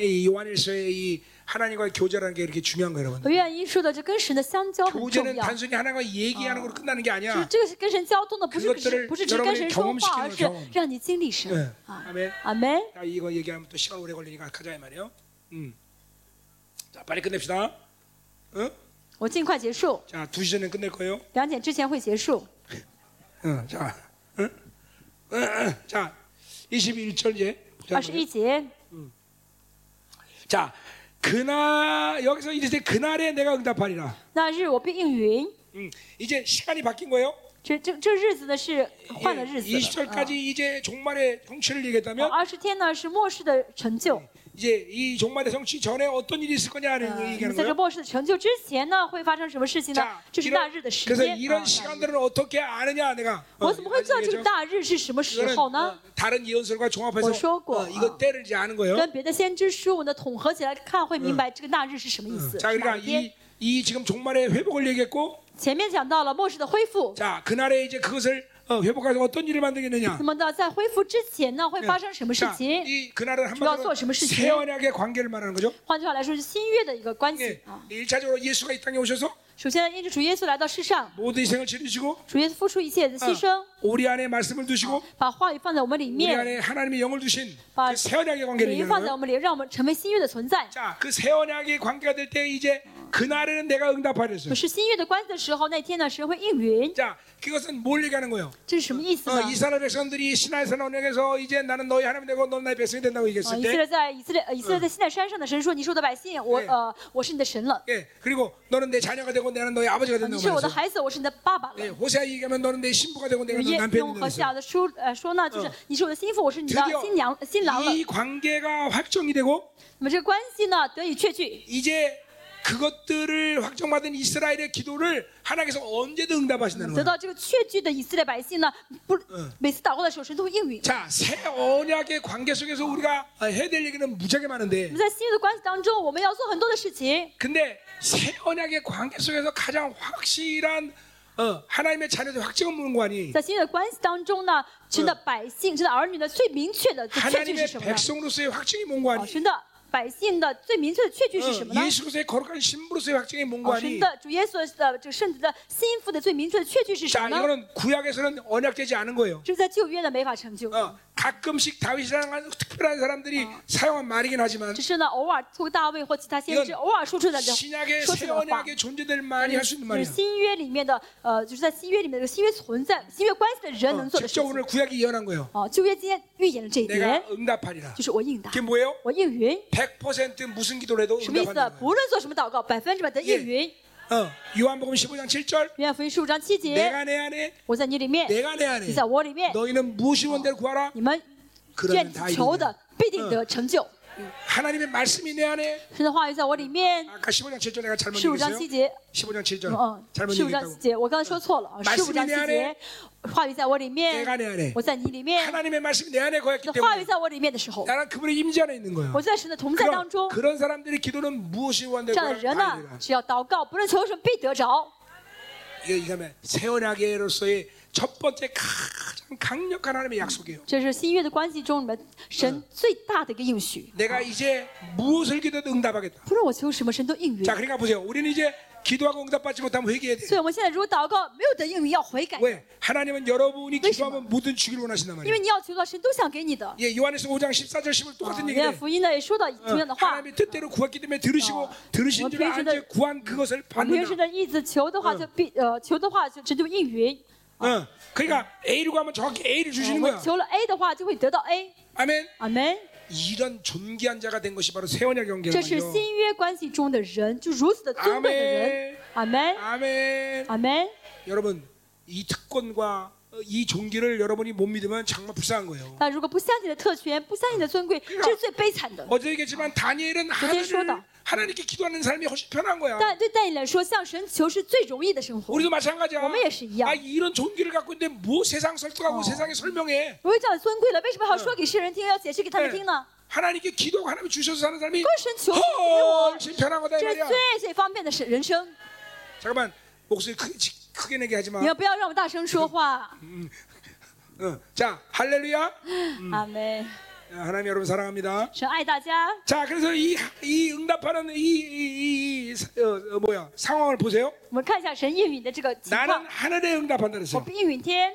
[SPEAKER 1] 이 요한일서의 이 하나님과의 교제라는 게 이렇게 중요한 거예요,
[SPEAKER 2] 我
[SPEAKER 1] 여러분.
[SPEAKER 2] 愿意说的，这跟神的相交很重
[SPEAKER 1] 교제는
[SPEAKER 2] 要。
[SPEAKER 1] 단순히 하나님과 얘기하는 걸로 끝나는 게
[SPEAKER 2] 就是
[SPEAKER 1] 아니야.
[SPEAKER 2] 这个是跟神交通的，不是
[SPEAKER 1] 그것들을
[SPEAKER 2] 不是只跟神说话，而是
[SPEAKER 1] 여러분의경험시키는거죠
[SPEAKER 2] 让你经历神
[SPEAKER 1] 예.
[SPEAKER 2] 啊。
[SPEAKER 1] 아멘.
[SPEAKER 2] 阿门。
[SPEAKER 1] 자, 이거 얘기하면 또 시간 오래 걸리니까 가자 이 말이에요. 음. 자, 빨리 끝냅시다. 어?
[SPEAKER 2] 我尽快结束，
[SPEAKER 1] 자, 2시 전에 끝낼 거예요.
[SPEAKER 2] 两点之前会结束。
[SPEAKER 1] 어, 자. 응? 어, 어, 자. 21절 이제.
[SPEAKER 2] 二十一节，
[SPEAKER 1] 자, 그날 여기서 이제 그날에 내가 응답하리라.
[SPEAKER 2] 那日我必应允。
[SPEAKER 1] 음, 이제 시간이 바뀐 거예요.
[SPEAKER 2] 这这这日子呢是
[SPEAKER 1] 아, 네,
[SPEAKER 2] 换了日子了
[SPEAKER 1] 20절까지
[SPEAKER 2] 啊
[SPEAKER 1] 이제 종말의 성취를 얘기했다면
[SPEAKER 2] 二十天呢是末世的成就。
[SPEAKER 1] 이제 이 종말의 성취 전에 어떤 일이 있을 거냐 하는
[SPEAKER 2] 呃
[SPEAKER 1] 얘기하는
[SPEAKER 2] 在这
[SPEAKER 1] 거예요.
[SPEAKER 2] 末世的成就之前呢，会发生什么事情呢
[SPEAKER 1] 자, ？
[SPEAKER 2] 这是大
[SPEAKER 1] 이런-
[SPEAKER 2] 日的时
[SPEAKER 1] 그래서
[SPEAKER 2] 间。
[SPEAKER 1] 이런
[SPEAKER 2] 啊
[SPEAKER 1] 시간들을 어떻게 아느냐 내가.
[SPEAKER 2] 我怎么会知道这个大日是什么时
[SPEAKER 1] 이거는
[SPEAKER 2] 候呢？
[SPEAKER 1] 어, 다른 예언설과 종합해서
[SPEAKER 2] 어쇼고.
[SPEAKER 1] 어, 이거 때를 이제 아는 거예요.
[SPEAKER 2] 跟别的先知书呢统合起来看，会明白这个大日是什么意思。
[SPEAKER 1] 자,
[SPEAKER 2] 是哪
[SPEAKER 1] 그러니까
[SPEAKER 2] 一天？
[SPEAKER 1] 이, 이 지금 종말의 회복을 얘기했고,
[SPEAKER 2] 前面讲到了末世的恢复，
[SPEAKER 1] 자 그날에 이제 그것을 어, 회복해서 어떤 일을 만들겠느냐.
[SPEAKER 2] 那么呢，在恢复之前呢，会发生什么事
[SPEAKER 1] 자,
[SPEAKER 2] 情？
[SPEAKER 1] 이 그날은 한마디로
[SPEAKER 2] 主要做什么事情？
[SPEAKER 1] 새 언약의 관계를 말하는 거죠.
[SPEAKER 2] 换句话来说，是新约的一个关
[SPEAKER 1] 예,
[SPEAKER 2] 系啊。
[SPEAKER 1] 일차적으로 예수가 이 땅에 오셔서
[SPEAKER 2] 首先，因着主耶稣来到世上，
[SPEAKER 1] 모든 희생을 치르시고
[SPEAKER 2] 主耶稣付出一切的牺牲，
[SPEAKER 1] 우리 안에 말씀을 두시고
[SPEAKER 2] 把话语放在我们里
[SPEAKER 1] 우리
[SPEAKER 2] 面，
[SPEAKER 1] 안에 하나님의 영을 두신 예.
[SPEAKER 2] 아,
[SPEAKER 1] 그새 언약의 관계를
[SPEAKER 2] 灵
[SPEAKER 1] 얘기하는
[SPEAKER 2] 放在
[SPEAKER 1] 거예요.
[SPEAKER 2] 我们里，让我们成为新约的存在。
[SPEAKER 1] 자, 그 새 언약의 관계가 될 때 이제 그날에는 내가 응답하리랬어요.
[SPEAKER 2] 是新约的关系的时候，那天呢，神会应允。
[SPEAKER 1] 자, 그것은 뭘 얘기하는 거예요?
[SPEAKER 2] 这是什嗯么意思
[SPEAKER 1] 어,
[SPEAKER 2] 呢？
[SPEAKER 1] 이스라엘 백성들이 신하에서 언약에서 이제 나는 너희 하나님 되고 너는 나의 아, 백성이 된다고
[SPEAKER 2] 啊，
[SPEAKER 1] 얘기했을
[SPEAKER 2] 以色
[SPEAKER 1] 때
[SPEAKER 2] 列在以色列呃以色列在西奈山上的神说：“你是我的百姓，我
[SPEAKER 1] 嗯
[SPEAKER 2] 呃我是你的神了。
[SPEAKER 1] 예, 그리고 너는 내 자녀가 되고 나는 너의 아버지가
[SPEAKER 2] 啊你
[SPEAKER 1] 된다고
[SPEAKER 2] 是我的
[SPEAKER 1] 말했어요.
[SPEAKER 2] 孩子，我是你的爸爸
[SPEAKER 1] 예,
[SPEAKER 2] 了。
[SPEAKER 1] 호세아 얘기하면 너는 내 신부가 되고 ” 내가
[SPEAKER 2] 用
[SPEAKER 1] 너의
[SPEAKER 2] 耶
[SPEAKER 1] 남편이
[SPEAKER 2] 用和
[SPEAKER 1] 된다고
[SPEAKER 2] 西
[SPEAKER 1] 했어요.
[SPEAKER 2] 亚的书呃说呢，就是
[SPEAKER 1] 嗯
[SPEAKER 2] 你是我的心腹，我是你的
[SPEAKER 1] 드디어
[SPEAKER 2] 新娘新郎了。
[SPEAKER 1] 이 관계가 확정이 되고
[SPEAKER 2] 那么这个关系呢得以确据。
[SPEAKER 1] 이제 그것들을 확정받은 이스라엘의 기도를 하나님께서 언제든 응답하신다는
[SPEAKER 2] 得
[SPEAKER 1] 거예요.
[SPEAKER 2] 到这个确据的以色列百姓呢，不每次祷告的时候，神都会应允。
[SPEAKER 1] 자, 새 언약의 관계 속에서 우리가 해야 될 얘기는 무지하게
[SPEAKER 2] 我
[SPEAKER 1] 많은데
[SPEAKER 2] 们在新约的关系当中，我们要做很多的事情，
[SPEAKER 1] 근데 새 언약의 관계 속에서 가장 확실한 어, 하나님의 자녀들 확증은 뭔가니
[SPEAKER 2] 在新约的关系当中呢，神的百姓、神的儿女的最明确的确据是
[SPEAKER 1] 하나님의
[SPEAKER 2] 什么呢？
[SPEAKER 1] 백성으로서의 확증이
[SPEAKER 2] 哦，
[SPEAKER 1] 뭔가니
[SPEAKER 2] 神的百姓的最明确的确据是什么呢？
[SPEAKER 1] 예수로서의 거룩한 신부로서의 확증이
[SPEAKER 2] 哦，神
[SPEAKER 1] 뭔가니
[SPEAKER 2] 嗯的主耶稣的呃这个圣子的心腹的最明确的确据是什
[SPEAKER 1] 자,
[SPEAKER 2] 么呢？
[SPEAKER 1] 이거는 구약에서는 언약되지 않은 거예요.
[SPEAKER 2] 这是在旧约呢没法成就，
[SPEAKER 1] 어, 가끔씩 다윗이라는 특별한 사람들이 사용한 말이긴 하지만
[SPEAKER 2] 只是呢偶尔通过大卫或其他先知
[SPEAKER 1] 이건
[SPEAKER 2] 偶尔说出来的
[SPEAKER 1] 신약의
[SPEAKER 2] 说出
[SPEAKER 1] 새
[SPEAKER 2] 来的话。
[SPEAKER 1] 언약의 존재들을 많이 할 수 있는
[SPEAKER 2] 就是
[SPEAKER 1] 말이에요.
[SPEAKER 2] 新约里面的，呃，就是在新约里面的新约存在、新约关系的人
[SPEAKER 1] 어,
[SPEAKER 2] 能做的事
[SPEAKER 1] 직접
[SPEAKER 2] 情。
[SPEAKER 1] 오늘 구약이 예언한 거예요.
[SPEAKER 2] 哦，旧约今天预言了这一
[SPEAKER 1] 내가
[SPEAKER 2] 点，
[SPEAKER 1] 응답하리라.
[SPEAKER 2] 就是我应答，
[SPEAKER 1] 그게 뭐예요?
[SPEAKER 2] 我应允，
[SPEAKER 1] 100% 무슨 기도를 해도
[SPEAKER 2] 什么意思呢？
[SPEAKER 1] 응답한다.
[SPEAKER 2] 不论做什么祷告，百分之百的应允。
[SPEAKER 1] 어, 요한복음 15장 7절
[SPEAKER 2] 约翰福音十
[SPEAKER 1] 예.
[SPEAKER 2] 五章七节，
[SPEAKER 1] 내가 내 안에
[SPEAKER 2] 我在你里面，
[SPEAKER 1] 내가 내 안에
[SPEAKER 2] 你在我里面，
[SPEAKER 1] 너희는 무엇이 원대로 구하라
[SPEAKER 2] 你们愿
[SPEAKER 1] 그러면 다
[SPEAKER 2] 求
[SPEAKER 1] 이루는
[SPEAKER 2] 的必定得成就。
[SPEAKER 1] 하나님의 말씀이 내 안에
[SPEAKER 2] 神的话语在我里面。
[SPEAKER 1] 아까 15장 어, 7절 내가 잘못
[SPEAKER 2] 十五章
[SPEAKER 1] 얘기했어요.
[SPEAKER 2] 七节，
[SPEAKER 1] 15장 7절
[SPEAKER 2] 嗯，
[SPEAKER 1] 잘못
[SPEAKER 2] 十五章七
[SPEAKER 1] 얘기했다고.
[SPEAKER 2] 节，我刚才说错了啊。
[SPEAKER 1] 말씀이
[SPEAKER 2] 十五章七
[SPEAKER 1] 내
[SPEAKER 2] 节，话语在我里面
[SPEAKER 1] 내가 ，내 안에
[SPEAKER 2] 我在你里面。
[SPEAKER 1] 하나님의 말씀이 내 안에 거했기
[SPEAKER 2] 那话语
[SPEAKER 1] 때문에
[SPEAKER 2] 在我里面的时候，
[SPEAKER 1] 나는 그분의 임재 안에 있는 거야.
[SPEAKER 2] 我在神的同在当
[SPEAKER 1] 그런,
[SPEAKER 2] 中。
[SPEAKER 1] 그런 사람들의 기도는 무엇이
[SPEAKER 2] 这样的
[SPEAKER 1] 원되고 다
[SPEAKER 2] 人呢
[SPEAKER 1] 아니라 ，
[SPEAKER 2] 只要祷告，不论求什么，必得着。
[SPEAKER 1] 이게 이거면 새 언약으로서의 첫 번째 가장 강력한 하나님의 약속이에요.
[SPEAKER 2] 这是新约的关系中里面神最大的一个应许。
[SPEAKER 1] 내가 이제 무엇을 기도해도 응답하겠다.
[SPEAKER 2] 不论我求什么，神都应允
[SPEAKER 1] 자 。 그러니까 보세요. 우리는 이제 기도하고 응답받지 못하면 회개해야 돼.
[SPEAKER 2] 所以我们现在如果祷告没有得应允，要悔改，
[SPEAKER 1] 왜 하나님은 여러분이 기도하면 모든 주기를 원하신단
[SPEAKER 2] 因
[SPEAKER 1] 말이에요.
[SPEAKER 2] 为你要求到神都想给你的。
[SPEAKER 1] 예, 요한에서 5장 14절 10을
[SPEAKER 2] 啊
[SPEAKER 1] 똑같은
[SPEAKER 2] 约
[SPEAKER 1] 얘기를
[SPEAKER 2] 翰
[SPEAKER 1] 해. 어,
[SPEAKER 2] 福音呢也说到同样的话。
[SPEAKER 1] 하나님의 뜻대로 구했기 때문에 들으시고
[SPEAKER 2] 어.
[SPEAKER 1] 들으신 줄
[SPEAKER 2] 뭐
[SPEAKER 1] 알지
[SPEAKER 2] 필수는-
[SPEAKER 1] 구한 그것을
[SPEAKER 2] 我们平
[SPEAKER 1] 받는다.
[SPEAKER 2] 时的意思求的话就必呃求的话就神就应允。
[SPEAKER 1] 어, 그러니까 A로 가면 정확히 A를
[SPEAKER 2] 呃
[SPEAKER 1] 주시는
[SPEAKER 2] 我
[SPEAKER 1] 거야.
[SPEAKER 2] 求了 A 的话就会得到 A。
[SPEAKER 1] 아멘.
[SPEAKER 2] 阿门。
[SPEAKER 1] 이런 존귀한 자가 된 것이 바로 세원의
[SPEAKER 2] 这是
[SPEAKER 1] 경계예요.
[SPEAKER 2] 新约关系中的人，就如此的尊贵的人。阿门。
[SPEAKER 1] 아멘.
[SPEAKER 2] 阿门。
[SPEAKER 1] 여러분 이 특권과 이 종기를 여러분이 못 믿으면 정말 불쌍한 거예요.
[SPEAKER 2] 但如果不相信你的特权，不相信你的尊贵，这是最悲惨的。
[SPEAKER 1] 어제 얘기했지만 다니엘은 하나님을
[SPEAKER 2] 쇼다. 그러니까
[SPEAKER 1] 하나님께 기도하는 삶이 훨씬 편한 거야.
[SPEAKER 2] 但对但以来说，向神求是最容易的生活。
[SPEAKER 1] 우리도 마찬가지야.
[SPEAKER 2] 어머니의 시기야.
[SPEAKER 1] 아 이런 종기를 갖고 있는데 뭐 세상 설득하고
[SPEAKER 2] 어.
[SPEAKER 1] 세상에 설명해.
[SPEAKER 2] 如果这样尊贵了，为什么还要说给世人听，要解释给他们听呢？
[SPEAKER 1] 하나님께 기도하고 하나님 주셔서 사는 삶이
[SPEAKER 2] 跟神求神给我，
[SPEAKER 1] 훨씬 편한 거다 이
[SPEAKER 2] 这是
[SPEAKER 1] 말이야.
[SPEAKER 2] 最最方便的是人生。
[SPEAKER 1] 잠깐만 목소리 크게 지- 크게 내게 하지 마.
[SPEAKER 2] 你们不要让我大声说话。
[SPEAKER 1] 어, 자 할렐루야. 네,
[SPEAKER 2] 阿门。
[SPEAKER 1] 하나님 여러분 사랑합니다.
[SPEAKER 2] 神爱大家。
[SPEAKER 1] 자 그래서 이 이 응답하는 이이 어, 어, 뭐야 상황을 보세요.
[SPEAKER 2] 我们看一下神应允的这个情
[SPEAKER 1] 나는
[SPEAKER 2] 况。
[SPEAKER 1] 하늘에 응답한다
[SPEAKER 2] 我
[SPEAKER 1] 그랬어요.
[SPEAKER 2] 们应允天，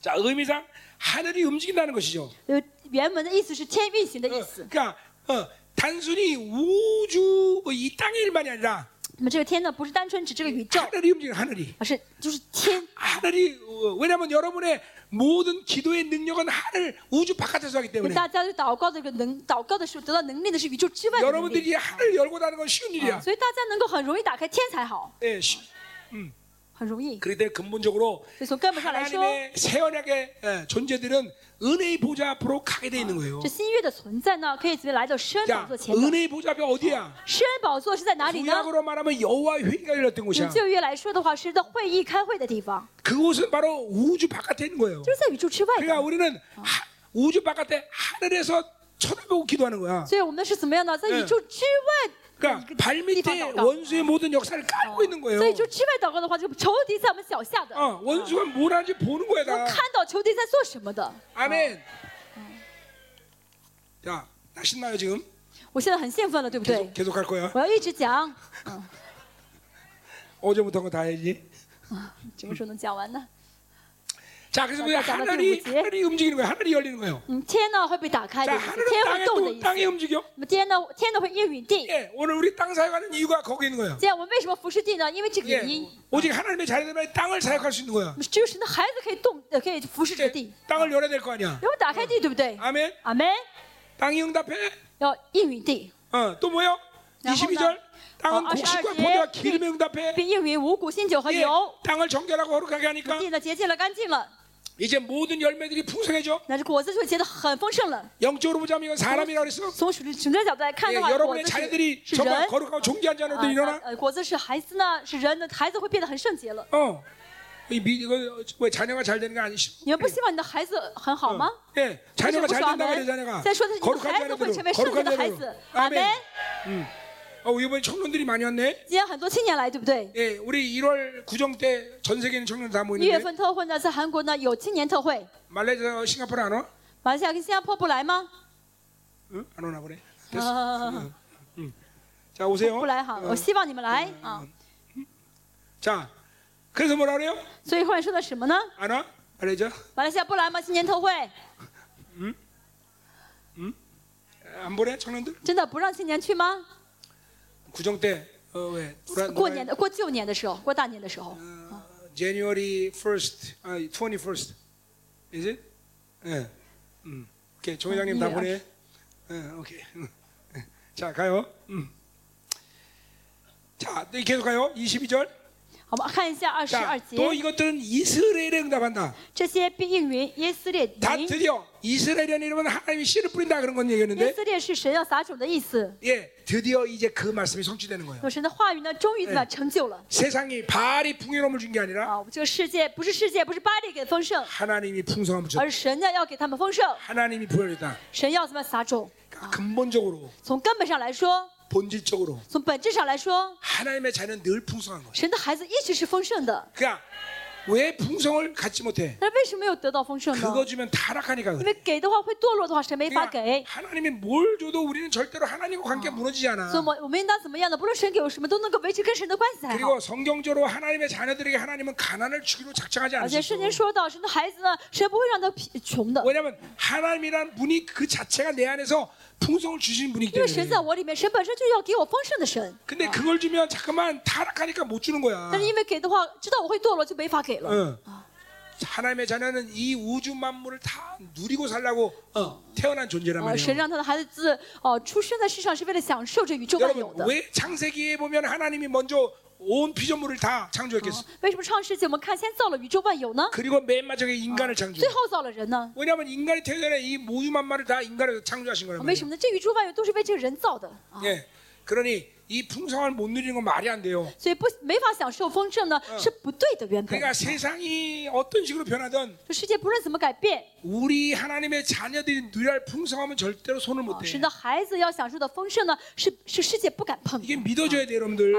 [SPEAKER 1] 자 의미상 하늘이 움직인다는 것이죠.
[SPEAKER 2] 呃，原文的意思是天运行的
[SPEAKER 1] 어,
[SPEAKER 2] 意思。
[SPEAKER 1] 그러니까 어, 단순히 우주 어, 이 땅의 일만이 아니라
[SPEAKER 2] 那么这个天呢，不是单纯指这个宇宙，
[SPEAKER 1] 하늘이 움직이는 하늘이.
[SPEAKER 2] 而是就是天。
[SPEAKER 1] 하늘이 어, 왜냐하면 여러분의 모든 기도의 능력은 하늘 우주 바깥에서 하기
[SPEAKER 2] 那
[SPEAKER 1] 때문에
[SPEAKER 2] 大家对祷告的这个能祷告的时候得到能力的是宇宙之外的能力
[SPEAKER 1] 여러분들이 ， 하늘 열고 다는 건 쉬운
[SPEAKER 2] 啊
[SPEAKER 1] 일이야.
[SPEAKER 2] 所以大家能够很容易打开天才好，
[SPEAKER 1] 예, 쉬-
[SPEAKER 2] 很容易。
[SPEAKER 1] 그렇기 때문에 근본적으로
[SPEAKER 2] 所以从根本上来说，
[SPEAKER 1] 하나님의 새 언약의 예, 존재들은 은혜의 보좌 앞으로 가게 돼 있는 거예요.
[SPEAKER 2] 这新约的存在呢，可以直接来到深宝
[SPEAKER 1] 자,
[SPEAKER 2] 座前面。
[SPEAKER 1] 은혜의 보좌가 어디야?
[SPEAKER 2] 深宝座是在哪里呢？
[SPEAKER 1] 구약으로 말하면 여호와의 회의가 열렸던
[SPEAKER 2] 用
[SPEAKER 1] 곳이야.
[SPEAKER 2] 旧约来说的话，是在会议开会的地方，
[SPEAKER 1] 그곳은 바로 우주 바깥에 있는 거예요.
[SPEAKER 2] 就是在宇宙之外
[SPEAKER 1] 그러니까
[SPEAKER 2] 的。
[SPEAKER 1] 우리는 하- 우주 바깥에 하늘에서 쳐다보고 기도하는 거야.
[SPEAKER 2] 所以我们是怎么样呢？在宇宙之外的
[SPEAKER 1] 어.
[SPEAKER 2] 一
[SPEAKER 1] 그러니까
[SPEAKER 2] 个地方
[SPEAKER 1] 발밑에
[SPEAKER 2] 祷告。
[SPEAKER 1] 원수의 모든 역사를 깔고 있는 거예요.
[SPEAKER 2] 所以就之外祷告的话，就仇敌在我们脚下的，
[SPEAKER 1] 어, 원수가 뭘 하는지 보는 거야.
[SPEAKER 2] 能
[SPEAKER 1] 다.
[SPEAKER 2] 看到仇敌在做什么的。
[SPEAKER 1] 아멘. 어. 자, 나 신나요 지금?
[SPEAKER 2] 我现在很兴奋了，对不
[SPEAKER 1] 계속
[SPEAKER 2] 对？
[SPEAKER 1] 계속 할 거야.
[SPEAKER 2] 我要一直 讲，
[SPEAKER 1] 어제부터 한거다 해야지.
[SPEAKER 2] 什么时候能讲完呢？
[SPEAKER 1] 자, 그래서
[SPEAKER 2] 자,
[SPEAKER 1] 뭐야?
[SPEAKER 2] 자, 자,
[SPEAKER 1] 어, 하늘이
[SPEAKER 2] 자, 자, 자.
[SPEAKER 1] 하늘이 움직이는 거야. 하늘이 열리는 거예요.
[SPEAKER 2] 嗯，天呢会被打开的
[SPEAKER 1] 자,
[SPEAKER 2] 意思，
[SPEAKER 1] 하늘은
[SPEAKER 2] 天会
[SPEAKER 1] 땅에
[SPEAKER 2] 动的
[SPEAKER 1] 아, 또
[SPEAKER 2] 意思。
[SPEAKER 1] 땅에 움직여.
[SPEAKER 2] 那么天呢，天呢会应允地。
[SPEAKER 1] 예, 오늘 우리 땅 사역하는 이유가 거기 있는 거야.
[SPEAKER 2] 这样我们为什么服侍地呢？因为这个
[SPEAKER 1] 예,
[SPEAKER 2] 原因，
[SPEAKER 1] 오직 하나님의 자녀들만 땅을 사역할 수 있는 거야.
[SPEAKER 2] 只有神的孩子可以动，呃可以服侍着
[SPEAKER 1] 예,
[SPEAKER 2] 地。
[SPEAKER 1] 땅을 음, 열어야 될 거 아니야.
[SPEAKER 2] 然后打开地，对不对？
[SPEAKER 1] 아멘.
[SPEAKER 2] 阿门。
[SPEAKER 1] 땅이 응답해.
[SPEAKER 2] 要应允地，
[SPEAKER 1] 어, 또 뭐요?
[SPEAKER 2] 야,
[SPEAKER 1] 22절. 땅은
[SPEAKER 2] 어,
[SPEAKER 1] 곡식과
[SPEAKER 2] 아시아지.
[SPEAKER 1] 포도와 기름에 응답해.
[SPEAKER 2] 并应允五谷、新酒和
[SPEAKER 1] 예,
[SPEAKER 2] 油。
[SPEAKER 1] 땅을 정결하고 거룩하게 하니까
[SPEAKER 2] 地呢洁净了，干净了，
[SPEAKER 1] 이제 모든 열매들이 풍성해져.
[SPEAKER 2] 那这果子就结得很丰盛了。
[SPEAKER 1] 영적으로 보자면 이건 사람이라고 그랬어.
[SPEAKER 2] 从属灵神的角度来
[SPEAKER 1] 예,
[SPEAKER 2] 看的话，果
[SPEAKER 1] 여러분의
[SPEAKER 2] 子是
[SPEAKER 1] 자녀들이
[SPEAKER 2] 是人
[SPEAKER 1] 정말 ， 거룩하고 존귀한 자녀로
[SPEAKER 2] 啊那
[SPEAKER 1] 일어나.
[SPEAKER 2] 呃，果子是孩子呢，是人的孩子会变得很圣洁了。
[SPEAKER 1] 어, 이 미, 이거 왜 자녀가 잘 되는 거 아니시?
[SPEAKER 2] 你们不希望你的孩子很好吗？
[SPEAKER 1] 예,
[SPEAKER 2] 为什
[SPEAKER 1] 자녀가
[SPEAKER 2] 么不
[SPEAKER 1] 잘
[SPEAKER 2] 说阿
[SPEAKER 1] 된다
[SPEAKER 2] 门
[SPEAKER 1] 그래 자녀가. ？
[SPEAKER 2] 再说的是你的
[SPEAKER 1] 거룩한
[SPEAKER 2] 孩子会
[SPEAKER 1] 자녀로.
[SPEAKER 2] 成为圣洁
[SPEAKER 1] 거룩한
[SPEAKER 2] 的孩子
[SPEAKER 1] 자녀로. 。
[SPEAKER 2] 阿门
[SPEAKER 1] 아멘. 。 어, 이번에 청년들이 많이 왔네.
[SPEAKER 2] 今天很多青年来，对不对？
[SPEAKER 1] 예, 우리 1월 구정 때 전 세계는 청년 다
[SPEAKER 2] 一月
[SPEAKER 1] 모이는데
[SPEAKER 2] 份特会呢，在韩国呢有青年特会，
[SPEAKER 1] 말레이시아, 싱가포르 안 와?
[SPEAKER 2] 马来西亚跟新加坡不来吗？
[SPEAKER 1] 응? 안 오나 그래. 됐어.
[SPEAKER 2] 啊，
[SPEAKER 1] 자, 오세요.
[SPEAKER 2] 不来哈，
[SPEAKER 1] 어,
[SPEAKER 2] 我希望你们来啊。
[SPEAKER 1] 자, 그래서 뭐라 그래요?
[SPEAKER 2] 所以后面说的什么呢？
[SPEAKER 1] 안 와? 말레이시아?
[SPEAKER 2] 马来西亚不来吗？青年特会
[SPEAKER 1] 안 보내 청년들?
[SPEAKER 2] 真的不让青年去吗？
[SPEAKER 1] 구정 때 어, 왜? 노라,
[SPEAKER 2] 过年的嗯过旧年的时候，过大年的时候，
[SPEAKER 1] January 1st, 아, 21st, is it? 예. 음. 오케이, 정 회장님 다
[SPEAKER 2] 예.
[SPEAKER 1] 보내. 예, 오케이. 음. 예. 자, 가요. 음. 자, 네, 계속 가요. 22절.
[SPEAKER 2] 好我们看一下二十二
[SPEAKER 1] 자, 또
[SPEAKER 2] 节，
[SPEAKER 1] 이것들은 이스라엘에 응답한다.
[SPEAKER 2] 这些必应允耶斯列
[SPEAKER 1] 다
[SPEAKER 2] 民。
[SPEAKER 1] 드디어 이스라엘이라는 이름은 하나님이 씨를 뿌린다 그런 건
[SPEAKER 2] 耶
[SPEAKER 1] 얘기했는데
[SPEAKER 2] 斯列是神要撒种的意思。
[SPEAKER 1] 예, 드디어 이제 그 말씀이 성취되는 거예요.
[SPEAKER 2] 有神的话语呢，终于呢成就了
[SPEAKER 1] 세상이 바알이 풍요로움을 준 게 아니라
[SPEAKER 2] 啊！我们这个世界不是世界，不是巴黎给丰盛，
[SPEAKER 1] 하나님이 풍성함을 줬다.
[SPEAKER 2] 而神呢要给他们丰盛，
[SPEAKER 1] 하나님이 부여줬다.
[SPEAKER 2] 神要怎么撒种？
[SPEAKER 1] 그러니까 근본적으로
[SPEAKER 2] 从根本上来说，
[SPEAKER 1] 본질적으로
[SPEAKER 2] 从本质上来说，
[SPEAKER 1] 하나님의 자녀는 늘 풍성한 거예요.
[SPEAKER 2] 神的孩子一直是丰盛的。
[SPEAKER 1] 그러니까 왜 풍성을 갖지 못해?
[SPEAKER 2] 但是为什么没有得到丰盛呢？
[SPEAKER 1] 그거 주면 타락하니까
[SPEAKER 2] 因
[SPEAKER 1] 그래.
[SPEAKER 2] 为给的话会堕落的话，神没法
[SPEAKER 1] 그러니까
[SPEAKER 2] 给。
[SPEAKER 1] 하나님이 아. 뭘 줘도 우리는 절대로 하나님과 관계 무너지지
[SPEAKER 2] 所以
[SPEAKER 1] 않아.
[SPEAKER 2] 我们我们应当怎么样呢？不论神给我什么，都能够维持跟神的关系才好
[SPEAKER 1] 그리고 。 성경적으로 하나님의 자녀들에게 하나님은 가난을 주기로 작정하지
[SPEAKER 2] 而且圣经
[SPEAKER 1] 않으셨어.
[SPEAKER 2] 说到，神的孩子呢，神不会让他贫穷的，
[SPEAKER 1] 왜냐하면 하나님이란 분이 그 자체가 내 안에서 풍성을 주시는 분이기
[SPEAKER 2] 因为神
[SPEAKER 1] 때문에.
[SPEAKER 2] 在我里面，神本身就要给我丰盛的神。
[SPEAKER 1] 근데 그걸 주면 잠깐만 타락하니까 못 주는 거야.
[SPEAKER 2] 但是因为给的话，知道我会堕落，就没法给了。
[SPEAKER 1] 응. 하나님의 자녀는 이 우주 만물을 다 누리고 살라고 어, 태어난 존재란
[SPEAKER 2] 呃，神
[SPEAKER 1] 말이에요.
[SPEAKER 2] 让他的孩子哦、呃出生在世上是为了享受这宇宙万有
[SPEAKER 1] 여러분
[SPEAKER 2] 的。
[SPEAKER 1] 왜 창세기에 보면 하나님이 먼저 온 피조물을 다 창조했겠어?
[SPEAKER 2] 哦为什么创世纪我们看先造了宇宙万有呢？
[SPEAKER 1] 그리고 맨 마지막에 인간을 창조.
[SPEAKER 2] 最后造了人呢？
[SPEAKER 1] 왜냐하면 인간이 태어나이 모유 만마를 다 인간에서 창조하신 거란
[SPEAKER 2] 哦为什
[SPEAKER 1] 말이에요.
[SPEAKER 2] 么呢？这宇宙万有都是为这个人造的，哦
[SPEAKER 1] 예. 그러니 이 풍성함을 못 누리는 건 말이 안 돼요.
[SPEAKER 2] 所以不没法享受丰盛呢，是不对的。原本
[SPEAKER 1] 그러니까 세상이 어떤 식으로 변하든
[SPEAKER 2] 这世界不论怎么改变，
[SPEAKER 1] 우리 하나님의 자녀들이 누려야 할 풍성함은 절대로 손을 못
[SPEAKER 2] 啊
[SPEAKER 1] 대.
[SPEAKER 2] 神的孩子要享受的丰盛呢，是是世界不敢碰的。
[SPEAKER 1] 이게 믿어줘야 돼요,
[SPEAKER 2] 阿门
[SPEAKER 1] 여러분들. ，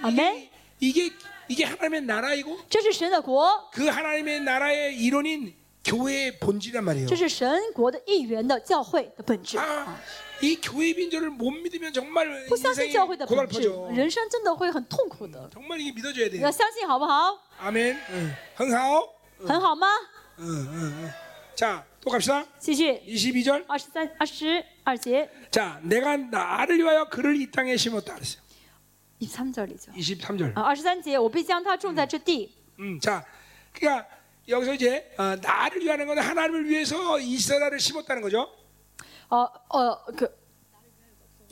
[SPEAKER 2] 阿门。
[SPEAKER 1] 이게 이게 하나님의 나라이고
[SPEAKER 2] 这是神的国，
[SPEAKER 1] 그 하나님의 나라의 이론인 교회의 본질이란 말이에요.
[SPEAKER 2] 这是神国的一员的教会的本质。
[SPEAKER 1] 아, 이 교회 빈절을 못 믿으면 정말
[SPEAKER 2] 不相信
[SPEAKER 1] 인생이
[SPEAKER 2] 教会的本质，
[SPEAKER 1] 고달퍼져.
[SPEAKER 2] 人生真的会很痛苦的。
[SPEAKER 1] 정말 이게 믿어줘야
[SPEAKER 2] 要
[SPEAKER 1] 돼요.
[SPEAKER 2] 相信好不好？
[SPEAKER 1] 아멘. 응. 흥하오.
[SPEAKER 2] 很好吗？
[SPEAKER 1] 응, 응, 응. 자, 또 갑시다.
[SPEAKER 2] 继续，
[SPEAKER 1] 22절.
[SPEAKER 2] 二十三、二十二节，
[SPEAKER 1] 자, 내가 나를 위하여 그를 이 땅에 심었다 그랬어요.
[SPEAKER 2] 一三节里就
[SPEAKER 1] 23절.
[SPEAKER 2] 啊，二十三节，我必将它种在这地。
[SPEAKER 1] 음, 자, 그러니까 여기서 이제 어, 나를 위하는 건 하나님을 위해서 이스라엘을 심었다는 거죠.
[SPEAKER 2] 哦、呃，可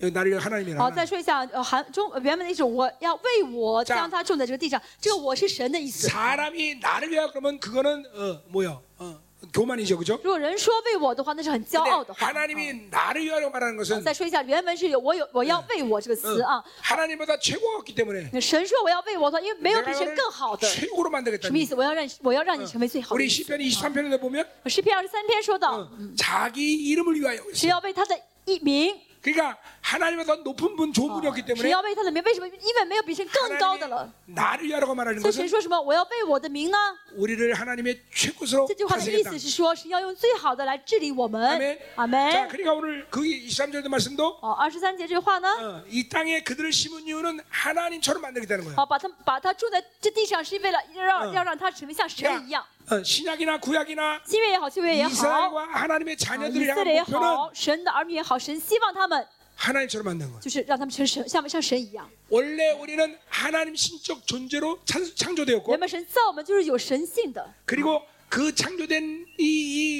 [SPEAKER 1] 여기 나를 위하여 하나님이라.
[SPEAKER 2] 好、再说一下，呃，韩中呃原本的意思，我要为我
[SPEAKER 1] 这样
[SPEAKER 2] 将它种在这个地上，这个我是神的意思。
[SPEAKER 1] 사람이 나를 위하여 그러면 그거는 어, 뭐야? 어, 교만이죠, 그죠?
[SPEAKER 2] 如果人说为我的话，那是很骄傲的
[SPEAKER 1] 근데
[SPEAKER 2] 话。
[SPEAKER 1] 하나님이 나를 위하여 말하는
[SPEAKER 2] 啊
[SPEAKER 1] 것은
[SPEAKER 2] 再说一下，原文是有我有我要为我这个
[SPEAKER 1] 어,
[SPEAKER 2] 词啊，
[SPEAKER 1] 하나님보다 최고였기 때문에
[SPEAKER 2] 神说我要为我的话，因为没有
[SPEAKER 1] 내가
[SPEAKER 2] 比神
[SPEAKER 1] 너를
[SPEAKER 2] 更好的。
[SPEAKER 1] 최고로
[SPEAKER 2] 什么
[SPEAKER 1] 만들겠다는
[SPEAKER 2] 意思？我要让你嗯我嗯要让你成为最好的
[SPEAKER 1] 우리
[SPEAKER 2] 意思。
[SPEAKER 1] 시편 23편에 보면
[SPEAKER 2] 诗篇二十三篇说到，
[SPEAKER 1] 어. 자기 이름을 위하여
[SPEAKER 2] 只
[SPEAKER 1] 그랬어요.
[SPEAKER 2] 要为他的一名，
[SPEAKER 1] 그러니까 하나님보다 높은 분 좋은 분이었기
[SPEAKER 2] 只
[SPEAKER 1] 때문에
[SPEAKER 2] 要为他的名，为什么？因为没有比神更高的
[SPEAKER 1] 하나님이
[SPEAKER 2] 了。
[SPEAKER 1] 나를 위하라고 말하는
[SPEAKER 2] 所以神
[SPEAKER 1] 것은
[SPEAKER 2] 说什么？我要为我的名呢？
[SPEAKER 1] 우리를 하나님의 최고스로
[SPEAKER 2] 这句话的意
[SPEAKER 1] 다스리겠다
[SPEAKER 2] 思是说，神要用最好的来治理我们
[SPEAKER 1] 아멘 。
[SPEAKER 2] 阿
[SPEAKER 1] 자
[SPEAKER 2] 门。
[SPEAKER 1] 그러니까 오늘 그 23절도 말씀도
[SPEAKER 2] 哦，二十三节这句话呢？
[SPEAKER 1] 어, 이 땅에 그들을 심은 이유는 하나님처럼 만들겠다는 거예요
[SPEAKER 2] 好，把他把他住在这地上，是为了要让
[SPEAKER 1] 嗯
[SPEAKER 2] 要让他成为像神一样，
[SPEAKER 1] 어, 신약이나 구약이나
[SPEAKER 2] 新月也好，旧约也好，啊
[SPEAKER 1] 이스라엘과 하나님의
[SPEAKER 2] 以
[SPEAKER 1] 자녀들을
[SPEAKER 2] 色
[SPEAKER 1] 향한
[SPEAKER 2] 列也
[SPEAKER 1] 목표는
[SPEAKER 2] 好，神的儿女也好，神希望他们
[SPEAKER 1] 하나님처럼 만든 거예요
[SPEAKER 2] 就是让他们成神，像像神一样。
[SPEAKER 1] 원래 우리는 하나님 신적 존재로 창-
[SPEAKER 2] 原
[SPEAKER 1] 창조되었고
[SPEAKER 2] 本神造我们就是有神性的，
[SPEAKER 1] 그리고 그 창조된 이,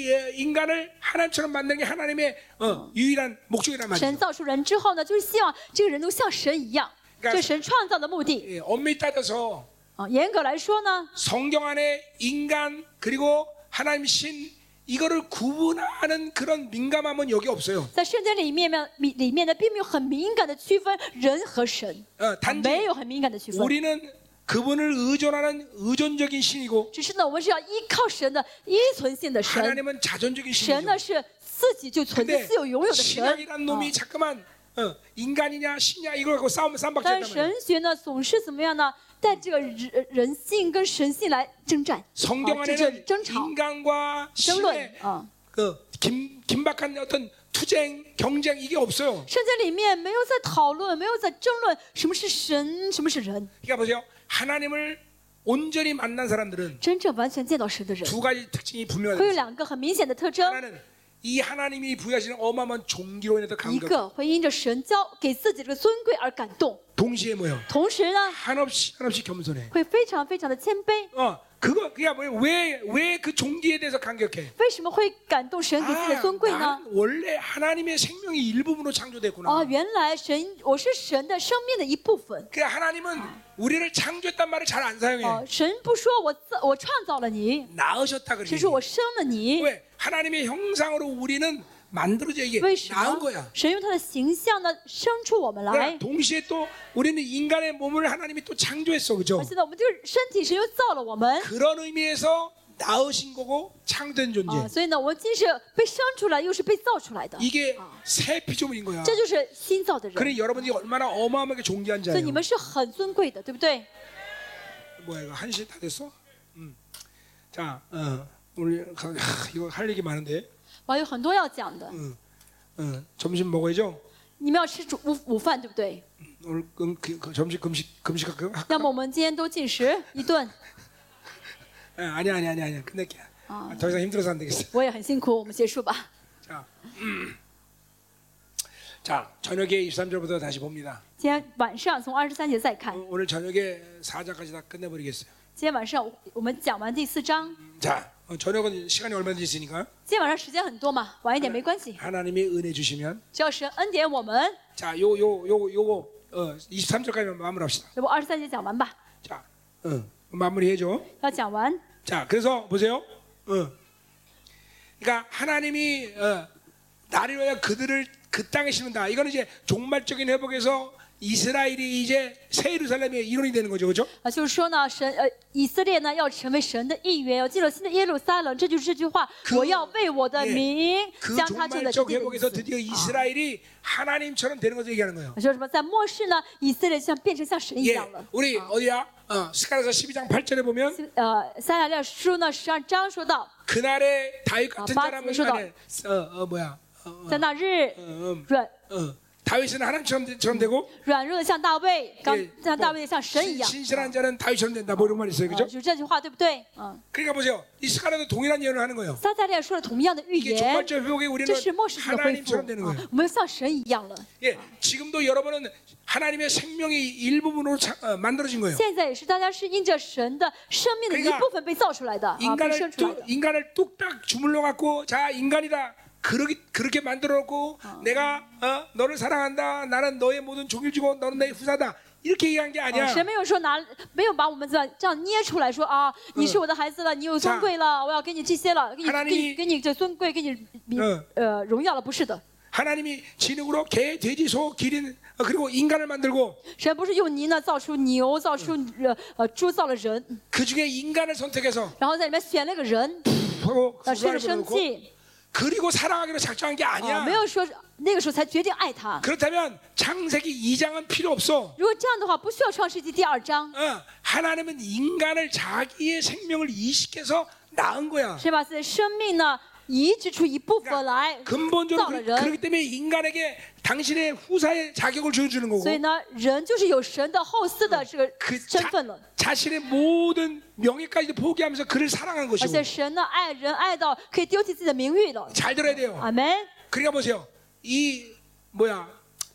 [SPEAKER 1] 이, 어, 인간을 하나님처럼 만드는 게 하나님의 어, 유일한 목적이란
[SPEAKER 2] 神
[SPEAKER 1] 말이죠.
[SPEAKER 2] 造出人之后呢，就是希望这个人能像神一样，
[SPEAKER 1] 干
[SPEAKER 2] 这是神创造的目的
[SPEAKER 1] 예, 엄밀히 따져서
[SPEAKER 2] 啊。严格来说呢，
[SPEAKER 1] 성경 안에 인간 그리고 하나님 신 이거를 구분하는 그런 민감함은 여기 없어요.
[SPEAKER 2] 在圣经里面呢，里里面呢，并没有很敏感的区分人和神，
[SPEAKER 1] 어, 단지
[SPEAKER 2] 没有很敏感的区分，
[SPEAKER 1] 우리는 그분을 의존하는 의존적인 신이고
[SPEAKER 2] 只是呢，我们是要依靠神的依存性的神，
[SPEAKER 1] 하나님은 자존적인
[SPEAKER 2] 神
[SPEAKER 1] 신이죠.
[SPEAKER 2] 呢是自己就存在、
[SPEAKER 1] 근데
[SPEAKER 2] 自有拥有的神。
[SPEAKER 1] 신약이란
[SPEAKER 2] 啊
[SPEAKER 1] 놈이 잠깐만 어, 인간이냐 신이냐 이걸 갖고 싸움 싸움밖에
[SPEAKER 2] 但
[SPEAKER 1] 했단
[SPEAKER 2] 是
[SPEAKER 1] 말이에요.
[SPEAKER 2] 神学呢，总是怎么样呢？带这个人人性跟神性来征战，
[SPEAKER 1] 성경
[SPEAKER 2] 啊，这就是
[SPEAKER 1] 안에는
[SPEAKER 2] 争吵、
[SPEAKER 1] 인간과
[SPEAKER 2] 争论
[SPEAKER 1] 신의
[SPEAKER 2] 啊。
[SPEAKER 1] 그 김, 긴박한 어떤 투쟁, 경쟁 이게 없어요.
[SPEAKER 2] 圣经里面没有在讨论，没有在争论什么是神，什么是人。
[SPEAKER 1] 그러니까 보세요. 하나님을 온전히 만난 사람들은
[SPEAKER 2] 真正完全见到神的人，
[SPEAKER 1] 두 가지 특징이
[SPEAKER 2] 会有
[SPEAKER 1] 분명해요.
[SPEAKER 2] 两个很明显的特征：
[SPEAKER 1] 하나는 이 하나님이 부여하시는 어마어마한 종기로 인해서
[SPEAKER 2] 一
[SPEAKER 1] 감격.
[SPEAKER 2] 个会因着神教给自己这个尊贵而感动，
[SPEAKER 1] 동시에 뭐요?
[SPEAKER 2] 同时呢，
[SPEAKER 1] 한없이 한없이 겸손해.
[SPEAKER 2] 会非常非常的谦卑。
[SPEAKER 1] 어, 그거 그게 뭐예요? 왜왜 그 종기에 대해서 감격해?
[SPEAKER 2] 为什么会感动
[SPEAKER 1] 그
[SPEAKER 2] 神给自己的尊贵呢
[SPEAKER 1] 난 ？ 아, 원래 하나님의 생명의 일부분으로
[SPEAKER 2] 啊，
[SPEAKER 1] 창조됐구나.
[SPEAKER 2] 原来神我是神的生命的一部分。
[SPEAKER 1] 그 하나님은 우리를 창조했단 말을 잘 안 사용해.
[SPEAKER 2] 哦、神不说我造我创造了你，
[SPEAKER 1] 낳으셨다
[SPEAKER 2] 只
[SPEAKER 1] 그러지.
[SPEAKER 2] 是我生了你。
[SPEAKER 1] 왜 하나님의 형상으로 우리는 만들어져 이게
[SPEAKER 2] 为什
[SPEAKER 1] 낳은
[SPEAKER 2] 么
[SPEAKER 1] 거야.
[SPEAKER 2] 神用他的形象呢生出我们
[SPEAKER 1] 그러니까
[SPEAKER 2] 来？
[SPEAKER 1] 동시에 또 우리는 인간의 몸을 하나님이 또 창조했어, 그죠?
[SPEAKER 2] 而现在我们这个身体，神又造了我们
[SPEAKER 1] 그런 의미에서 낳으신 거고 창조된 존재.
[SPEAKER 2] 啊，所以呢，我们既是被生出来，又是被造出来的，
[SPEAKER 1] 이게 새 피조물인 거야.
[SPEAKER 2] 这就是新造的人。
[SPEAKER 1] 그래 여러분이 얼마나 어마어마하게 존귀한
[SPEAKER 2] 所以
[SPEAKER 1] 자예요.
[SPEAKER 2] 你们是很尊贵的，对不对？
[SPEAKER 1] 뭐야 이거 한시 다 됐어? 음. 자, 어, 오늘 가- 하, 이거 할 얘기 많은데.
[SPEAKER 2] 我还有很多要讲的，
[SPEAKER 1] 어, 점심 먹어야죠.
[SPEAKER 2] 你们要吃午午午饭，对不对？
[SPEAKER 1] 오늘 금, 그, 그 점심 금식 금식할까요?
[SPEAKER 2] 那么我们今天都进食一顿，
[SPEAKER 1] 아, 아니 아니 아니 아니 끝낼게. 아, 더 이상 힘들어서 안 되겠어.
[SPEAKER 2] 我也很辛苦，我们结束吧。
[SPEAKER 1] 자, 음. 자 저녁에 23절부터 다시 봅니다.
[SPEAKER 2] 今天晚上从二十三节再
[SPEAKER 1] 어,
[SPEAKER 2] 看，
[SPEAKER 1] 오늘 저녁에 4장까지 다 끝내버리겠어요.
[SPEAKER 2] 今天晚上我我们讲完第四章，
[SPEAKER 1] 자, 어, 저녁은 시간이 얼마든지 있으니까
[SPEAKER 2] 今天晚上时间很多嘛，晚一点没关系，
[SPEAKER 1] 하나님이 은혜 주시면
[SPEAKER 2] 只要神恩典我们，
[SPEAKER 1] 자, 요 요 요 요거 어, 23절까지만 마무리합시다.
[SPEAKER 2] 要不二十三节讲完吧，
[SPEAKER 1] 자, 어, 마무리해줘.
[SPEAKER 2] 要讲完。
[SPEAKER 1] 자, 그래서 보세요. 어. 그러니까 하나님이 어, 나를 위하여 그들을 그 땅에 심는다. 이거는 이제 종말적인 회복에서 이스라엘이 이제 새 예루살렘의 일원이 되는 거죠, 그렇죠?
[SPEAKER 2] 啊，就是说呢，神呃，以色列呢要成为神的一员，要进入新的耶路撒冷。这就是这句话，
[SPEAKER 1] 그
[SPEAKER 2] 我要为我的名
[SPEAKER 1] 그
[SPEAKER 2] 将他就在这
[SPEAKER 1] 종말적
[SPEAKER 2] 地的
[SPEAKER 1] 회복에서
[SPEAKER 2] 意
[SPEAKER 1] 드디어
[SPEAKER 2] 思。
[SPEAKER 1] 이스라엘이 하나님처럼 되는 것을 얘기하는 거예요.
[SPEAKER 2] 啊说什么？在末世呢，以色列就像变成像神一
[SPEAKER 1] 예,
[SPEAKER 2] 样了。
[SPEAKER 1] 우리 어디야? 어, 스가랴서 12장 8절에 보면
[SPEAKER 2] 呃，撒亚利亚书呢十二章说到，
[SPEAKER 1] 그날에 다윗 같은
[SPEAKER 2] 아,
[SPEAKER 1] 사람은
[SPEAKER 2] 맞습니다.
[SPEAKER 1] 하나님- 어, 어, 뭐야? 어, 어,
[SPEAKER 2] 在那日
[SPEAKER 1] 어 음,
[SPEAKER 2] 软
[SPEAKER 1] 어. 다윗은 하나님처럼 처럼 되고
[SPEAKER 2] 软弱的像大卫，刚
[SPEAKER 1] 예,
[SPEAKER 2] 像大
[SPEAKER 1] 뭐,
[SPEAKER 2] 卫像神一
[SPEAKER 1] 신-
[SPEAKER 2] 样。
[SPEAKER 1] 신실한 자는 다윗처럼 된다. 뭐 이런 말 있어요,
[SPEAKER 2] 啊
[SPEAKER 1] 그죠?
[SPEAKER 2] 就这句话对不对？嗯，
[SPEAKER 1] 그러니까 보세요. 이 스가랴도 동일한 예언을 하는 거예요.
[SPEAKER 2] 撒加利亚说了同样的预
[SPEAKER 1] 이게
[SPEAKER 2] 言，
[SPEAKER 1] 종말적 회복에 우리는
[SPEAKER 2] 这是末世的恢复，
[SPEAKER 1] 하나님처럼 되는
[SPEAKER 2] 啊
[SPEAKER 1] 거예요.
[SPEAKER 2] 我们像神一样了。
[SPEAKER 1] 예, 지금도 여러분은 하나님의 생명의 일부분으로 자- 어, 만들어진 거예요.
[SPEAKER 2] 现在也是大家是因着神的生命的
[SPEAKER 1] 그러니
[SPEAKER 2] 一
[SPEAKER 1] 까
[SPEAKER 2] 部分被造出来的
[SPEAKER 1] 아,
[SPEAKER 2] 啊，被
[SPEAKER 1] 인간을
[SPEAKER 2] 生出来
[SPEAKER 1] 뚝,
[SPEAKER 2] 的。
[SPEAKER 1] 인간을 뚝딱 주물러 갖고 자 인간이다. 그렇게 그렇게 만들어 놓고 내가 어, 너를 사랑한다. 나는 너의 모든 종유지고 너는 내 후사다. 이렇게 얘기한 게
[SPEAKER 2] 啊
[SPEAKER 1] 아니야.
[SPEAKER 2] 神没有说拿，没有把我们这样这样捏出来说啊，你是我的孩子了，你有尊贵了，我要给你这些了，给你
[SPEAKER 1] 하나
[SPEAKER 2] 给
[SPEAKER 1] 님이
[SPEAKER 2] 你给你这尊贵，给你名呃荣耀了，不是的，
[SPEAKER 1] 하나님이 진흙으로 개, 돼지, 소, 기린 어, 그리고 인간을 만들고
[SPEAKER 2] 神不是用泥呢造出牛，造出呃呃猪，造了人，
[SPEAKER 1] 그 중에 인간을 선택해서
[SPEAKER 2] 然后在里面选了个人，
[SPEAKER 1] 하고
[SPEAKER 2] 呃，生
[SPEAKER 1] 후사를
[SPEAKER 2] 了生
[SPEAKER 1] 보내놓고
[SPEAKER 2] 气，
[SPEAKER 1] 그리고 사랑하기로 작정한 게
[SPEAKER 2] 啊，
[SPEAKER 1] 아니야.
[SPEAKER 2] 没有说那个时候才决定爱他。
[SPEAKER 1] 그렇다면 창세기 2장은 필요 없어.
[SPEAKER 2] 如果这样的话，不需要创世纪第二章，
[SPEAKER 1] 어, 하나님은 인간을 자기의 생명을 이식해서 낳은 거야.
[SPEAKER 2] 是吧？自己的生命呢移植出一部分来
[SPEAKER 1] 근본적으로
[SPEAKER 2] 造了
[SPEAKER 1] 그,
[SPEAKER 2] 人，
[SPEAKER 1] 그렇기 때문에 인간에게 당신의 후사의 자격을 주어주는 거고
[SPEAKER 2] 所以呢，人就是有神的后嗣的这个
[SPEAKER 1] 그
[SPEAKER 2] 身份了。
[SPEAKER 1] 자, 신의 모든 명예까지도 포기하면서 그를 사랑한
[SPEAKER 2] 而
[SPEAKER 1] 것이고
[SPEAKER 2] 且神呢爱人爱到可以丢弃自己的名誉了。
[SPEAKER 1] 잘 들어야 돼요.
[SPEAKER 2] 阿门。
[SPEAKER 1] 그러니까 보세요. 이 뭐야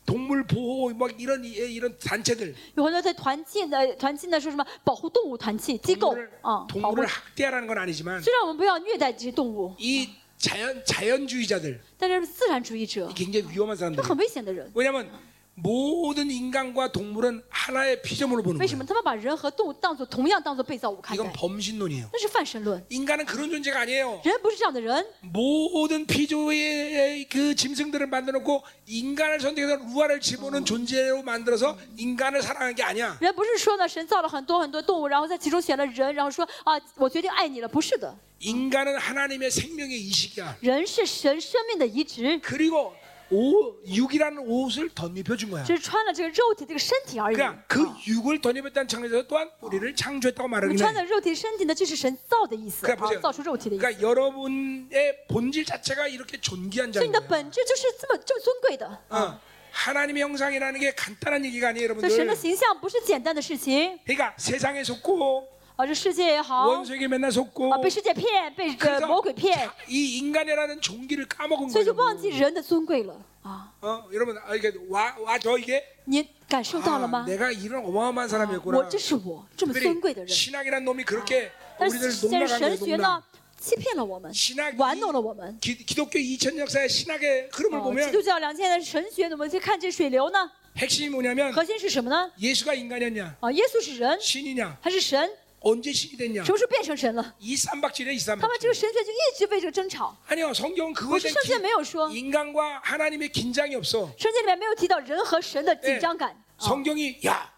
[SPEAKER 1] 동물 보호 막 이런 이- 이런 단체들
[SPEAKER 2] 有很多在团契的团契呢说什么保护动物团契机构
[SPEAKER 1] 동물을,
[SPEAKER 2] 啊、保护
[SPEAKER 1] 동물을 。 학대하라는 건 아니지만
[SPEAKER 2] 虽然我们不要虐待这些动物，
[SPEAKER 1] 이 자연 자연주의자들
[SPEAKER 2] 但是自然主义者
[SPEAKER 1] 굉장히 위험한
[SPEAKER 2] 是
[SPEAKER 1] 사람들.
[SPEAKER 2] 很危险的人。
[SPEAKER 1] 아, 왜냐하면 모든 인간과 동물은 하나의 피조물로 보는
[SPEAKER 2] 为什
[SPEAKER 1] 거예요.
[SPEAKER 2] 么他们把人和动物当作同样当作被造物看
[SPEAKER 1] 이건
[SPEAKER 2] 待？
[SPEAKER 1] 범신론이에요.
[SPEAKER 2] 那是泛神论。
[SPEAKER 1] 인간은 그런 존재가 아니에요.
[SPEAKER 2] 人不是这样的人，
[SPEAKER 1] 모든 피조의 그 짐승들을 만들어놓고 인간을 선택해서 루아를 집어넣은 네. 존재로 만들어서 인간을 사랑한 게 아니야.
[SPEAKER 2] 人不是说呢神造了很多很多动物，然后在其中选了人，然后说啊我决定爱你了，不是的。
[SPEAKER 1] 인간은 하나님의 생명의 이식이야.
[SPEAKER 2] 人是神生命的移植，
[SPEAKER 1] 그리고 옷, 육이라는 옷을 덧입혀 준 거야.
[SPEAKER 2] 只是穿了这个肉体这个身体而已。
[SPEAKER 1] 그러니까 그
[SPEAKER 2] 啊
[SPEAKER 1] 육을 덧입혔다는 측면에서 또한 우리를 창조했다고
[SPEAKER 2] 我
[SPEAKER 1] 말하긴
[SPEAKER 2] 们穿
[SPEAKER 1] 해.
[SPEAKER 2] 的肉体身体呢，就是神造的意思，
[SPEAKER 1] 그러니까
[SPEAKER 2] 啊
[SPEAKER 1] 보세요. ，
[SPEAKER 2] 造出肉体的意思。
[SPEAKER 1] 그러니까 여러분의 본질 자체가 이렇게 존귀한
[SPEAKER 2] 所以你的
[SPEAKER 1] 자예요.
[SPEAKER 2] 本质就是这么这么尊贵的。
[SPEAKER 1] 어, 하나님의 형상이라는 게 간단한 얘기가 아니에요,
[SPEAKER 2] 所以神
[SPEAKER 1] 여러분들.
[SPEAKER 2] 的形象不是简单的事情
[SPEAKER 1] 그러니까 세상에 속고
[SPEAKER 2] 啊，这世界也好啊，
[SPEAKER 1] 원수에게 맨날 속고
[SPEAKER 2] 被世界骗，被呃
[SPEAKER 1] 어? 그래서
[SPEAKER 2] 魔鬼骗，
[SPEAKER 1] 이 인간이라는 종기를 까먹은
[SPEAKER 2] 所以就
[SPEAKER 1] 거예요.
[SPEAKER 2] 忘记人的尊贵了。啊，
[SPEAKER 1] 어, 여러분 아, 이게 와 와죠 이게
[SPEAKER 2] 您感受到了
[SPEAKER 1] 아,
[SPEAKER 2] 吗？
[SPEAKER 1] 내가 이런 어마어마한
[SPEAKER 2] 啊
[SPEAKER 1] 사람이었구나.
[SPEAKER 2] 我这是我这么尊贵的
[SPEAKER 1] 특별히
[SPEAKER 2] 人，
[SPEAKER 1] 신학이란 놈이 아, 그렇게
[SPEAKER 2] 但
[SPEAKER 1] 우리들
[SPEAKER 2] 是但是
[SPEAKER 1] 농락한 거예요.
[SPEAKER 2] 神学
[SPEAKER 1] 농락.
[SPEAKER 2] 呢，欺骗了我们，
[SPEAKER 1] 신학
[SPEAKER 2] 玩弄了我们。
[SPEAKER 1] 기, 기독교 2000 역사의 신학의 흐름을
[SPEAKER 2] 哦基
[SPEAKER 1] 보면
[SPEAKER 2] 督教两千年的神学怎么去看这水流呢？
[SPEAKER 1] 핵심이 뭐냐면
[SPEAKER 2] 核心是什么呢？
[SPEAKER 1] 예수가 인간이었냐,
[SPEAKER 2] 啊，耶稣是人，
[SPEAKER 1] 신이냐,
[SPEAKER 2] 他是神，
[SPEAKER 1] 언제 신이 됐냐.
[SPEAKER 2] 什么时候变成神了？
[SPEAKER 1] 이 삼박질이야 이
[SPEAKER 2] 他们这个
[SPEAKER 1] 삼박질.
[SPEAKER 2] 神学就一直为这个争吵。
[SPEAKER 1] 아니요 성경은
[SPEAKER 2] 可
[SPEAKER 1] 그거에
[SPEAKER 2] 是
[SPEAKER 1] 대한
[SPEAKER 2] 圣经没有说，
[SPEAKER 1] 기- 인간과 하나님의 긴장이 없어.
[SPEAKER 2] 圣经里面没有提到人和神的紧张感。
[SPEAKER 1] 哎
[SPEAKER 2] 啊
[SPEAKER 1] 성경이 야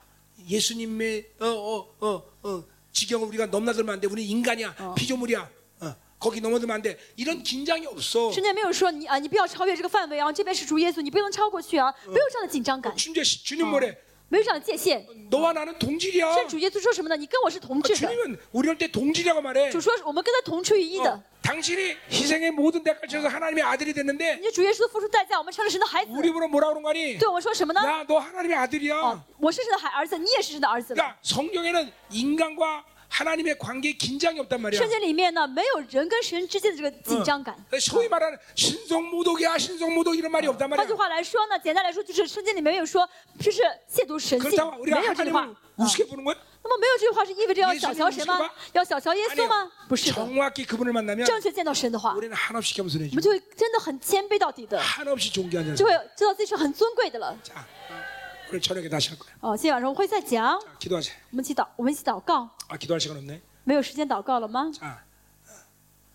[SPEAKER 1] 예수님의 어 어 어 어 지경을 우리가 넘나들면 안 돼. 우리 인간이야 피조물이야. 어, 거기 넘어들면 안 돼. 이런 긴장이 없어.
[SPEAKER 2] 圣经没有说你啊，你不要超越这个范围啊，这边是主耶稣，你不能超过去啊，没有这样的紧张感，
[SPEAKER 1] 주님 주님 뭐래?
[SPEAKER 2] 没有这样的界限。
[SPEAKER 1] 너와 나는 동질이야.
[SPEAKER 2] 甚至主耶稣说什么呢？你跟我是同
[SPEAKER 1] 아,
[SPEAKER 2] 志的。
[SPEAKER 1] 주님은 우리 할 때 동질이라고 말해.
[SPEAKER 2] 主说我们跟他同出于一
[SPEAKER 1] 어,
[SPEAKER 2] 的。
[SPEAKER 1] 당신이 희생의 모든 대가를 치러서 하나님의 아들이 됐는데
[SPEAKER 2] 你的主耶稣付出代价，我们成了神的孩子。
[SPEAKER 1] 우리 입으로 뭐라 그런 거니?
[SPEAKER 2] 对我们说什么呢？
[SPEAKER 1] 야 너 하나님의
[SPEAKER 2] 哦
[SPEAKER 1] 아들이야. ，
[SPEAKER 2] 我是神的孩儿子，你也是神的儿子了。
[SPEAKER 1] 그러니까 성경에는 인간과 하나님의 관계에 긴장이 없단 말이야.
[SPEAKER 2] 圣经里面呢，没有人跟神之间的这个紧张感。
[SPEAKER 1] 소위 말하는 신성모독이야 신성모독 이런 말이 없단
[SPEAKER 2] 换句
[SPEAKER 1] 말이야.
[SPEAKER 2] 话来说呢，简单来说就是圣经里面没有说就是亵渎神性，
[SPEAKER 1] 그렇다고
[SPEAKER 2] 没
[SPEAKER 1] 우리가
[SPEAKER 2] 有这句话。
[SPEAKER 1] 하나님을
[SPEAKER 2] 啊
[SPEAKER 1] 우습게 보는 거야?
[SPEAKER 2] 那么没有这句话是意味着要
[SPEAKER 1] 예수님
[SPEAKER 2] 小瞧神
[SPEAKER 1] 우습게
[SPEAKER 2] 吗
[SPEAKER 1] 봐 ？
[SPEAKER 2] 要小瞧耶稣吗？不是的，
[SPEAKER 1] 정확히 그분을 만나면
[SPEAKER 2] 正确见到神的话，我
[SPEAKER 1] 우리는 한없이 겸손해지고
[SPEAKER 2] 们就会真的很谦卑到底的，
[SPEAKER 1] 한없이 존귀한
[SPEAKER 2] 就
[SPEAKER 1] 자.
[SPEAKER 2] 会知道自己是很尊贵的了。
[SPEAKER 1] 자, 어, 오늘 저녁에 다시 할 거야.
[SPEAKER 2] 哦，今天晚上我会再讲，
[SPEAKER 1] 자, 기도하자.
[SPEAKER 2] 我们一起祷，我们一起祷告。
[SPEAKER 1] 아 기도할 시간 없네.
[SPEAKER 2] 没有时间祷告了吗？
[SPEAKER 1] 자, 어,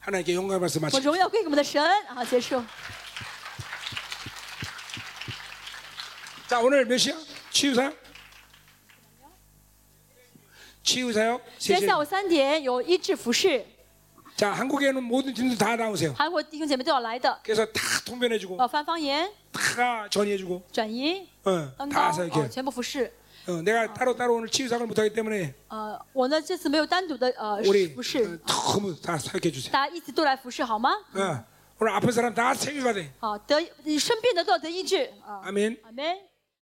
[SPEAKER 1] 하나님께 영광을 받서
[SPEAKER 2] 我
[SPEAKER 1] 마치.
[SPEAKER 2] 荣耀归给我们的神啊！结束。
[SPEAKER 1] 자 오늘 몇 시야? 치유사? 치유사요? 세네
[SPEAKER 2] 今
[SPEAKER 1] 시.
[SPEAKER 2] 天下午三点有医治服饰，
[SPEAKER 1] 자 한국에는 모든 팀들 다 나오세요.
[SPEAKER 2] 韩国弟兄姐妹都要来的，
[SPEAKER 1] 그래서 다 통변해주고
[SPEAKER 2] 要翻方言、
[SPEAKER 1] 다 전이해주고
[SPEAKER 2] 转移、
[SPEAKER 1] 어,
[SPEAKER 2] 恩
[SPEAKER 1] 다
[SPEAKER 2] 高，
[SPEAKER 1] 하세요 이렇게.
[SPEAKER 2] 哦，全部服侍。
[SPEAKER 1] 어, 내가 따로 따로 오늘 치유사를 못하기 때문에
[SPEAKER 2] 呃，我呢这次没有单独的呃
[SPEAKER 1] 우리
[SPEAKER 2] 服侍
[SPEAKER 1] 어, ， 너무 다 사역해 주세요.
[SPEAKER 2] 大家一起都来服侍好吗？
[SPEAKER 1] 어, 오늘 아픈 사람 다 세미 받아.
[SPEAKER 2] 好，得你生病的都要得医治啊！
[SPEAKER 1] 아멘.
[SPEAKER 2] 阿门。